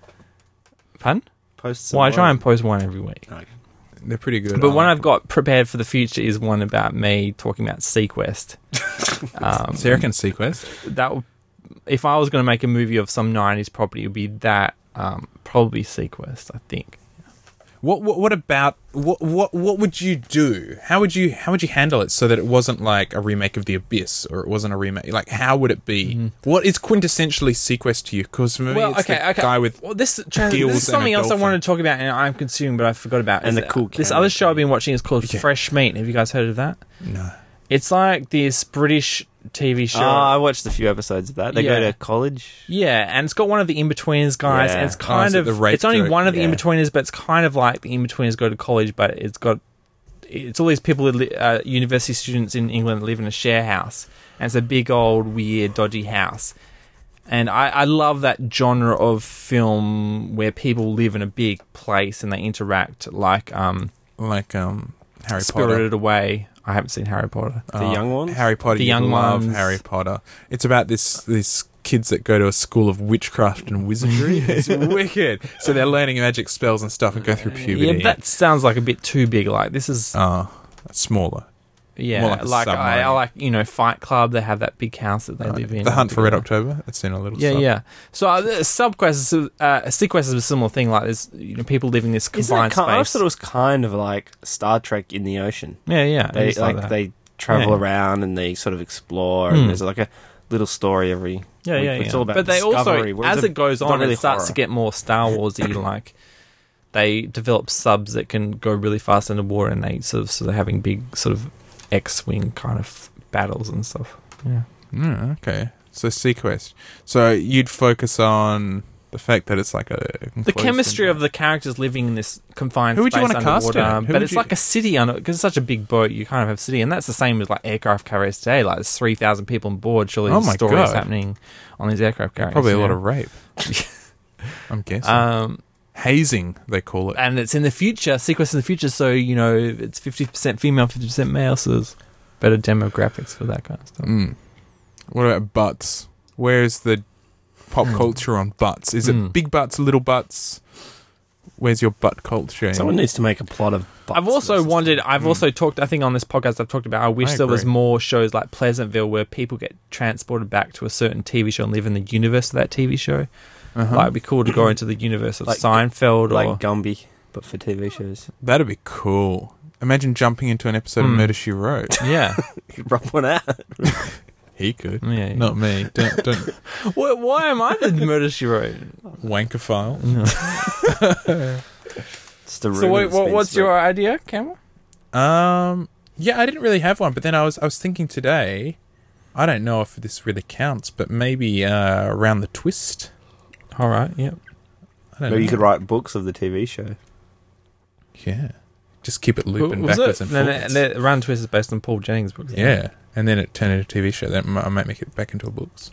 Speaker 1: Pardon?
Speaker 3: Post some
Speaker 1: Well, I
Speaker 3: more
Speaker 1: try
Speaker 3: of-
Speaker 1: and post one every week.
Speaker 3: Okay.
Speaker 2: They're pretty good.
Speaker 1: But one I've got prepared for the future is one about me talking about Sequest. um,
Speaker 2: So you reckon Sequest?
Speaker 1: that would, if I was going to make a movie of some '90s property, it would be that um, probably Sequest. I think
Speaker 2: What, what what about what what what would you do? How would you how would you handle it so that it wasn't like a remake of The Abyss or it wasn't a remake? Like how would it be? What is quintessentially Sequest to you? Because for me,
Speaker 1: Mm-hmm. Well,
Speaker 2: it's
Speaker 1: okay,
Speaker 2: the
Speaker 1: okay.
Speaker 2: guy with
Speaker 1: Well, this, trans-
Speaker 2: Gills
Speaker 1: this is
Speaker 2: and
Speaker 1: something
Speaker 2: a
Speaker 1: else I
Speaker 2: dolphin.
Speaker 1: wanted to talk about, and I'm consumed, but I forgot about.
Speaker 3: And
Speaker 1: Is
Speaker 3: the
Speaker 1: that-
Speaker 3: cool
Speaker 1: This
Speaker 3: camera
Speaker 1: other show I've been watching is called Fresh Meat. Have you guys heard of that?
Speaker 2: no.
Speaker 1: It's like this British TV show.
Speaker 3: Oh, I watched a few episodes of that. They
Speaker 1: Yeah.
Speaker 3: go to college.
Speaker 1: yeah, and it's got one of the Inbetweeners guys,
Speaker 3: Yeah.
Speaker 1: and it's
Speaker 3: Oh,
Speaker 1: kind
Speaker 2: is it
Speaker 1: of
Speaker 2: the rape
Speaker 1: it's only
Speaker 2: joke?
Speaker 1: one of the
Speaker 3: Yeah.
Speaker 1: Inbetweeners, but it's kind of like the Inbetweeners go to college, but it's got it's all these people, that li- uh, university students in England that live in a share house, and it's a big old weird dodgy house. And I, I love that genre of film where people live in a big place and they interact like um,
Speaker 2: like um Harry
Speaker 1: Spirited Away. I haven't seen Harry Potter.
Speaker 2: Potter.
Speaker 3: The
Speaker 2: Uh,
Speaker 3: young ones?
Speaker 2: Harry Potter.
Speaker 1: The
Speaker 2: The
Speaker 1: young
Speaker 2: young love
Speaker 1: ones.
Speaker 2: Harry Potter. It's about this this kids that go to a school of witchcraft and wizardry. it's wicked. So they're learning magic spells and stuff and go through
Speaker 1: Yeah,
Speaker 2: puberty.
Speaker 1: that sounds like a bit too big. Like this is
Speaker 2: uh, smaller.
Speaker 1: Yeah,
Speaker 2: More
Speaker 1: like,
Speaker 2: like a
Speaker 1: I, I
Speaker 2: submarine.
Speaker 1: like you know Fight Club. They have that big house that they live in.
Speaker 2: the Hunt for Red
Speaker 1: October.
Speaker 2: October. It's in a little.
Speaker 1: Yeah,
Speaker 2: sub.
Speaker 1: yeah. So uh, the subquest is uh, a sequest is a similar thing. Like there's you know people living in this
Speaker 3: Isn't it
Speaker 1: confined
Speaker 3: ki- I always
Speaker 1: space.
Speaker 3: thought it was kind of like Star Trek in the ocean.
Speaker 1: yeah, yeah.
Speaker 3: They
Speaker 1: it's like
Speaker 3: like,
Speaker 1: that.
Speaker 3: they travel
Speaker 1: Yeah.
Speaker 3: around and they sort of explore.
Speaker 1: Hmm.
Speaker 3: And there's like a little story every.
Speaker 1: yeah,
Speaker 3: week.
Speaker 1: yeah, yeah.
Speaker 3: It's all about
Speaker 1: but they
Speaker 3: discovery,
Speaker 1: also,
Speaker 3: whereas
Speaker 1: as
Speaker 3: it-
Speaker 1: it goes
Speaker 3: it's not
Speaker 1: on,
Speaker 3: really
Speaker 1: it starts
Speaker 3: horror.
Speaker 1: to get more Star Warsy. like they develop subs that can go really fast underwater, and they sort of so they're having big sort of X-wing kind of battles and stuff. Yeah.
Speaker 2: Mm, okay. So Sequest. So you'd focus on the fact that it's like a
Speaker 1: the chemistry of the characters living in this confined
Speaker 2: Who would you
Speaker 1: space
Speaker 2: wanna cast
Speaker 1: underwater,
Speaker 2: in it?
Speaker 1: but
Speaker 2: Who would
Speaker 1: it's
Speaker 2: you-
Speaker 1: like a city on because it's such a big boat. You kind of have city, and that's the same as like aircraft carriers today. Like there's three thousand people on board. Surely
Speaker 2: Oh
Speaker 1: there's
Speaker 2: my
Speaker 1: stories
Speaker 2: God.
Speaker 1: happening on these aircraft carriers.
Speaker 2: probably a lot
Speaker 1: yeah.
Speaker 2: of rape. I'm guessing
Speaker 1: Um,
Speaker 2: hazing they call it.
Speaker 1: and it's in the future, sequence in the future. So you know it's fifty percent female, fifty percent male. So there's better demographics for that kind of stuff.
Speaker 2: Mm. What about butts? Where's the pop
Speaker 1: Hmm.
Speaker 2: culture on butts? Is it
Speaker 1: Mm.
Speaker 2: big butts, little butts? Where's your butt culture?
Speaker 3: Someone needs to make a plot of. butts
Speaker 1: I've also
Speaker 3: versus-
Speaker 1: wanted. I've also talked. I think on this podcast, I've talked about. I wish
Speaker 2: Hmm. I
Speaker 1: there was
Speaker 2: agree.
Speaker 1: more shows like Pleasantville, where people get transported back to a certain TV show and live in the universe of that TV show.
Speaker 2: Uh-huh.
Speaker 1: Like, it'd be cool to go into the universe of
Speaker 3: Like-
Speaker 1: Seinfeld
Speaker 3: like
Speaker 1: or
Speaker 3: Gumby, but for TV shows.
Speaker 2: That'd be cool. Imagine jumping into an episode
Speaker 1: Mm.
Speaker 2: of Murder She Wrote.
Speaker 1: yeah,
Speaker 3: Rub one out.
Speaker 2: He could.
Speaker 1: yeah. yeah.
Speaker 2: Not me. Don't, don't
Speaker 1: Why, why am I the murder she wrote?
Speaker 2: wankerphile.
Speaker 3: It's the
Speaker 1: So,
Speaker 3: rumor
Speaker 1: wait,
Speaker 3: that's
Speaker 1: what,
Speaker 3: been
Speaker 1: what's
Speaker 3: spread.
Speaker 1: your idea, Cameron?
Speaker 2: Um, yeah, I didn't really have one, but then I was I was thinking today, I don't know if this really counts, but maybe uh, around the twist.
Speaker 1: All right, yeah.
Speaker 2: I don't
Speaker 3: Maybe
Speaker 2: know.
Speaker 3: you could write books of the TV show.
Speaker 2: yeah, just keep it looping
Speaker 1: Was it-
Speaker 2: backwards and
Speaker 1: no,
Speaker 2: forwards.
Speaker 1: no, no, Round Twist is based on Paul Jennings' books. isn't it?
Speaker 2: yeah, and then it turned into a TV show. That m- I might make it back into a books,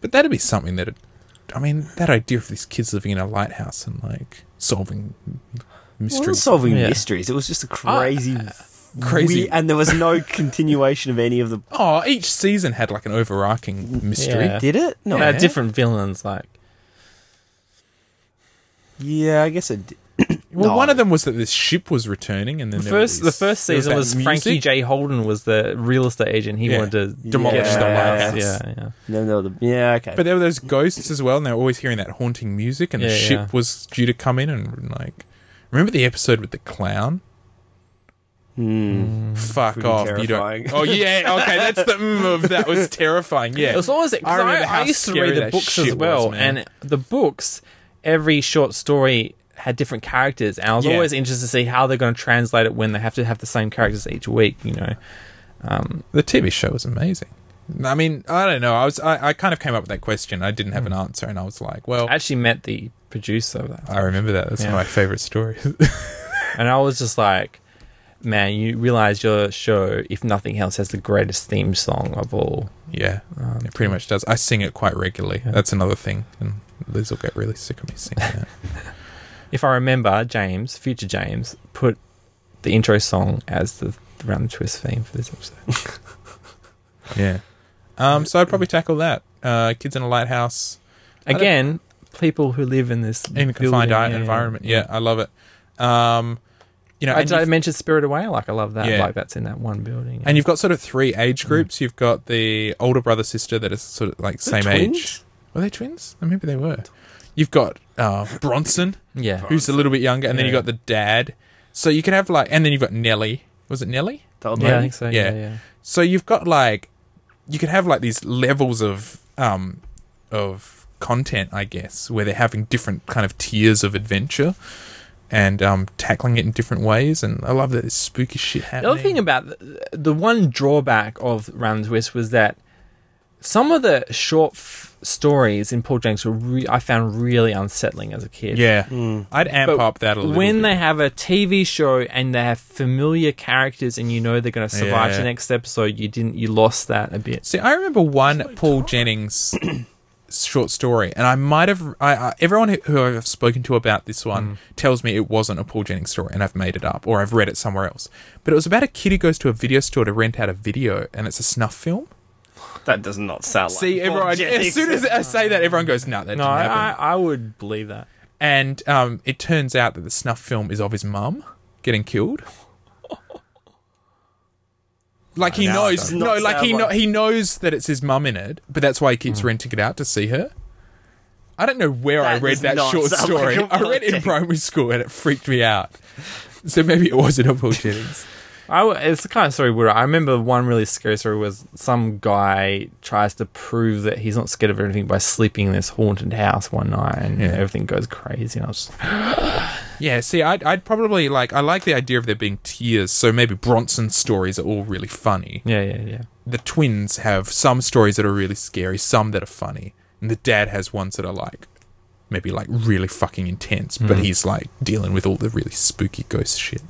Speaker 2: but that'd be something that. It, I mean, that idea of these kids living in a lighthouse and like solving m-
Speaker 3: It wasn't
Speaker 2: mysteries.
Speaker 3: solving
Speaker 1: Yeah.
Speaker 3: mysteries. It was just a crazy,
Speaker 2: crazy-
Speaker 3: we- and there was no continuation of any of the.
Speaker 2: oh, each season had like an overarching mystery.
Speaker 1: Yeah.
Speaker 3: Did it? No.
Speaker 1: No,
Speaker 2: Yeah.
Speaker 1: different villains like.
Speaker 3: Yeah, I guess it. Did.
Speaker 2: Well,
Speaker 3: No.
Speaker 2: one of them was that this ship was returning, and then
Speaker 1: The
Speaker 2: there
Speaker 1: first, the
Speaker 2: was-
Speaker 1: first
Speaker 2: there
Speaker 1: season
Speaker 2: that
Speaker 1: was, Frankie
Speaker 2: music.
Speaker 1: J. Holden was the real estate agent. He
Speaker 2: Yeah.
Speaker 1: wanted to
Speaker 2: Demolish
Speaker 1: yeah,
Speaker 2: the
Speaker 1: yeah,
Speaker 2: warehouse.
Speaker 1: Yeah, yeah.
Speaker 3: No, no, the, yeah, okay.
Speaker 2: But there were those ghosts as well, and they were always hearing that haunting music, and the
Speaker 1: Yeah,
Speaker 2: ship
Speaker 1: yeah.
Speaker 2: was due to come in, and like, remember the episode with the clown? Mm,
Speaker 3: Hmm.
Speaker 2: Fuck
Speaker 3: Pretty
Speaker 2: off!
Speaker 3: terrifying.
Speaker 2: You don't. Oh yeah, okay, that's the mm of that was terrifying. Yeah,
Speaker 1: As long as it, 'cause
Speaker 2: I
Speaker 1: I,
Speaker 2: remember
Speaker 1: I
Speaker 2: how
Speaker 1: used to
Speaker 2: scary
Speaker 1: read the
Speaker 2: that
Speaker 1: books
Speaker 2: shit
Speaker 1: as
Speaker 2: was,
Speaker 1: well,
Speaker 2: man.
Speaker 1: and the books, every short story had different characters, and I was
Speaker 2: Yeah.
Speaker 1: always interested to see how they're going to translate it when they have to have the same characters each week. You know, um,
Speaker 2: the TV show was amazing. I mean, I don't know. I was, I, I kind of came up with that question. I didn't have an answer, and I was like, well,
Speaker 1: I Hmm. actually met the producer of that,
Speaker 2: I remember that. That's
Speaker 1: Yeah.
Speaker 2: one of my favorite stories.
Speaker 1: and I was just like, "Man, you realize your show, if nothing else, has the greatest theme song of all."
Speaker 2: yeah,
Speaker 1: Um,
Speaker 2: it pretty much does. I sing it quite regularly.
Speaker 1: Yeah.
Speaker 2: That's another thing, and Liz will get really sick of me singing that.
Speaker 1: If I remember, James, future James, put the intro song as the Round the Twist theme for this episode.
Speaker 2: Yeah. Um, so I'd
Speaker 1: Mm.
Speaker 2: probably tackle that. Uh, kids in a lighthouse don't-
Speaker 1: Again, people who live in this
Speaker 2: in a confined
Speaker 1: building,
Speaker 2: i-
Speaker 1: yeah.
Speaker 2: environment. Yeah, I love it. Um, you know,
Speaker 1: I,
Speaker 2: and,
Speaker 1: I
Speaker 2: you've,
Speaker 1: mentioned Spirit Away. Like I love that.
Speaker 2: Yeah.
Speaker 1: Like that's in that one building.
Speaker 2: and you've got sort of three
Speaker 1: Mm.
Speaker 2: age groups. You've got the older brother sister that is sort of like same age.
Speaker 3: twins?
Speaker 2: Were they twins? Or maybe they were. You've got uh, Bronson,
Speaker 1: yeah.
Speaker 2: who's a little bit younger, and then you
Speaker 1: Yeah.
Speaker 2: got the dad. So you can have like, and then you've got Nellie. Was it Nellie?
Speaker 3: The old
Speaker 1: yeah, I
Speaker 3: lady.
Speaker 1: think so.
Speaker 2: Yeah.
Speaker 1: Yeah, yeah.
Speaker 2: So you've got like, you could have like these levels of um of content, I guess, where they're having different kind of tiers of adventure and um tackling it in different ways. And I love that this spooky shit
Speaker 1: The
Speaker 2: happening.
Speaker 1: other thing about the, the one drawback of Round the Twist was that some of the short f- stories in Paul Jenks were re- I found really unsettling as a kid.
Speaker 2: yeah, I'd amp
Speaker 1: But
Speaker 2: up that a little.
Speaker 1: When
Speaker 2: bit.
Speaker 1: they have a TV show and they have familiar characters and you know they're going to survive
Speaker 2: Yeah.
Speaker 1: to the next episode, you didn't you lost that a bit.
Speaker 2: See, I remember one Paul Jennings short story, and I might have. I, I, everyone who- who I've spoken to about this one tells me it wasn't a Paul Jennings story, and I've made it up or I've read it somewhere else. But it was about a kid who goes to a video store to rent out a video, and it's a snuff film.
Speaker 3: That does not sound like.
Speaker 2: See, everyone.
Speaker 3: Jennings.
Speaker 2: As soon as I say that, everyone goes, "No, that
Speaker 1: No,
Speaker 2: didn't
Speaker 1: I,
Speaker 2: happen."
Speaker 1: I, I would believe that.
Speaker 2: and um, it turns out that the snuff film is of his mum getting killed. Like he
Speaker 3: No, it
Speaker 2: knows,
Speaker 3: does
Speaker 2: no,
Speaker 3: not
Speaker 2: like he
Speaker 3: sound
Speaker 2: kno-
Speaker 3: like-
Speaker 2: he knows that it's his mum in it, but that's why he keeps renting it out to see her. I don't know where I
Speaker 3: That
Speaker 2: read
Speaker 3: does
Speaker 2: that
Speaker 3: not
Speaker 2: short
Speaker 3: sound like
Speaker 2: story.
Speaker 3: a
Speaker 2: I read it in
Speaker 3: project.
Speaker 2: primary school and it freaked me out. So maybe it wasn't a Paul Jennings.
Speaker 1: I w it's the kind of story where I remember one really scary story was some guy tries to prove that he's not scared of anything by sleeping in this haunted house one night and
Speaker 2: Yeah.
Speaker 1: everything goes crazy. And I was just,
Speaker 2: Yeah, see, I'd, I'd probably like I like the idea of there being tiers. So maybe Bronson's stories are all really funny.
Speaker 1: yeah, yeah, yeah.
Speaker 2: the twins have some stories that are really scary, some that are funny, and the dad has ones that are like maybe like really fucking intense, but he's like dealing with all the really spooky ghost shit.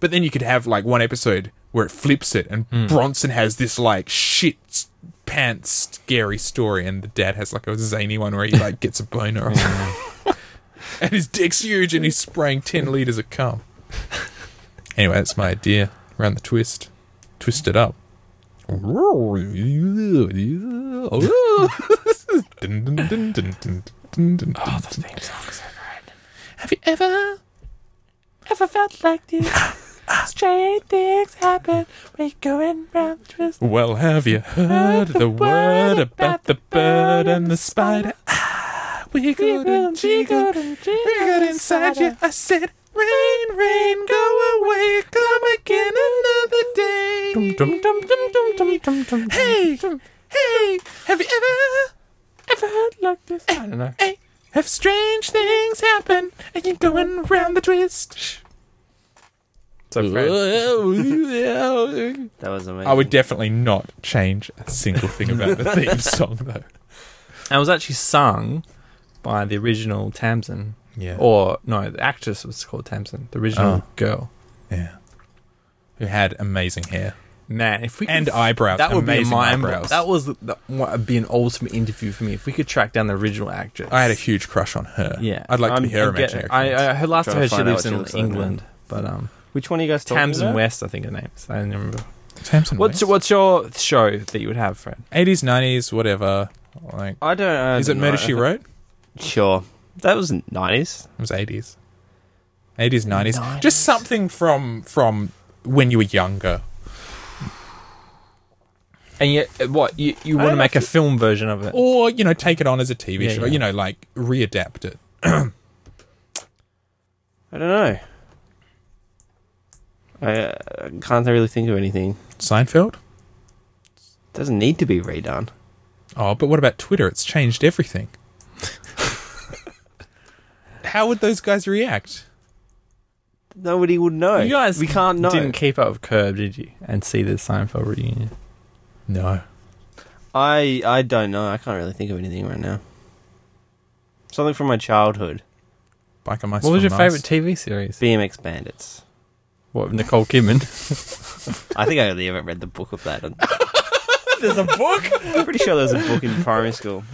Speaker 2: But then you could have like one episode where it flips it, and Bronson has this like shit s- pants scary story, and the dad has like a zany one where he like gets a boner, and his dick's huge, and he's spraying ten liters of cum. Anyway, that's my idea. Around the twist, twist it up.
Speaker 1: Oh,
Speaker 2: Have you ever?
Speaker 1: Ever felt like this? Strange things happen. We're going round twist.
Speaker 2: Well, have you heard the word about the bird and the spider? Ah, Wiggled and jiggled, wiggled inside you. I said, rain, rain, go away, come again another day. Hey, hey, have you ever?
Speaker 1: Ever heard like this? I don't know.
Speaker 2: Hey, have strange things happen and you're going round the twist.
Speaker 1: So Fred,
Speaker 2: I
Speaker 3: that was amazing.
Speaker 2: would definitely not change a single thing about the theme song, though.
Speaker 1: and it was actually sung by the original Tamsin.
Speaker 2: Yeah.
Speaker 1: Or no, the actress was called Tamsin, the original
Speaker 2: Oh.
Speaker 1: girl.
Speaker 2: yeah. Who had amazing hair
Speaker 1: Man, if we could
Speaker 2: and eyebrows?
Speaker 1: that would be
Speaker 2: amazing
Speaker 1: my
Speaker 2: eyebrows.
Speaker 1: That was that would be an ultimate interview for me if we could track down the original actress.
Speaker 2: I had a huge crush on her.
Speaker 1: yeah.
Speaker 2: I'd like to
Speaker 1: I'm-
Speaker 2: be her
Speaker 1: I'm getting-
Speaker 2: imaginary. friends.
Speaker 1: I, I her last I
Speaker 3: trying to
Speaker 1: heard she
Speaker 3: find out
Speaker 1: lives
Speaker 3: what she
Speaker 1: in
Speaker 3: looks like now.
Speaker 1: England, but um,
Speaker 3: Which one are you guys talking
Speaker 1: Tamsin
Speaker 3: about?
Speaker 1: West, I think her name. is. I don't remember.
Speaker 2: Tamsin
Speaker 1: What's
Speaker 2: West.
Speaker 1: what's your show that you would have, Fred?
Speaker 2: 80s, 90s, whatever. Like,
Speaker 3: I don't. I
Speaker 2: is it
Speaker 3: don't
Speaker 2: Murder
Speaker 3: know.
Speaker 2: She Wrote?
Speaker 3: Sure. That was nineties.
Speaker 2: It was eighties, eighties, nineties. Just something from from when you were younger.
Speaker 1: And yet, uh, what you you want to make a film version of
Speaker 3: Oh,
Speaker 1: it?
Speaker 2: or you know take it on as a TV
Speaker 1: Yeah,
Speaker 2: show.
Speaker 1: yeah.
Speaker 2: You know, like readapt it.
Speaker 3: I don't know. I uh, can't really think of anything.
Speaker 2: Seinfeld.
Speaker 3: Doesn't need to be redone.
Speaker 2: Oh, but what about Twitter? It's changed everything. How would those guys react?
Speaker 3: Nobody would know.
Speaker 1: You guys
Speaker 3: we can't know.
Speaker 1: Didn't keep up with Curb, did you? And see the Seinfeld reunion.
Speaker 2: No.
Speaker 3: I I don't know. I can't really think of anything right now. Something from my childhood.
Speaker 2: Biker mice.
Speaker 1: What was your
Speaker 2: from Mars.
Speaker 1: favorite TV series?
Speaker 3: BMX Bandits.
Speaker 1: What Nicole Kidman?
Speaker 3: I think I only ever read the book of that. there's a book. I'm pretty sure there's a book in primary school.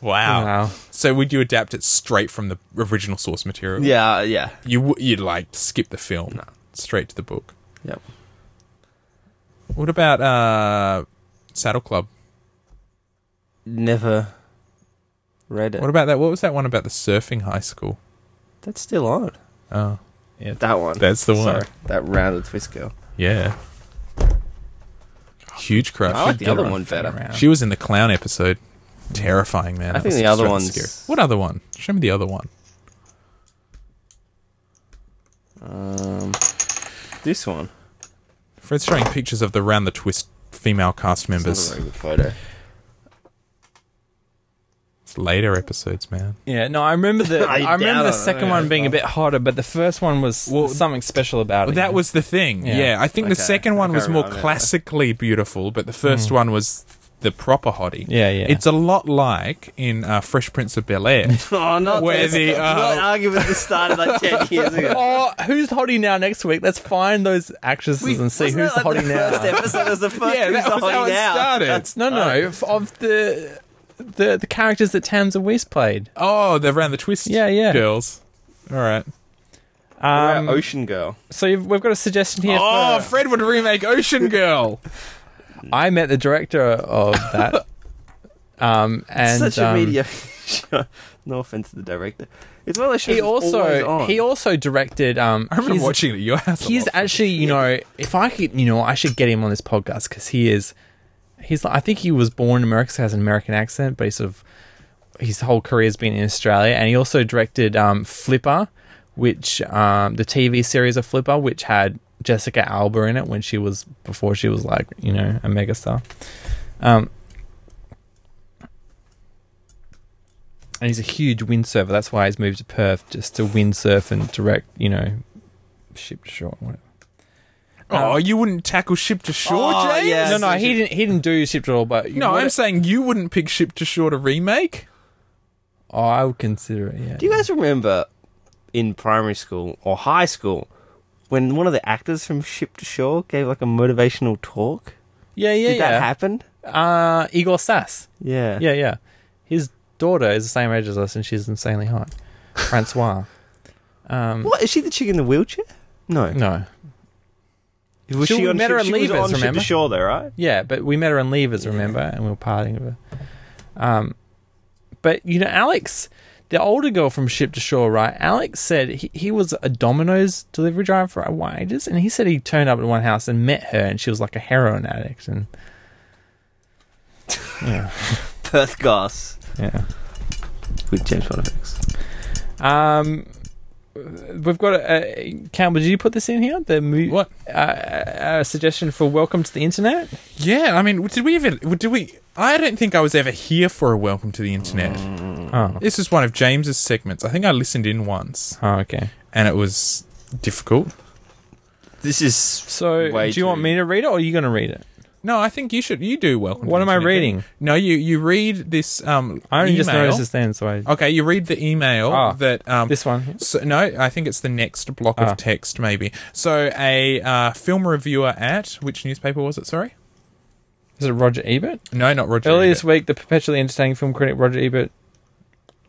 Speaker 2: Wow.
Speaker 1: Wow.
Speaker 2: So would you adapt it straight from the original source material?
Speaker 3: Yeah, yeah.
Speaker 2: You w- you'd like skip the film straight to the book.
Speaker 3: Yep.
Speaker 2: What about uh Saddle Club.
Speaker 3: Never read it.
Speaker 2: What about that? What was that one about the surfing high school?
Speaker 3: That's still on.
Speaker 2: Oh,
Speaker 3: That one.
Speaker 2: that's the one.
Speaker 3: Sorry, that rounded twist girl.
Speaker 2: Yeah. Huge crush.
Speaker 3: I like the other one better.
Speaker 2: She was in the clown episode. Terrifying, man.
Speaker 3: I
Speaker 2: That
Speaker 3: think
Speaker 2: was
Speaker 3: the other
Speaker 2: really
Speaker 3: one's-
Speaker 2: scary. What other one? Show me the other one.
Speaker 3: Um, this one.
Speaker 2: Fred's showing pictures of the round the twist female cast
Speaker 3: That's
Speaker 2: members.
Speaker 3: not a very good photo.
Speaker 2: It's later episodes, man.
Speaker 1: Yeah, no, I remember the
Speaker 3: I
Speaker 1: I, remember the
Speaker 3: doubt it.
Speaker 1: second one being a bit hotter, but the first one was
Speaker 2: Well,
Speaker 1: something special about it.
Speaker 2: That was the thing. Yeah,
Speaker 1: Yeah.
Speaker 2: I think the
Speaker 3: Okay.
Speaker 2: second one
Speaker 3: Okay,
Speaker 2: was more
Speaker 3: right, yeah.
Speaker 2: classically beautiful, but the first one was the proper hottie.
Speaker 1: Yeah, yeah.
Speaker 2: It's a lot like in uh, Fresh Prince of Bel Air.
Speaker 3: Oh, not
Speaker 2: Where
Speaker 3: this.
Speaker 2: the, uh,
Speaker 3: not argument that started like ten years ago.
Speaker 1: Oh, who's hottie now next week? Let's find those actresses and see
Speaker 3: Wasn't
Speaker 1: who's
Speaker 3: that, like,
Speaker 1: hottie now.
Speaker 3: The first episode was the first.
Speaker 2: yeah, that
Speaker 3: who's
Speaker 2: was
Speaker 3: the
Speaker 2: how
Speaker 3: hottie
Speaker 2: it
Speaker 3: now?
Speaker 2: started.
Speaker 1: No,
Speaker 2: Oh.
Speaker 1: no, of- of the the the characters that Tamsin West played.
Speaker 2: Oh, the round the twist.
Speaker 1: Yeah, yeah.
Speaker 2: Girls. All right.
Speaker 3: What about
Speaker 1: Um,
Speaker 3: Ocean Girl.
Speaker 1: so you've, we've got a suggestion here.
Speaker 2: Oh,
Speaker 1: for-
Speaker 2: Fred would remake Ocean Girl.
Speaker 1: I met the director of that. um, and
Speaker 3: Such a
Speaker 1: um,
Speaker 3: media. show. no offense to the director. It's one of those shows.
Speaker 1: He
Speaker 3: that's always
Speaker 1: also
Speaker 3: on.
Speaker 1: he also directed. Um,
Speaker 2: I remember
Speaker 1: his-
Speaker 2: watching it at your house. Oh, a
Speaker 1: he's
Speaker 2: lot.
Speaker 1: actually you know if i could you know i should get him on this podcast because he is he's like i think he was born in america so he has an american accent but he's sort of his whole career has been in australia and he also directed um, flipper which um, the tv series of flipper which had jessica alba in it when she was before she was like you know a megastar um, and he's a huge windsurfer that's why he's moved to perth just to windsurf and direct you know ship to shore whatever
Speaker 2: Oh, you wouldn't tackle Ship to Shore,
Speaker 3: Oh,
Speaker 2: James?
Speaker 3: yeah.
Speaker 1: No, no, he didn't. He didn't do shipped at all. But you
Speaker 2: No,
Speaker 1: would-
Speaker 2: I'm saying you wouldn't pick Ship to Shore to remake.
Speaker 1: Oh, I would consider it. Yeah.
Speaker 3: Do you guys remember in primary school or high school when one of the actors from Ship to Shore gave like a motivational talk?
Speaker 1: yeah, yeah,
Speaker 3: Did
Speaker 1: yeah.
Speaker 3: that happen?
Speaker 1: uh, Igor Sass.
Speaker 3: Yeah.
Speaker 1: Yeah, yeah. His daughter is the same age as us, and she's insanely hot. Francois. Um,
Speaker 3: What is she the chick in the wheelchair? No.
Speaker 1: no.
Speaker 3: Was
Speaker 1: She-
Speaker 3: she,
Speaker 1: we
Speaker 3: on
Speaker 1: met
Speaker 3: ship,
Speaker 1: her on
Speaker 3: she was
Speaker 1: Leavers,
Speaker 3: on Ship
Speaker 1: remember?
Speaker 3: to Shore though, right?
Speaker 1: Yeah, but we met her in Levers, remember, and we were partying with her. Um, but you know, Alex, the older girl from Ship to Shore, right? Alex said he, he was a Domino's delivery driver for wages, and he said he turned up at one house and met her, and she was like a heroin addict, and
Speaker 3: Perth Goss
Speaker 1: yeah.
Speaker 3: with James Bond effects.
Speaker 1: Um, we've got a, a Campbell. Did you put this in here? The mo-
Speaker 2: What?
Speaker 1: Uh, a suggestion for Welcome to the Internet.
Speaker 2: Yeah, I mean, did we even? Did we? I don't think I was ever here for a Welcome to the Internet.
Speaker 3: Hmm.
Speaker 1: Oh,
Speaker 2: This is one of James's segments. I think I listened in once,
Speaker 1: oh okay.
Speaker 2: and it was difficult.
Speaker 3: This is
Speaker 1: So,
Speaker 3: Way
Speaker 1: do you want
Speaker 3: too-
Speaker 1: me to read it, or are you going to read it?
Speaker 2: No, I think you should. You do Welcome.
Speaker 1: What
Speaker 2: to the
Speaker 1: am I
Speaker 2: Internet.
Speaker 1: reading?
Speaker 2: No, you you read this. Um,
Speaker 1: I only just
Speaker 2: email. Oh.
Speaker 1: noticed this then, so I,
Speaker 2: Okay, you read the email
Speaker 1: Ah,
Speaker 2: that um,
Speaker 1: this one.
Speaker 2: So, no, I think it's the next block
Speaker 1: Ah.
Speaker 2: of text, maybe. So, a uh, film reviewer at which newspaper was it? Sorry,
Speaker 1: Is it Roger Ebert?
Speaker 2: no, not Roger.
Speaker 1: Earlier
Speaker 2: Ebert.
Speaker 1: this week, the perpetually entertaining film critic Roger Ebert.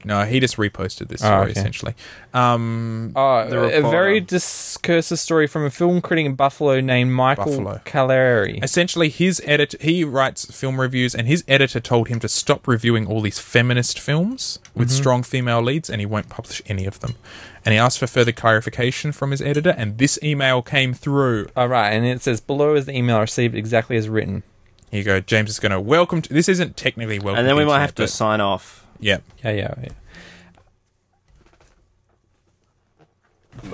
Speaker 2: No, he just reposted this
Speaker 1: Oh,
Speaker 2: story
Speaker 1: okay.
Speaker 2: essentially. Um,
Speaker 1: Oh,
Speaker 3: The
Speaker 1: a
Speaker 3: Reporter.
Speaker 1: very discursive story from a film critic in Buffalo named Michael
Speaker 2: Buffalo.
Speaker 1: Caleri.
Speaker 2: essentially, his editor he writes film reviews, and his editor told him to stop reviewing all these feminist films with strong female leads, and he won't publish any of them. And he asked for further clarification from his editor, and this email came through.
Speaker 1: All right, and it says below is the email received exactly as written.
Speaker 2: Here you go. James is going to welcome. To, this isn't technically welcome,
Speaker 3: and then
Speaker 2: to
Speaker 3: we might
Speaker 2: internet,
Speaker 3: have to
Speaker 2: but-
Speaker 3: sign off.
Speaker 2: Yeah.
Speaker 1: Yeah, yeah, yeah.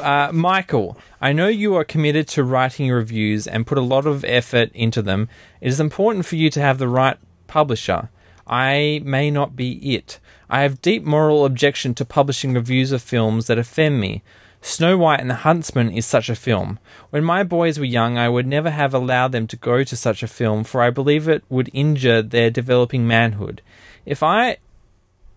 Speaker 1: Uh, Michael, I know you are committed to writing your reviews and put a lot of effort into them. It is important for you to have the right publisher. I may not be it. I have deep moral objection to publishing reviews of films that offend me. Snow White and the Huntsman is such a film. When my boys were young, I would never have allowed them to go to such a film, for I believe it would injure their developing manhood. If I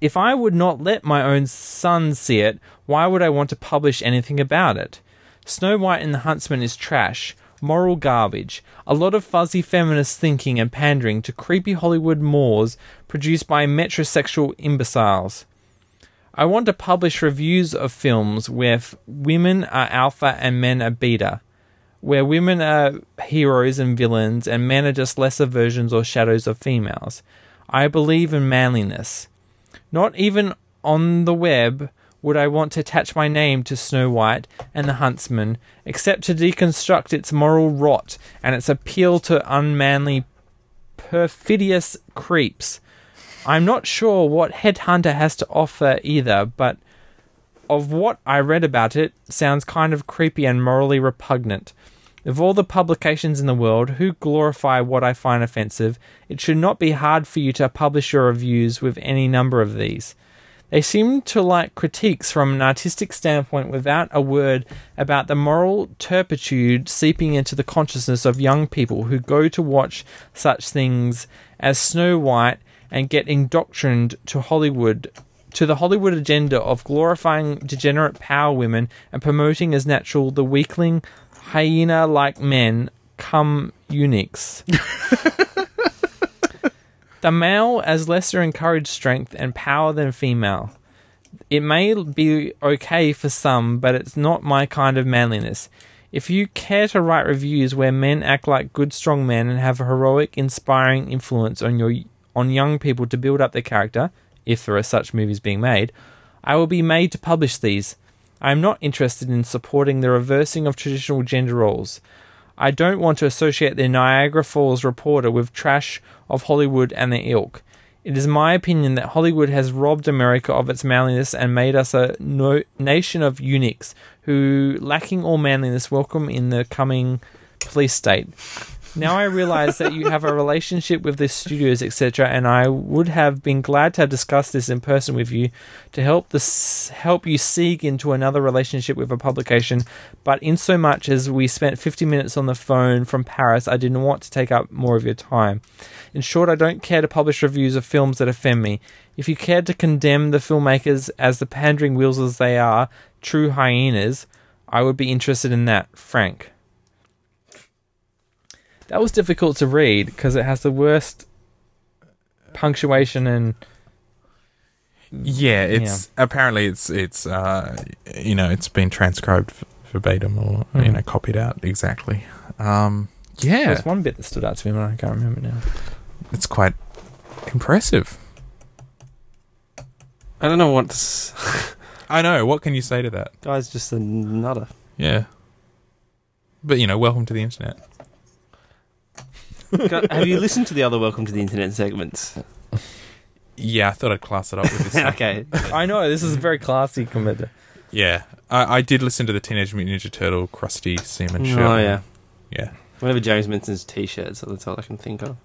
Speaker 1: if I would not let my own son see it, why would I want to publish anything about it? Snow White and the Huntsman is trash, moral garbage, a lot of fuzzy feminist thinking and pandering to creepy Hollywood mores produced by metrosexual imbeciles. I want to publish reviews of films where f- women are alpha and men are beta where women are heroes and villains and men are just lesser versions or shadows of females. I believe in manliness. Not even on the web would I want to attach my name to Snow White and the Huntsman, except to deconstruct its moral rot and its appeal to unmanly, perfidious creeps. I'm not sure what Headhunter has to offer either, but of what I read about it, sounds kind of creepy and morally repugnant. Of all the publications in the world who glorify what I find offensive, it should not be hard for you to publish your reviews with any number of these. They seem to like critiques from an artistic standpoint without a word about the moral turpitude seeping into the consciousness of young people who go to watch such things as Snow White and get indoctrined to Hollywood to the Hollywood agenda of glorifying degenerate power women and promoting as natural the weakling, hyena like men come eunuchs. the male as lesser encouraged strength and power than female. It may be okay for some, but it's not my kind of manliness. If you care to write reviews where men act like good, strong men and have a heroic, inspiring influence on your on young people to build up their character, if there are such movies being made, I will be made to publish these. I am not interested in supporting the reversing of traditional gender roles. I don't want to associate the Niagara Falls reporter with trash of Hollywood and their ilk. It is my opinion that Hollywood has robbed America of its manliness and made us a no- nation of eunuchs who, lacking all manliness, welcome in the coming police state. Now I realize that you have a relationship with the studios, etc., and I would have been glad to have discussed this in person with you to help this help you seek into another relationship with a publication. But in so much as we spent 50 minutes on the phone from Paris, I didn't want to take up more of your time. In short, I don't care to publish reviews of films that offend me. If you care to condemn the filmmakers as the pandering wheels as they are, true hyenas, I would be interested in that, Frank. That was difficult to read because it has the worst punctuation and
Speaker 2: Yeah, it's apparently it's it's uh, you know it's been transcribed v- verbatim or you know copied out exactly. Um, yeah,
Speaker 1: there's one bit that stood out to me, but I can't remember now.
Speaker 2: it's quite impressive.
Speaker 3: I don't know what's.
Speaker 2: I know. What can you say to that?
Speaker 3: Guy's just a nutter.
Speaker 2: Yeah, but you know, welcome to the internet.
Speaker 3: Go- Have you listened to the other Welcome to the Internet segments?
Speaker 2: Yeah, I thought I'd class it up with this.
Speaker 3: okay.
Speaker 1: I know this is very classy compared to.
Speaker 2: Yeah, I, I did listen to the Teenage Mutant Ninja Turtle crusty semen show.
Speaker 3: Oh, yeah.
Speaker 2: yeah.
Speaker 3: Whenever James mentions t shirts, that's all I can think of.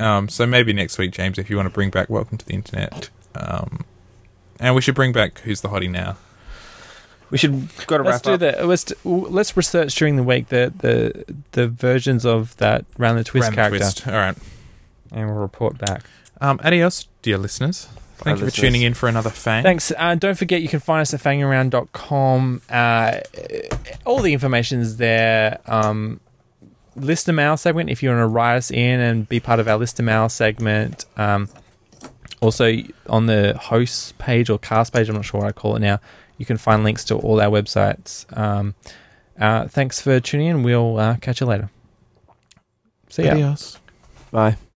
Speaker 2: Um, so maybe next week, James, if you want to bring back Welcome to the Internet, um, and we should bring back Who's the Hottie Now.
Speaker 3: We should got to
Speaker 1: Let's
Speaker 3: wrap
Speaker 1: do
Speaker 3: up.
Speaker 1: that. Let's do- let's research during the week the the the versions of that round the twist
Speaker 2: Random
Speaker 1: character,
Speaker 2: twist. All right.
Speaker 1: and we'll report back.
Speaker 2: Um, adios, dear listeners. Thank you for
Speaker 3: listeners.
Speaker 2: tuning in for another fang.
Speaker 1: Thanks. Uh, don't forget you can find us at fangaround.com. Uh, all the information is there. Um, listener mail segment, if you want to write us in and be part of our listener mail segment. Um, also, on the host page or cast page, I'm not sure what I call it now, you can find links to all our websites. Um, uh, thanks for tuning in. We'll uh, catch you later. See ya.
Speaker 2: Adios.
Speaker 3: Bye.